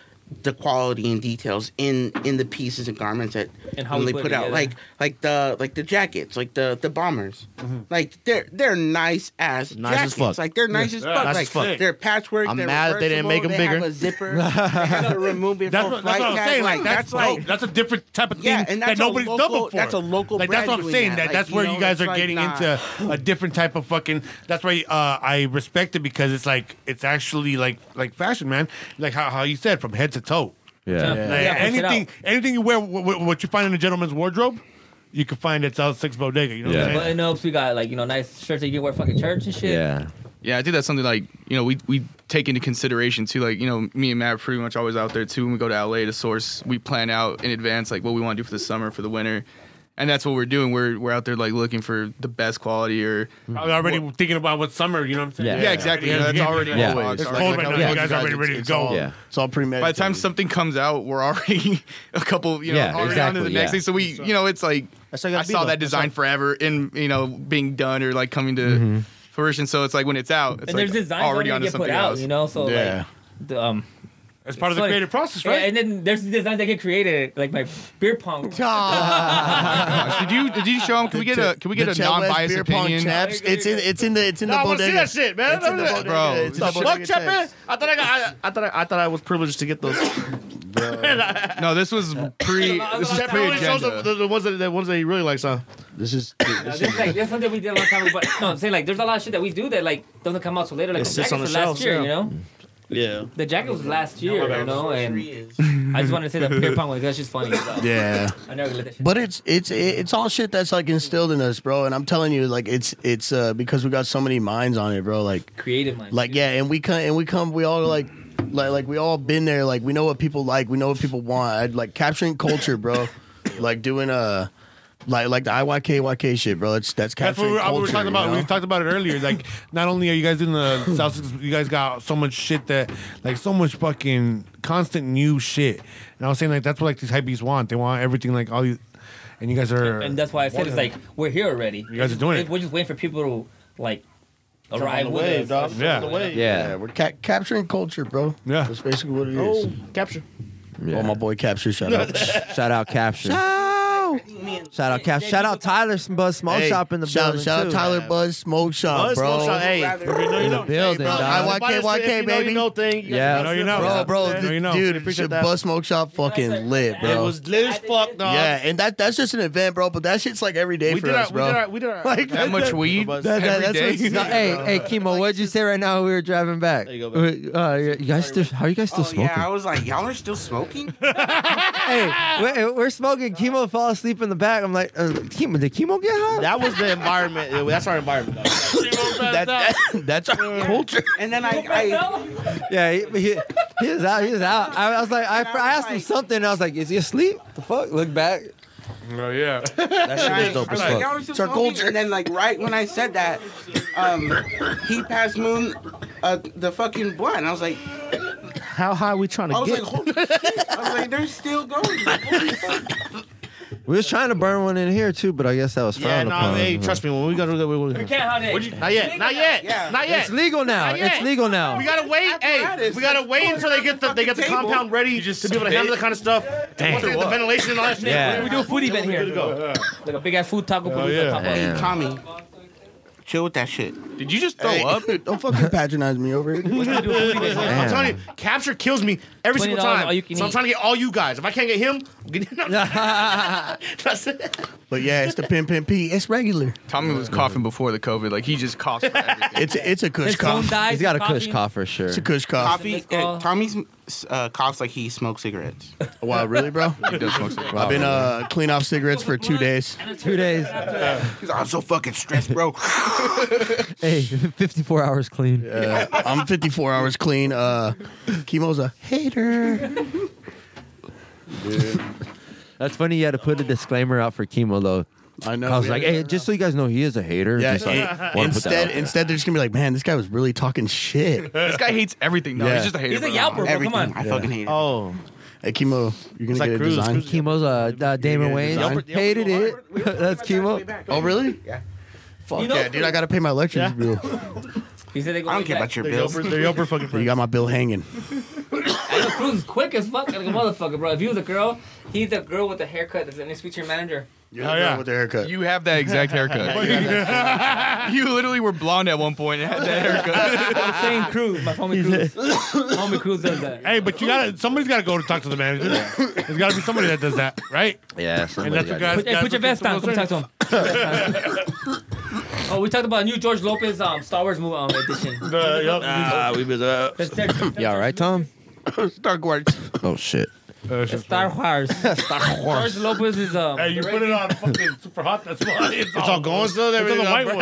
Speaker 15: the quality and details in in the pieces and garments that
Speaker 21: And how
Speaker 15: when
Speaker 21: we
Speaker 15: they
Speaker 21: put
Speaker 15: put,
Speaker 21: it
Speaker 15: out,
Speaker 21: together.
Speaker 15: like like the like the jackets, like the the bombers,
Speaker 21: Mm-hmm.
Speaker 15: like they're they're nice ass
Speaker 9: Nice as
Speaker 15: jackets,
Speaker 9: fuck.
Speaker 15: like they're nice
Speaker 9: Yeah.
Speaker 15: as fuck,
Speaker 9: Nice as
Speaker 15: like
Speaker 9: fuck.
Speaker 15: they're patchwork.
Speaker 9: I'm
Speaker 15: they're
Speaker 9: mad that they didn't make 'em
Speaker 15: reversible, they
Speaker 9: bigger.
Speaker 15: Have a zipper. they had to remove it
Speaker 2: That's
Speaker 15: for
Speaker 2: what,
Speaker 15: flight
Speaker 2: that's what I'm
Speaker 15: tag,
Speaker 2: saying. Like,
Speaker 15: Like,
Speaker 2: that's
Speaker 15: like
Speaker 2: dope. That's a different type of thing
Speaker 15: Yeah, and that's
Speaker 2: that
Speaker 15: a
Speaker 2: nobody's
Speaker 15: local-
Speaker 2: done before.
Speaker 15: that's a local
Speaker 2: Like, that's
Speaker 15: brand
Speaker 2: what I'm
Speaker 15: doing
Speaker 2: saying.
Speaker 15: that. Like,
Speaker 2: that's
Speaker 15: you
Speaker 2: where
Speaker 15: know,
Speaker 2: you guys
Speaker 15: it's
Speaker 2: are
Speaker 15: like
Speaker 2: getting
Speaker 15: not-
Speaker 2: into a different type of fucking. That's why uh, I respect it because it's like it's actually like like fashion, man. Like how, how you said from head to toe.
Speaker 11: Yeah. Yeah.
Speaker 2: Like,
Speaker 11: Yeah,
Speaker 3: push it
Speaker 2: anything anything you wear, wh- wh- what you find in a gentleman's wardrobe, you can find at South Six Bodega. You know what I'm saying?
Speaker 3: Button ups, we got like, you know, nice shirts that you can wear fucking church and shit.
Speaker 11: Yeah.
Speaker 10: Yeah, I think that's something like you know we we take into consideration too. Like you know, me and Matt are pretty much always out there too. When we go to LA to source, we plan out in advance like what we want to do for the summer, for the winter, and that's what we're doing. We're we're out there like looking for the best quality or
Speaker 2: I'm already thinking about what summer. You know what I'm saying?
Speaker 10: Yeah, exactly. You know, that's already always.
Speaker 2: It's
Speaker 10: Like,
Speaker 2: cold
Speaker 10: like,
Speaker 2: right now.
Speaker 10: I told
Speaker 2: You guys are already
Speaker 10: it's-
Speaker 2: ready to
Speaker 10: it's
Speaker 2: go.
Speaker 10: all-
Speaker 6: It's all premeditated.
Speaker 10: By the time something comes out, we're already a couple, you know,
Speaker 11: Yeah,
Speaker 10: already on to
Speaker 11: exactly,
Speaker 10: the next
Speaker 11: yeah.
Speaker 10: thing. So we, you know, it's like I
Speaker 9: how you gotta be,
Speaker 10: saw
Speaker 9: though.
Speaker 10: that
Speaker 9: That's
Speaker 10: design forever in, you know, being done or like coming to
Speaker 6: Mm-hmm.
Speaker 10: fruition. So it's like when it's out, it's
Speaker 3: and
Speaker 10: like
Speaker 3: there's designs already
Speaker 10: already onto
Speaker 3: that get
Speaker 10: something
Speaker 3: put out,
Speaker 10: else.
Speaker 3: you know? So,
Speaker 10: Yeah.
Speaker 3: like, the, um,
Speaker 2: It's part of
Speaker 3: it's
Speaker 2: the
Speaker 3: like-
Speaker 2: creative process,
Speaker 3: yeah,
Speaker 2: right?
Speaker 3: and then there's the designs that get created, like my beer pong.
Speaker 10: did you did you show him? Can we get a can we get a
Speaker 6: Chel West
Speaker 10: non-biased
Speaker 6: beer pong
Speaker 10: opinion?
Speaker 6: chaps. It's in it's in the it's in the
Speaker 9: I wanna
Speaker 6: bodega.
Speaker 9: see that shit, man.
Speaker 6: It's in the
Speaker 9: Bro,
Speaker 6: bodega. It's in
Speaker 9: the
Speaker 6: the
Speaker 9: fuck
Speaker 6: bodega
Speaker 9: chap
Speaker 6: text.
Speaker 9: in? I thought I got. I, I thought I, I thought I was privileged to get those.
Speaker 10: no, this was pre. This was
Speaker 9: Chap only shows the,
Speaker 10: pre-agenda.
Speaker 9: the, the ones that the ones that he really likes. Huh?
Speaker 6: This is.
Speaker 3: Now, there's like there's something we did a long time ago, but no, I'm saying like there's a lot of shit that we do that like doesn't come out so later. Like
Speaker 9: It
Speaker 3: the
Speaker 9: sits
Speaker 3: jacket
Speaker 9: on
Speaker 3: was
Speaker 9: the
Speaker 3: last
Speaker 9: shelves,
Speaker 3: year,
Speaker 9: yeah.
Speaker 3: you know.
Speaker 9: Yeah.
Speaker 3: The jacket was last year, you know, and I just wanted to say that beer pong was that's just funny. so.
Speaker 6: Yeah.
Speaker 3: I never let that shit.
Speaker 6: But it's it's it's all shit that's like instilled in us, bro. And I'm telling you, like it's it's uh, because we got so many minds on it, bro. Like
Speaker 3: creative minds.
Speaker 6: Like yeah, and we come and we come. We all like like like we all been there. Like we know what people like. We know what people want. I'd, like capturing culture, bro. like doing uh like like the IYKYK shit, bro. That's that's
Speaker 2: That's what
Speaker 6: capturing
Speaker 2: we were, we were
Speaker 6: culture,
Speaker 2: talking about.
Speaker 6: you know?
Speaker 2: We talked about it earlier. Like, not only are you guys doing the South, Six- you guys got so much shit that, like, so much fucking constant new shit. And I was saying, like, that's what like these hypebeasts want. They want everything, like all these. And you guys are.
Speaker 3: and that's why I said it's like we're here already. You
Speaker 2: guys are doing it.
Speaker 3: We're just waiting for people to like
Speaker 6: Jump on
Speaker 3: arrive
Speaker 6: the
Speaker 3: with
Speaker 6: wave,
Speaker 3: us.
Speaker 6: dog. Jump on Yeah. the wave. Yeah. we're ca- capturing culture, bro.
Speaker 2: Yeah,
Speaker 6: that's basically what it is.
Speaker 5: Oh, capture.
Speaker 6: Oh, my boy, capture! Shout out,
Speaker 11: shout out, capture! Shout out, Cap. Shout out, Tyler Buzz Smoke
Speaker 6: Hey,
Speaker 11: Shop in the
Speaker 6: shout,
Speaker 11: building.
Speaker 6: Shout out
Speaker 11: too.
Speaker 6: Tyler Buzz Smoke Shop,
Speaker 11: Buzz
Speaker 6: Uh, bro.
Speaker 11: Smoke Shop, hey. If you know, you
Speaker 6: in the
Speaker 11: know.
Speaker 6: building,
Speaker 11: Hey, bro,
Speaker 6: dog.
Speaker 11: if you know,
Speaker 6: IYKYK,
Speaker 11: you know,
Speaker 6: baby.
Speaker 11: you know thing. You guys Yeah. know, you know.
Speaker 6: bro, bro,
Speaker 11: Yeah, you know.
Speaker 6: dude,
Speaker 11: Appreciate that.
Speaker 6: Buzz Smoke Shop, fucking lit, bro.
Speaker 11: It was
Speaker 5: lit as fuck, dog.
Speaker 6: Yeah, and that that's just an event, bro. But that shit's like every day
Speaker 11: We
Speaker 6: for
Speaker 11: did our-
Speaker 6: us,
Speaker 11: we
Speaker 6: bro.
Speaker 11: did our- we did our-
Speaker 6: like
Speaker 11: That much weed
Speaker 6: That, that, that's what's-
Speaker 11: No, hey, hey, Kimo, what'd you say right now? when We were driving back. There you go. Uh, you guys still? How are you guys still smoking?
Speaker 15: Oh, Yeah, I was like, y'all are still smoking?
Speaker 11: hey, we're, we're smoking. Chemo fell asleep in the back. I'm like, uh, Chemo, did Chemo get hot?
Speaker 5: That was the environment. Yeah, That's our environment.
Speaker 6: that, that- that's our culture.
Speaker 15: And then I, I
Speaker 11: Yeah, he, he, he was out. He was out. I, I was like, I, I asked him something. And I was like, is he asleep? The fuck? Look back.
Speaker 2: Oh yeah.
Speaker 15: I-
Speaker 11: dope
Speaker 15: I was
Speaker 11: as
Speaker 15: like,
Speaker 11: fuck.
Speaker 15: y'all are still smoking? And then like right when I said that, um, he passed Moon uh, the fucking blunt. And I was like,
Speaker 5: How high are we trying to
Speaker 15: I was
Speaker 5: get?
Speaker 15: like, holy shit. I was like, they're still going.
Speaker 11: We was trying to burn one in here too, but I guess that was
Speaker 5: yeah,
Speaker 11: frowned
Speaker 5: no,
Speaker 11: upon.
Speaker 5: hey, trust me. When we go to the, we, we, not yet, not yet, not yet.
Speaker 11: It's legal now.
Speaker 5: Not yet.
Speaker 11: It's legal now.
Speaker 5: We gotta wait. Hey, we gotta wait until they get the they get the
Speaker 11: fucking
Speaker 5: compound ready to be able to
Speaker 11: spit.
Speaker 5: handle that kind of stuff.
Speaker 11: Damn.
Speaker 5: Once they get the ventilation and all that shit,
Speaker 11: Yeah.
Speaker 5: we're
Speaker 3: We do a food event here.
Speaker 5: Good to go.
Speaker 3: Like a big ass food taco
Speaker 15: Oh,
Speaker 3: producer. pop up.
Speaker 15: Hey, Tommy, chill with that shit.
Speaker 5: Did you just
Speaker 15: throw up?
Speaker 6: Don't fucking patronize me over it.
Speaker 5: I'm telling you, capture kills me every single
Speaker 6: $20
Speaker 5: time.
Speaker 6: all you can
Speaker 5: so I'm
Speaker 6: eat.
Speaker 5: trying to get all you guys. If I can't get him, I'm getting Trust it.
Speaker 6: But yeah, it's the pin pin p. It's regular.
Speaker 10: Tommy was coughing before the COVID. Like he just coughs. For everything.
Speaker 6: It's a, it's a
Speaker 10: His
Speaker 6: kush
Speaker 10: phone
Speaker 6: cough.
Speaker 10: dies, He's got a kush coffee.
Speaker 11: cough for sure.
Speaker 6: It's a kush cough.
Speaker 15: Coffee. uh, Tommy's uh, coughs like he smokes cigarettes.
Speaker 6: Wow, really, bro?
Speaker 15: He does smoke cigarettes.
Speaker 6: I've been uh clean off cigarettes for two days.
Speaker 11: Two days.
Speaker 15: He's like, I'm so fucking stressed, bro.
Speaker 11: Hey, 54 hours clean.
Speaker 6: Uh, I'm 54 hours clean. Uh, Chemo's a hater.
Speaker 11: That's funny. You had to put a disclaimer out for chemo though.
Speaker 6: I know.
Speaker 11: I was
Speaker 6: we
Speaker 11: like,
Speaker 6: had-
Speaker 11: hey, just so you guys know, he is a hater.
Speaker 6: Yeah,
Speaker 11: Just, like,
Speaker 6: in-
Speaker 11: wanna put that
Speaker 6: instead,
Speaker 11: out there.
Speaker 6: instead they're just gonna be like, man, this guy was really talking shit.
Speaker 10: this guy hates everything. No,
Speaker 6: Yeah.
Speaker 10: he's just a hater.
Speaker 6: He's a
Speaker 10: bro.
Speaker 6: yelper, bro. Come Everything. on. I fucking
Speaker 15: hate it.
Speaker 5: Oh.
Speaker 6: Hey, Chemo, you're gonna
Speaker 11: It's like
Speaker 6: get a
Speaker 11: Cruz.
Speaker 6: design.
Speaker 11: Chemo's uh, uh, Damon
Speaker 6: Yeah,
Speaker 11: Wayne.
Speaker 6: design.
Speaker 11: Hated it. That's chemo.
Speaker 6: Oh, really? Yeah. Fuck
Speaker 11: You know-
Speaker 6: yeah, dude! I gotta pay my electricity bill.
Speaker 3: He said they go
Speaker 15: I don't
Speaker 3: like
Speaker 15: care
Speaker 3: that.
Speaker 15: about your bills.
Speaker 2: fucking
Speaker 6: You got my bill hanging.
Speaker 3: And the Cruz is quick as fuck, like a motherfucker, bro. If he was a girl, he's the girl with the haircut that's in his future manager.
Speaker 6: You're
Speaker 9: Oh,
Speaker 6: the girl with the haircut.
Speaker 10: You have that exact haircut. you literally were blonde at one point and had that haircut.
Speaker 3: Same Cruz, my homie Cruz. homie Cruz does that.
Speaker 2: Hey, but you gotta somebody's gotta go to talk to the manager. There's gotta be somebody that does that, right?
Speaker 11: Yeah,
Speaker 2: And that's what guys.
Speaker 3: Put, hey,
Speaker 2: guys
Speaker 3: put your
Speaker 2: look
Speaker 3: vest on.
Speaker 2: into
Speaker 3: Come talk to him. oh, we talked about new George Lopez um, Star Wars movie um, edition.
Speaker 11: Ah, we was up. You all right, Tom?
Speaker 15: Star Wars.
Speaker 11: Oh shit.
Speaker 3: Star Wars. Star
Speaker 11: Wars.
Speaker 3: George Lopez is um.
Speaker 2: Hey, you put it on fucking super hot. That's why it's,
Speaker 5: all going still?
Speaker 2: It's on the
Speaker 5: Everything
Speaker 2: white
Speaker 5: on-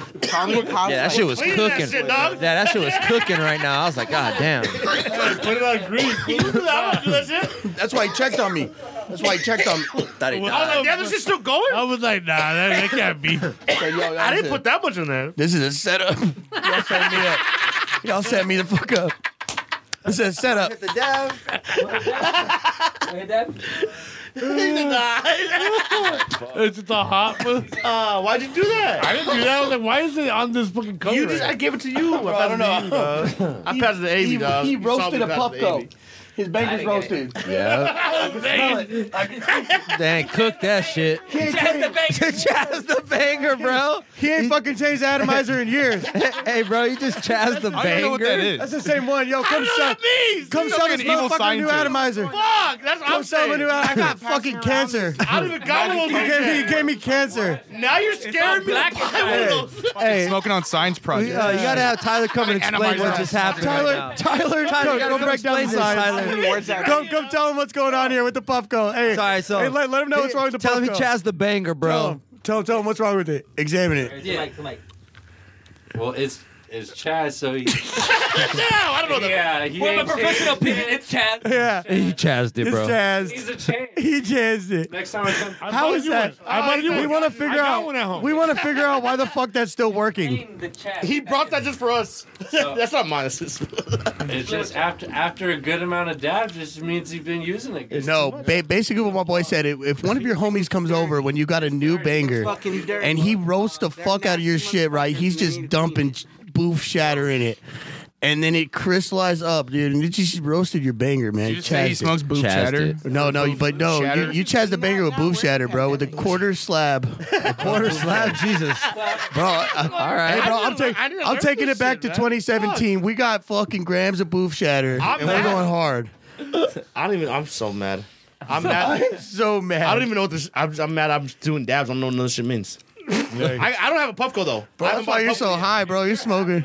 Speaker 2: one.
Speaker 15: Tommy coughs.
Speaker 11: Yeah, that shit was
Speaker 2: Clean that
Speaker 11: cooking.
Speaker 2: shit,
Speaker 11: yeah,
Speaker 2: dog.
Speaker 11: that shit was cooking right now. I was like, God damn.
Speaker 2: Put it on green. fool. I don't do that shit.
Speaker 6: That's why he checked on me. That's why he checked on me.
Speaker 11: Thought he
Speaker 2: I was
Speaker 11: died.
Speaker 2: like, yeah, this shit's still going. I was like, nah, that, that can't be. I didn't put that much in there.
Speaker 6: This is a setup. Y'all set me up. Y'all set me the fuck up. This is a setup.
Speaker 11: The dab.
Speaker 3: Wait, that-
Speaker 2: It's just all hot. fool.
Speaker 5: Uh, why'd you do that?
Speaker 2: I didn't do that. I was like, why is it on this fucking cover?
Speaker 5: You just, I gave it to you. I, don't know. I passed it to Amy, dog. You saw me pass it to Amy.
Speaker 6: His bank is roasted.
Speaker 11: Yeah.
Speaker 2: Dang.
Speaker 11: Dang, cook that shit. Chaz the banger, bro.
Speaker 9: He ain't fucking changed the atomizer in years.
Speaker 11: hey, bro, you just Chaz the banger.
Speaker 9: That's the same one. Yo, come sell. Come
Speaker 2: You
Speaker 9: sell
Speaker 2: look
Speaker 9: this
Speaker 2: an evil
Speaker 9: motherfucking new
Speaker 2: scientist.
Speaker 9: atomizer.
Speaker 2: Fuck, that's what I'm
Speaker 9: Come sell a
Speaker 2: saying.
Speaker 9: new out. I got fucking cancer.
Speaker 2: I don't even got one of
Speaker 9: He
Speaker 2: those.
Speaker 9: gave, me, he
Speaker 2: yet.
Speaker 9: gave me cancer.
Speaker 2: Now you're scaring me. to buy one of those.
Speaker 11: Hey,
Speaker 10: Smoking on science
Speaker 11: we,
Speaker 10: projects.
Speaker 11: uh, you gotta have Tyler come and explain what just happened.
Speaker 9: Tyler,
Speaker 11: right now.
Speaker 9: Tyler,
Speaker 11: Tyler, you gotta
Speaker 9: Tyler, go
Speaker 11: come
Speaker 9: break down the
Speaker 11: explain this, Tyler.
Speaker 9: science. Come, come tell him what's going on here with the Puffco. Hey,
Speaker 11: Sorry, so
Speaker 9: hey, let, let him know what's wrong with the
Speaker 11: Tell him he
Speaker 9: Puffco.
Speaker 11: Chaz the banger,
Speaker 9: Tell him,
Speaker 11: bro.
Speaker 9: tell, tell him what's wrong with it. Examine it.
Speaker 3: Yeah. Like, like,
Speaker 22: Well, it's
Speaker 23: is Chaz, so he.
Speaker 3: I don't know that.
Speaker 23: Yeah, he
Speaker 3: Well, my
Speaker 23: ain't saying-
Speaker 3: professional opinion, it's Chaz.
Speaker 9: Yeah.
Speaker 11: He chazzed it,
Speaker 9: It's
Speaker 11: bro.
Speaker 9: Chaz.
Speaker 23: He's a Chaz.
Speaker 9: He jazzed it.
Speaker 23: Next time I come,
Speaker 9: How is that? we want to figure out. We want to figure out why the fuck that's still working.
Speaker 5: He brought that just for us. That's not mine. It's his.
Speaker 23: It's just after after a good amount of dabs, just means you've been using it.
Speaker 6: No, ba- basically what my boy said, i- if one of your homies comes over when you got a new banger and he roasts the fuck out of your shit, right? He's just dumping sh- boof shatter in it. And then it crystallized up, dude, and it just roasted your banger, man.
Speaker 10: you just say
Speaker 6: Chazzed
Speaker 10: he
Speaker 6: it.
Speaker 10: smokes boof Chazzed chatter? it.
Speaker 6: No, no, but no, you,
Speaker 10: Shatter?
Speaker 6: you chazzed the banger with boof shatter, bro, with a quarter slab. A quarter slab, Jesus. Bro, I-
Speaker 9: All right.
Speaker 6: hey, bro,
Speaker 9: I
Speaker 6: I'm,
Speaker 9: didn't
Speaker 6: take-
Speaker 9: learn- I didn't
Speaker 6: I'm
Speaker 9: learn
Speaker 6: taking
Speaker 9: this
Speaker 6: it back
Speaker 9: shit,
Speaker 6: to
Speaker 9: man.
Speaker 6: 2017. We got fucking grams of boof shatter,
Speaker 5: I'm
Speaker 6: and we're
Speaker 5: mad.
Speaker 6: going hard.
Speaker 5: I don't even. I'm so mad. I'm
Speaker 6: I
Speaker 5: mad.
Speaker 6: am so mad.
Speaker 5: I don't even know what this. I'm, I'm mad. I'm doing dabs. I don't know what this shit means. I, I don't have a Puffco though.
Speaker 6: Bro, that's
Speaker 5: I haven't
Speaker 6: why
Speaker 5: bought a
Speaker 6: you're
Speaker 5: Puffco
Speaker 6: so high, bro. You're smoking.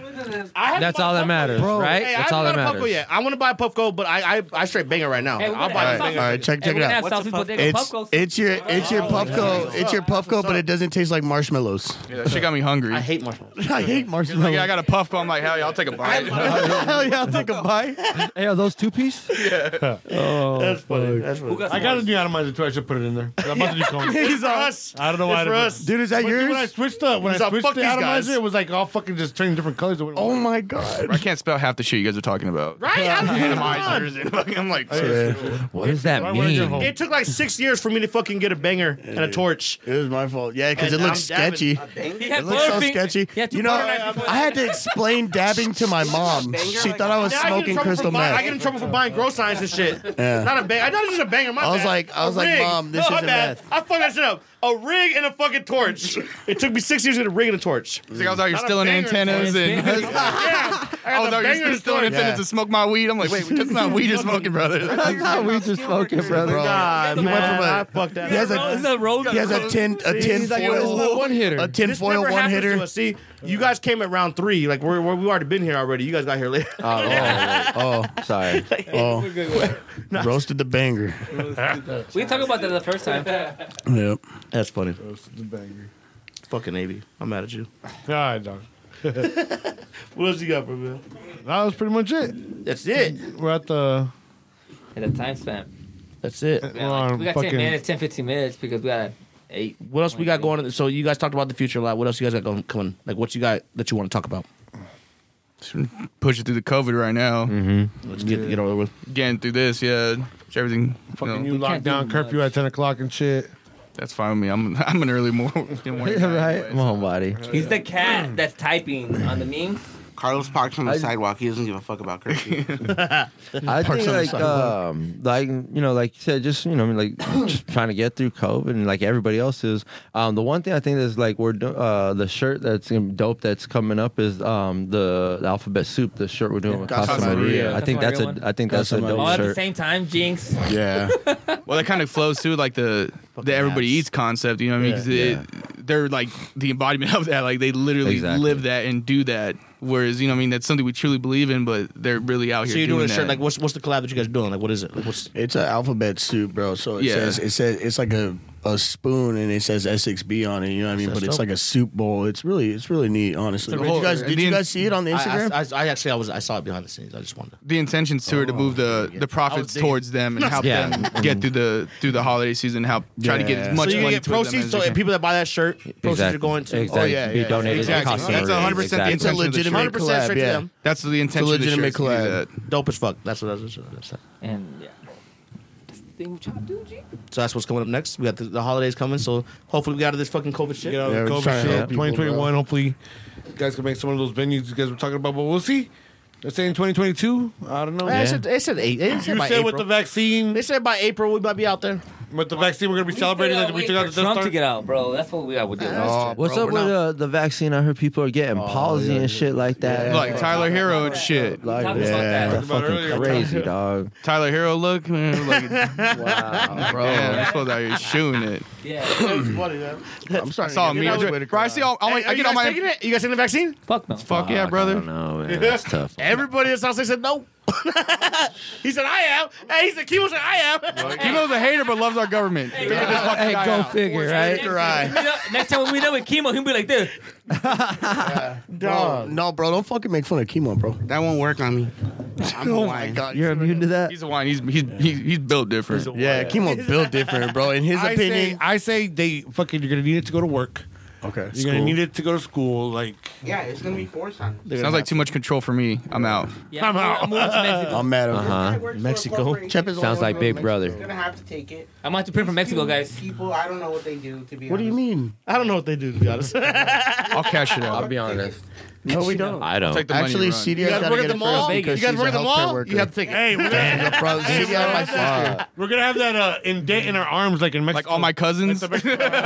Speaker 5: I
Speaker 11: That's all that matters, right?
Speaker 5: Hey,
Speaker 11: That's
Speaker 5: I
Speaker 11: all that
Speaker 5: haven't bought a
Speaker 11: matters.
Speaker 5: Puffco yet. I want to buy a Puffco, but I I, I straight banger right now.
Speaker 6: Hey, we're
Speaker 5: I'll
Speaker 6: gonna
Speaker 5: buy
Speaker 6: have
Speaker 5: a
Speaker 6: All right,
Speaker 5: banger.
Speaker 6: all right, check check it out. It's it's your it's your Puffco it's your Puffco, but it doesn't taste like marshmallows.
Speaker 10: Yeah, that shit got me hungry. I
Speaker 5: hate marshmallows.
Speaker 6: I hate marshmallows.
Speaker 10: Like, yeah, I got a puff go. I'm like, hell yeah, I'll take a bite.
Speaker 6: Hell yeah, I'll take a bite.
Speaker 11: Hey, are those two piece?
Speaker 10: yeah.
Speaker 11: Oh,
Speaker 2: That's funny.
Speaker 11: fuck.
Speaker 2: Who got I got a new atomizer too. I should put it in there. I'm about to do cones.
Speaker 5: It's for us.
Speaker 2: I don't know
Speaker 5: It's
Speaker 2: why. I
Speaker 5: for
Speaker 2: didn't-
Speaker 5: us.
Speaker 9: Dude, is that
Speaker 2: when,
Speaker 9: yours?
Speaker 2: When I switched up, when
Speaker 5: He's
Speaker 2: I
Speaker 5: like,
Speaker 2: switched
Speaker 5: "Fuck
Speaker 2: the
Speaker 5: these
Speaker 2: atomizer,
Speaker 5: guys."
Speaker 2: it was like all fucking just turning different colors.
Speaker 6: Oh my god!
Speaker 10: I can't spell half the shit you guys are talking about.
Speaker 5: Right? I don't know what's going on.
Speaker 10: Atomizers and fucking, I'm like,
Speaker 6: Oh,
Speaker 11: What does that
Speaker 10: Why would I do
Speaker 11: mean?
Speaker 10: home?
Speaker 5: It took like six years for me to fucking get a banger and a torch.
Speaker 6: It was my fault. Yeah, because it
Speaker 5: And
Speaker 6: looks
Speaker 5: I'm dabbing.
Speaker 6: sketchy.
Speaker 5: He
Speaker 6: It
Speaker 5: had
Speaker 6: looks so
Speaker 5: butter fin-
Speaker 6: sketchy.
Speaker 5: he had two
Speaker 6: You know,
Speaker 5: butter knife
Speaker 6: I had to explain dabbing to my mom. She thought I was
Speaker 5: Now get in
Speaker 6: smoking
Speaker 5: trouble for
Speaker 6: crystal
Speaker 5: buying- I get
Speaker 6: meth.
Speaker 5: in trouble for buying grow signs and shit.
Speaker 6: Yeah.
Speaker 5: Not a bang. Not just a banger. My
Speaker 6: I was
Speaker 5: bad.
Speaker 6: like- I
Speaker 5: A
Speaker 6: was like,
Speaker 5: rig.
Speaker 6: "Mom, this
Speaker 5: no, my
Speaker 6: isn't
Speaker 5: bad.
Speaker 6: meth."
Speaker 5: I fucked that shit up. A rig and a fucking torch. it took me six years to get a rig and a torch.
Speaker 10: It's like I was out here
Speaker 5: Not a
Speaker 10: stealing
Speaker 5: banger
Speaker 10: antennas
Speaker 5: torch.
Speaker 10: and-
Speaker 5: yeah, I
Speaker 10: I
Speaker 9: Oh,
Speaker 5: got
Speaker 10: was
Speaker 5: the
Speaker 10: out
Speaker 5: banger
Speaker 10: here stealing
Speaker 5: torch.
Speaker 10: antennas to smoke my weed. I'm like, wait, that's not weed you're smoking, brother.
Speaker 11: That's not weed you're smoking, brother.
Speaker 9: Uh,
Speaker 5: God,
Speaker 6: He went from a
Speaker 5: fucked that.
Speaker 6: he has a he has a tin a tin foil
Speaker 11: one hitter.
Speaker 6: a tin
Speaker 5: This
Speaker 6: foil
Speaker 5: never
Speaker 6: one
Speaker 5: happens
Speaker 6: hitter.
Speaker 5: to us. See, you guys came at round three. Like we're, we're we already been here already. You guys got here later.
Speaker 11: Oh, oh, sorry.
Speaker 6: Oh, roasted the banger.
Speaker 3: We talked about that the first time.
Speaker 6: Yep.
Speaker 5: That's funny.
Speaker 2: banger.
Speaker 5: Fucking Navy. I'm mad at you.
Speaker 2: All right, dog.
Speaker 5: What else you got, bro? man?
Speaker 2: That was pretty much it.
Speaker 5: That's it.
Speaker 2: We're at the.
Speaker 3: At a time stamp.
Speaker 5: That's it.
Speaker 3: Yeah, like, we got 10 minutes, 10, 15 minutes because we got eight.
Speaker 5: What else we got going? So you guys talked about the future a lot. What else you guys got going coming? Like what you got that you want to talk about?
Speaker 10: Pushing through the COVID right now.
Speaker 11: Mm-hmm.
Speaker 5: Let's get get over with.
Speaker 10: Getting through this, yeah. Everything.
Speaker 2: Fucking
Speaker 10: you
Speaker 2: new lockdown curfew at 10 o'clock and shit.
Speaker 10: That's fine with me. I'm I'm an early mor- morning. guy
Speaker 11: right?
Speaker 10: anyway.
Speaker 11: I'm a homebody.
Speaker 3: He's the cat that's typing on the meme.
Speaker 15: Carlos parks on the sidewalk. He doesn't give a fuck about curfew.
Speaker 11: I
Speaker 6: Parks
Speaker 11: think
Speaker 6: on the
Speaker 11: like
Speaker 6: sidewalk.
Speaker 11: um like you know like you said just you know I mean, like just trying to get through COVID and like everybody else is um the one thing I think is like we're do- uh the shirt that's in- dope that's coming up is um the, the alphabet soup the shirt we're doing with
Speaker 6: Casa
Speaker 11: Casa Maria
Speaker 6: Maria.
Speaker 11: I think
Speaker 3: Casa
Speaker 11: that's a
Speaker 3: Maria
Speaker 11: I think that's a
Speaker 6: Casa
Speaker 11: dope
Speaker 3: All at the
Speaker 11: shirt
Speaker 3: same time, Jinx.
Speaker 6: Yeah.
Speaker 10: Well, that kind of flows through like the the everybody eats concept. You know what I mean? 'Cause
Speaker 11: Yeah.
Speaker 10: it- They're like the embodiment of that. Like they literally
Speaker 11: Exactly.
Speaker 10: live that and do that. Whereas you know what I mean? That's something we truly believe in, but they're really out
Speaker 5: So
Speaker 10: here.
Speaker 5: you're doing,
Speaker 10: doing
Speaker 5: a shirt.
Speaker 10: that.
Speaker 5: Like what's what's the collab that you guys are doing? Like what is it? Like, what's
Speaker 6: It's an alphabet soup, bro. So it
Speaker 10: Yeah.
Speaker 6: says it says it's like a, a spoon and it says SXB on it. You know what I mean?
Speaker 5: That's
Speaker 6: but it's
Speaker 5: dope.
Speaker 6: like a soup bowl. It's really it's really neat, honestly.
Speaker 5: It's a
Speaker 6: Did you
Speaker 5: whole-
Speaker 6: guys did you
Speaker 10: the-
Speaker 6: guys see it on the Instagram?
Speaker 5: I, I, I actually I was I saw it behind the scenes. I just wanted.
Speaker 10: the intentions to her to move the
Speaker 5: Oh,
Speaker 10: the profits
Speaker 5: digging.
Speaker 10: towards them and help
Speaker 11: Yeah.
Speaker 10: them get through the through the holiday season. Help try to
Speaker 6: Yeah.
Speaker 10: get as
Speaker 5: So
Speaker 10: much
Speaker 5: you
Speaker 10: money
Speaker 5: get
Speaker 10: towards them
Speaker 5: proceeds.
Speaker 10: as
Speaker 5: So
Speaker 10: they
Speaker 5: if
Speaker 10: can.
Speaker 5: people that buy that shirt, proceeds
Speaker 11: Exactly.
Speaker 5: are going to.
Speaker 11: exactly.
Speaker 6: Oh, yeah,
Speaker 11: be
Speaker 6: yeah,
Speaker 11: donated
Speaker 10: exactly.
Speaker 11: to Casa
Speaker 10: That's
Speaker 11: Maria.
Speaker 10: 100% the
Speaker 6: it's a
Speaker 11: exactly.
Speaker 10: intention. of the
Speaker 6: legitimate
Speaker 5: 100%
Speaker 6: collab.
Speaker 5: straight to
Speaker 6: yeah.
Speaker 5: them.
Speaker 10: That's the intention. of the
Speaker 6: legitimate
Speaker 10: shirts to do
Speaker 6: collab.
Speaker 10: that.
Speaker 5: Dope as fuck. That's what I was. That's
Speaker 3: And yeah. Thing what y'all do, G?
Speaker 5: So that's what's coming up next. We got the, the holidays coming, so hopefully we get out of this fucking COVID shit.
Speaker 2: Get out
Speaker 6: Yeah,
Speaker 2: of
Speaker 6: we're
Speaker 2: the
Speaker 6: trying to
Speaker 2: COVID
Speaker 6: help
Speaker 2: shit.
Speaker 6: people,
Speaker 2: 2021, hopefully, you guys can make some of those venues you guys were talking about, but we'll see. They're saying 2022. I don't know.
Speaker 5: Man, it said, it said eight. It said
Speaker 2: You
Speaker 5: by
Speaker 2: said with
Speaker 5: April.
Speaker 2: the vaccine,
Speaker 5: they said by April we might be out there.
Speaker 2: with the vaccine, we're going to be celebrating
Speaker 3: We
Speaker 2: that we
Speaker 3: wait
Speaker 2: took out
Speaker 3: for
Speaker 2: the Death
Speaker 3: Trump
Speaker 2: Star.
Speaker 3: to get out, bro. That's what we got to do.
Speaker 6: Oh,
Speaker 11: What's
Speaker 6: bro,
Speaker 11: up
Speaker 6: we're
Speaker 11: with
Speaker 6: not- Oh,
Speaker 11: uh, the vaccine? I heard people are getting palsy and shit like that.
Speaker 10: Like Tyler Hero and shit.
Speaker 11: Like,
Speaker 3: Talk about
Speaker 11: yeah,
Speaker 3: that.
Speaker 11: that's fucking crazy, dog.
Speaker 10: Tyler Hero look, man, like,
Speaker 11: Wow,
Speaker 10: bro, I'm supposed to be shooting it.
Speaker 3: Yeah.
Speaker 6: I'm
Speaker 10: I
Speaker 6: sorry.
Speaker 10: saw me. Bro, I see all. I'm like,
Speaker 5: Hey, are
Speaker 10: I
Speaker 5: you
Speaker 10: get all
Speaker 5: guys
Speaker 10: my.
Speaker 5: taking it? You guys taking the vaccine?
Speaker 3: Fuck no.
Speaker 10: Fuck yeah, brother.
Speaker 11: No man, that's tough.
Speaker 5: Everybody in South Lake said no. he said, I am. Hey, he said, Kimo said, I am.
Speaker 1: Kimo's a hater but loves our government. Figure this fucking
Speaker 24: Hey,
Speaker 1: guy
Speaker 24: go
Speaker 1: out.
Speaker 24: figure, right?
Speaker 3: Next time we meet up with Kimo, he'll be like this.
Speaker 6: Bro, no, bro, don't fucking make fun of chemo, bro.
Speaker 15: That won't work on me.
Speaker 6: oh my god, you're immune to that.
Speaker 10: He's a wine. He's he's he's, he's built different.
Speaker 6: yeah, chemo built different, bro. In his
Speaker 2: I
Speaker 6: opinion,
Speaker 2: say, I say they fucking. You're gonna need it to go to work.
Speaker 6: Okay,
Speaker 2: you're gonna need it to go to school. Like
Speaker 15: Yeah, it's gonna be forced on. me.
Speaker 10: Sounds like too much control for me. I'm out.
Speaker 3: Yeah, I'm out. I'm, moving to Mexico.
Speaker 6: I'm mad.
Speaker 15: Uh-huh. Mexico. Chep is all over Mexico. Gonna have to take it.
Speaker 3: I'm out to print from Mexico, guys.
Speaker 15: People, I don't know what they do. To be
Speaker 6: What do you mean?
Speaker 5: I don't know what they do, to be honest.
Speaker 10: I'll cash it out.
Speaker 14: I'll be honest.
Speaker 6: No, we don't.
Speaker 14: I don't.
Speaker 10: Take the money
Speaker 6: Actually,
Speaker 10: and run.
Speaker 6: CDI
Speaker 5: You guys
Speaker 6: gotta
Speaker 5: work
Speaker 6: get
Speaker 5: at the
Speaker 6: it
Speaker 5: mall?
Speaker 6: first because
Speaker 5: You guys
Speaker 6: she's a
Speaker 5: work at the
Speaker 6: healthcare
Speaker 5: mall?
Speaker 6: Worker.
Speaker 5: You have to take it.
Speaker 2: hey, we're gonna,
Speaker 6: No problem.
Speaker 2: Hey,
Speaker 6: CDI
Speaker 2: bro.
Speaker 6: my sister. oh,
Speaker 2: we're gonna have that uh, in dent in our arms, like in Mexico.
Speaker 10: Like all my cousins.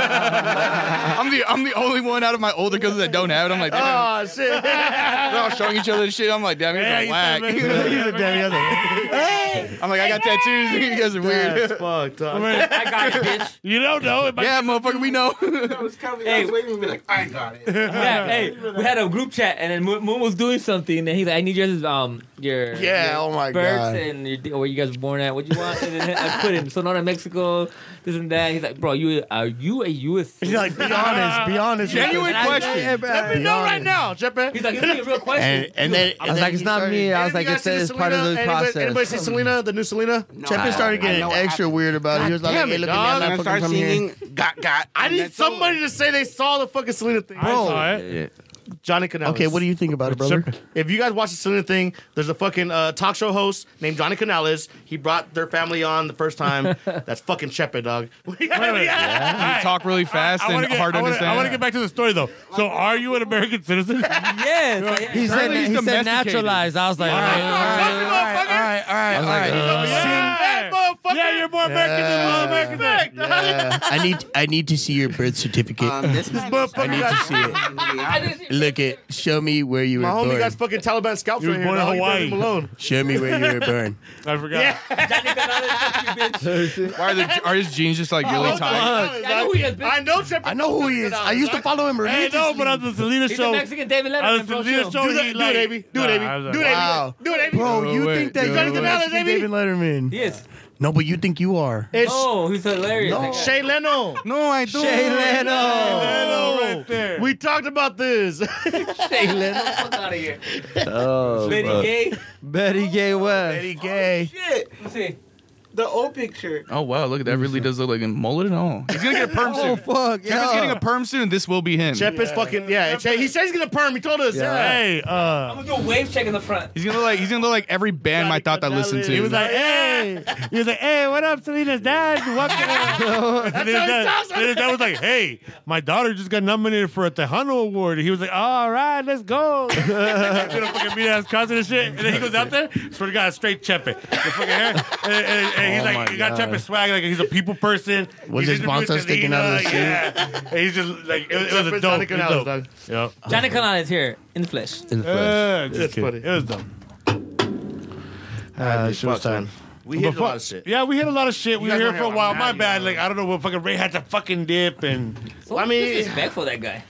Speaker 10: I'm the I'm the only one out of my older cousins that don't have it. I'm like, damn.
Speaker 5: Oh, shit.
Speaker 10: They're all showing each other shit. I'm like, damn, you
Speaker 2: Yeah, you
Speaker 10: guys
Speaker 2: said
Speaker 10: are whack.
Speaker 6: He's a damn other.
Speaker 10: I'm like, I got tattoos. You guys are
Speaker 5: That's
Speaker 10: weird.
Speaker 5: fucked up.
Speaker 3: I got it, bitch.
Speaker 2: You don't know. It might
Speaker 10: Yeah, motherfucker, we know.
Speaker 15: I was coming.
Speaker 3: Hey.
Speaker 15: I was waiting to be like, I got it.
Speaker 3: Yeah, hey, we had a group chat, and then Moon, Moon was doing something, and he's like, "I need your um your
Speaker 6: Yeah,
Speaker 3: your
Speaker 6: oh my
Speaker 3: births
Speaker 6: God.
Speaker 3: and your, or where you guys were born at, what you want." And then I put in Sonora, Mexico, this and that. He's like, "Bro, you are you a U.S.
Speaker 6: He's like, be honest, be honest.
Speaker 10: Genuine
Speaker 6: Be honest.
Speaker 10: question.
Speaker 6: Yeah, bro.
Speaker 5: Let me
Speaker 6: Be
Speaker 5: know
Speaker 6: honest.
Speaker 5: right now, Jeppe.
Speaker 3: He's like, "Give me a real question."
Speaker 6: And and then
Speaker 14: I was like, it's not me. I was like, it's, it's part of the
Speaker 5: anybody,
Speaker 14: process.
Speaker 5: Anybody see Selena, the new Selena?
Speaker 6: Chepin started getting
Speaker 15: know what
Speaker 6: extra weird about it. He was like,
Speaker 5: damn
Speaker 6: hey,
Speaker 5: it,
Speaker 6: look
Speaker 5: dog.
Speaker 6: at
Speaker 15: And
Speaker 6: me. I'm
Speaker 15: I
Speaker 6: not
Speaker 15: start
Speaker 6: fucking from here.
Speaker 15: singing, got got.
Speaker 5: I need somebody to say they saw the fucking Selena thing.
Speaker 2: I saw it.
Speaker 14: Yeah.
Speaker 5: Johnny Canales.
Speaker 6: Okay, what do you think about it, brother?
Speaker 5: If you guys watch the Selena thing, there's a fucking uh, talk show host named Johnny Canales. He brought their family on the first time. That's fucking Shepard, dog.
Speaker 10: You talk really fast
Speaker 2: I
Speaker 10: and
Speaker 2: want to get.
Speaker 10: hard to
Speaker 2: I wanna-
Speaker 10: understand.
Speaker 2: I want to get back to the story though. So, are you an American citizen?
Speaker 9: Oh,
Speaker 24: Yes. yeah. He said,
Speaker 10: Apparently he's
Speaker 24: he said
Speaker 10: domesticated.
Speaker 24: naturalized. I was like, all right, all right, all right, all right, all right.
Speaker 6: uh,
Speaker 2: yeah. yeah, you're more American than all Americans. are.
Speaker 6: Yeah. uh, I need I need to see your birth certificate.
Speaker 15: Um, this is
Speaker 6: I need to see it. Look at show me where you
Speaker 5: My
Speaker 6: were
Speaker 5: homie
Speaker 6: born.
Speaker 5: got fucking Taliban scalps
Speaker 2: He was
Speaker 5: right here.
Speaker 2: born in
Speaker 5: dog. You better
Speaker 2: Hawaii.
Speaker 5: leave him alone.
Speaker 6: show me where you were born.
Speaker 2: I forgot.
Speaker 10: Why are, the, are his jeans just like
Speaker 2: Oh,
Speaker 10: really tight?
Speaker 3: I know who he is, bitch.
Speaker 5: I know Shepard.
Speaker 6: I know who he is. I used to follow him
Speaker 2: Hey,
Speaker 6: religiously.
Speaker 2: no, but on the Selena
Speaker 3: He's
Speaker 2: show,
Speaker 3: a Mexican David
Speaker 2: on the
Speaker 3: Letterman, bro.
Speaker 2: Selena
Speaker 3: chill.
Speaker 2: show,
Speaker 5: Do that-
Speaker 2: he,
Speaker 5: do it,
Speaker 2: like-
Speaker 5: Abby. Do it,
Speaker 2: Nah,
Speaker 5: Abby.
Speaker 2: I was-
Speaker 5: Do it, Abby.
Speaker 6: Wow.
Speaker 5: Do it, Abby.
Speaker 6: Bro, you
Speaker 10: Do
Speaker 6: think
Speaker 10: it,
Speaker 6: that
Speaker 10: do
Speaker 6: you're
Speaker 10: it.
Speaker 6: Mexican David Letterman?
Speaker 3: He is.
Speaker 6: No, but you think you are.
Speaker 5: It's
Speaker 3: Oh, he's hilarious. that guy.
Speaker 5: Shay Leno.
Speaker 10: No, I don't.
Speaker 24: Jay
Speaker 2: Hey,
Speaker 24: Leno.
Speaker 2: hello right there.
Speaker 5: We talked about this.
Speaker 3: Shay Leno, fuck out of here.
Speaker 14: Oh,
Speaker 3: Lady
Speaker 14: fuck.
Speaker 3: Gay.
Speaker 14: Betty Gay West.
Speaker 6: Gay.
Speaker 9: Oh,
Speaker 15: Shit,
Speaker 3: Let's see.
Speaker 15: the old picture.
Speaker 10: Oh wow, look at that. Really does look like a mullet and all. Oh, He's gonna get a perm soon.
Speaker 14: Fuck
Speaker 10: Jeff is
Speaker 14: yeah.
Speaker 10: getting a perm soon, and this will be him.
Speaker 5: Shep is fucking yeah. Shep- He said he's gonna perm. He told us. Yeah.
Speaker 2: Hey, uh,
Speaker 3: I'm gonna do a wave check in the front.
Speaker 10: He's gonna look like he's gonna look like every band I thought I listened to.
Speaker 2: he was like, hey, he was like, hey, what up, Selena's dad? Welcome. Selena's dad, Selena's dad was like, hey, my daughter just got nominated for a Tejano Award. And he was like, all right, let's go. Did a fucking mean ass concert and shit. And then he goes out there, swear to God, straight Chepe. The fucking hair. And, and- and he's
Speaker 6: Oh
Speaker 2: like,
Speaker 6: my
Speaker 2: he got
Speaker 6: God.
Speaker 2: Chepe swag, like he's a people person.
Speaker 6: Was
Speaker 2: He's
Speaker 6: his
Speaker 2: interviewed
Speaker 6: bonzo sticking out of his
Speaker 2: Selena,
Speaker 6: shoe?
Speaker 2: Yeah. And he's just like, it, was- it was a dope. It was dope. Yep.
Speaker 3: Johnny Canal is here in the flesh.
Speaker 6: In the flesh.
Speaker 2: Yeah, just-
Speaker 5: funny.
Speaker 2: It was dumb.
Speaker 6: Uh, showtime.
Speaker 5: We hit a
Speaker 2: Before-
Speaker 5: lot of shit.
Speaker 2: Yeah, we hit a lot of shit. we were
Speaker 5: guys
Speaker 2: here
Speaker 5: don't
Speaker 2: for a
Speaker 5: hear
Speaker 2: while.
Speaker 5: about
Speaker 2: My
Speaker 5: Maddie,
Speaker 2: bad. Like I don't know what fucking Ray had to fucking dip and.
Speaker 3: So
Speaker 5: I
Speaker 3: I
Speaker 5: mean-
Speaker 3: mean, disrespectful that guy.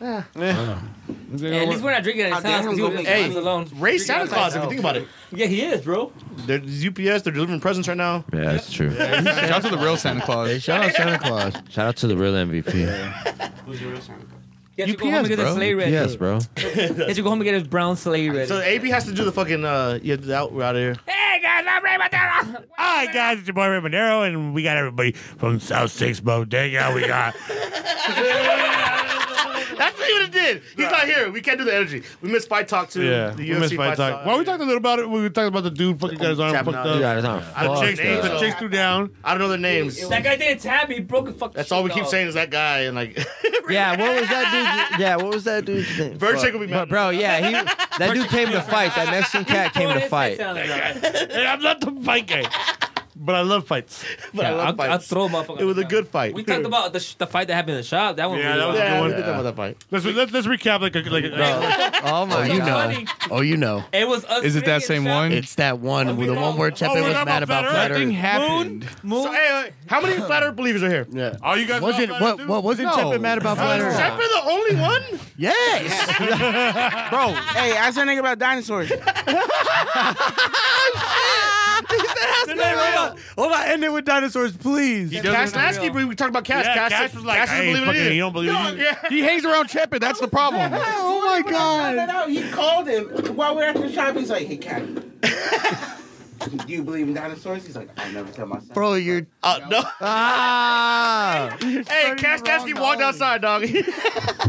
Speaker 2: Is
Speaker 3: Yeah,
Speaker 2: it gonna
Speaker 3: at least
Speaker 2: work?
Speaker 3: we're not drinking at his
Speaker 15: How dare
Speaker 3: house. 'cause
Speaker 15: him
Speaker 3: He
Speaker 15: go
Speaker 3: was
Speaker 15: make
Speaker 3: hey,
Speaker 15: money.
Speaker 3: alone.
Speaker 5: Ray
Speaker 3: Drinking
Speaker 5: Santa
Speaker 3: outside
Speaker 5: Claus.
Speaker 3: his
Speaker 5: If you
Speaker 3: house.
Speaker 5: think about it,
Speaker 3: Yeah, he is, bro.
Speaker 5: there's UPS. They're delivering presents right now.
Speaker 14: Yeah, that's true.
Speaker 10: Shout out to the real Santa Claus.
Speaker 6: Shout out Santa Claus.
Speaker 14: Shout out to the real MVP.
Speaker 15: Who's your real Santa Claus?
Speaker 3: He had to go home and
Speaker 14: UPS,
Speaker 3: get his
Speaker 14: bro.
Speaker 3: sleigh ready.
Speaker 14: UPS, bro.
Speaker 3: He had to go home and get his brown sleigh ready.
Speaker 5: So AB has to do the fucking uh, yeah, that we're out of here.
Speaker 3: hey guys, I'm Ray Montero.
Speaker 2: Hi guys, it's your boy Ray Monero, and we got everybody from South Six Bodega. We got
Speaker 5: That's what he would have did. He's not here. We can't do the energy. We missed fight talk too. the
Speaker 2: we missed
Speaker 5: UFC
Speaker 2: fight talk. Well, we talked a little about it. We were talking about the dude fucking got his arm
Speaker 5: Tapping
Speaker 2: fucked
Speaker 5: out.
Speaker 2: up.
Speaker 14: Yeah, it's not
Speaker 2: The
Speaker 14: fucked
Speaker 2: chicks,
Speaker 14: up.
Speaker 2: the chicks threw down.
Speaker 5: I don't know their names.
Speaker 3: That guy didn't tab me. He broke a fucking.
Speaker 5: That's all we
Speaker 3: shit,
Speaker 5: keep
Speaker 3: dog.
Speaker 5: saying is that guy and like
Speaker 14: Yeah, what was that dude? Yeah, what was that dude's name?
Speaker 5: Verchek will be
Speaker 14: But
Speaker 5: mad.
Speaker 11: Oh,
Speaker 14: bro, yeah, he that dude came to fight. That Mexican cat came
Speaker 3: Throwing
Speaker 14: to
Speaker 3: his
Speaker 14: fight.
Speaker 3: face down, dog.
Speaker 2: Hey, I'm not the fight guy. But I love fights.
Speaker 3: But I love fights.
Speaker 2: It was a good fight.
Speaker 3: We talked about the, sh- the fight that happened in the shop. That one.
Speaker 2: Yeah,
Speaker 3: really
Speaker 2: that
Speaker 3: was
Speaker 2: was a good one.
Speaker 3: Yeah.
Speaker 2: Let's, let's, let's recap like a, like a,
Speaker 6: Oh my
Speaker 2: So
Speaker 6: god!
Speaker 2: funny.
Speaker 6: Oh, you know.
Speaker 3: It was us
Speaker 6: Is it that
Speaker 10: same one?
Speaker 6: It's that one. with the one where Chepe was mad about flat Earth.
Speaker 2: Moon. So, hey, uh, how many flat Earth believers are here?
Speaker 6: Yeah.
Speaker 2: Are you guys
Speaker 6: Wasn't- what-
Speaker 2: about flat Earth,
Speaker 6: what- wasn't No. Chepe mad
Speaker 9: Uh,
Speaker 6: about flat
Speaker 2: Was
Speaker 6: Earth?
Speaker 2: Chepe the only one?
Speaker 15: Yes.
Speaker 2: Bro.
Speaker 15: Hey, ask that nigga about dinosaurs.
Speaker 1: Hold on, end it with dinosaurs, please.
Speaker 24: He doesn't- Cash Lasky,
Speaker 1: Lasky,
Speaker 24: bro,
Speaker 1: we talked about
Speaker 24: Cash. Yeah, Cash- Cash was like, Cash doesn't "Hey, believe in fucking, it either." you don't believe it
Speaker 1: He hangs around Chepe. That's the problem.
Speaker 15: oh my god! He called him while we are at the shop. He's like, "Hey, cat, do you believe in dinosaurs?" He's like, "I never tell my son."
Speaker 6: Bro, you're.
Speaker 15: Uh, no.
Speaker 2: Ah. hey, Cash Lasky walked outside, dog.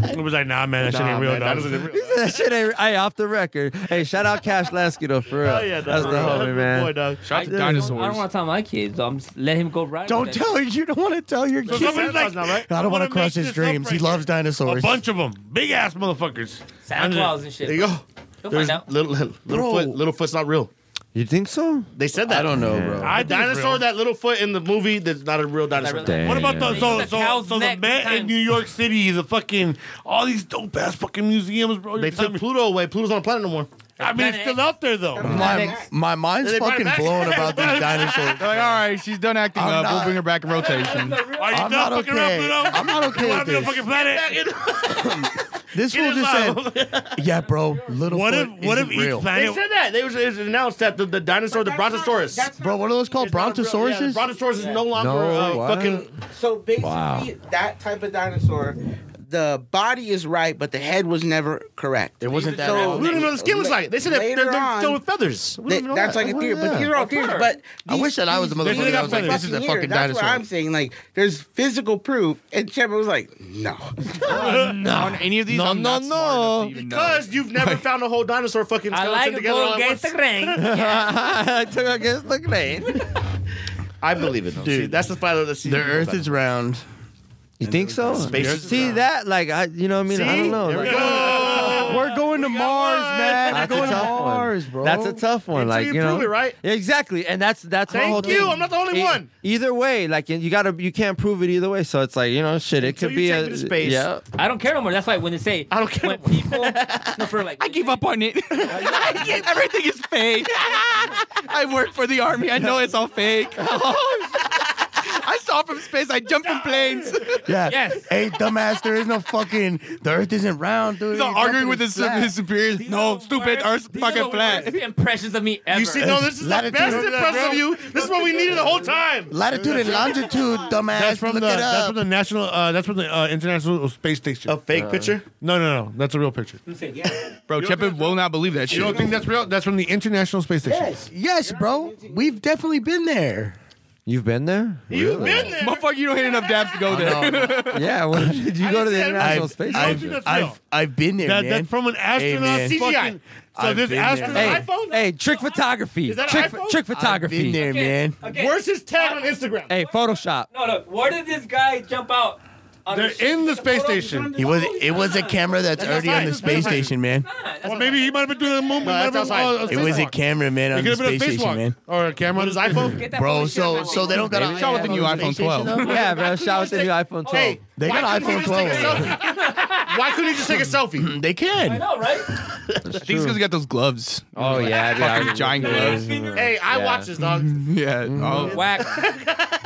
Speaker 2: It was like, nah, man, that shit
Speaker 11: Nah,
Speaker 2: ain't real,
Speaker 11: man,
Speaker 2: dog.
Speaker 11: that isn't real. that shit ain't hey, off the record. Hey, shout out Cash Lasky though, for real.
Speaker 3: Oh, yeah,
Speaker 11: that's the
Speaker 3: for real.
Speaker 11: homie, man.
Speaker 3: Boy, dog.
Speaker 11: Shout
Speaker 3: I- I don't want to tell my kids. So I'm just let him go right.
Speaker 6: Don't tell her. You don't want to tell your
Speaker 2: So
Speaker 6: kids.
Speaker 2: somebody's like,
Speaker 6: I don't want to crush his
Speaker 2: this
Speaker 6: dreams.
Speaker 2: up
Speaker 6: He
Speaker 2: right
Speaker 6: loves
Speaker 2: a
Speaker 6: dinosaurs.
Speaker 2: bunch of them, big ass motherfuckers.
Speaker 3: Santa Claus and shit.
Speaker 9: There you go.
Speaker 3: You'll
Speaker 9: There's
Speaker 3: find out.
Speaker 9: little little
Speaker 3: Bro.
Speaker 9: foot. Little foot's not real.
Speaker 11: You think so?
Speaker 9: They said that. I
Speaker 6: don't know,
Speaker 11: Yeah. bro.
Speaker 9: I
Speaker 11: I
Speaker 9: the
Speaker 11: think it's
Speaker 9: dinosaur
Speaker 11: real.
Speaker 9: that little foot in the movie that's not a real dinosaur.
Speaker 11: Damn.
Speaker 2: What about the so
Speaker 9: The
Speaker 2: so,
Speaker 9: cow's
Speaker 2: so the
Speaker 9: neck
Speaker 2: Met in New York City, the fucking all these dope ass fucking museums, bro?
Speaker 9: They took Pluto away. Pluto's not a planet no more.
Speaker 2: I mean, it's still out there though.
Speaker 6: My, my mind's
Speaker 2: They brought
Speaker 6: fucking
Speaker 2: it back.
Speaker 6: blown about these dinosaurs.
Speaker 10: They're like, all right, she's done acting
Speaker 6: I'm
Speaker 10: up.
Speaker 6: not-
Speaker 10: We'll bring her back in rotation.
Speaker 2: Are you
Speaker 6: I'm
Speaker 2: done
Speaker 6: not
Speaker 2: fucking
Speaker 6: okay.
Speaker 2: around, Pluto?
Speaker 6: I'm not okay
Speaker 2: You
Speaker 6: with
Speaker 2: wanna be on
Speaker 6: this.
Speaker 2: fucking planet?
Speaker 6: This fool just said, "Yeah, bro, little
Speaker 9: What
Speaker 6: foot
Speaker 9: if what
Speaker 6: isn't
Speaker 9: if each
Speaker 6: real.
Speaker 9: planet? They said that they was, it was announced that the, the dinosaur, the Brontosaurus.
Speaker 6: bro, what are those called? Brontosauruses?
Speaker 9: Yeah, Brontosaurus is no longer
Speaker 6: No,
Speaker 9: uh,
Speaker 6: what?
Speaker 9: fucking.
Speaker 15: So basically,
Speaker 6: Wow.
Speaker 15: that type of dinosaur, the body is right, but the head was never correct. It
Speaker 6: wasn't
Speaker 9: that wrong. We don't even know what the skin looks like. They said that they're- they're filled with feathers. We don't
Speaker 15: They,
Speaker 9: even know
Speaker 15: that's
Speaker 9: that.
Speaker 15: like a
Speaker 9: Well,
Speaker 15: theory, but
Speaker 9: yeah.
Speaker 15: these are all
Speaker 9: Of
Speaker 15: theories.
Speaker 9: course.
Speaker 15: But
Speaker 6: I
Speaker 15: these-
Speaker 6: wish that I was the
Speaker 15: these-
Speaker 6: motherfucker
Speaker 15: these
Speaker 6: that was like, this is a
Speaker 15: here.
Speaker 6: fucking
Speaker 15: that's
Speaker 6: dinosaur.
Speaker 15: what I'm saying. Like, there's physical proof, and Chepper was like, "No,
Speaker 10: no, on any of these, I'm not smart enough to even know.
Speaker 9: Because you've never found a whole dinosaur fucking
Speaker 3: I
Speaker 9: skeleton
Speaker 3: like to
Speaker 9: together. all
Speaker 3: go
Speaker 9: at
Speaker 3: against the
Speaker 9: once.
Speaker 3: grain.
Speaker 11: I took against the grain.
Speaker 9: I believe it, though. See, that's the final. That's
Speaker 6: The Earth is round.
Speaker 11: You think
Speaker 6: Oh,
Speaker 11: so?
Speaker 9: Space is
Speaker 11: See that? Like I, you know what I mean? I don't know. Like,
Speaker 1: We're going to Mars, man.
Speaker 11: That's
Speaker 1: We're
Speaker 11: a
Speaker 1: going to
Speaker 11: tough
Speaker 1: Mars,
Speaker 11: one.
Speaker 1: bro.
Speaker 11: That's a tough one.
Speaker 1: Until
Speaker 11: like
Speaker 1: you
Speaker 11: you, know,
Speaker 1: prove it,
Speaker 11: right? Exactly, and that's that's my
Speaker 1: Thank
Speaker 11: whole
Speaker 1: you.
Speaker 11: thing.
Speaker 1: I'm not the only
Speaker 11: E-
Speaker 1: one.
Speaker 11: Either way, like you gotta, you can't prove it either way. So it's like you know, shit. It could be a yeah.
Speaker 3: I don't care no more. That's why when they say I don't care when people no, for like
Speaker 24: I give up on it. Everything is fake. I work for the army. I know it's all fake. I saw from space. I jumped from planes.
Speaker 6: Yeah. Yes. Hey, dumbass, there is no fucking. The Earth isn't round, dude.
Speaker 24: He's all
Speaker 6: It's
Speaker 24: arguing
Speaker 6: fucking
Speaker 24: with his,
Speaker 6: flat.
Speaker 24: his superiors. No, stupid. Earth's
Speaker 3: These are
Speaker 24: fucking
Speaker 3: the
Speaker 24: flat.
Speaker 3: worst impressions of me ever.
Speaker 9: You see, no, this is the
Speaker 6: Latitude.
Speaker 9: best impression of you. This is what we needed the whole time.
Speaker 6: Latitude and longitude, dumbass.
Speaker 2: That's from
Speaker 6: Look
Speaker 2: the
Speaker 6: it
Speaker 2: that's
Speaker 6: up.
Speaker 2: from the national uh, that's from the uh, international space station. A
Speaker 9: fake Uh, picture?
Speaker 2: No, no, no. That's a real picture.
Speaker 10: Bro, Chepin will not believe that
Speaker 2: You don't
Speaker 10: shit.
Speaker 2: think that's real? That's from the international space station.
Speaker 6: Yes, yes, bro. We've definitely been there.
Speaker 11: You've been there?
Speaker 24: You've been there. Motherfucker, you don't hit enough dabs to go
Speaker 11: Oh,
Speaker 24: there.
Speaker 11: Yeah. When did you go to the
Speaker 24: said-
Speaker 11: International
Speaker 6: I've,
Speaker 11: Space
Speaker 6: I've,
Speaker 11: Station?
Speaker 6: I've, I've been there,
Speaker 2: That,
Speaker 6: man.
Speaker 2: that's from an astronaut.
Speaker 6: man.
Speaker 2: CGI.
Speaker 24: CGI.
Speaker 2: Fucking, so
Speaker 6: I've
Speaker 2: this
Speaker 6: been there.
Speaker 2: astronaut.
Speaker 24: Hey,
Speaker 11: hey, trick photography.
Speaker 24: Is that an
Speaker 11: Trick,
Speaker 24: iPhone?
Speaker 11: trick
Speaker 6: I've
Speaker 11: photography.
Speaker 6: been there, man.
Speaker 3: Okay. Uh,
Speaker 9: Where's his tag on Instagram?
Speaker 11: Hey, Photoshop.
Speaker 3: No, no. Where did this guy jump out? on
Speaker 2: They're
Speaker 3: ship?
Speaker 2: in the space
Speaker 3: photo
Speaker 2: station.
Speaker 6: It was it was a camera that's
Speaker 2: That's
Speaker 6: already on the
Speaker 2: outside.
Speaker 6: space station, man.
Speaker 2: Well, maybe he might have been doing a
Speaker 9: No,
Speaker 2: moon. might
Speaker 9: that's
Speaker 2: have been, uh,
Speaker 9: outside.
Speaker 6: It was a
Speaker 2: spacewalk.
Speaker 6: camera, man,
Speaker 2: It
Speaker 6: on
Speaker 2: could
Speaker 6: the
Speaker 2: have been a
Speaker 6: space
Speaker 2: spacewalk
Speaker 6: station, man.
Speaker 2: or a camera on his iPhone.
Speaker 6: Bro, so so they don't got an
Speaker 10: Shot with the new
Speaker 6: on space
Speaker 10: iPhone
Speaker 6: station,
Speaker 10: 12.
Speaker 6: though?
Speaker 11: Yeah, bro. Shout out to the new iPhone 12.
Speaker 9: Hey,
Speaker 6: They
Speaker 9: why
Speaker 6: got
Speaker 9: couldn't
Speaker 6: iPhone
Speaker 9: he just take a
Speaker 6: 12.
Speaker 9: selfie? why couldn't he just take a selfie?
Speaker 6: They
Speaker 3: I
Speaker 6: can.
Speaker 3: know, right?
Speaker 10: I think it's because he got those gloves.
Speaker 11: Oh yeah, dude,
Speaker 10: Fucking
Speaker 11: I-
Speaker 10: giant gloves.
Speaker 9: Hey, I
Speaker 11: Yeah.
Speaker 9: watch this dog.
Speaker 10: Yeah. Oh,
Speaker 3: Whack.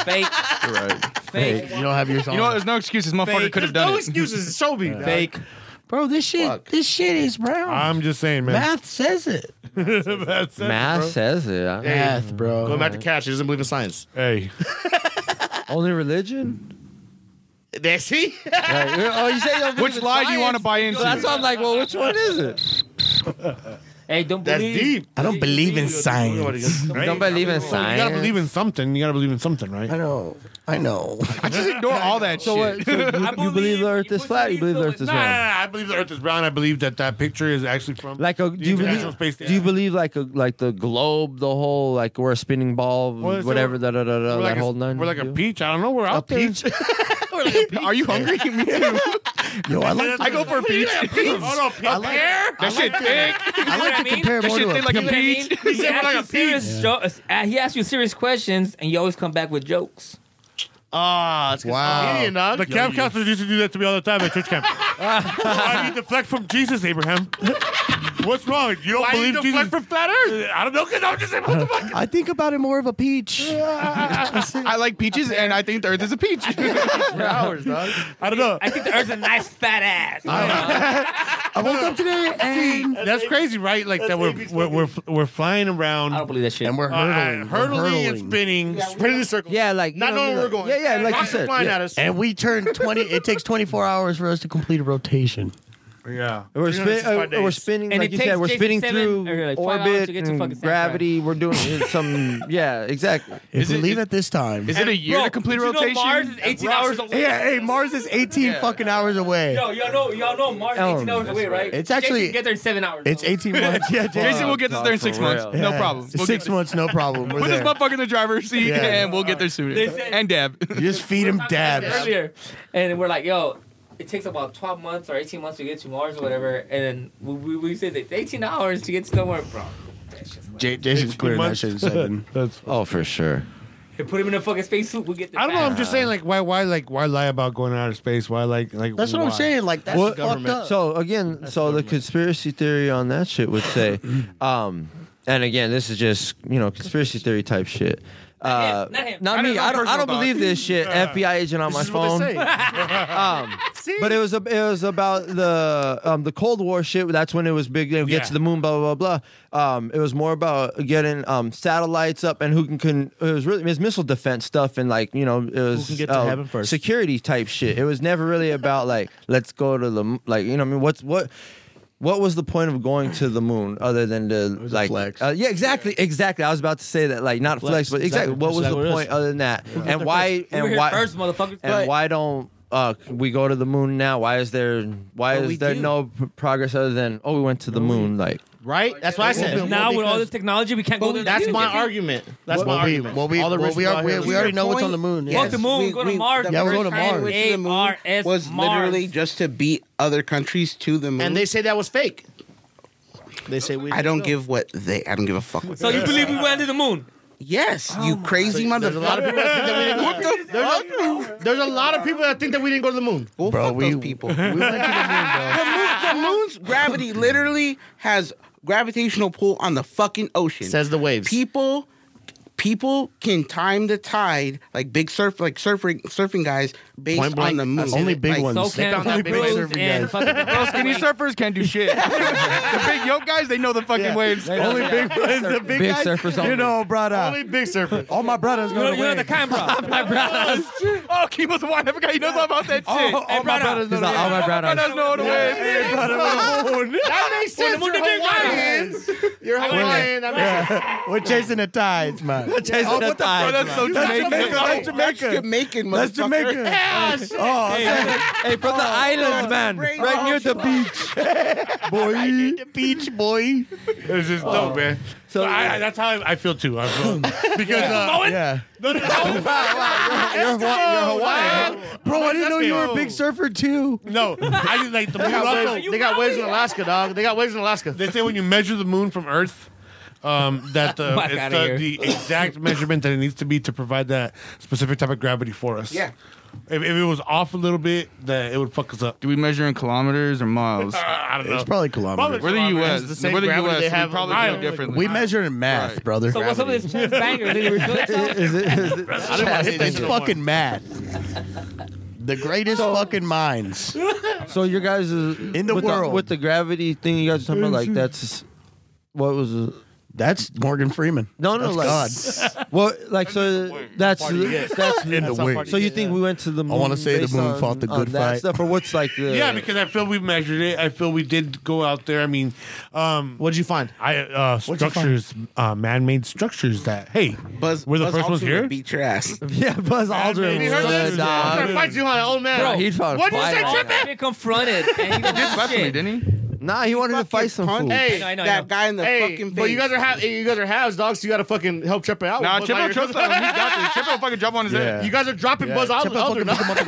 Speaker 3: Fake.
Speaker 10: you're right.
Speaker 6: Hey,
Speaker 3: Fake.
Speaker 6: you don't have yours on.
Speaker 10: You know what? There's no excuses. Motherfucker
Speaker 9: Fake.
Speaker 10: could have
Speaker 9: There's
Speaker 10: done
Speaker 9: no
Speaker 10: it.
Speaker 9: excuses. Show me. dog.
Speaker 3: Fake.
Speaker 6: bro, this shit this shit is brown.
Speaker 2: I'm just saying, man.
Speaker 6: Math says it.
Speaker 2: That's it,
Speaker 11: Math
Speaker 2: bro.
Speaker 11: says it. I-
Speaker 6: Math,
Speaker 9: Going
Speaker 6: bro.
Speaker 9: back to cash, he doesn't believe in science.
Speaker 2: Hey,
Speaker 11: Only religion?
Speaker 9: They see.
Speaker 11: Like, oh, you say you don't
Speaker 10: Which
Speaker 11: believe in
Speaker 10: lie do you want to
Speaker 11: science?
Speaker 10: buy
Speaker 11: So that's
Speaker 10: into?
Speaker 11: why I'm like, well, which one is it?
Speaker 3: Hey, don't
Speaker 9: That's
Speaker 3: believe.
Speaker 9: deep.
Speaker 6: I don't believe in science.
Speaker 2: Right?
Speaker 11: Don't believe in
Speaker 2: You gotta
Speaker 11: science.
Speaker 2: believe in something. You gotta believe in something,
Speaker 6: I
Speaker 2: right?
Speaker 6: know. I know.
Speaker 10: I just ignore all that
Speaker 11: So what?
Speaker 10: shit.
Speaker 11: So you, you believe the Earth is flat? You believe the Earth is
Speaker 2: Nah, nah,
Speaker 11: round?
Speaker 2: nah, I believe the Earth is round. I believe that that picture is actually from
Speaker 11: Like, a, do you
Speaker 2: International Space
Speaker 11: believe? Do you believe like a like the globe, the whole like we're a spinning ball,
Speaker 2: Well, it's-
Speaker 11: whatever, da da da da,
Speaker 2: We're
Speaker 11: that
Speaker 2: like,
Speaker 11: whole
Speaker 2: a,
Speaker 11: nine?
Speaker 2: we're like a peach. I don't know. We're out there.
Speaker 11: peach.
Speaker 10: Are you hungry? Me too.
Speaker 6: Yo, I like
Speaker 10: I go for a peach.
Speaker 2: Oh no, pear.
Speaker 10: That shit thick. I like to compare more to a peach. He
Speaker 3: He
Speaker 10: said
Speaker 3: asks
Speaker 10: like a
Speaker 3: you serious
Speaker 10: peach.
Speaker 3: jo- uh, he asks you serious questions, and you always come back with jokes. Ah,
Speaker 2: Oh,
Speaker 3: it's
Speaker 2: The camp counselors used to do that to me all the time at church camp. Why do you deflect from Jesus, Abraham? What's wrong? You don't
Speaker 10: Why do you
Speaker 2: believe
Speaker 10: deflect
Speaker 2: Jesus? from flat Earth? I don't know because I'm just saying, what the fuck?
Speaker 6: I think about it more of a peach.
Speaker 10: I like peaches, and I think the earth is a peach.
Speaker 2: I don't know.
Speaker 3: I think the Earth's a nice fat ass.
Speaker 2: I woke up today and that's crazy, right? Like that we're we're, we're we're flying around. I don't
Speaker 3: believe that shit.
Speaker 2: And we're
Speaker 6: hurdling. We're
Speaker 2: hurdling, and
Speaker 6: hurdling.
Speaker 2: spinning, sprinting in circles.
Speaker 6: Yeah, like you
Speaker 2: not
Speaker 6: know,
Speaker 2: knowing
Speaker 6: you're
Speaker 2: where we're
Speaker 6: like-
Speaker 2: going.
Speaker 6: Yeah, yeah, like you
Speaker 2: Rockets
Speaker 6: said.
Speaker 2: flying
Speaker 6: yeah.
Speaker 2: at us.
Speaker 6: And we turn twenty. it takes twenty four hours for us to complete a rotation.
Speaker 2: Yeah,
Speaker 11: We're, spin, uh, we're spinning,
Speaker 6: And
Speaker 11: like
Speaker 6: it
Speaker 11: you
Speaker 6: takes
Speaker 11: said, we're
Speaker 6: Jason
Speaker 11: spinning
Speaker 6: seven
Speaker 11: through
Speaker 6: or, like, five hours
Speaker 11: orbit
Speaker 6: to get to
Speaker 11: and
Speaker 6: fucking San Fran.
Speaker 11: gravity. We're doing some, yeah, exactly.
Speaker 6: If we leave at this time,
Speaker 10: Is it a year to complete a rotation?
Speaker 6: Yeah, hey, Mars is eighteen fucking hours away.
Speaker 3: Yo, y'all know, y'all know Mars
Speaker 6: Oh,
Speaker 3: 18 hours away, right?
Speaker 6: It's
Speaker 3: Jason
Speaker 6: actually-
Speaker 3: can get there in seven hours.
Speaker 6: It's eighteen months. Yeah,
Speaker 10: Jason will get us there in six months. No problem. We'll
Speaker 6: six months, no problem. We're
Speaker 10: Put this
Speaker 6: there.
Speaker 10: motherfucker in the driver's seat,
Speaker 6: Yeah.
Speaker 10: and we'll get there soon.
Speaker 3: They said-
Speaker 10: And dab.
Speaker 6: Just feed him dabs.
Speaker 3: earlier, and we're like, yo. It takes about 12 months or 18 months to get to Mars or whatever, and then we, we, we said it's 18 hours to get to somewhere, bro.
Speaker 6: J- Jason's clearing that
Speaker 11: months.
Speaker 6: shit in seven.
Speaker 11: oh, for sure.
Speaker 3: Hey, put him in a fucking spacesuit, we'll get there.
Speaker 2: I don't know. I'm
Speaker 3: fast.
Speaker 2: just saying, like, why, why, like, why lie about going out of space? Why, like, like, why?
Speaker 11: Well, So again, so the conspiracy theory on that shit would say, um, and again, this is just you know conspiracy theory type shit. Uh,
Speaker 9: Not him.
Speaker 11: not
Speaker 9: Not
Speaker 11: me.
Speaker 9: his own
Speaker 11: I don't. I
Speaker 9: personal
Speaker 11: don't
Speaker 9: thought.
Speaker 11: believe this shit.
Speaker 9: Yeah.
Speaker 11: FBI agent on
Speaker 9: This
Speaker 11: my
Speaker 9: is what
Speaker 11: phone.
Speaker 9: they
Speaker 11: um, but it was a, it was about the um, the Cold War shit. That's when it was big. You know, get
Speaker 9: Yeah.
Speaker 11: to the moon, blah blah blah. blah. Um, it was more about getting um, satellites up and who can, can. It was really it was missile defense stuff and like you know it was
Speaker 5: can get to
Speaker 11: uh,
Speaker 5: heaven first.
Speaker 11: security type shit. It was never really about like let's go to the m- like you know what I mean what's what. What was the point of going to the moon other than to like
Speaker 9: flex.
Speaker 11: Uh, yeah exactly exactly I was about to say that like not flex,
Speaker 9: Flex,
Speaker 11: but exactly,
Speaker 9: exactly.
Speaker 11: what was
Speaker 9: Exactly what
Speaker 11: the
Speaker 9: it
Speaker 11: point
Speaker 9: is.
Speaker 11: other than that
Speaker 9: Yeah.
Speaker 11: and why
Speaker 9: We were
Speaker 11: and
Speaker 9: here
Speaker 11: why
Speaker 9: first,
Speaker 3: motherfuckers.
Speaker 11: and
Speaker 9: But-
Speaker 11: why don't uh, we go to the moon now? Why is there why
Speaker 9: But we
Speaker 11: is there
Speaker 9: do.
Speaker 11: no p- progress other than oh we went to the moon like
Speaker 5: right? That's what I said.
Speaker 3: Now with all this technology, we can't go there.
Speaker 5: That's my argument. That's
Speaker 11: Well,
Speaker 5: my
Speaker 11: we-
Speaker 5: argument.
Speaker 11: well, we-
Speaker 5: all the
Speaker 11: well,
Speaker 5: rich
Speaker 11: we are-
Speaker 5: people out
Speaker 11: we-
Speaker 5: here
Speaker 11: we
Speaker 5: live-
Speaker 11: already
Speaker 5: Your
Speaker 11: know
Speaker 5: point-
Speaker 11: what's on the moon,
Speaker 15: Yes.
Speaker 11: Fuck the moon, go to Mars,
Speaker 15: the
Speaker 11: yeah, we're
Speaker 15: first
Speaker 11: going to
Speaker 15: time
Speaker 11: Mars.
Speaker 15: we went to the moon
Speaker 3: ARS
Speaker 15: was literally just to beat other countries to the moon.
Speaker 5: And they say that was fake. They say we.
Speaker 15: I
Speaker 5: didn't
Speaker 15: don't
Speaker 5: know.
Speaker 15: give what they. I don't give a fuck. What
Speaker 3: So
Speaker 15: they
Speaker 3: you
Speaker 15: say.
Speaker 3: believe we went to the moon?
Speaker 15: Yes, you crazy motherfucker.
Speaker 5: oh There's a lot of people
Speaker 15: What the
Speaker 5: that think that we didn't go. There's a, there's a lot of people that think that we didn't go to the moon.
Speaker 15: Well,
Speaker 5: Bro,
Speaker 15: fuck those people. We went to the moon, bro. The, moon's gravity literally has gravitational pull on the fucking ocean. Says
Speaker 5: the waves.
Speaker 15: People, people can time the tide like big surf, like surfing, surfing guys based
Speaker 10: Point blank,
Speaker 15: on the
Speaker 10: I've
Speaker 15: moon.
Speaker 10: seen Only it. big
Speaker 15: Like,
Speaker 10: ones. So
Speaker 15: they
Speaker 10: can
Speaker 15: found that
Speaker 10: only
Speaker 15: big
Speaker 10: big
Speaker 15: wave.
Speaker 10: surfing And guys. fucking-
Speaker 15: Bro, skinny
Speaker 10: surfers can't do shit. the big yoke guys, they know the fucking
Speaker 6: Yeah.
Speaker 10: waves.
Speaker 6: They know, Only yeah. big ones, the big Big guys, surfers you only. know, brother. Only
Speaker 10: big surfers.
Speaker 6: All my brothers know the waves.
Speaker 10: my brothers. Oh, Kimo's the one. I forgot he knows all about that shit.
Speaker 6: All- all Hey, my brother. brothers know He's the like, all waves. my brothers.
Speaker 10: know the
Speaker 6: Yeah.
Speaker 10: waves.
Speaker 6: Hey, brother, we're the moon.
Speaker 10: That makes
Speaker 6: We're the
Speaker 10: sense.
Speaker 6: moon,
Speaker 10: You're
Speaker 6: the big
Speaker 10: Hawaiian. You're Hawaiian. That makes sense.
Speaker 6: We're chasing the tides, man. Oh, We're
Speaker 10: chasing the tides, man. That's Jamaica.
Speaker 15: That's
Speaker 6: That's Jamaica.
Speaker 15: Jamaican,
Speaker 6: That's
Speaker 15: motherfucker.
Speaker 6: Jamaica.
Speaker 15: Yeah,
Speaker 6: Oh, okay.
Speaker 11: hey from the islands man right near the beach
Speaker 6: boy the beach boy
Speaker 2: It's just dope, man. So, I, I, that's how I, I feel too. I feel,
Speaker 9: Oh.
Speaker 2: because
Speaker 6: Yeah.
Speaker 2: uh,
Speaker 6: Yeah.
Speaker 2: No, no, no.
Speaker 6: You're, Hawaii- you're Hawaiian. Bro, I didn't know you were a big
Speaker 2: surfer too. No, I just like the
Speaker 6: They
Speaker 2: moon.
Speaker 6: got waves-
Speaker 2: also,
Speaker 6: they got waves in
Speaker 2: Alaska, dog. They got waves in Alaska. They say when you measure the moon from Earth, um, that the,
Speaker 6: Fuck
Speaker 2: it's
Speaker 6: outta
Speaker 2: the,
Speaker 6: here.
Speaker 2: the exact measurement that it needs to be to provide that specific type of gravity for us.
Speaker 15: Yeah.
Speaker 2: If, if it was off a little bit, that it would fuck us up. Do we measure in kilometers or miles? I don't know.
Speaker 15: It's probably kilometers.
Speaker 10: We're the U.S.
Speaker 2: It's the same
Speaker 10: We're the
Speaker 2: gravity
Speaker 10: U.S.
Speaker 2: they
Speaker 10: we
Speaker 2: have
Speaker 10: probably
Speaker 2: on
Speaker 10: do it differently.
Speaker 6: We measure in math, brother.
Speaker 3: So what's up with this chest banger? Did he reveal himself?
Speaker 6: is it, is it,
Speaker 3: I didn't wanna hit that
Speaker 6: it's
Speaker 3: shit.
Speaker 6: fucking math. The greatest fucking minds.
Speaker 11: so your guys is, in
Speaker 6: the
Speaker 11: with
Speaker 6: world.
Speaker 11: with the gravity thing you guys are talking about like that's what was it?
Speaker 6: That's Morgan Freeman.
Speaker 11: no no
Speaker 6: That's
Speaker 11: like well like so that's
Speaker 6: Party, yes.
Speaker 11: that's
Speaker 6: In the wing.
Speaker 11: so you think we went to the moon
Speaker 6: I wanna say the
Speaker 11: based
Speaker 6: moon
Speaker 11: on-
Speaker 6: fought the
Speaker 11: on
Speaker 6: good
Speaker 11: that
Speaker 6: fight.
Speaker 11: stuff or what's like the
Speaker 2: Yeah, because I feel we measured it. I feel we did go out there. I mean, um,
Speaker 5: what did you find?
Speaker 2: I uh,
Speaker 6: you find?
Speaker 2: structures, uh, man-made structures that hey,
Speaker 15: Buzz,
Speaker 2: we're the
Speaker 15: Buzz
Speaker 2: first ones
Speaker 15: Aldrin
Speaker 2: here.
Speaker 15: would beat your ass.
Speaker 6: Yeah, Buzz Aldrin.
Speaker 2: You heard this? I'm gonna fight you, huh, old man.
Speaker 3: Bro,
Speaker 2: What'd you say, tripping?
Speaker 3: Get confronted. And he
Speaker 10: He did
Speaker 3: did
Speaker 10: blasphemy,
Speaker 3: shit.
Speaker 10: didn't he?
Speaker 11: Nah, he wanted to fight some fool.
Speaker 5: Hey, that guy in the fucking But you guys are ha- you guys are halves, dogs. So you got to fucking help Chepo out.
Speaker 6: Oh,
Speaker 10: Nah,
Speaker 5: Buzz
Speaker 10: Chepo
Speaker 5: Lightyear.
Speaker 10: trusts him. He's got this. Chepo fucking jump on his head.
Speaker 5: You guys are dropping
Speaker 10: Yeah.
Speaker 5: Buzz
Speaker 10: Chepo
Speaker 5: Aldrin.
Speaker 10: fucking
Speaker 5: Nah.
Speaker 10: pick him up and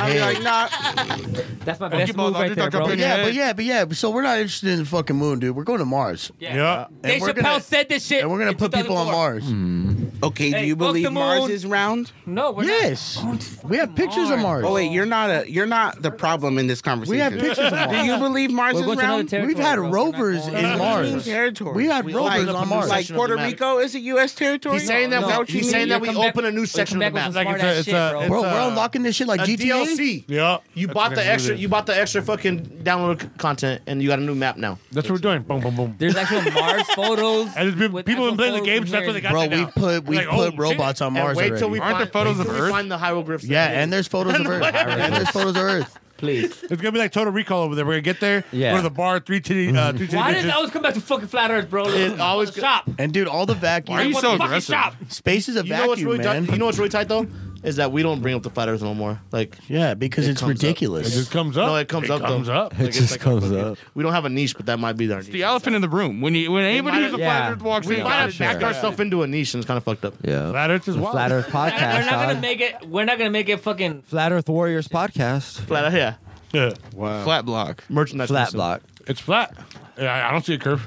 Speaker 5: I'm like, nah.
Speaker 3: That's my
Speaker 5: best move right there, bro.
Speaker 6: But yeah, but yeah, but yeah. So we're not interested in the fucking moon, dude. We're going to Mars.
Speaker 3: Yeah. Dave Chappelle said this shit.
Speaker 6: And we're gonna
Speaker 3: in
Speaker 6: put people on
Speaker 3: 2004.
Speaker 6: Mars.
Speaker 15: Hmm. Okay, do
Speaker 3: Hey,
Speaker 15: you
Speaker 3: fuck the
Speaker 15: believe Mars
Speaker 3: moon.
Speaker 15: is round?
Speaker 3: No, we're
Speaker 6: yes. We have pictures of Mars.
Speaker 15: Oh wait, you're not a you're not the problem in this conversation.
Speaker 6: We have pictures of Mars.
Speaker 15: Do you believe Mars
Speaker 6: We're
Speaker 15: is
Speaker 6: going to another
Speaker 15: round?
Speaker 6: territory, We've had bro. We're not rovers going in to another Mars.
Speaker 15: What do you mean Territory.
Speaker 6: We had We rovers opened up on a new Mars.
Speaker 15: Like
Speaker 6: section of the
Speaker 15: Puerto
Speaker 6: map.
Speaker 15: Rico is a U.S. territory.
Speaker 5: He's saying that we- he's saying that we open a new section of the map.
Speaker 15: Like
Speaker 5: It's a- it's
Speaker 6: bro,
Speaker 5: a-
Speaker 6: we're unlocking this shit like
Speaker 5: a
Speaker 6: GTA.
Speaker 5: DLC.
Speaker 2: Yeah.
Speaker 5: You
Speaker 2: That's
Speaker 5: bought
Speaker 2: what
Speaker 5: the
Speaker 2: they do
Speaker 5: extra.
Speaker 2: there.
Speaker 5: You bought the extra fucking download c- content, and you got a new map now.
Speaker 2: That's what we're doing. Boom, boom, boom.
Speaker 3: There's actual Mars photos.
Speaker 2: And there's been, people have been playing the games. That's what they got.
Speaker 6: Bro,
Speaker 2: there now.
Speaker 6: we've put- we've
Speaker 2: Like,
Speaker 6: put
Speaker 2: oh, shit.
Speaker 6: robots on
Speaker 2: And
Speaker 6: Mars
Speaker 2: Wait till
Speaker 6: already.
Speaker 2: we
Speaker 6: Aren't
Speaker 2: find-
Speaker 6: there photos
Speaker 2: wait till
Speaker 6: of
Speaker 2: we
Speaker 6: Earth?
Speaker 5: Find the hieroglyphs.
Speaker 6: Yeah, and there's photos of Earth. and there's photos of Earth.
Speaker 5: Please.
Speaker 2: It's gonna be like Total Recall over there. We're gonna get there.
Speaker 6: Yeah.
Speaker 2: Go to the bar. Three titty. Uh,
Speaker 6: Mm-hmm.
Speaker 2: three titty
Speaker 3: Why does
Speaker 2: bitches.
Speaker 3: it always come back to fucking flat Earth, bro? It always shop.
Speaker 6: And dude, all the vacuum.
Speaker 2: Why are you so
Speaker 5: Fucking aggressive? shop.
Speaker 6: Space is a
Speaker 5: You know what's
Speaker 6: vacuum,
Speaker 5: really
Speaker 6: man.
Speaker 5: tight- you know what's really tight though is that we don't bring up the flat Earth no more. Like
Speaker 6: yeah, because it's
Speaker 5: comes up.
Speaker 6: ridiculous. It just
Speaker 2: comes
Speaker 5: No, it comes up. though. Like, it's like-
Speaker 11: comes up.
Speaker 5: we don't have a niche, but that might be our niche.
Speaker 10: The elephant in the room. When you when anybody
Speaker 5: might-
Speaker 10: who's a
Speaker 5: yeah.
Speaker 10: flat earth walks
Speaker 5: we
Speaker 10: in,
Speaker 5: might have backed ourselves into a niche, and it's kind of fucked up.
Speaker 11: Yeah,
Speaker 2: Flat Earth is
Speaker 11: The
Speaker 2: wild.
Speaker 11: Flat Earth
Speaker 3: We're
Speaker 11: podcast.
Speaker 3: not gonna
Speaker 11: dog.
Speaker 3: make it. We're not gonna make it fucking
Speaker 11: Flat Earth Warriors podcast.
Speaker 5: Flat yeah.
Speaker 2: Yeah.
Speaker 11: Wow.
Speaker 10: Flat block.
Speaker 5: Merchandise.
Speaker 11: Flat block.
Speaker 2: It's flat. Yeah, I, I don't see a curve.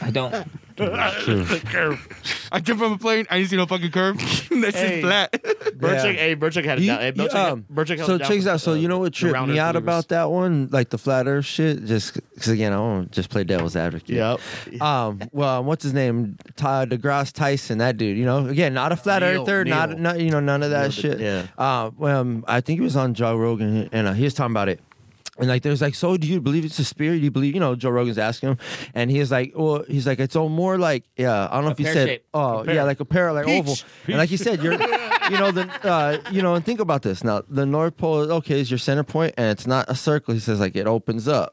Speaker 3: I don't.
Speaker 2: the curve.
Speaker 10: I jump from a plane. I didn't see no fucking curve. that
Speaker 5: Hey.
Speaker 10: shit's flat.
Speaker 5: Burchick, hey, Burchick had it
Speaker 11: You-
Speaker 5: down. Hey,
Speaker 11: you,
Speaker 5: Burchick,
Speaker 11: um,
Speaker 5: Burchick held
Speaker 11: so
Speaker 5: it down
Speaker 11: check this
Speaker 5: for
Speaker 11: out. So
Speaker 5: the-
Speaker 11: you know what
Speaker 5: the
Speaker 11: tripped
Speaker 5: round
Speaker 11: me
Speaker 5: earth
Speaker 11: out
Speaker 5: believers.
Speaker 11: about that one, like the flat Earth shit, just because again I won't just play devil's advocate.
Speaker 5: Yep.
Speaker 11: Um. Well, what's his name? Todd DeGrasse Tyson. That dude. You know, again, not a flat
Speaker 9: Neil-
Speaker 11: earther. Not,
Speaker 9: Neil.
Speaker 11: not you know none of that shit.
Speaker 9: yeah.
Speaker 11: Uh. Well, um, I think he was on Joe Rogan, and uh, he was talking about it. And like, there's like, so do you believe it's a spirit? Do you believe, you know, Joe Rogan's asking him, and he's like, well, he's like, it's all more like, yeah, I don't know if he
Speaker 9: pear
Speaker 11: said,
Speaker 9: shape.
Speaker 11: oh,
Speaker 9: A pear.
Speaker 11: yeah, like a pair, like
Speaker 9: Peach.
Speaker 11: oval, and like he said, you're, you know, the, uh, you know, and think about this now. The North Pole, okay, is your center point, and it's not a circle. He says, like, it opens up.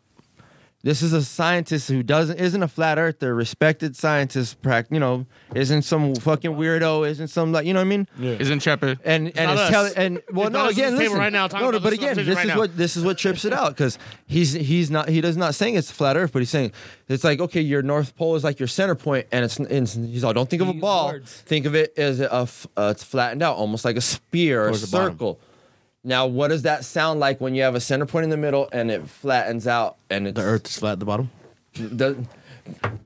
Speaker 11: This is a scientist who doesn't isn't a flat earther, respected scientist, prac, you know, isn't some fucking weirdo, isn't some like, you know what I mean?
Speaker 10: Isn't Chepa
Speaker 11: And and
Speaker 10: not
Speaker 11: it's
Speaker 10: us.
Speaker 11: telling and well
Speaker 10: It's
Speaker 11: no
Speaker 10: not us at
Speaker 11: again
Speaker 10: this table
Speaker 11: listen
Speaker 10: right now talking
Speaker 11: no, no
Speaker 10: about
Speaker 11: but
Speaker 10: this
Speaker 11: again
Speaker 10: conversation
Speaker 11: this
Speaker 10: right
Speaker 11: is
Speaker 10: now.
Speaker 11: what this is what trips it out because he's he's not he does not saying it's flat Earth but he's saying it's like okay your North Pole is like your center point and it's, and he's all don't think of a ball think of it as a f- uh, it's flattened out almost like a spear or a
Speaker 9: Towards the bottom.
Speaker 11: circle. Now what does that sound like when you have a center point in the middle and it flattens out and it's, the Earth
Speaker 5: is flat at the bottom.
Speaker 11: Doesn't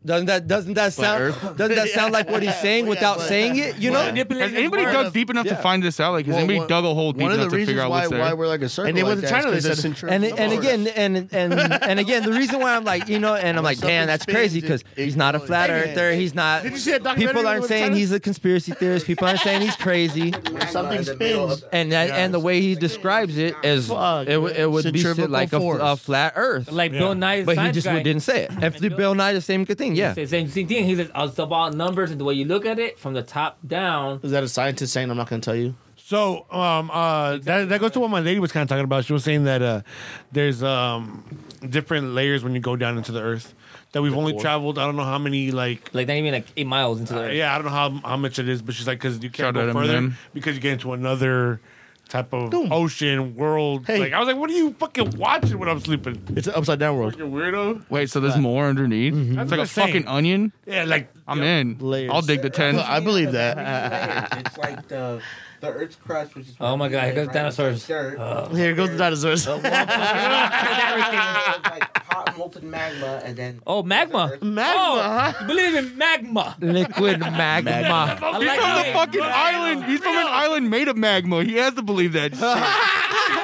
Speaker 11: that doesn't that sound doesn't that sound like what he's saying without saying it? You know,
Speaker 10: Has anybody dug deep enough to find this out? Like, has
Speaker 11: Well,
Speaker 10: anybody
Speaker 11: one-
Speaker 10: dug a hole deep
Speaker 11: one of
Speaker 10: enough
Speaker 11: the
Speaker 10: to figure
Speaker 11: reasons
Speaker 10: out
Speaker 11: why-
Speaker 10: what's there?
Speaker 11: why we're like a circle And they like went to that China, is they 'cause said- it's and and again and and and again the reason why I'm like you know and I'm like
Speaker 9: something
Speaker 11: damn that's
Speaker 9: spins,
Speaker 11: crazy
Speaker 9: it-
Speaker 11: because he's not a flat
Speaker 9: Hey, man.
Speaker 11: earther he's not
Speaker 9: Did you see that documentary
Speaker 11: people aren't
Speaker 9: with
Speaker 11: saying
Speaker 9: China?
Speaker 11: he's a conspiracy theorist people aren't saying he's crazy
Speaker 6: Something spins.
Speaker 11: and that, and the way he describes it is it, w- it would be
Speaker 6: Centrifugal
Speaker 11: shit like a,
Speaker 6: force.
Speaker 11: a flat earth
Speaker 3: Like Bill Yeah. Nye, the
Speaker 11: but he
Speaker 3: science
Speaker 11: just
Speaker 3: guy.
Speaker 11: didn't say it if the Bill Nye the same good thing yeah
Speaker 3: It's the same same thing. He says it's about numbers and the way you look at it from the top down.
Speaker 5: Is that a scientist saying I'm not going to tell you?
Speaker 2: So um uh that, that goes to what my lady was kind of talking about. She was saying that uh there's um different layers when you go down into the earth that we've only
Speaker 3: core.
Speaker 2: traveled. I don't know how many like Uh,
Speaker 3: like not even like eight miles into the earth.
Speaker 2: yeah, I don't know how how much it is, but she's like because you can't
Speaker 10: Shout out
Speaker 2: go
Speaker 10: to
Speaker 2: further
Speaker 10: them.
Speaker 2: because you get into another type of ocean world. Like I was like, what are you fucking watching when I'm sleeping?
Speaker 5: It's an upside down world.
Speaker 2: Fucking weirdo.
Speaker 10: Wait, so there's more underneath?
Speaker 11: Mm-hmm.
Speaker 10: It's like a
Speaker 2: That's what I'm
Speaker 10: fucking
Speaker 2: saying.
Speaker 10: onion.
Speaker 2: Yeah, like
Speaker 10: I'm in. I'll dig the ten.
Speaker 6: I believe that.
Speaker 15: it's like the the Earth's crust, which is
Speaker 3: Oh my god, here goes dinosaurs. Uh.
Speaker 15: dirt.
Speaker 5: Here goes the dinosaurs.
Speaker 15: hot molten magma, and then
Speaker 3: Oh, magma. Magma. Oh, you believe in magma.
Speaker 11: Liquid magma.
Speaker 10: He's
Speaker 3: I like
Speaker 10: from
Speaker 3: how
Speaker 10: the
Speaker 3: they-
Speaker 10: fucking island. He's from an island made of magma. He has to believe that. shit.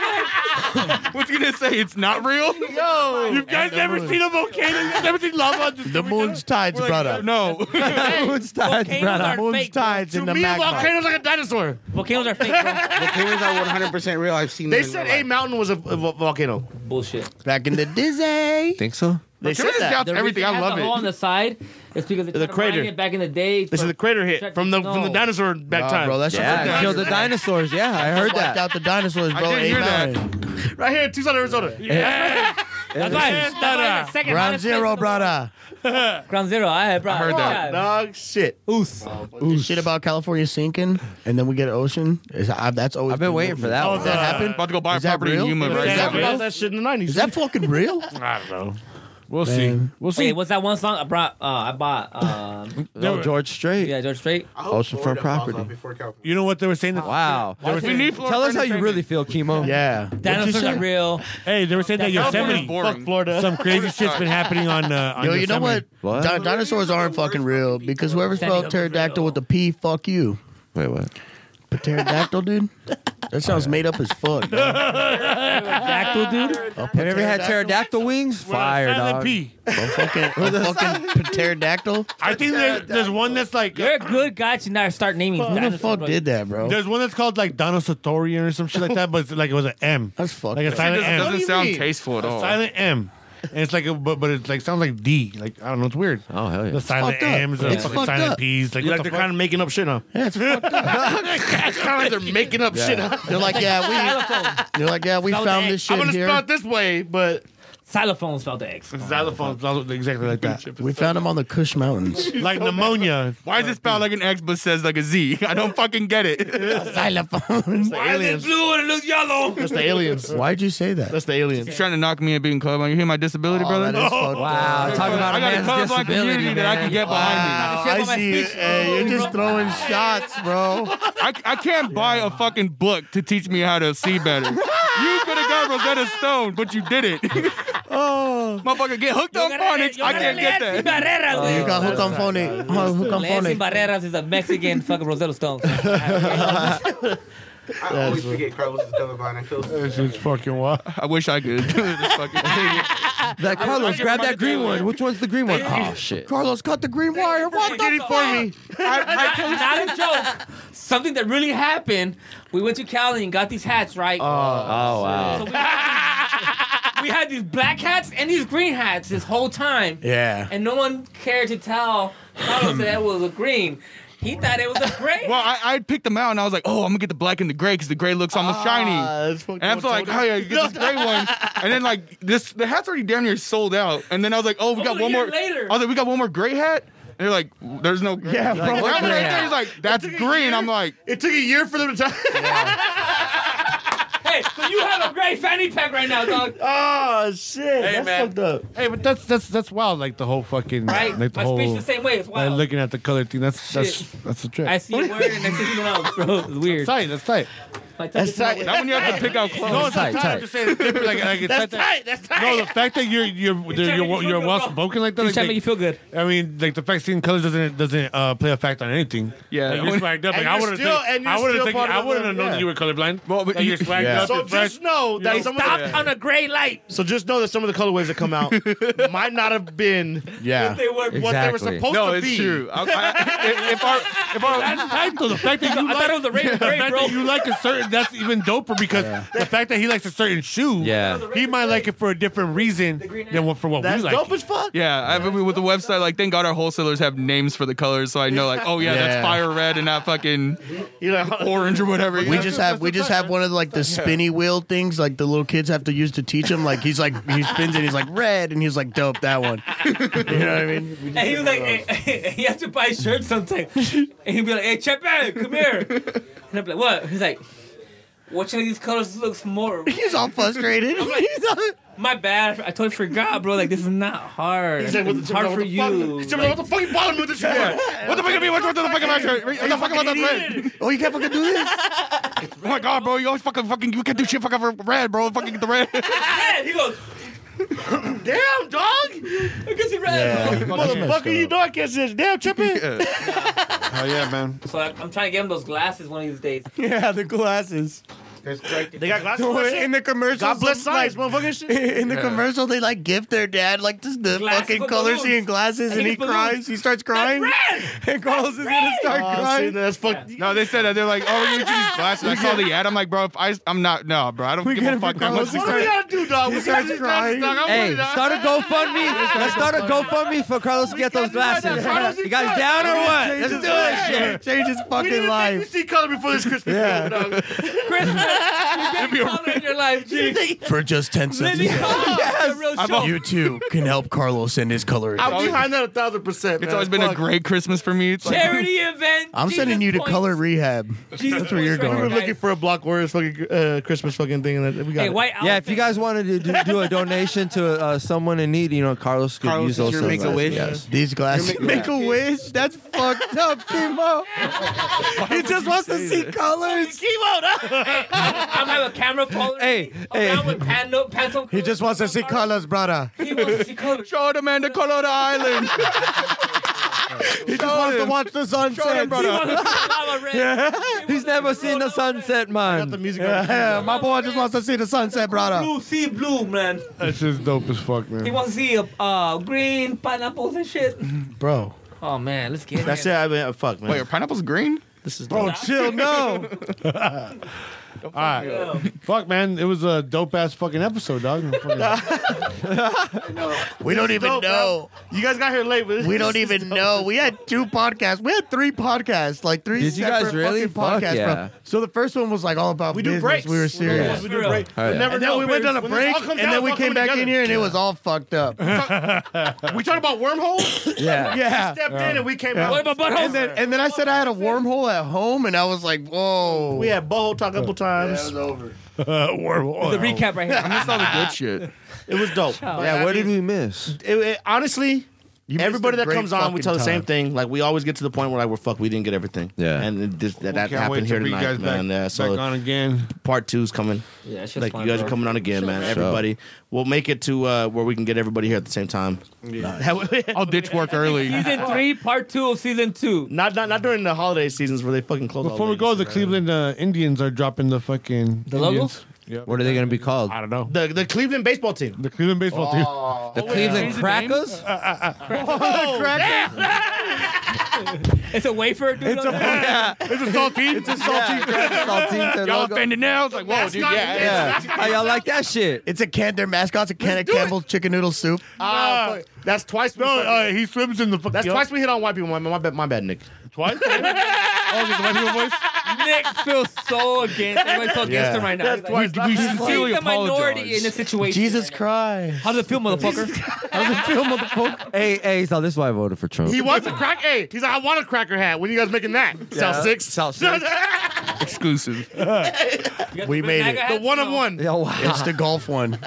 Speaker 10: What's he gonna say? It's not real. Yo,
Speaker 2: you guys never seen a volcano? You guys never seen lava? Just
Speaker 6: The moon's tides,
Speaker 10: We're like,
Speaker 6: brother.
Speaker 10: No.
Speaker 6: moon's tides,
Speaker 3: volcanoes
Speaker 6: brother.
Speaker 3: aren't
Speaker 6: Moon's
Speaker 3: fake,
Speaker 6: tides in the
Speaker 2: me,
Speaker 6: magma.
Speaker 2: volcanoes like a dinosaur.
Speaker 3: Volcanoes are fake, bro.
Speaker 15: volcanoes are 100 percent real. I've seen.
Speaker 5: They
Speaker 15: them in
Speaker 5: said
Speaker 15: real
Speaker 5: a mountain was a, a vo- volcano.
Speaker 3: Bullshit.
Speaker 6: Back in the dizzy.
Speaker 11: Think so?
Speaker 5: They said that.
Speaker 3: The reason it has a hole on the side is because they tried
Speaker 5: The
Speaker 3: to mine
Speaker 5: crater.
Speaker 3: it back in the day.
Speaker 5: This is the crater hit
Speaker 3: Check-
Speaker 5: from the from the
Speaker 3: no.
Speaker 5: dinosaur back
Speaker 6: Nah,
Speaker 5: time.
Speaker 6: bro, that's
Speaker 11: yeah,
Speaker 6: just
Speaker 11: kill the dinosaurs yeah I heard
Speaker 6: Wiped
Speaker 11: that
Speaker 6: out the dinosaurs, bro.
Speaker 10: did
Speaker 6: Ain't
Speaker 10: hear that.
Speaker 6: nothing.
Speaker 5: right here, Tucson, Arizona.
Speaker 3: That's why. That's why it's the second
Speaker 6: Ground
Speaker 3: hottest place
Speaker 6: zero,
Speaker 3: in the world.
Speaker 6: brother.
Speaker 3: Ground zero. I had, bro. I
Speaker 10: heard that.
Speaker 5: Dog shit.
Speaker 3: Oof.
Speaker 6: This shit about California sinking, and then we get an ocean. Is, I, that's always.
Speaker 11: I've been waiting for that
Speaker 6: Oh,
Speaker 11: one.
Speaker 6: that happened?
Speaker 10: About to go buy a
Speaker 6: Is that
Speaker 10: property in
Speaker 6: real?
Speaker 10: Yuma.
Speaker 6: Is
Speaker 10: right
Speaker 6: that
Speaker 10: now.
Speaker 6: real?
Speaker 5: That shit in the nineties.
Speaker 6: Is that fucking real?
Speaker 2: I don't know. We'll see. We'll see.
Speaker 3: Wait, what's that one song I brought? Uh, I bought. Uh,
Speaker 14: No, George Strait.
Speaker 3: Yeah, George Strait.
Speaker 14: Oceanfront property.
Speaker 2: You know what they were saying? That
Speaker 14: wow.
Speaker 2: They were
Speaker 14: We need Florida Tell us how you really feel, Chemo.
Speaker 6: Yeah.
Speaker 3: Dinosaurs are real.
Speaker 2: Hey, they were saying that Yosemite, fuck Florida. Some crazy shit's been happening on. Uh, on
Speaker 6: Yo, you know what?
Speaker 2: Yosemite.
Speaker 6: Di- dinosaurs aren't fucking real because whoever spelled pterodactyl with a P, fuck you.
Speaker 14: Wait, what?
Speaker 6: Pterodactyl, dude? That sounds made up as fuck.
Speaker 3: Dactyl, dude.
Speaker 6: Have
Speaker 14: you ever had pterodactyl wings? Fire,
Speaker 2: silent
Speaker 14: dog.
Speaker 2: P.
Speaker 6: A fucking, a fucking pterodactyl?
Speaker 2: I think there's, there's one that's like.
Speaker 3: You're a good guy to not start naming.
Speaker 6: Who the
Speaker 3: dinosaurs,
Speaker 6: fuck
Speaker 3: bro.
Speaker 6: did that, bro?
Speaker 2: There's one that's called like Dinosaurian or some shit like that, but it's like it was an M.
Speaker 6: That's fucked
Speaker 2: Like a
Speaker 6: up.
Speaker 2: silent
Speaker 10: It
Speaker 2: M.
Speaker 10: doesn't sound tasteful at all.
Speaker 2: Silent M. And it's like, a, but but it's like sounds like D. Like I don't know, it's weird.
Speaker 14: Oh hell yeah.
Speaker 2: The silent
Speaker 6: fucked up.
Speaker 2: M's, the
Speaker 6: It's
Speaker 2: fucking
Speaker 6: fucked
Speaker 2: silent
Speaker 6: up.
Speaker 2: P's. Like,
Speaker 5: You
Speaker 2: what the
Speaker 5: like they're
Speaker 2: fuck?
Speaker 5: kind of making up shit now.
Speaker 6: Yeah, it's fucked up.
Speaker 5: It's kind of like they're making up shit up.
Speaker 6: They're like, yeah,
Speaker 3: Xylophone.
Speaker 6: we, they're like, yeah, we
Speaker 3: Spell
Speaker 6: found
Speaker 3: that.
Speaker 6: this
Speaker 5: I'm
Speaker 6: shit
Speaker 5: gonna spell
Speaker 6: here.
Speaker 5: it this way, but
Speaker 3: Xylophone spelled the X.
Speaker 2: Xylophone, xylophone, exactly like that.
Speaker 6: We found them on the Kush Mountains.
Speaker 2: Like pneumonia.
Speaker 10: Why is it spelled like an X but says like a Z? I don't fucking get it.
Speaker 6: Xylophones.
Speaker 5: aliens.
Speaker 21: blue and it looks yellow.
Speaker 5: That's the aliens.
Speaker 6: Why'd you say that?
Speaker 5: That's the aliens.
Speaker 10: He's trying to knock me in being club. You hear my disability,
Speaker 6: Oh,
Speaker 10: brother?
Speaker 6: that is fucked up.
Speaker 14: Wow, talk about
Speaker 10: I
Speaker 14: a
Speaker 10: got a
Speaker 14: man's
Speaker 10: colorblind
Speaker 14: disability,
Speaker 10: community
Speaker 14: man.
Speaker 10: that I can get behind
Speaker 3: Wow.
Speaker 6: I see you. Hey, you're just throwing shots, bro.
Speaker 10: me. I, I can't buy a fucking book to teach me how to see better. you could have got Rosetta Stone, but you didn't. oh, motherfucker, get hooked on phonics. I can't get that.
Speaker 6: Oh, You got hooked on phone. eight. Huh, Hooked on phone.
Speaker 3: Lancey
Speaker 6: eight.
Speaker 3: Barreras is a Mexican fucking Rosetta Stone.
Speaker 15: I always forget Carlos is colorblind. I feel
Speaker 2: This is fucking wild.
Speaker 10: I wish I could. This fucking-
Speaker 14: That Carlos, grab that green one. Which one's the green one? Oh shit.
Speaker 6: Carlos, cut the green wire. What the
Speaker 3: for me. not, not a joke. Something that really happened. We went to Cali and got these hats, right?
Speaker 14: Oh wow.
Speaker 3: So we, we had these black hats and these green hats this whole time,
Speaker 6: Yeah.
Speaker 3: and no one cared to tell Carlos that it was a green. He thought it was a gray.
Speaker 10: Well, I, I picked them out and I was like, oh, I'm gonna get the black and the gray because the gray looks
Speaker 25: Ah,
Speaker 10: almost shiny. And I'm so like, oh yeah, get this gray one. And then like this, the hat's already damn near sold out. And then I was like, oh, we got
Speaker 3: Oh, a
Speaker 10: one
Speaker 3: year
Speaker 10: more.
Speaker 3: later.
Speaker 10: I was like, we got one more gray hat. And they're like, there's no. Gray. Yeah, bro. Like, that one right there, he's like, that's green. I'm like,
Speaker 2: It took a year for them to.
Speaker 3: hey, so you have a gray fanny pack right now, dog.
Speaker 5: Oh shit! That's
Speaker 21: man.
Speaker 5: fucked up.
Speaker 2: hey, but that's that's that's wild. Like the whole fucking
Speaker 3: Right?
Speaker 2: like the
Speaker 3: My
Speaker 2: whole.
Speaker 3: speech the same way. It's
Speaker 2: like,
Speaker 3: wild.
Speaker 2: looking at the color thing. That's that's that's the trick.
Speaker 3: I see it wearing and I see something else, bro. It's weird.
Speaker 2: tight. That's tight.
Speaker 3: My touch is not weird.
Speaker 10: that one you have to pick out
Speaker 2: No,
Speaker 10: clothes.
Speaker 2: it's not tight. I'm just saying it's different. Like, like it's that's tight. That's tight. No, the fact that you're you're you're,
Speaker 3: trying to make
Speaker 2: you're,
Speaker 3: you
Speaker 2: you're
Speaker 3: feel
Speaker 2: well
Speaker 3: good, bro.
Speaker 2: spoken like that.
Speaker 3: He's
Speaker 2: Like,
Speaker 3: trying to make you
Speaker 2: like,
Speaker 3: feel good.
Speaker 2: I mean, like the fact seeing colors doesn't doesn't uh, play a fact on anything.
Speaker 10: Yeah.
Speaker 2: like, you're swagged up. Like,
Speaker 25: And
Speaker 2: I
Speaker 25: you're
Speaker 2: would have
Speaker 25: still-
Speaker 2: taken.
Speaker 25: and you're
Speaker 2: I would have
Speaker 25: still
Speaker 2: taken.
Speaker 25: part of
Speaker 2: I
Speaker 25: the
Speaker 2: wouldn't have
Speaker 25: group,
Speaker 2: known
Speaker 25: yeah.
Speaker 2: that you were colorblind.
Speaker 10: Well,
Speaker 2: Like,
Speaker 10: but you-
Speaker 2: you're swagged
Speaker 14: Yeah.
Speaker 2: up.
Speaker 25: So
Speaker 2: you're fresh.
Speaker 25: just know that
Speaker 3: They
Speaker 25: some of
Speaker 3: stopped
Speaker 25: the,
Speaker 3: on a gray light.
Speaker 25: so just know that some of the colorways that come out might not have been
Speaker 6: Yeah.
Speaker 3: They were.
Speaker 25: what they were
Speaker 14: Exactly.
Speaker 25: supposed
Speaker 10: No,
Speaker 25: to
Speaker 10: it's
Speaker 25: be.
Speaker 10: true. I, I, if, if our if our
Speaker 2: That's tight though. The fact that you
Speaker 3: I thought it was the
Speaker 2: like,
Speaker 3: rain
Speaker 2: the
Speaker 3: gray,
Speaker 2: fact
Speaker 3: bro.
Speaker 2: that you like a certain that's even doper because the fact that he likes a certain shoe,
Speaker 14: Yeah.
Speaker 2: he might like it for a different reason
Speaker 3: green
Speaker 2: than what for what
Speaker 25: That's
Speaker 2: we like.
Speaker 25: dope as fuck.
Speaker 10: yeah, I mean, with the website, like thank God our wholesalers have names for the colors, so I know like, oh yeah,
Speaker 6: Yeah.
Speaker 10: that's fire red and not fucking
Speaker 25: You're like, huh,
Speaker 10: orange or whatever.
Speaker 6: We just have we just have one of like the spinny wheel things like the little kids have to use to teach him. Like he's like he spins it, he's like red, and he's like dope that one. You know what I mean? We just-
Speaker 3: And he was like, eh, he has to buy shirts sometime. and he'd be like, hey, Chepe, come here. And I'd be like, what? He's like, which one of these colors looks more?
Speaker 6: He's all frustrated. He's all-
Speaker 3: My bad. I totally forgot, bro. Like, this is not hard.
Speaker 25: He's like, what the,
Speaker 3: it's hard
Speaker 25: what
Speaker 3: for
Speaker 25: the fuck?
Speaker 3: you.
Speaker 25: He's like, what the fucking bottom of this one?
Speaker 10: What the fuck am I? What the fuck am I? What the fuck about that red?
Speaker 6: oh, you can't fucking do this.
Speaker 10: Oh my god, bro! You always fucking fucking you can't do shit fucking for red, bro. Fucking get the red.
Speaker 3: Red. He goes,
Speaker 25: Damn, dog!
Speaker 3: I guess he red. bro."
Speaker 25: Motherfucker, you know I can't say this. Damn, chip in.
Speaker 10: Hell yeah, man.
Speaker 3: So I, I'm trying to get him those glasses one of these days.
Speaker 25: Yeah, the glasses. They got glasses. for that shit?
Speaker 6: In the commercial,
Speaker 25: God bless science, motherfucking shit.
Speaker 6: In the commercial, they like gift their dad like just the
Speaker 3: Glasses
Speaker 6: fucking
Speaker 3: with
Speaker 6: color
Speaker 3: balloons.
Speaker 6: seeing glasses, and,
Speaker 3: And
Speaker 6: he
Speaker 3: it's balloons.
Speaker 6: cries. He starts crying, and Carlos is gonna start
Speaker 25: Oh, see,
Speaker 6: crying.
Speaker 25: that's fucked.
Speaker 10: No, they said that they're like, oh, we're gonna get you these glasses. I saw the ad. I'm like, bro, if I, I'm not, no, bro, I don't give
Speaker 6: get
Speaker 10: a
Speaker 6: it
Speaker 10: fuck.
Speaker 6: for
Speaker 10: how
Speaker 6: Carlos.
Speaker 10: much these
Speaker 25: What do
Speaker 10: are.
Speaker 25: we gotta do, dog? We
Speaker 6: He starts
Speaker 25: gotta-
Speaker 6: crying.
Speaker 14: Hey, start a GoFundMe. Let's start a GoFundMe for Carlos to get those glasses. You guys down or what? Let's do this shit.
Speaker 6: Change his
Speaker 25: We need
Speaker 6: fucking
Speaker 25: to make you
Speaker 6: life.
Speaker 25: see color before this Christmas.
Speaker 6: Yeah.
Speaker 25: dog.
Speaker 3: Christmas.
Speaker 21: It'd be a your life, G.
Speaker 6: For just 10 cents.
Speaker 21: Lenny Kravitz,
Speaker 6: Yes.
Speaker 21: the real I'm show. all-
Speaker 6: You too can help Carlos in his coloring.
Speaker 24: I'm behind that a thousand percent.
Speaker 6: It's
Speaker 24: man.
Speaker 6: always been a
Speaker 24: Fuck.
Speaker 6: great
Speaker 24: Christmas for me. It's
Speaker 21: Charity event.
Speaker 6: I'm sending you to color rehab. That's where you're
Speaker 5: We were
Speaker 6: going.
Speaker 5: looking for a block warriors fucking uh, Christmas fucking thing, and that- we got it.
Speaker 11: yeah, if you guys wanted to do, do a donation to uh, someone in need, you know, Carlos could
Speaker 6: Carlos
Speaker 11: use
Speaker 6: is
Speaker 11: those.
Speaker 6: your
Speaker 11: sunglasses.
Speaker 6: Make-A-Wish.
Speaker 11: Yes.
Speaker 6: These glasses.
Speaker 24: Make a wish. That's fucked up, Kimo. he just wants to see colors.
Speaker 21: Hey, I'm have a camera polaroid. Hey, around with pando, pencil.
Speaker 25: He just wants to see colors, brother.
Speaker 21: He wants to see colors.
Speaker 24: Show the man the color of the island.
Speaker 25: He just wants to watch the sunset.
Speaker 24: Show him, brother.
Speaker 25: Yeah.
Speaker 11: He's never seen the sunset, man.
Speaker 25: the music yeah, my boy just wants to see the sunset, brother.
Speaker 3: Blue, see blue, man.
Speaker 2: That's just dope as fuck,
Speaker 3: He
Speaker 2: man.
Speaker 3: wants to see uh, uh, green pineapples and shit.
Speaker 6: Bro.
Speaker 3: Oh man, let's get
Speaker 5: That's
Speaker 3: it.
Speaker 5: it. I mean, uh, fuck, man.
Speaker 10: Wait, are pineapples green?
Speaker 5: This is
Speaker 2: Bro,
Speaker 24: chill, no.
Speaker 2: All right, fuck, man. It was a dope ass fucking episode, dog.
Speaker 6: We don't even know.
Speaker 5: You guys got here late, but
Speaker 6: Oh. We don't even know. We had two podcasts. We had three podcasts, like three
Speaker 11: Did you guys
Speaker 6: separate
Speaker 11: really?
Speaker 6: fucking
Speaker 11: Fuck
Speaker 6: podcasts. bro.
Speaker 11: yeah.
Speaker 6: So the first one was like all about
Speaker 24: We do
Speaker 6: business.
Speaker 24: breaks.
Speaker 6: We were serious.
Speaker 24: We do breaks.
Speaker 11: Hell yeah.
Speaker 6: and then we went on a break, and then we came back in here, and it was all fucked up.
Speaker 24: We talked about wormholes.
Speaker 11: Yeah.
Speaker 6: Yeah.
Speaker 24: We stepped in and we came
Speaker 6: Yeah.
Speaker 24: out.
Speaker 6: And then, and then I said I had a wormhole at home, and I was like, whoa.
Speaker 5: We had butthole talk a couple times.
Speaker 6: Yeah, it was over.
Speaker 3: The recap right here.
Speaker 10: I missed all the good shit.
Speaker 5: It was dope.
Speaker 11: Yeah, what did we miss?
Speaker 5: It, it- honestly, everybody
Speaker 6: a
Speaker 5: that
Speaker 6: great
Speaker 5: comes on,
Speaker 6: fucking
Speaker 5: we tell the same
Speaker 6: time.
Speaker 5: thing. Like we always get to the point where like we're fuck, we didn't get everything.
Speaker 11: Yeah.
Speaker 5: and it just, that, that
Speaker 2: can't wait
Speaker 5: happened
Speaker 2: to
Speaker 5: here
Speaker 2: bring you
Speaker 5: tonight,
Speaker 2: guys back-
Speaker 5: man. yeah, so
Speaker 2: back on again.
Speaker 5: part two's coming.
Speaker 3: Yeah, it's just
Speaker 5: like
Speaker 3: fun,
Speaker 5: you guys
Speaker 3: bro.
Speaker 5: are coming on again, man. Everybody, we'll make it to uh, where we can get everybody here at the same time.
Speaker 10: I'll ditch work early.
Speaker 3: Season three, part two of season two.
Speaker 5: Not not not during the holiday seasons where they fucking close. all
Speaker 2: Before we
Speaker 5: days.
Speaker 2: go, the Cleveland uh, Indians are dropping the fucking
Speaker 3: The logo?
Speaker 2: Indians. Yep.
Speaker 11: What are they going to be called? Oh.
Speaker 2: I don't know.
Speaker 5: the the Cleveland baseball team.
Speaker 2: The Cleveland baseball team.
Speaker 11: The Cleveland Crackers?
Speaker 9: Uh,
Speaker 3: It's a wafer, dude. It's a
Speaker 2: It's a saltine. it's a saltine.
Speaker 10: Y'all offended now? It's like,
Speaker 9: Oh,
Speaker 10: whoa, dude. Yeah,
Speaker 11: Yeah. How y'all like that shit?
Speaker 6: It's a can. Their mascot's a can of Campbell's chicken noodle soup.
Speaker 11: Uh,
Speaker 5: Ah, fuck. that's twice. We
Speaker 2: No,
Speaker 5: fucking-
Speaker 2: uh, he swims in the fucking.
Speaker 5: that's twice we hit on white people. My, my bad, my bad, Nick.
Speaker 2: Twice? oh, is it the white people voice?
Speaker 3: Nick feels so against. Everybody's so against him right now. He's like,
Speaker 2: We, we
Speaker 3: He's
Speaker 2: sincerely
Speaker 3: the minority
Speaker 2: apologize.
Speaker 3: in the situation.
Speaker 6: Jesus Christ.
Speaker 3: How does it feel, motherfucker?
Speaker 11: How's it feel, motherfucker? Hey, hey, so this is why I voted for Trump.
Speaker 24: He wants a crack. Hey, he's like, I want a cracker hat. When you guys making that? South Six.
Speaker 11: South Six.
Speaker 10: Exclusive.
Speaker 6: Ah. We made it.
Speaker 24: The one of one.
Speaker 11: Yo, wow.
Speaker 6: It's the golf one.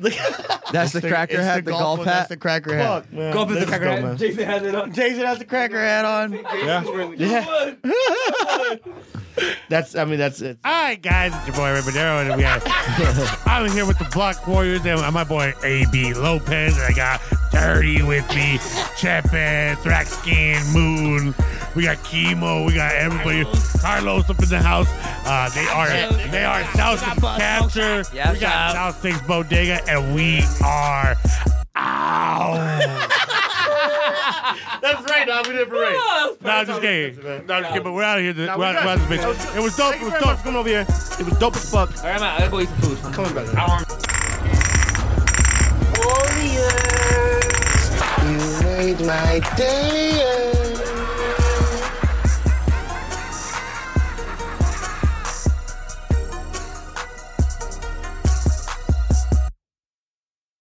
Speaker 11: That's the cracker
Speaker 6: it's
Speaker 11: hat, the golf
Speaker 6: one, That's
Speaker 11: hat.
Speaker 6: the cracker hat.
Speaker 3: Go up to the cracker. hat. Jason has it on.
Speaker 6: Jason has the cracker hat on.
Speaker 5: That's I mean that's it.
Speaker 2: All right, guys, it's your boy Ray Madero, and we are. I'm here with the Block Warriors and my boy AB Lopez, and I got Dirty with me, Chepe, Thraxkin, Moon. We got Chemo, we got everybody. Carlos up in the house. Uh, they are they are South Six Capture. We got South Six Bodega, and we are out.
Speaker 24: That's right, dog. We did it for Ray.
Speaker 2: no, I'm just kidding. No, I'm just kidding. But we're out of here. We're out, we're
Speaker 24: good.
Speaker 2: out of this bitch. It was dope. It was dope.
Speaker 5: Coming over here, it was dope as fuck.
Speaker 3: All right, I'm out. I'll go eat some food. I'm coming back.
Speaker 25: You made my day.